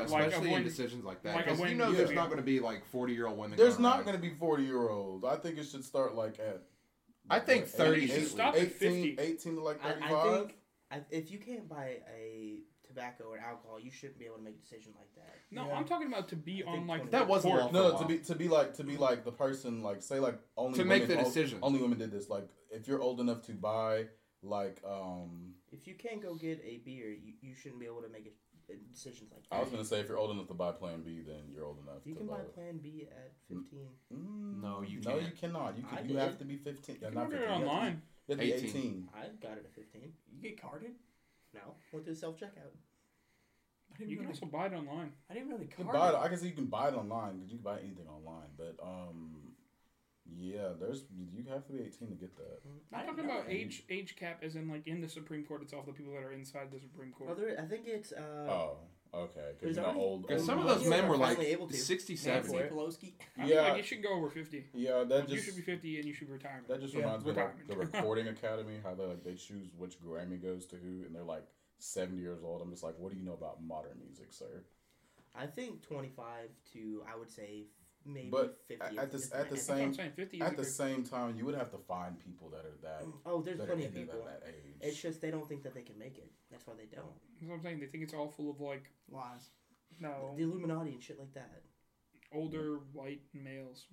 [SPEAKER 1] Like a
[SPEAKER 2] especially in
[SPEAKER 1] wind-
[SPEAKER 2] decisions like that.
[SPEAKER 1] like a
[SPEAKER 2] Because you
[SPEAKER 1] wind
[SPEAKER 2] know, there's
[SPEAKER 1] wheel.
[SPEAKER 2] not going to be like 40 year old women.
[SPEAKER 4] There's
[SPEAKER 2] going
[SPEAKER 4] not
[SPEAKER 2] around.
[SPEAKER 4] going to be 40 year olds. I think it should start like at.
[SPEAKER 2] I think
[SPEAKER 4] what,
[SPEAKER 2] 30
[SPEAKER 1] should
[SPEAKER 4] eight-
[SPEAKER 1] stop at 50.
[SPEAKER 4] 18 to like
[SPEAKER 3] I,
[SPEAKER 4] 35.
[SPEAKER 3] I think I, if you can't buy a tobacco or alcohol, you shouldn't be able to make a decision like that.
[SPEAKER 1] No,
[SPEAKER 5] Yeah.
[SPEAKER 1] I'm talking about to be on
[SPEAKER 3] think
[SPEAKER 1] like
[SPEAKER 2] That was
[SPEAKER 1] court.
[SPEAKER 2] lawful.
[SPEAKER 4] no, to be to be like to be like the person like say like only
[SPEAKER 2] To make
[SPEAKER 4] women-
[SPEAKER 2] the
[SPEAKER 4] on-
[SPEAKER 2] decision.
[SPEAKER 4] Only women did this. Like if you're old enough to buy like um
[SPEAKER 3] If you can't go get a beer, you, you shouldn't be able to make a, decisions like that.
[SPEAKER 4] I was gonna say if you're old enough to buy Plan B, then you're old enough.
[SPEAKER 3] you
[SPEAKER 4] to
[SPEAKER 3] can buy
[SPEAKER 4] vote.
[SPEAKER 3] Plan B at fifteen.
[SPEAKER 4] Mm,
[SPEAKER 2] No, you
[SPEAKER 4] no,
[SPEAKER 2] can't.
[SPEAKER 4] you cannot. You
[SPEAKER 3] I
[SPEAKER 4] can, you
[SPEAKER 3] did.
[SPEAKER 4] have to be 15.
[SPEAKER 1] You can
[SPEAKER 4] not
[SPEAKER 1] order it
[SPEAKER 4] 15, you have to be-
[SPEAKER 1] online.
[SPEAKER 4] You have to be
[SPEAKER 2] 18.
[SPEAKER 4] 18.
[SPEAKER 3] I got it at 15.
[SPEAKER 5] You get carded?
[SPEAKER 3] No, went through self checkout.
[SPEAKER 5] I didn't,
[SPEAKER 1] You
[SPEAKER 5] know
[SPEAKER 1] can
[SPEAKER 5] they,
[SPEAKER 1] also buy it online.
[SPEAKER 5] I didn't know they
[SPEAKER 4] You can buy it.
[SPEAKER 5] carded.
[SPEAKER 4] I can see you can buy it online because you can buy anything online. But um, yeah, there's you have to be 18 to get that.
[SPEAKER 5] I
[SPEAKER 1] I'm
[SPEAKER 5] didn't
[SPEAKER 1] talking
[SPEAKER 5] know
[SPEAKER 1] about
[SPEAKER 5] that.
[SPEAKER 1] age age cap as in like in the Supreme Court itself, the people that are inside the Supreme
[SPEAKER 3] Well,
[SPEAKER 1] Court.
[SPEAKER 3] there, I think it's. Uh,
[SPEAKER 4] Oh, okay.
[SPEAKER 3] There's
[SPEAKER 4] Because you know,
[SPEAKER 3] already-
[SPEAKER 4] old.
[SPEAKER 2] Because
[SPEAKER 4] old
[SPEAKER 2] some of
[SPEAKER 4] laws-
[SPEAKER 2] those men were
[SPEAKER 3] Finally
[SPEAKER 2] like
[SPEAKER 3] able to.
[SPEAKER 2] 60,
[SPEAKER 5] Nancy
[SPEAKER 2] 70.
[SPEAKER 5] Pelosi.
[SPEAKER 1] I mean,
[SPEAKER 4] Yeah.
[SPEAKER 1] like you should go over fifty.
[SPEAKER 4] Yeah, that
[SPEAKER 1] Like, you
[SPEAKER 4] just
[SPEAKER 1] should be fifty and you should be retired.
[SPEAKER 4] that just
[SPEAKER 5] Yeah.
[SPEAKER 4] reminds me of like, the
[SPEAKER 1] Retirement.
[SPEAKER 4] recording academy. How they like they choose which Grammy goes to who, and they're like 70 years old. I'm just like, what do you know about modern music, sir?
[SPEAKER 3] I think 25 to, I would say, maybe
[SPEAKER 4] But
[SPEAKER 3] 50.
[SPEAKER 4] at-
[SPEAKER 3] is
[SPEAKER 4] at the-
[SPEAKER 3] is
[SPEAKER 4] at
[SPEAKER 3] my
[SPEAKER 4] the
[SPEAKER 3] end.
[SPEAKER 1] That's what I'm
[SPEAKER 4] same-
[SPEAKER 1] saying. Fifty is a
[SPEAKER 4] At the
[SPEAKER 1] good-
[SPEAKER 4] same time, you would have to find people that are that.
[SPEAKER 3] Oh, there's
[SPEAKER 4] that are
[SPEAKER 3] plenty of
[SPEAKER 4] into
[SPEAKER 3] people.
[SPEAKER 4] that, that age.
[SPEAKER 3] It's just they don't think that they can make it. That's why they don't.
[SPEAKER 1] that's what I'm saying. They think it's all full of like
[SPEAKER 5] Lies.
[SPEAKER 1] no
[SPEAKER 3] The Illuminati and shit like that.
[SPEAKER 1] older white males.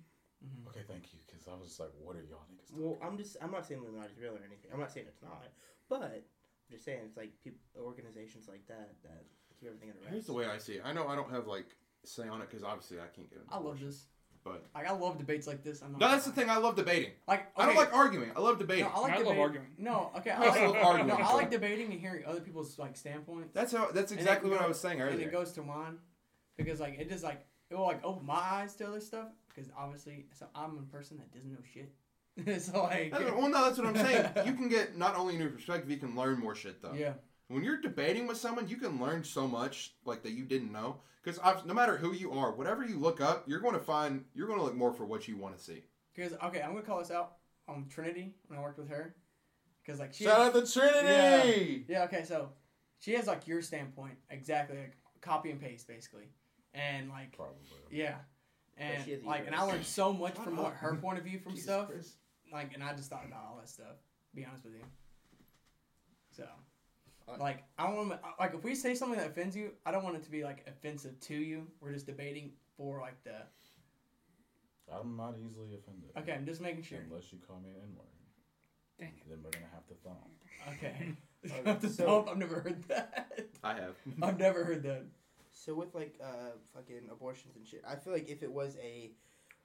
[SPEAKER 1] Mm-hmm.
[SPEAKER 4] Okay, thank you. Because I was just like, what are y'all niggas? Doing?
[SPEAKER 3] Well, I'm just I'm not saying Illuminati's real or anything. I'm not saying it's not, but I'm just saying it's like people, organizations like that that keep everything under
[SPEAKER 2] Here's
[SPEAKER 3] wraps.
[SPEAKER 2] the way I see it. I know I don't have like say on it because obviously I can't get
[SPEAKER 5] I
[SPEAKER 2] it.
[SPEAKER 5] love this.
[SPEAKER 2] But
[SPEAKER 5] Like I love debates like this. I'm not
[SPEAKER 2] no, that's the thing. I love debating.
[SPEAKER 5] Like
[SPEAKER 2] I don't
[SPEAKER 5] okay,
[SPEAKER 2] like arguing. I love debating.
[SPEAKER 5] No, I like
[SPEAKER 1] I love
[SPEAKER 5] debate-
[SPEAKER 1] arguing.
[SPEAKER 5] No, okay. I
[SPEAKER 2] I also
[SPEAKER 5] like,
[SPEAKER 2] love arguing.
[SPEAKER 5] no, I like debating and hearing other people's like standpoints.
[SPEAKER 2] that's how. That's
[SPEAKER 5] And
[SPEAKER 2] exactly
[SPEAKER 5] it
[SPEAKER 2] what I
[SPEAKER 5] go-
[SPEAKER 2] was saying
[SPEAKER 5] And
[SPEAKER 2] earlier.
[SPEAKER 5] it goes to mine because like it just like it will like open my eyes to other stuff because obviously so I'm a person that doesn't know shit. so like
[SPEAKER 2] That's- well, no, that's what I'm saying. You can get not only a new perspective, you can learn more shit though.
[SPEAKER 5] yeah,
[SPEAKER 2] When you're debating with someone, you can learn so much like that you didn't know. Because no matter who you are, whatever you look up, you're going to find you're going to look more for what you want to see.
[SPEAKER 5] because okay, I'm gonna call this out on Trinity when I worked with her because like she
[SPEAKER 4] Shout out to Trinity.
[SPEAKER 5] Yeah, okay, so she has like your standpoint exactly, like copy and paste basically, and like
[SPEAKER 4] Probably.
[SPEAKER 5] yeah,
[SPEAKER 3] Yeah, she has
[SPEAKER 5] and
[SPEAKER 3] the
[SPEAKER 5] like and I
[SPEAKER 3] universe.
[SPEAKER 5] learned so much
[SPEAKER 2] Shut
[SPEAKER 5] from
[SPEAKER 2] up.
[SPEAKER 5] what her point of view from
[SPEAKER 2] Jesus
[SPEAKER 5] stuff,
[SPEAKER 2] Christ.
[SPEAKER 5] like and I just thought about all that stuff. to Be honest with you. So,
[SPEAKER 2] I-
[SPEAKER 5] like I want to like if we say something that offends you, I don't want it to be like offensive to you. We're just debating for like the
[SPEAKER 4] I'm not easily offended.
[SPEAKER 5] okay. I'm just making sure.
[SPEAKER 4] Unless you call me an N word.
[SPEAKER 1] Dang
[SPEAKER 4] Then we're gonna have to thump.
[SPEAKER 5] Okay.
[SPEAKER 3] Okay, so-
[SPEAKER 5] Nope, I've never heard that.
[SPEAKER 2] I have.
[SPEAKER 5] I've never heard that.
[SPEAKER 3] So with like uh fucking abortions and shit, I feel like if it was a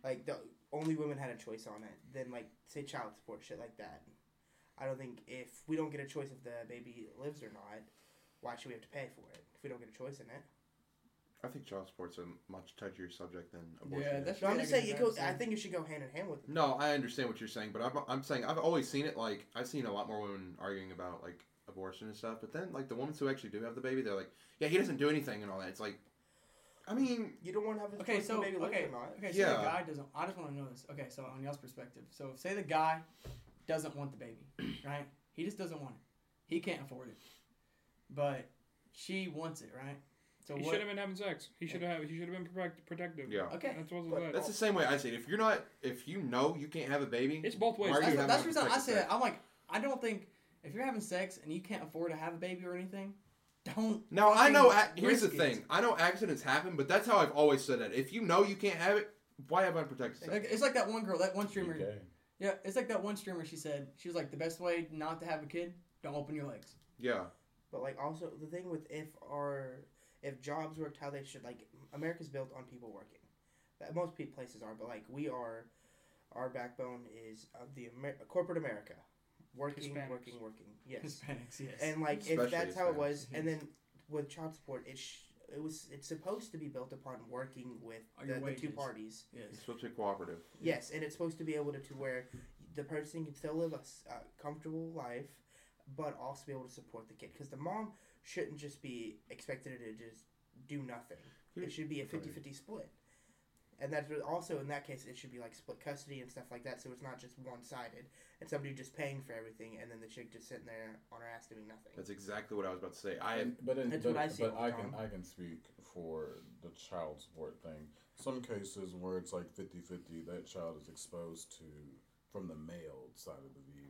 [SPEAKER 3] like the only women had a choice on it, then like say child support shit like that. I don't think if we don't get a choice if the baby lives or not, why should we have to pay for it if we don't get a choice in it?
[SPEAKER 2] I think child support's a much touchier subject than abortion.
[SPEAKER 5] Yeah,
[SPEAKER 2] is.
[SPEAKER 5] that's
[SPEAKER 3] No, I'm
[SPEAKER 5] yeah,
[SPEAKER 3] just
[SPEAKER 5] I
[SPEAKER 3] saying it
[SPEAKER 5] guess
[SPEAKER 3] goes.
[SPEAKER 5] that's-
[SPEAKER 3] I think it should go hand in hand with it.
[SPEAKER 2] No, I understand what you're saying, but I'm, I'm saying I've always seen it like I've seen a lot more women arguing about like abortion and stuff, but then like the women who actually do have the baby, they're like, yeah, he doesn't do anything and all that. It's like, I mean,
[SPEAKER 3] You don't want to have a
[SPEAKER 5] Okay,
[SPEAKER 3] choice if
[SPEAKER 5] so
[SPEAKER 3] the baby lives
[SPEAKER 5] okay,
[SPEAKER 3] or not.
[SPEAKER 5] okay, so the
[SPEAKER 2] Yeah.
[SPEAKER 5] guy doesn't. I just want to know this. Okay, so on y'all's perspective, so if say the guy doesn't want the baby, right? He just doesn't want it. He can't afford it, but she wants it, right? So
[SPEAKER 1] He
[SPEAKER 5] what?
[SPEAKER 1] should have been having sex. He should have. He should have been protect, protective.
[SPEAKER 2] Yeah.
[SPEAKER 5] Okay.
[SPEAKER 1] That's what was
[SPEAKER 3] But
[SPEAKER 1] that.
[SPEAKER 2] that's the same way I see it. If you're not, if you know you can't have a baby,
[SPEAKER 1] It's both ways.
[SPEAKER 2] Why are
[SPEAKER 5] That's,
[SPEAKER 2] you having
[SPEAKER 5] that's
[SPEAKER 2] a
[SPEAKER 5] the reason I
[SPEAKER 2] protective
[SPEAKER 5] say
[SPEAKER 2] sex?
[SPEAKER 5] that. I'm like, I don't think if you're having sex and you can't afford to have a baby or anything, don't.
[SPEAKER 2] Now I know.
[SPEAKER 5] fucking
[SPEAKER 2] ac- Here's the
[SPEAKER 5] risk it.
[SPEAKER 2] thing. I know accidents happen, but that's how I've always said that. If you know you can't have it, why have unprotected sex?
[SPEAKER 5] Like, it's like that one girl, that one streamer.
[SPEAKER 4] Okay.
[SPEAKER 5] Yeah, it's like that one streamer. She said she was like, the best way not to have a kid, don't open your legs.
[SPEAKER 2] Yeah,
[SPEAKER 3] But like also the thing with if our if jobs worked how they should like America's built on people working. That most pe- places are, but like we are, our backbone is uh, the Amer- corporate America, working,
[SPEAKER 1] Hispanics.
[SPEAKER 3] working, working. Yes,
[SPEAKER 5] Hispanics, yes.
[SPEAKER 3] and like
[SPEAKER 2] Especially
[SPEAKER 3] if that's how it
[SPEAKER 2] Hispanics.
[SPEAKER 3] was, and then with child support, it sh- it was it's supposed to be built upon working with
[SPEAKER 5] Or
[SPEAKER 3] the,
[SPEAKER 5] your
[SPEAKER 3] the two
[SPEAKER 5] wages.
[SPEAKER 3] parties.
[SPEAKER 5] yes.
[SPEAKER 2] it's supposed to be cooperative.
[SPEAKER 3] Yes, and it's supposed to be able to, to where the person can still live a s- uh, comfortable life, but also be able to support the kid. Because the mom shouldn't just be expected to just do nothing. It should be a 50 50 split. And that's what- also in that case, it should be like split custody and stuff like that. So it's not just one sided and somebody just paying for everything and then the chick just sitting there on her ass doing nothing.
[SPEAKER 2] That's exactly what I was about to say. I
[SPEAKER 4] And- but in,
[SPEAKER 3] That's
[SPEAKER 4] but,
[SPEAKER 3] what I see
[SPEAKER 4] but
[SPEAKER 3] all the
[SPEAKER 4] I can
[SPEAKER 3] time.
[SPEAKER 4] I can speak for the child support thing. Some cases where it's like 50-50, that child is exposed to from the male side of the view.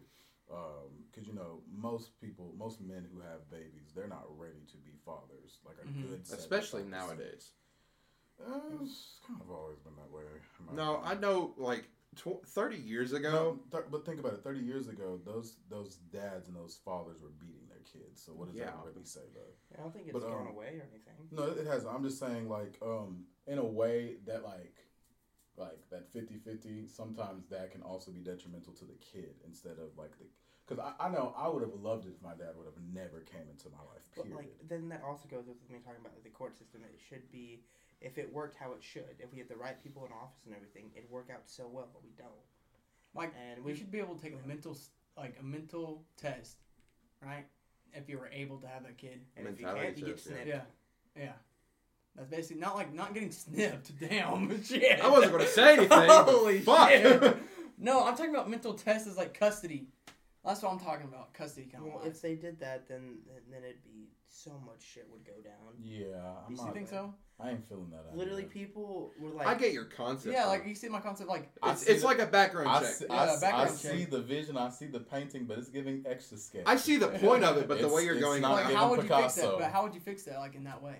[SPEAKER 4] Because you know most people, most men who have babies, they're not ready to be fathers. Like a
[SPEAKER 3] Mm-hmm.
[SPEAKER 5] Mhm.
[SPEAKER 4] good,
[SPEAKER 2] especially
[SPEAKER 4] 75%.
[SPEAKER 2] nowadays.
[SPEAKER 4] Uh, it's kind of always been that way. in my
[SPEAKER 2] No, I
[SPEAKER 4] opinion.
[SPEAKER 2] know like tw- 30 years ago.
[SPEAKER 4] No, th- but think about it. Thirty years ago, those those dads and those fathers were beating their kids. So what does that
[SPEAKER 2] Yeah.
[SPEAKER 4] really say, though?
[SPEAKER 3] I don't think it's
[SPEAKER 4] But,
[SPEAKER 3] gone
[SPEAKER 4] um,
[SPEAKER 3] away or anything.
[SPEAKER 4] No, it has. I'm just saying, like, um, in a way that, like, like that 50-50, Sometimes that can also be detrimental to the kid instead of like the. Because I, I know I would have loved it if my dad would have never came into my life.
[SPEAKER 3] But
[SPEAKER 4] Period.
[SPEAKER 3] like then that also goes with me talking about the court system. It should be if it worked how it should. If we had the right people in office and everything, it'd work out so well. But we don't.
[SPEAKER 5] Like,
[SPEAKER 3] and
[SPEAKER 5] We
[SPEAKER 3] we
[SPEAKER 5] should be able to take a mental, s- like a mental test, right? If you were able to have a kid.
[SPEAKER 3] and if you
[SPEAKER 2] Mentality
[SPEAKER 3] can't, you get
[SPEAKER 2] test, yeah.
[SPEAKER 3] snipped.
[SPEAKER 5] Yeah, yeah. That's basically not like not getting snipped. Damn shit.
[SPEAKER 2] I wasn't gonna say anything. but
[SPEAKER 5] Holy
[SPEAKER 2] fuck.
[SPEAKER 5] shit. no, I'm talking about mental tests as like custody. That's what I'm talking about. Custody kind of.
[SPEAKER 3] Well, if they did that, then then it'd be so much shit would go down.
[SPEAKER 4] yeah, I'm
[SPEAKER 3] You
[SPEAKER 5] you
[SPEAKER 4] not,
[SPEAKER 5] think so?
[SPEAKER 4] I ain't feeling that. idea.
[SPEAKER 3] Literally, people were like,
[SPEAKER 2] I get your concept.
[SPEAKER 5] yeah,
[SPEAKER 2] though.
[SPEAKER 5] like you see my concept, like
[SPEAKER 4] I
[SPEAKER 2] it's,
[SPEAKER 4] see
[SPEAKER 2] it's
[SPEAKER 4] the-
[SPEAKER 2] like a background
[SPEAKER 4] I
[SPEAKER 2] check.
[SPEAKER 4] see,
[SPEAKER 5] Yeah,
[SPEAKER 4] I, s- I
[SPEAKER 5] background
[SPEAKER 4] see
[SPEAKER 5] check.
[SPEAKER 4] the vision, I see the painting, but it's giving extra sketch.
[SPEAKER 2] I see the point of it, but the
[SPEAKER 4] It's-
[SPEAKER 2] way you're
[SPEAKER 4] it's
[SPEAKER 2] going
[SPEAKER 4] not
[SPEAKER 2] on,
[SPEAKER 5] like
[SPEAKER 2] it,
[SPEAKER 4] giving
[SPEAKER 5] how would you fix that?
[SPEAKER 4] Picasso.
[SPEAKER 5] But how would you fix that like in that way?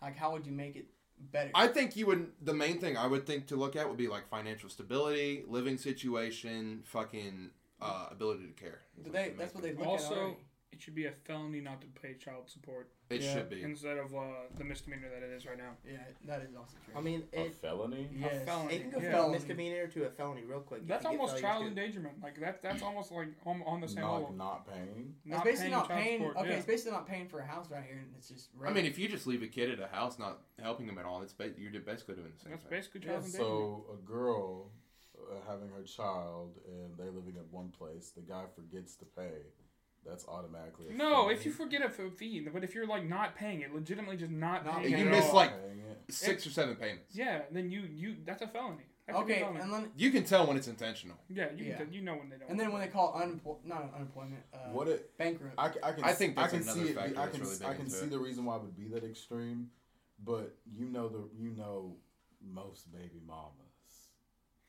[SPEAKER 5] Like how would you make it better?
[SPEAKER 2] I think you would. The main thing I would think to look at would be like financial stability, living situation, fucking uh, ability to care. is like
[SPEAKER 5] but they
[SPEAKER 2] the
[SPEAKER 5] that's
[SPEAKER 2] main
[SPEAKER 5] what they
[SPEAKER 2] thing.
[SPEAKER 5] look at
[SPEAKER 1] Also-
[SPEAKER 5] already.
[SPEAKER 1] It should be a felony not to pay child support
[SPEAKER 2] It
[SPEAKER 5] Yeah.
[SPEAKER 2] should be.
[SPEAKER 1] instead of uh, the misdemeanor that it is right now.
[SPEAKER 5] Yeah, that is also true.
[SPEAKER 3] I mean,
[SPEAKER 4] a
[SPEAKER 3] it
[SPEAKER 4] felony.
[SPEAKER 5] yes.
[SPEAKER 1] A felony.
[SPEAKER 3] it can go
[SPEAKER 1] yeah.
[SPEAKER 3] from
[SPEAKER 5] felony.
[SPEAKER 3] a misdemeanor to a felony real quick. if
[SPEAKER 1] That's
[SPEAKER 3] you get
[SPEAKER 1] almost
[SPEAKER 3] felonies
[SPEAKER 1] child
[SPEAKER 3] too.
[SPEAKER 1] endangerment. Like that. That's almost like on, on the same
[SPEAKER 4] Not,
[SPEAKER 1] level.
[SPEAKER 4] not paying.
[SPEAKER 5] It's
[SPEAKER 1] Not
[SPEAKER 5] basically not
[SPEAKER 1] child
[SPEAKER 5] paying.
[SPEAKER 1] support,
[SPEAKER 5] okay,
[SPEAKER 1] yeah.
[SPEAKER 5] it's basically not paying for a house right here, and it's just.
[SPEAKER 2] I mean, if you just leave a kid at a house, not helping them at all, it's ba- you're basically doing the same
[SPEAKER 1] that's
[SPEAKER 2] thing.
[SPEAKER 1] basically
[SPEAKER 5] Yeah,
[SPEAKER 1] child endangerment.
[SPEAKER 4] So a girl uh, having her child and they're living at one place. The guy forgets to pay. That's automatically. a
[SPEAKER 1] No,
[SPEAKER 4] felony.
[SPEAKER 1] if you forget a f- fee, but if you're like not paying it, legitimately just not,
[SPEAKER 5] Not
[SPEAKER 1] paying
[SPEAKER 2] paying
[SPEAKER 1] it
[SPEAKER 2] it.
[SPEAKER 1] at
[SPEAKER 2] You miss,
[SPEAKER 1] all,
[SPEAKER 2] like-
[SPEAKER 4] Paying it.
[SPEAKER 2] Six or seven payments.
[SPEAKER 1] yeah, then you you that's a felony. That should be
[SPEAKER 5] okay,
[SPEAKER 1] a felony.
[SPEAKER 5] and then
[SPEAKER 2] You can tell when it's intentional.
[SPEAKER 1] yeah, you
[SPEAKER 5] yeah.
[SPEAKER 1] Can tell, you know when they don't.
[SPEAKER 5] and then when they call unemployment, not unemployment, uh,
[SPEAKER 4] What it,
[SPEAKER 5] bankrupt.
[SPEAKER 4] I, ca- I can
[SPEAKER 2] I think that's
[SPEAKER 4] I can
[SPEAKER 2] another
[SPEAKER 4] see it,
[SPEAKER 2] factor
[SPEAKER 4] be- I
[SPEAKER 2] that's
[SPEAKER 4] can
[SPEAKER 2] really
[SPEAKER 4] s-
[SPEAKER 2] big
[SPEAKER 4] I can
[SPEAKER 2] into
[SPEAKER 4] see
[SPEAKER 2] it.
[SPEAKER 4] the reason why it would be that extreme, but you know the you know most baby mamas.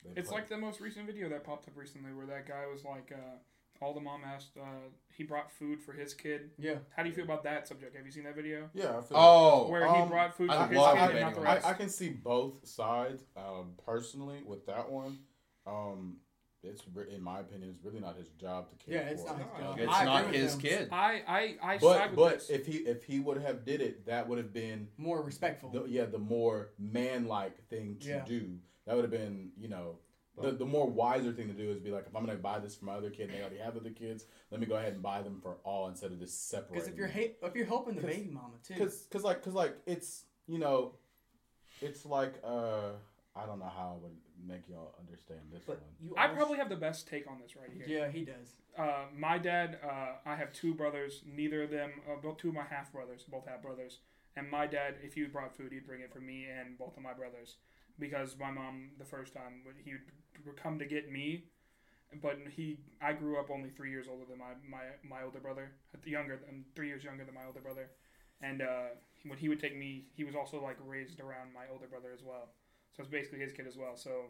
[SPEAKER 4] They
[SPEAKER 1] It's
[SPEAKER 4] play-
[SPEAKER 1] like the most recent video that popped up recently where that guy was like, uh, all the mom asked, uh, he brought food for his kid.
[SPEAKER 5] yeah,
[SPEAKER 1] How do you feel about that subject? Have you seen that video?
[SPEAKER 4] yeah. I feel
[SPEAKER 2] Oh,
[SPEAKER 1] Where he
[SPEAKER 4] um,
[SPEAKER 1] brought food for
[SPEAKER 2] I
[SPEAKER 1] his
[SPEAKER 2] love
[SPEAKER 1] kid and
[SPEAKER 2] debating
[SPEAKER 1] not the
[SPEAKER 2] on
[SPEAKER 4] I,
[SPEAKER 1] rest.
[SPEAKER 4] I can see both sides um, personally with that one. Um, it's re- in my opinion, it's really not his job to care
[SPEAKER 5] yeah, it's
[SPEAKER 4] for.
[SPEAKER 5] not
[SPEAKER 4] it.
[SPEAKER 5] his job.
[SPEAKER 2] it's
[SPEAKER 5] I agree
[SPEAKER 2] not
[SPEAKER 5] with
[SPEAKER 2] his
[SPEAKER 5] him.
[SPEAKER 2] kid.
[SPEAKER 1] I, I, I side
[SPEAKER 4] But
[SPEAKER 1] with
[SPEAKER 4] but
[SPEAKER 1] this.
[SPEAKER 4] if he if he would have did it, that would have been
[SPEAKER 5] More respectful.
[SPEAKER 4] the, yeah the more man like thing to
[SPEAKER 5] Yeah.
[SPEAKER 4] do. That would have been you know. The, the more wiser thing to do is be like, if I'm gonna buy this for my other kid, and they already have other kids. Let me go ahead and buy them for all instead of just separating.
[SPEAKER 5] Because if you're
[SPEAKER 4] them.
[SPEAKER 5] ha- if you're helping the
[SPEAKER 4] 'Cause-
[SPEAKER 5] baby mama too,
[SPEAKER 4] Cause, cause like, cause like, it's you know, it's like uh, I don't know how I would make y'all understand this
[SPEAKER 3] But
[SPEAKER 4] one.
[SPEAKER 3] you
[SPEAKER 1] I
[SPEAKER 3] also-
[SPEAKER 1] probably have the best take on this right here.
[SPEAKER 5] yeah, he does.
[SPEAKER 1] uh, my dad, uh, I have two brothers. Neither of them, uh, both two of my half brothers, both half brothers. And my dad, if he brought food, he'd bring it for me and both of my brothers, because my mom, the first time, would- he would come to get me, but he, I grew up only three years older than my my, my older brother, uh, younger, than three years younger than my older brother, and uh, when he would take me, he was also like raised around my older brother as well, so it's basically his kid as well. So.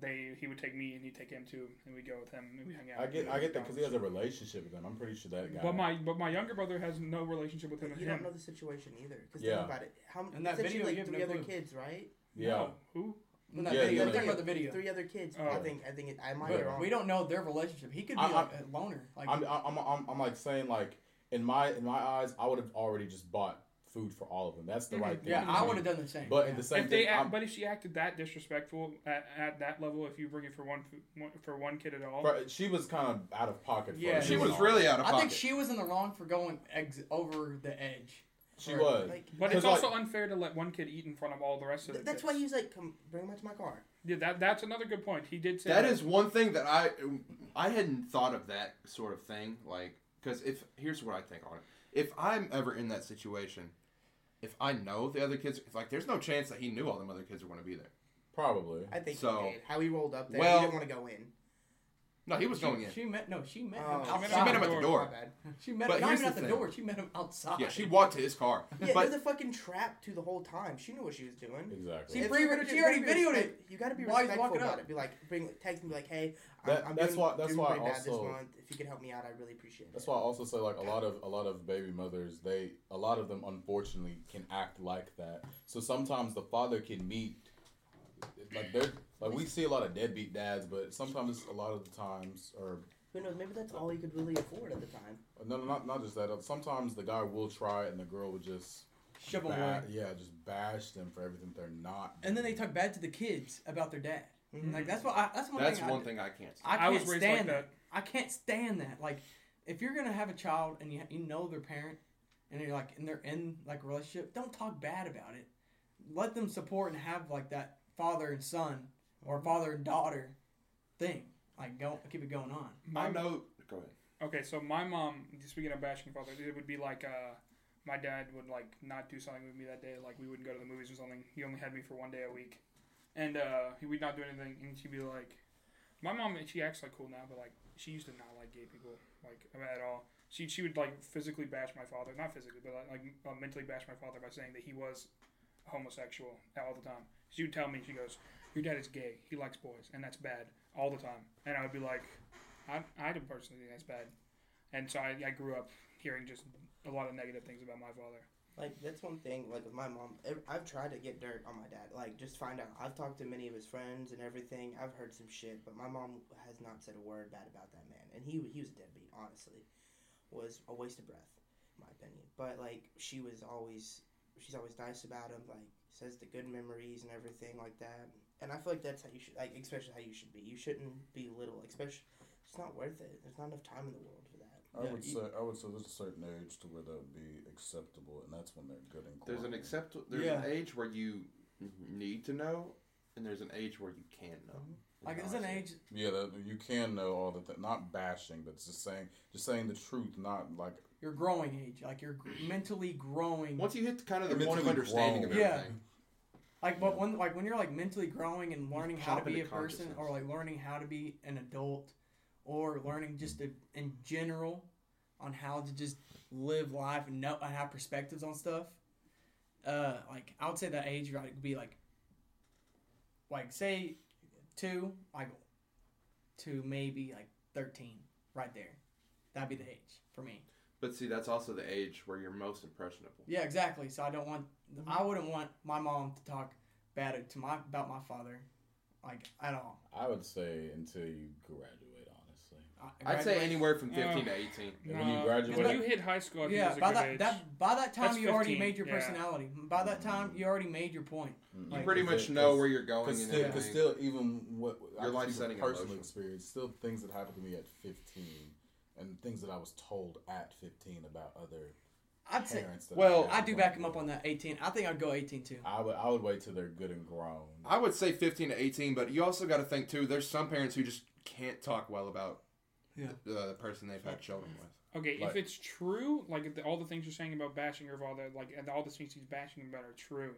[SPEAKER 1] They, he would take me and he'd take him too, and we'd go with him and we hung out.
[SPEAKER 4] I get, I get that because he has a relationship with them. I'm pretty sure that guy.
[SPEAKER 1] But my but my younger brother has no relationship with him.
[SPEAKER 3] But
[SPEAKER 1] and
[SPEAKER 3] you
[SPEAKER 1] him.
[SPEAKER 3] don't know the situation either. Because
[SPEAKER 4] Yeah.
[SPEAKER 3] think about it. How
[SPEAKER 5] In that
[SPEAKER 3] essentially, like
[SPEAKER 5] video, you have
[SPEAKER 3] three
[SPEAKER 5] no
[SPEAKER 3] other
[SPEAKER 5] clue.
[SPEAKER 3] kids, right?
[SPEAKER 4] yeah,
[SPEAKER 1] No. Who?
[SPEAKER 5] In that
[SPEAKER 4] Yeah,
[SPEAKER 5] video,
[SPEAKER 4] yeah.
[SPEAKER 5] I'm talking about the video.
[SPEAKER 3] Three other kids. I
[SPEAKER 1] Oh.
[SPEAKER 3] think I think it, I might
[SPEAKER 4] But
[SPEAKER 3] be wrong.
[SPEAKER 5] We don't know their relationship. He could be
[SPEAKER 4] I-
[SPEAKER 5] like a loner. Like
[SPEAKER 4] I'm, I'm, I'm, I'm, I'm like saying like in my in my eyes, I would have already just bought food for all of them. That's the
[SPEAKER 1] Mhm.
[SPEAKER 4] right thing.
[SPEAKER 5] Mm-hmm. yeah,
[SPEAKER 4] to
[SPEAKER 5] I
[SPEAKER 4] do.
[SPEAKER 5] would have done the same.
[SPEAKER 4] But
[SPEAKER 5] yeah.
[SPEAKER 4] at the same
[SPEAKER 1] If they
[SPEAKER 4] thing, I'm-
[SPEAKER 1] act, but if she acted that disrespectful at, at that level, if you bring it for one f- one- for one kid at all,
[SPEAKER 4] for- she was kind of out of pocket. For
[SPEAKER 5] Yeah.
[SPEAKER 4] it.
[SPEAKER 2] She was really out of
[SPEAKER 5] I
[SPEAKER 2] pocket.
[SPEAKER 5] think she was in the wrong for going ex- over the edge.
[SPEAKER 4] She was.
[SPEAKER 3] Like,
[SPEAKER 1] but it's
[SPEAKER 4] 'Cause, like-
[SPEAKER 1] also unfair to let one kid eat in front of all the rest of the.
[SPEAKER 3] th- that's
[SPEAKER 1] kids.
[SPEAKER 3] why he's like, come bring them to my car.
[SPEAKER 1] Yeah, that that's another good point. He did say
[SPEAKER 2] That is one thing that I I hadn't thought of that sort of thing. Like, because if here's what I think on it: if I'm ever in that situation, if I know the other kids, like, there's no chance that he knew all them other kids were going to be there.
[SPEAKER 4] Probably.
[SPEAKER 3] I think
[SPEAKER 2] So-
[SPEAKER 3] he did. How he rolled up there.
[SPEAKER 2] Well-
[SPEAKER 3] he didn't want to go in.
[SPEAKER 2] No, he was going
[SPEAKER 5] she,
[SPEAKER 2] in.
[SPEAKER 5] She met no, she met
[SPEAKER 3] Oh.
[SPEAKER 5] him
[SPEAKER 3] She
[SPEAKER 5] outside.
[SPEAKER 1] met him
[SPEAKER 2] at the door.
[SPEAKER 3] My bad.
[SPEAKER 5] She met
[SPEAKER 2] But
[SPEAKER 5] him not
[SPEAKER 2] here's
[SPEAKER 5] even
[SPEAKER 2] the
[SPEAKER 5] at the
[SPEAKER 2] thing.
[SPEAKER 5] door. She met him outside.
[SPEAKER 2] Yeah, she walked to his car.
[SPEAKER 3] Yeah, it
[SPEAKER 2] but
[SPEAKER 3] was a fucking trap to the whole time. She knew what she was doing.
[SPEAKER 4] Exactly.
[SPEAKER 5] She
[SPEAKER 3] If
[SPEAKER 5] pre-
[SPEAKER 3] you were-
[SPEAKER 5] she
[SPEAKER 3] you gotta
[SPEAKER 5] already
[SPEAKER 3] be
[SPEAKER 5] videoed
[SPEAKER 3] respect- You got to be
[SPEAKER 5] Why he's
[SPEAKER 3] respectful
[SPEAKER 5] walking
[SPEAKER 3] about
[SPEAKER 5] up.
[SPEAKER 3] it. Be like, bring text and be like, hey,
[SPEAKER 4] That-
[SPEAKER 3] I'm, I'm
[SPEAKER 4] that's
[SPEAKER 3] doing,
[SPEAKER 4] why- that's
[SPEAKER 3] doing
[SPEAKER 4] why
[SPEAKER 3] pretty bad
[SPEAKER 4] also-
[SPEAKER 3] this month. If you could help me out, I really appreciate it.
[SPEAKER 4] That's why I also say like a lot of a lot of baby mothers, they a lot of them unfortunately can act like that. So sometimes the father can meet like they're like we see a lot of deadbeat dads, but sometimes a lot of the times or
[SPEAKER 3] Who knows? Maybe that's all he could really afford at the time.
[SPEAKER 4] no no not not just that. Sometimes the guy will try and the girl will just
[SPEAKER 5] Shove him
[SPEAKER 4] ba-
[SPEAKER 5] away.
[SPEAKER 4] yeah, just bash them for everything they're not.
[SPEAKER 5] And then they
[SPEAKER 4] doing.
[SPEAKER 5] talk bad to the kids about their dad. Like that's what I, that's one
[SPEAKER 2] Mm-hmm. That's
[SPEAKER 5] thing. I
[SPEAKER 2] one
[SPEAKER 5] d-
[SPEAKER 2] thing I can't. stand.
[SPEAKER 5] I can't
[SPEAKER 1] I was raised like
[SPEAKER 5] stand that. I can't stand that. Like, if you're gonna have a child and you, you know their parent, and you're like and they're in like a relationship, don't talk bad about it. Let them support and have like that father and son or father and daughter thing. Like, go keep it going on.
[SPEAKER 2] I know. Go ahead.
[SPEAKER 1] Okay, so my mom, speaking of bashing fathers, it would be like uh, my dad would like not do something with me that day. Like we wouldn't go to the movies or something. He only had me for one day a week, and uh, he would not do anything. And she'd be like, my mom, she acts like cool now, but like she used to not like gay people like at all. She she would like physically bash my father, not physically, but like, like uh, mentally bash my father by saying that he was homosexual all the time. She would tell me, she goes, "Your dad is gay. He likes boys, and that's bad all the time." And I would be like, "I I don't personally think that's bad." And so I, I grew up hearing just a lot of negative things about my father.
[SPEAKER 3] Like that's one thing. Like with my mom, ev- I've tried to get dirt on my dad. Like just find out. I've talked to many of his friends and everything. I've heard some shit, but my mom has not said a word bad about that man. And he he was a deadbeat. Honestly, was a waste of breath, in my opinion. But like she was always, she's always nice about him. Like says the good memories and everything like that. And I feel like that's how you should, like especially how you should be. You shouldn't be little, especially. It's not worth it. There's not enough time in the world for that.
[SPEAKER 4] I
[SPEAKER 2] Yeah,
[SPEAKER 4] would
[SPEAKER 2] you-
[SPEAKER 4] say I would say there's a certain age to where that would be acceptable, and that's when they're good and
[SPEAKER 2] There's an
[SPEAKER 4] cordial.
[SPEAKER 2] accept. There's
[SPEAKER 5] Yeah.
[SPEAKER 2] an age where you need to know, and there's an age where you can know.
[SPEAKER 5] Like, there's an age.
[SPEAKER 4] Yeah, that, you can know all the th- not bashing, but just saying just saying the truth, not like
[SPEAKER 5] Your growing age, like you're gr- mentally growing.
[SPEAKER 2] Once you hit the- kind of the
[SPEAKER 4] Mentally
[SPEAKER 2] point of understanding of
[SPEAKER 4] grown.
[SPEAKER 5] Yeah.
[SPEAKER 2] everything,
[SPEAKER 5] like, but when like when you're like mentally growing and learning how
[SPEAKER 2] pop
[SPEAKER 5] to be a
[SPEAKER 2] into
[SPEAKER 5] person, or
[SPEAKER 2] consciousness.
[SPEAKER 5] like learning how to be an adult, or learning just to, in general on how to just live life and know and have perspectives on stuff. Uh, like I would say that age right would be like, like say, two like, to maybe like thirteen, right there. That'd be the age for me.
[SPEAKER 2] but see, that's also the age where you're most impressionable.
[SPEAKER 5] Yeah, exactly. So I don't want. I wouldn't want my mom to talk bad to my about my father, like at all.
[SPEAKER 4] I would say until you graduate, honestly.
[SPEAKER 5] I,
[SPEAKER 2] I'd say
[SPEAKER 5] graduate-
[SPEAKER 2] anywhere from 15
[SPEAKER 1] Uh,
[SPEAKER 2] to 18.
[SPEAKER 4] And when you
[SPEAKER 1] No,
[SPEAKER 4] graduate-
[SPEAKER 1] when you hit high school, I think
[SPEAKER 5] Um, Yeah,
[SPEAKER 1] is a
[SPEAKER 5] by
[SPEAKER 1] good
[SPEAKER 5] that,
[SPEAKER 1] age.
[SPEAKER 5] that by that time
[SPEAKER 1] That's
[SPEAKER 5] you already
[SPEAKER 1] 15,
[SPEAKER 5] made your
[SPEAKER 1] yeah. Mm-hmm.
[SPEAKER 5] personality. By that time you already made your point.
[SPEAKER 2] You
[SPEAKER 5] Like,
[SPEAKER 2] pretty
[SPEAKER 4] is
[SPEAKER 2] much
[SPEAKER 4] it-
[SPEAKER 2] know
[SPEAKER 4] is-
[SPEAKER 2] where you're going
[SPEAKER 4] Because
[SPEAKER 2] and
[SPEAKER 4] still, 'cause
[SPEAKER 2] everything.
[SPEAKER 4] still, even what I
[SPEAKER 2] Your
[SPEAKER 4] can
[SPEAKER 2] life
[SPEAKER 4] speak of
[SPEAKER 2] setting and
[SPEAKER 4] personal
[SPEAKER 2] emotion.
[SPEAKER 4] experience, still things that happened to me at 15, and things that I was told at 15 about other
[SPEAKER 5] I'd say.
[SPEAKER 4] parents. That
[SPEAKER 2] Well,
[SPEAKER 5] I do back him up on that 18. I think I'd go 18 too.
[SPEAKER 4] I would, I would wait till they're good and grown.
[SPEAKER 2] I would say 15 to 18, but you also got to think too. There's some parents who just can't talk well about
[SPEAKER 5] Yeah.
[SPEAKER 2] the, the person they've had children with.
[SPEAKER 1] Okay,
[SPEAKER 4] Like-
[SPEAKER 1] if it's true, like if the, all the things you're saying about bashing your father, like and all the things he's bashing him about are true,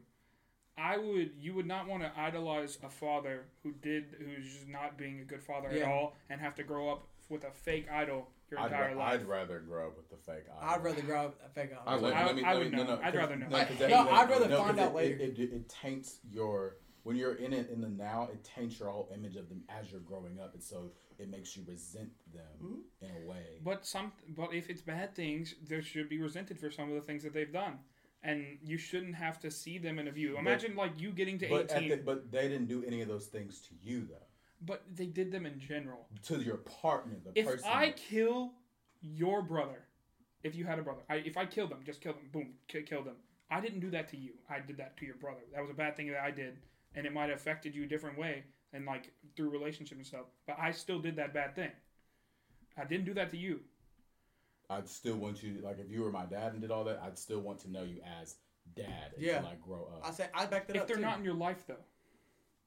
[SPEAKER 1] I would, you would not want to idolize a father who did, who's just not being a good father at
[SPEAKER 5] Yeah.
[SPEAKER 1] all, and have to grow up with a fake idol your
[SPEAKER 4] I'd,
[SPEAKER 1] entire
[SPEAKER 4] ra-
[SPEAKER 1] life.
[SPEAKER 4] I'd rather grow up with the fake.
[SPEAKER 5] I'd rather grow up a fake out.
[SPEAKER 2] I would.
[SPEAKER 1] I- I would know. I'd
[SPEAKER 4] 'cause-
[SPEAKER 1] rather know.
[SPEAKER 4] 'cause
[SPEAKER 5] No,
[SPEAKER 4] that-
[SPEAKER 5] I'd rather
[SPEAKER 4] 'cause
[SPEAKER 5] find
[SPEAKER 4] it-
[SPEAKER 5] out later.
[SPEAKER 4] It, it, it taints your when you're in it in the now. It taints your whole image of them as you're growing up, and so it makes you resent them
[SPEAKER 5] Mm-hmm.
[SPEAKER 4] in a way.
[SPEAKER 1] But some, but if it's bad things, they should be resented for some of the things that they've done, and you shouldn't have to see them in a view. Imagine like you getting to
[SPEAKER 4] But at
[SPEAKER 1] eighteen,
[SPEAKER 4] the, but they didn't do any of those things to you though.
[SPEAKER 1] but they did them in general.
[SPEAKER 4] To your partner, the
[SPEAKER 1] If
[SPEAKER 4] person.
[SPEAKER 1] I
[SPEAKER 4] that-
[SPEAKER 1] kill your brother, if you had a brother, I, if I kill them, just kill them, boom, ki- kill them. I didn't do that to you. I did that to your brother. That was a bad thing that I did, and it might have affected you a different way, and like through relationship and stuff. But I still did that bad thing. I didn't do that to you.
[SPEAKER 4] I'd still want you like if you were my dad and did all that. I'd still want to know you as dad
[SPEAKER 5] Yeah.
[SPEAKER 4] until I grow
[SPEAKER 5] I
[SPEAKER 4] up.
[SPEAKER 5] say I back that
[SPEAKER 1] If
[SPEAKER 5] up
[SPEAKER 1] they're
[SPEAKER 5] too.
[SPEAKER 1] not in your life, though,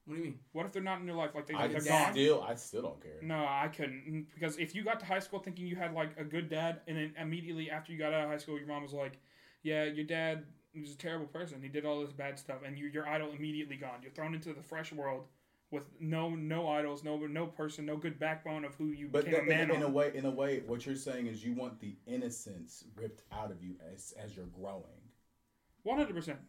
[SPEAKER 5] what do you mean?
[SPEAKER 1] what if they're not in your life? Like they,
[SPEAKER 4] I,
[SPEAKER 1] they're
[SPEAKER 4] can
[SPEAKER 1] gone.
[SPEAKER 4] still I still don't care.
[SPEAKER 1] No, I couldn't Mm, because if you got to high school thinking you had like a good dad, and then immediately after you got out of high school, your mom was like, "Yeah, your dad was a terrible person. He did all this bad stuff," and you, your idol immediately gone. You're thrown into the fresh world with no no idols, no no person, no good backbone of who you
[SPEAKER 4] But
[SPEAKER 1] became a
[SPEAKER 4] that-
[SPEAKER 1] man
[SPEAKER 4] in, in a
[SPEAKER 1] on.
[SPEAKER 4] way, in a way, what you're saying is you want the innocence ripped out of you as as you're growing,
[SPEAKER 1] One hundred percent.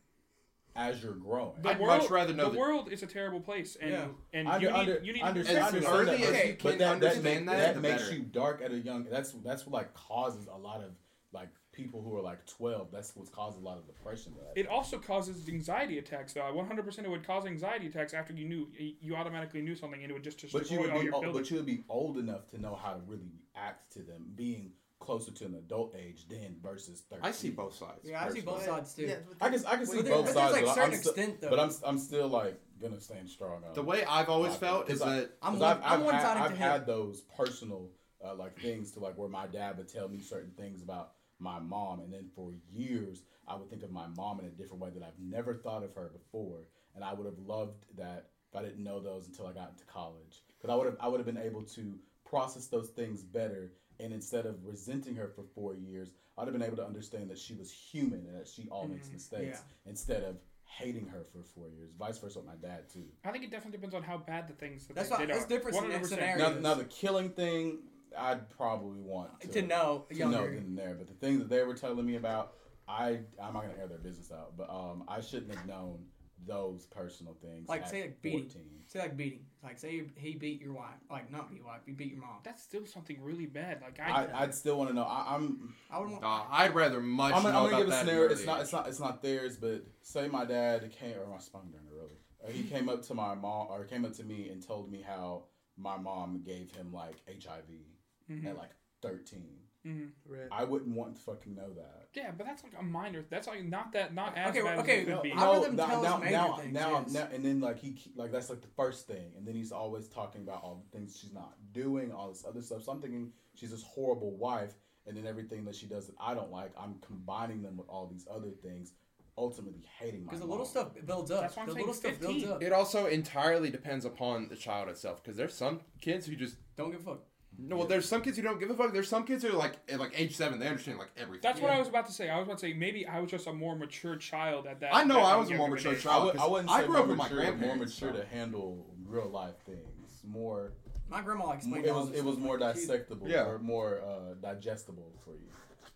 [SPEAKER 4] as you're growing.
[SPEAKER 1] The
[SPEAKER 2] I'd
[SPEAKER 1] world,
[SPEAKER 2] much rather know
[SPEAKER 1] the
[SPEAKER 2] that-
[SPEAKER 1] world is a terrible place, and
[SPEAKER 5] Yeah.
[SPEAKER 1] and
[SPEAKER 4] I
[SPEAKER 1] you
[SPEAKER 4] under-
[SPEAKER 1] need
[SPEAKER 4] under-
[SPEAKER 1] you need
[SPEAKER 4] understand-
[SPEAKER 1] to
[SPEAKER 4] I
[SPEAKER 1] be
[SPEAKER 2] As
[SPEAKER 1] accepted.
[SPEAKER 4] understand
[SPEAKER 2] early
[SPEAKER 4] that,
[SPEAKER 2] as
[SPEAKER 4] but-
[SPEAKER 2] you
[SPEAKER 4] but
[SPEAKER 2] can
[SPEAKER 4] that- that
[SPEAKER 2] understand
[SPEAKER 4] ma-
[SPEAKER 2] that,
[SPEAKER 4] that
[SPEAKER 2] the
[SPEAKER 4] makes
[SPEAKER 2] better.
[SPEAKER 4] you dark at a young. That's that's what like causes a lot of like people who are like 12. That's what causes a lot of depression. That
[SPEAKER 1] It also causes anxiety attacks, though. One hundred percent, it would cause anxiety attacks after you knew you automatically knew something, and it would just destroy
[SPEAKER 4] But you would
[SPEAKER 1] all
[SPEAKER 4] be,
[SPEAKER 1] your
[SPEAKER 4] o-
[SPEAKER 1] buildings.
[SPEAKER 4] but you would be old enough to know how to really act to them, being closer to an adult age than versus 13.
[SPEAKER 2] I see both sides.
[SPEAKER 5] Yeah, I see both
[SPEAKER 4] Personally.
[SPEAKER 5] sides too.
[SPEAKER 3] Yeah,
[SPEAKER 4] I can I can see
[SPEAKER 5] Well, there-
[SPEAKER 4] both
[SPEAKER 5] there's,
[SPEAKER 4] sides,
[SPEAKER 5] like,
[SPEAKER 4] but, I'm
[SPEAKER 5] certain
[SPEAKER 4] still,
[SPEAKER 5] extent, though.
[SPEAKER 4] but I'm I'm still like gonna stand strong. On
[SPEAKER 2] The
[SPEAKER 4] it.
[SPEAKER 2] way I've always
[SPEAKER 4] Like,
[SPEAKER 2] felt is
[SPEAKER 4] because I-
[SPEAKER 2] that
[SPEAKER 5] I'm
[SPEAKER 4] 'Cause
[SPEAKER 5] one,
[SPEAKER 4] I've,
[SPEAKER 5] I'm
[SPEAKER 4] I've
[SPEAKER 5] one
[SPEAKER 4] had,
[SPEAKER 5] sided
[SPEAKER 4] I've
[SPEAKER 5] to
[SPEAKER 4] had
[SPEAKER 5] hate.
[SPEAKER 4] those personal uh, like things to like where my dad would tell me certain things about my mom, and then for years I would think of my mom in a different way that I've never thought of her before, and I would have loved that if I didn't know those until I got into college, because I would have I would have been able to process those things better, and instead of resenting her for four years, I'd have been able to understand that she was human and that she all
[SPEAKER 5] Mm-hmm.
[SPEAKER 4] makes mistakes, instead of hating her for four years. Vice versa with my dad too.
[SPEAKER 1] I think it definitely depends on how bad the things that
[SPEAKER 5] That's
[SPEAKER 1] they
[SPEAKER 5] why-
[SPEAKER 1] did
[SPEAKER 5] that's
[SPEAKER 1] are.
[SPEAKER 5] different in that
[SPEAKER 1] 100%.
[SPEAKER 5] scenario.
[SPEAKER 4] Now,
[SPEAKER 5] Yes.
[SPEAKER 4] now the killing thing, I'd probably want to,
[SPEAKER 5] To know
[SPEAKER 4] to know
[SPEAKER 5] younger.
[SPEAKER 4] then and there. But the thing that they were telling me about, I I'm not gonna air their business out, but um, I shouldn't have known those personal things.
[SPEAKER 5] Like,
[SPEAKER 4] at
[SPEAKER 5] say, like, beating.
[SPEAKER 4] 14.
[SPEAKER 5] Say like beating. Like say he beat your wife. Like not beat your wife. He beat your mom.
[SPEAKER 1] That's still something really bad. Like I,
[SPEAKER 4] I, I'd still want to know. I, I'm
[SPEAKER 5] I would want.
[SPEAKER 2] uh, I'd rather much
[SPEAKER 4] I'm,
[SPEAKER 2] know
[SPEAKER 4] gonna- I'm
[SPEAKER 2] about
[SPEAKER 4] gonna give a
[SPEAKER 2] that.
[SPEAKER 4] scenario.
[SPEAKER 2] than
[SPEAKER 4] It's not.
[SPEAKER 2] really-
[SPEAKER 4] It's not. It's not theirs. But say my dad came or my spine grinder really. Uh, He came up to my mom or came up to me and told me how my mom gave him like HIV
[SPEAKER 1] Mm-hmm.
[SPEAKER 5] Mm-hmm.
[SPEAKER 4] at like 13.
[SPEAKER 1] Mhm.
[SPEAKER 4] I wouldn't want to fucking know that.
[SPEAKER 1] yeah, but that's like a minor. That's like not that not as
[SPEAKER 5] Okay,
[SPEAKER 1] bad
[SPEAKER 5] okay,
[SPEAKER 1] as it could
[SPEAKER 5] no,
[SPEAKER 1] be.
[SPEAKER 5] I- I'd rather them tell us major
[SPEAKER 4] now,
[SPEAKER 5] things,
[SPEAKER 4] now,
[SPEAKER 5] yes.
[SPEAKER 4] now, and then like he ke- like that's like the first thing, and then he's always talking about all the things she's not doing, all this other stuff. So I'm thinking she's this horrible wife, and then everything that she does that I don't like, I'm combining them with all these other things, ultimately hating my.
[SPEAKER 5] Because the
[SPEAKER 4] mom.
[SPEAKER 5] little stuff builds up.
[SPEAKER 1] That's why I'm
[SPEAKER 5] the
[SPEAKER 1] saying
[SPEAKER 5] little stuff
[SPEAKER 1] 15.
[SPEAKER 5] builds up.
[SPEAKER 2] It also entirely depends upon the child itself. Because there's some kids who just
[SPEAKER 5] Don't give a fuck.
[SPEAKER 2] no. Well, there's some kids who don't give a fuck. There's some kids who are like at like age seven they understand like everything.
[SPEAKER 1] that's what I was about to say. I was about to say maybe I was just a more mature child at that.
[SPEAKER 2] I know
[SPEAKER 1] that
[SPEAKER 2] I was a
[SPEAKER 1] younger
[SPEAKER 2] more mature
[SPEAKER 1] age.
[SPEAKER 2] child.
[SPEAKER 4] I, would,
[SPEAKER 2] 'cause
[SPEAKER 4] I wouldn't. Say
[SPEAKER 2] I grew up
[SPEAKER 4] more
[SPEAKER 2] with my
[SPEAKER 4] mature,
[SPEAKER 2] grandparents.
[SPEAKER 4] More mature
[SPEAKER 2] so-
[SPEAKER 4] to handle real life things. More.
[SPEAKER 5] My grandma explained
[SPEAKER 4] It
[SPEAKER 5] all
[SPEAKER 4] was.
[SPEAKER 5] this
[SPEAKER 4] It was
[SPEAKER 5] stuff.
[SPEAKER 4] more
[SPEAKER 5] She-
[SPEAKER 4] dissectable.
[SPEAKER 2] Yeah.
[SPEAKER 4] Or more uh, digestible for you.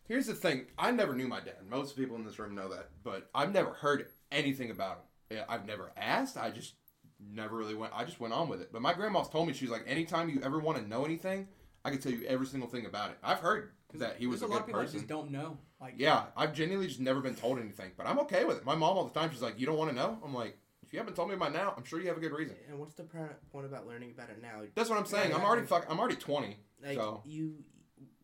[SPEAKER 2] Here's the thing: I never knew my dad. Most people in this room know that, but I've never heard anything about him. Yeah, I've never asked. I just never really went. I just went on with it. But my grandma's told me she's like, anytime you ever want to know anything, I can tell you every single thing about it. I've heard that he was
[SPEAKER 5] There's
[SPEAKER 2] a,
[SPEAKER 5] a lot of
[SPEAKER 2] good
[SPEAKER 5] people that
[SPEAKER 2] person.
[SPEAKER 5] just don't know. Like
[SPEAKER 2] Yeah, I've genuinely just never been told anything, but I'm okay with it. My mom all the time, she's like, "You don't want to know." I'm like, "If you haven't told me by now, I'm sure you have a good reason."
[SPEAKER 3] And what's the pro- point about learning about it now?
[SPEAKER 2] That's what I'm saying. I'm already fuck. I'm already 20.
[SPEAKER 3] Like
[SPEAKER 2] So-
[SPEAKER 3] you,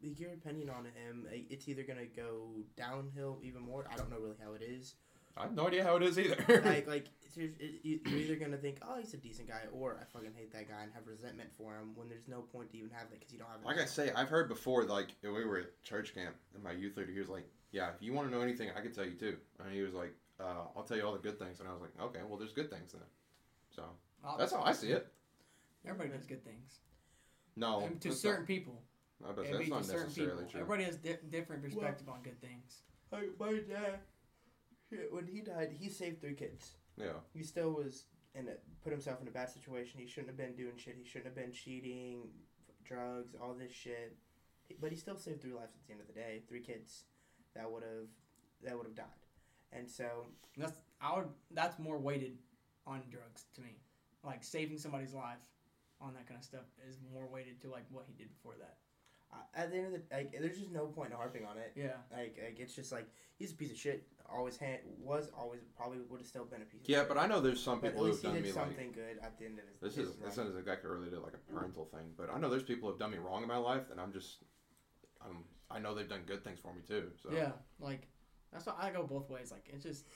[SPEAKER 3] like, your opinion on him, like, it's either gonna go downhill even more. I don't know really how it is.
[SPEAKER 2] I have no idea how it is either.
[SPEAKER 3] Like, like it's just- it- you- you're either gonna think, oh, he's a decent guy, or I fucking hate that guy and have resentment for him when there's no point to even have that because you don't have. it
[SPEAKER 2] Like
[SPEAKER 3] now.
[SPEAKER 2] I say, I've heard before, like when we were at church camp and my youth leader, he was like, Yeah, if you want to know anything, I could tell you too. And he was like, uh, I'll tell you all the good things. And I was like, Okay, well, there's good things then. So
[SPEAKER 5] I'll-
[SPEAKER 2] that's how I see it.
[SPEAKER 5] everybody does good things.
[SPEAKER 2] No,
[SPEAKER 5] And to
[SPEAKER 2] Oh, that's
[SPEAKER 5] certain people.
[SPEAKER 2] not, I bet
[SPEAKER 5] It'd
[SPEAKER 2] that's
[SPEAKER 5] be
[SPEAKER 2] not
[SPEAKER 5] to certain people.
[SPEAKER 2] necessarily true.
[SPEAKER 5] Everybody has di- different perspective on good things.
[SPEAKER 3] Like my dad, shit, when he died, he saved three kids.
[SPEAKER 2] Yeah,
[SPEAKER 3] He still was in a, put himself in a bad situation. He shouldn't have been doing shit. He shouldn't have been cheating, drugs, all this shit. But he still saved three lives at the end of the day. Three kids that would have that would have died. And so
[SPEAKER 5] And that's I would. That's more weighted on drugs to me. Like saving somebody's life on that kind of stuff is more weighted to like what he did before that.
[SPEAKER 3] I- uh, at the end of the like, there's just no point in harping on it.
[SPEAKER 5] Yeah.
[SPEAKER 3] Like, like it's just like he's a piece of shit. Always had was always probably would have still been a piece. of
[SPEAKER 2] yeah,
[SPEAKER 3] shit.
[SPEAKER 2] but I know there's some
[SPEAKER 3] But at
[SPEAKER 2] people who've
[SPEAKER 3] least he
[SPEAKER 2] done me
[SPEAKER 3] did
[SPEAKER 2] like
[SPEAKER 3] something good at the end of his.
[SPEAKER 2] This
[SPEAKER 3] his
[SPEAKER 2] is
[SPEAKER 3] life.
[SPEAKER 2] this isn't exactly related to like a parental thing, but I know there's people who've done me wrong in my life, and I'm just, I'm, I know they've done good things for me too. So
[SPEAKER 5] Yeah. Like that's why I go both ways. Like it's just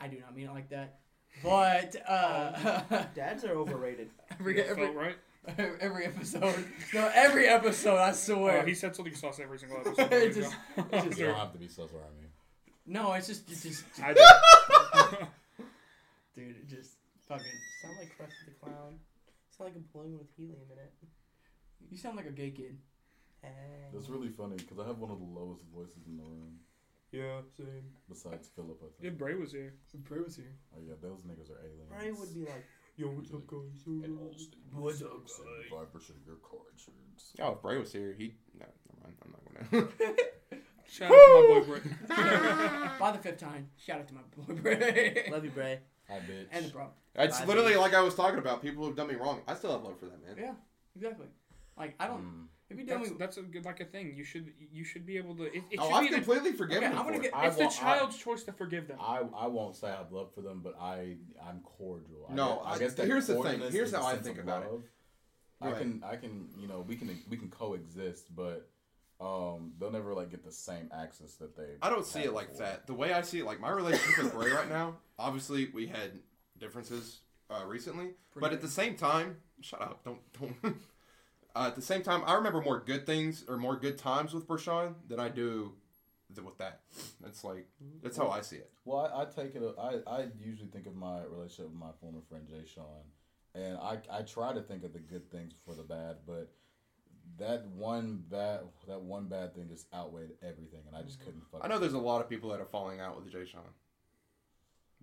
[SPEAKER 5] I do not mean it like that. But uh,
[SPEAKER 3] Dads are overrated.
[SPEAKER 5] every
[SPEAKER 1] Felt
[SPEAKER 5] every
[SPEAKER 1] right.
[SPEAKER 5] every episode, no every episode I swear.
[SPEAKER 1] Oh, he said something sauce every single
[SPEAKER 5] It
[SPEAKER 1] episode. There you
[SPEAKER 5] just-
[SPEAKER 1] go.
[SPEAKER 5] it just-
[SPEAKER 4] You don't have to be so sorry.
[SPEAKER 5] no, it's just it's just
[SPEAKER 1] I did.
[SPEAKER 5] dude, it just fucking.
[SPEAKER 3] Sound like Krusty the Clown. Sound like a balloon with helium in it.
[SPEAKER 5] You sound like a gay kid.
[SPEAKER 3] Hey.
[SPEAKER 4] That's really funny because I have one of the lowest voices in the room
[SPEAKER 3] Yeah, same.
[SPEAKER 4] besides Philip. I
[SPEAKER 1] Yeah,
[SPEAKER 4] think.
[SPEAKER 1] Bray was here.
[SPEAKER 5] Bray was here.
[SPEAKER 4] Oh yeah, those niggas are aliens.
[SPEAKER 3] Brian would be like, Yo, what's up, guys?
[SPEAKER 4] And all state
[SPEAKER 3] What's
[SPEAKER 4] percent
[SPEAKER 3] up, guys?
[SPEAKER 4] of your car insurance.
[SPEAKER 2] Oh, if Bray was here, he no, never mind. I'm not gonna.
[SPEAKER 1] Shout out to my boy Bray.
[SPEAKER 5] By the fifth time, shout out to my boy Bray
[SPEAKER 3] Love you, Bray.
[SPEAKER 4] Hi, bitch.
[SPEAKER 5] and the problem.
[SPEAKER 2] it's
[SPEAKER 3] I
[SPEAKER 2] literally
[SPEAKER 3] mean-
[SPEAKER 2] like I was talking about people who've done me wrong. I still have love for that man.
[SPEAKER 5] Yeah. Exactly. Like I don't.
[SPEAKER 4] Mm.
[SPEAKER 5] If you tell me,
[SPEAKER 1] That's, that's a good like a thing. You should you should be able to. It, it
[SPEAKER 2] Oh,
[SPEAKER 1] should
[SPEAKER 2] I've
[SPEAKER 1] be the-
[SPEAKER 2] completely forgiven
[SPEAKER 5] Okay,
[SPEAKER 2] him
[SPEAKER 5] I'm gonna
[SPEAKER 2] for it.
[SPEAKER 5] get-
[SPEAKER 4] I
[SPEAKER 1] it's the
[SPEAKER 4] won't- I-
[SPEAKER 1] child's choice to forgive them.
[SPEAKER 4] I, I won't say I have love for them, but I I'm cordial. I
[SPEAKER 2] No,
[SPEAKER 4] guess-
[SPEAKER 2] I- here's the thing.
[SPEAKER 4] cordialness
[SPEAKER 2] Here's
[SPEAKER 4] is a
[SPEAKER 2] how I
[SPEAKER 4] sense
[SPEAKER 2] think
[SPEAKER 4] of
[SPEAKER 2] about it.
[SPEAKER 4] love.
[SPEAKER 2] Go
[SPEAKER 4] I
[SPEAKER 2] ahead.
[SPEAKER 4] can I can you know we can we can coexist, but um, they'll never like get the same access that they.
[SPEAKER 2] I don't see
[SPEAKER 4] had
[SPEAKER 2] it like
[SPEAKER 4] before.
[SPEAKER 2] that. The way I see it, like my relationship with Bray right now, obviously we had differences uh, recently, but at the same time, shut up, don't don't. uh, at the same time, I remember more good things or more good times with Brashawn than I do th- with that. That's like that's how I see it.
[SPEAKER 4] Well, I, I take it. I, I usually think of my relationship with my former friend Jay Sean, and I I try to think of the good things before the bad, but that one bad that one bad thing just outweighed everything, and I just couldn't. Fucking
[SPEAKER 2] Mm-hmm. I know there's a lot of people that are falling out with Jay Sean,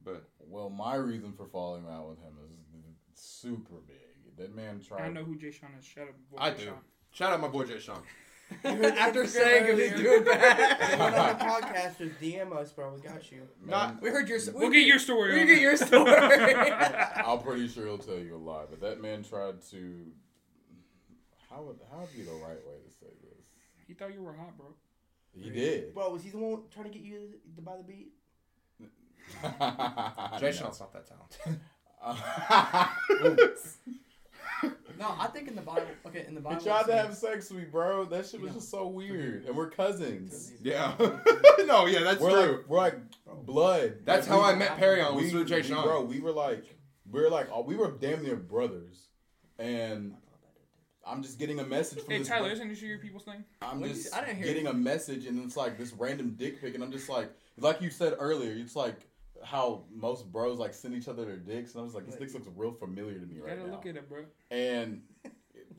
[SPEAKER 2] but
[SPEAKER 4] Well, my reason for falling out with him is super big. That man tried.
[SPEAKER 1] I know who Jay Sean is. Shut up. boy,
[SPEAKER 2] I
[SPEAKER 1] Jay
[SPEAKER 2] do.
[SPEAKER 1] Sean.
[SPEAKER 2] Shout out my boy Jay Sean.
[SPEAKER 5] After saying it, he's
[SPEAKER 3] One of
[SPEAKER 5] doing bad.
[SPEAKER 3] the podcasters DM us, bro. We got you.
[SPEAKER 4] man,
[SPEAKER 2] Not-
[SPEAKER 5] We heard your. We
[SPEAKER 1] We'll get your story.
[SPEAKER 5] We
[SPEAKER 1] on
[SPEAKER 5] get
[SPEAKER 1] it.
[SPEAKER 5] your story.
[SPEAKER 4] I'm pretty sure he'll tell you a lie, but that man tried to. How would how would be the right way to say this?
[SPEAKER 1] He thought you were hot, bro.
[SPEAKER 4] He did.
[SPEAKER 3] Bro, was he the one trying to get you to buy the beat?
[SPEAKER 2] Jay Sean's not that talented.
[SPEAKER 5] no, I think in the Bible. Okay, in the Bible.
[SPEAKER 4] He tried
[SPEAKER 5] it
[SPEAKER 4] to have
[SPEAKER 5] says-
[SPEAKER 4] sex with me, bro. That shit was
[SPEAKER 5] No.
[SPEAKER 4] just so weird. And we're cousins.
[SPEAKER 2] yeah. no, yeah, that's
[SPEAKER 4] we're
[SPEAKER 2] true.
[SPEAKER 4] like we're like blood.
[SPEAKER 2] that's
[SPEAKER 4] Like,
[SPEAKER 2] how
[SPEAKER 4] we-
[SPEAKER 2] I met Perry on was
[SPEAKER 4] we,
[SPEAKER 2] through Jay
[SPEAKER 4] we-
[SPEAKER 2] Sean.
[SPEAKER 4] Bro, we were like we were like all- we were damn near brothers. And I'm just getting a message from
[SPEAKER 1] Hey,
[SPEAKER 4] this.
[SPEAKER 1] Tyler, isn't this your people's thing?
[SPEAKER 4] I'm
[SPEAKER 5] What did
[SPEAKER 4] just
[SPEAKER 5] you- I didn't hear
[SPEAKER 4] getting
[SPEAKER 5] you.
[SPEAKER 4] a message, and it's like this random dick pic, and I'm just like, like you said earlier, it's like how most bros like send each other their dicks, and I was like, this dick looks real familiar to me
[SPEAKER 1] You
[SPEAKER 4] right
[SPEAKER 1] gotta
[SPEAKER 4] now.
[SPEAKER 1] look at it, bro.
[SPEAKER 4] And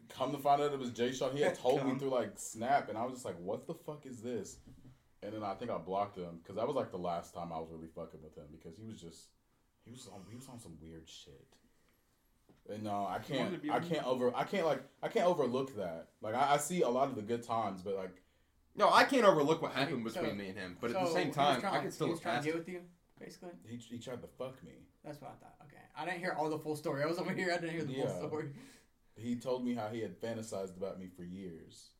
[SPEAKER 4] come to find out it was Jay Sean. He had told me
[SPEAKER 3] Come.
[SPEAKER 4] through like Snap, and I was just like, "What the fuck is this?" And then I think I blocked him because that was like the last time I was really fucking with him because he was just he was on he was on some weird shit. And no, I
[SPEAKER 1] wanted
[SPEAKER 4] can't
[SPEAKER 1] to be
[SPEAKER 4] I
[SPEAKER 1] with
[SPEAKER 4] can't over I can't like I can't overlook that. Like I, I see a lot of the good times, but like
[SPEAKER 2] No, I can't overlook what happened
[SPEAKER 5] Wait, so-
[SPEAKER 2] between me and him, but at
[SPEAKER 5] So,
[SPEAKER 2] the
[SPEAKER 5] he
[SPEAKER 2] same
[SPEAKER 5] was
[SPEAKER 2] time,
[SPEAKER 5] trying-
[SPEAKER 2] I can still
[SPEAKER 5] he
[SPEAKER 2] look
[SPEAKER 5] was trying to
[SPEAKER 2] past
[SPEAKER 5] get
[SPEAKER 2] it.
[SPEAKER 5] with you. Basically,
[SPEAKER 4] he he tried to fuck me.
[SPEAKER 5] that's what I thought. Okay, I didn't hear all the full story. I was over here. I didn't hear the
[SPEAKER 4] Yeah.
[SPEAKER 5] full story.
[SPEAKER 4] He told me how he had fantasized about me for years.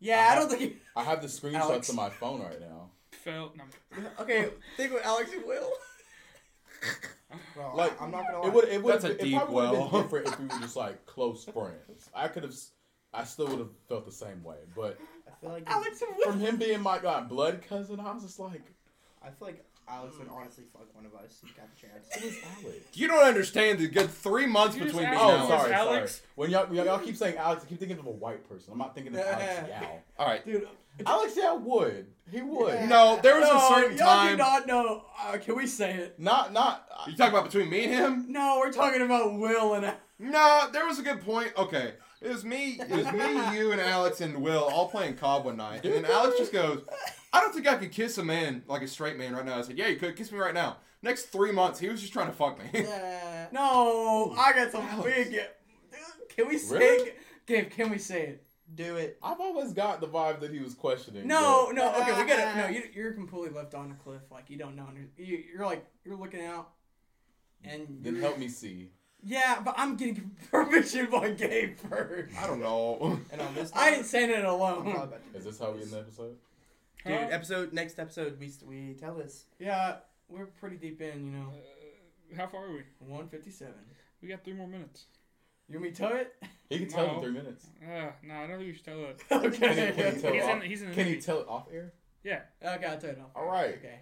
[SPEAKER 5] Yeah, I,
[SPEAKER 4] Uh-huh.
[SPEAKER 5] don't think. You,
[SPEAKER 4] I have the screenshots
[SPEAKER 5] Alex.
[SPEAKER 4] on my phone right now.
[SPEAKER 1] Felt. No,
[SPEAKER 5] okay, think with Alex and Will.
[SPEAKER 3] Bro,
[SPEAKER 4] Like,
[SPEAKER 3] like, I'm not gonna lie.
[SPEAKER 4] It would. It would.
[SPEAKER 2] That's a
[SPEAKER 4] it
[SPEAKER 2] deep
[SPEAKER 4] probably would've
[SPEAKER 2] well.
[SPEAKER 4] Been different if we were just like close friends. I could have. I still would have felt the same way. But
[SPEAKER 3] I feel like
[SPEAKER 5] Alex and
[SPEAKER 4] from
[SPEAKER 5] Will.
[SPEAKER 4] him being my god blood cousin, I was just like,
[SPEAKER 3] I feel like Alex would honestly fuck one of us. You got the chance.
[SPEAKER 4] it was Alex.
[SPEAKER 2] You don't understand the good three months
[SPEAKER 1] You just
[SPEAKER 2] between me
[SPEAKER 1] asked
[SPEAKER 2] and
[SPEAKER 4] Oh,
[SPEAKER 1] Alex.
[SPEAKER 4] sorry,
[SPEAKER 1] Alex?
[SPEAKER 4] sorry. When y'all, y'all y'all keep saying Alex, I keep thinking of a white person. I'm not thinking of Alex Yao.
[SPEAKER 2] All right.
[SPEAKER 5] Dude,
[SPEAKER 4] Alex Yao would. He would.
[SPEAKER 2] No, there was
[SPEAKER 5] no,
[SPEAKER 2] a certain
[SPEAKER 5] y'all do
[SPEAKER 2] time.
[SPEAKER 5] not know. Uh, can we say it?
[SPEAKER 4] Not. Not. I-
[SPEAKER 2] You talking about between me and him?
[SPEAKER 5] No, we're talking about Will and.
[SPEAKER 2] No, there was a good point. Okay, it was me, it was me, you, and Alex and Will all playing Cobb one night, and then Alex just goes, "I don't think I could kiss a man like a straight man right now." I said, "Yeah, you could kiss me right now." Next three months, he was just trying to fuck me.
[SPEAKER 3] Yeah.
[SPEAKER 5] No, I got some big. Can we say?
[SPEAKER 4] Really?
[SPEAKER 5] it? Can, can we say it?
[SPEAKER 3] Do it.
[SPEAKER 4] I've always got the vibe that he was questioning.
[SPEAKER 5] No, no. Okay, we gotta. No, you, you're completely left on a cliff. Like you don't know. You, you're like you're looking out, and
[SPEAKER 4] but Then
[SPEAKER 5] you're-
[SPEAKER 4] help me see.
[SPEAKER 5] yeah, but I'm getting permission by Gabe first.
[SPEAKER 2] I don't know.
[SPEAKER 3] And on this,
[SPEAKER 5] I
[SPEAKER 3] note,
[SPEAKER 5] ain't saying it
[SPEAKER 3] I'm probably
[SPEAKER 5] alone.
[SPEAKER 3] about to.
[SPEAKER 4] Is this how we end the episode?
[SPEAKER 1] Huh?
[SPEAKER 3] Dude, episode next episode we we tell us.
[SPEAKER 5] Yeah, we're pretty deep in. You know,
[SPEAKER 1] Uh, how far are we?
[SPEAKER 5] 157.
[SPEAKER 1] We got three more minutes.
[SPEAKER 5] You want me to tell it?
[SPEAKER 4] He can tell
[SPEAKER 1] No.
[SPEAKER 4] in three minutes.
[SPEAKER 1] Uh, no, I don't think you should tell it.
[SPEAKER 4] Can he, can he tell
[SPEAKER 5] okay.
[SPEAKER 1] He's
[SPEAKER 4] it
[SPEAKER 1] in.
[SPEAKER 4] off?
[SPEAKER 1] He's in the
[SPEAKER 4] uh, Can he
[SPEAKER 1] Navy.
[SPEAKER 4] tell it off air?
[SPEAKER 5] Okay, I'll tell it off.
[SPEAKER 4] All right.
[SPEAKER 5] Okay.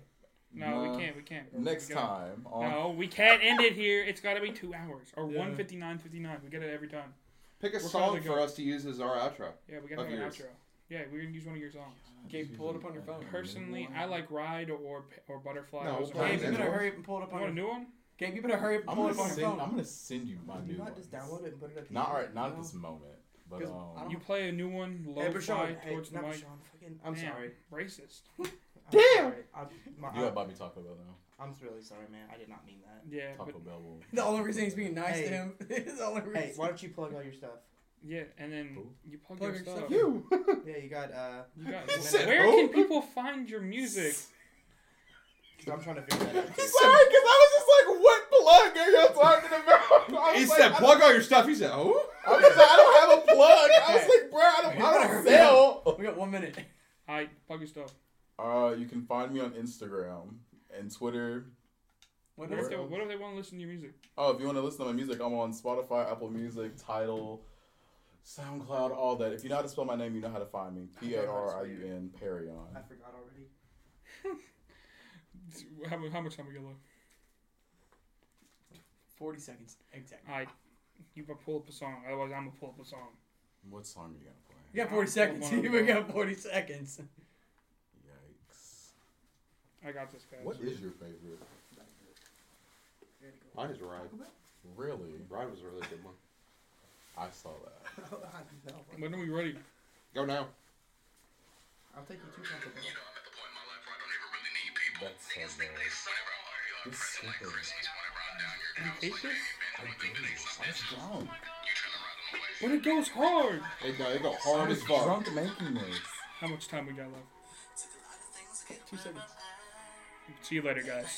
[SPEAKER 1] No,
[SPEAKER 4] Nah.
[SPEAKER 1] we can't. We can't. bro.
[SPEAKER 4] Next
[SPEAKER 1] We gotta-
[SPEAKER 4] time on
[SPEAKER 1] No, we can't end it here. It's got to be two hours or
[SPEAKER 5] Yeah.
[SPEAKER 1] one fifty nine fifty nine. We get it every time.
[SPEAKER 2] Pick a
[SPEAKER 1] We're
[SPEAKER 2] song
[SPEAKER 1] probably
[SPEAKER 2] for
[SPEAKER 1] going-
[SPEAKER 2] us to use as our outro.
[SPEAKER 1] Yeah, we got to
[SPEAKER 2] Of
[SPEAKER 1] have an
[SPEAKER 2] yours.
[SPEAKER 1] outro. Yeah, we're gonna use one of your songs.
[SPEAKER 5] Gabe, pull it up on your phone.
[SPEAKER 1] Personally, I like Ride or or Butterfly.
[SPEAKER 2] No,
[SPEAKER 1] Those
[SPEAKER 2] we'll
[SPEAKER 1] are my
[SPEAKER 2] play
[SPEAKER 5] Gabe, you
[SPEAKER 2] it
[SPEAKER 1] favorites.
[SPEAKER 5] better hurry up and pull it up
[SPEAKER 1] You
[SPEAKER 5] on
[SPEAKER 1] want
[SPEAKER 5] your
[SPEAKER 1] a new one?
[SPEAKER 5] Gabe, you better hurry up and
[SPEAKER 4] I'm
[SPEAKER 5] pull it
[SPEAKER 4] gonna
[SPEAKER 5] up on your
[SPEAKER 4] send. I'm
[SPEAKER 5] phone.
[SPEAKER 4] gonna send you my
[SPEAKER 3] Can
[SPEAKER 4] new
[SPEAKER 3] you not
[SPEAKER 4] ones.
[SPEAKER 3] just download it and put it up?
[SPEAKER 4] Not
[SPEAKER 3] here?
[SPEAKER 4] right. Not at
[SPEAKER 5] No.
[SPEAKER 4] this moment. But
[SPEAKER 5] 'Cause I
[SPEAKER 4] um,
[SPEAKER 5] don't-
[SPEAKER 1] You play a new one,
[SPEAKER 3] Hey,
[SPEAKER 1] low
[SPEAKER 3] Bashawn.
[SPEAKER 1] fi
[SPEAKER 3] Hey,
[SPEAKER 1] towards the
[SPEAKER 3] not
[SPEAKER 1] mic.
[SPEAKER 3] Bashawn. Fucking. I'm
[SPEAKER 1] Damn,
[SPEAKER 3] sorry.
[SPEAKER 1] Racist.
[SPEAKER 3] I'm
[SPEAKER 2] Damn.
[SPEAKER 3] sorry. I'm, my,
[SPEAKER 4] you got
[SPEAKER 3] I'm,
[SPEAKER 4] Bobby Taco Bell now.
[SPEAKER 3] I'm really sorry, man. I did not mean that.
[SPEAKER 1] Yeah, but
[SPEAKER 4] Taco Bell. Will...
[SPEAKER 5] The only reason he's being nice
[SPEAKER 3] Hey.
[SPEAKER 5] to him is the only reason.
[SPEAKER 3] Hey, why don't you plug all your stuff?
[SPEAKER 1] yeah, and then
[SPEAKER 4] Who?
[SPEAKER 1] you plug,
[SPEAKER 5] Plug
[SPEAKER 1] your
[SPEAKER 5] your
[SPEAKER 1] stuff.
[SPEAKER 5] stuff. You.
[SPEAKER 3] Yeah, you got. uh
[SPEAKER 1] You got-
[SPEAKER 3] You said
[SPEAKER 1] where can
[SPEAKER 2] who?
[SPEAKER 1] people find your music?
[SPEAKER 3] I'm trying to figure that out.
[SPEAKER 2] He
[SPEAKER 3] too.
[SPEAKER 2] said-
[SPEAKER 4] Sorry, because I was just like, what plug are you talking about? I was
[SPEAKER 2] He
[SPEAKER 4] like,
[SPEAKER 2] said,
[SPEAKER 4] I
[SPEAKER 2] "Plug all your stuff." He said, "Oh."
[SPEAKER 4] Don't, I was like, I don't have a plug. I was like, bro, I don't, I don't sell.
[SPEAKER 5] We got one minute.
[SPEAKER 1] All right, plug your stuff.
[SPEAKER 4] Uh, you can find me on Instagram and Twitter.
[SPEAKER 5] What
[SPEAKER 1] What
[SPEAKER 5] else?
[SPEAKER 1] if they, what if they want to listen to your music?
[SPEAKER 4] Oh, if you want to listen to my music, I'm on Spotify, Apple Music, Tidal, SoundCloud, all that. If you know how to spell my name, you know how to find me. P A R I U N Parion.
[SPEAKER 3] I forgot already.
[SPEAKER 1] How, mu- how much time we got left?
[SPEAKER 5] Forty seconds exactly.
[SPEAKER 1] I, you better pull up a song. Otherwise, I'm gonna pull up a song.
[SPEAKER 4] What song are you gonna play?
[SPEAKER 5] You got
[SPEAKER 1] I'll
[SPEAKER 5] forty seconds.
[SPEAKER 1] pull mine
[SPEAKER 5] we
[SPEAKER 1] up.
[SPEAKER 5] got forty seconds.
[SPEAKER 4] Yikes.
[SPEAKER 1] I got this, guys.
[SPEAKER 4] What is your favorite?
[SPEAKER 2] Mine is Ride.
[SPEAKER 4] Really?
[SPEAKER 2] Ride was a really good one.
[SPEAKER 4] I saw that.
[SPEAKER 1] When are we ready?
[SPEAKER 2] Go now.
[SPEAKER 3] I'll take you two seconds.
[SPEAKER 4] That's so good. This simple.
[SPEAKER 1] You hate this?
[SPEAKER 4] I do. I was drunk.
[SPEAKER 1] When it goes hard.
[SPEAKER 2] They go, they go
[SPEAKER 4] Oh, I
[SPEAKER 2] hard as
[SPEAKER 4] was
[SPEAKER 2] fuck.
[SPEAKER 4] drunk making this.
[SPEAKER 1] How much time we got left?
[SPEAKER 5] Two seconds.
[SPEAKER 1] See you later, guys.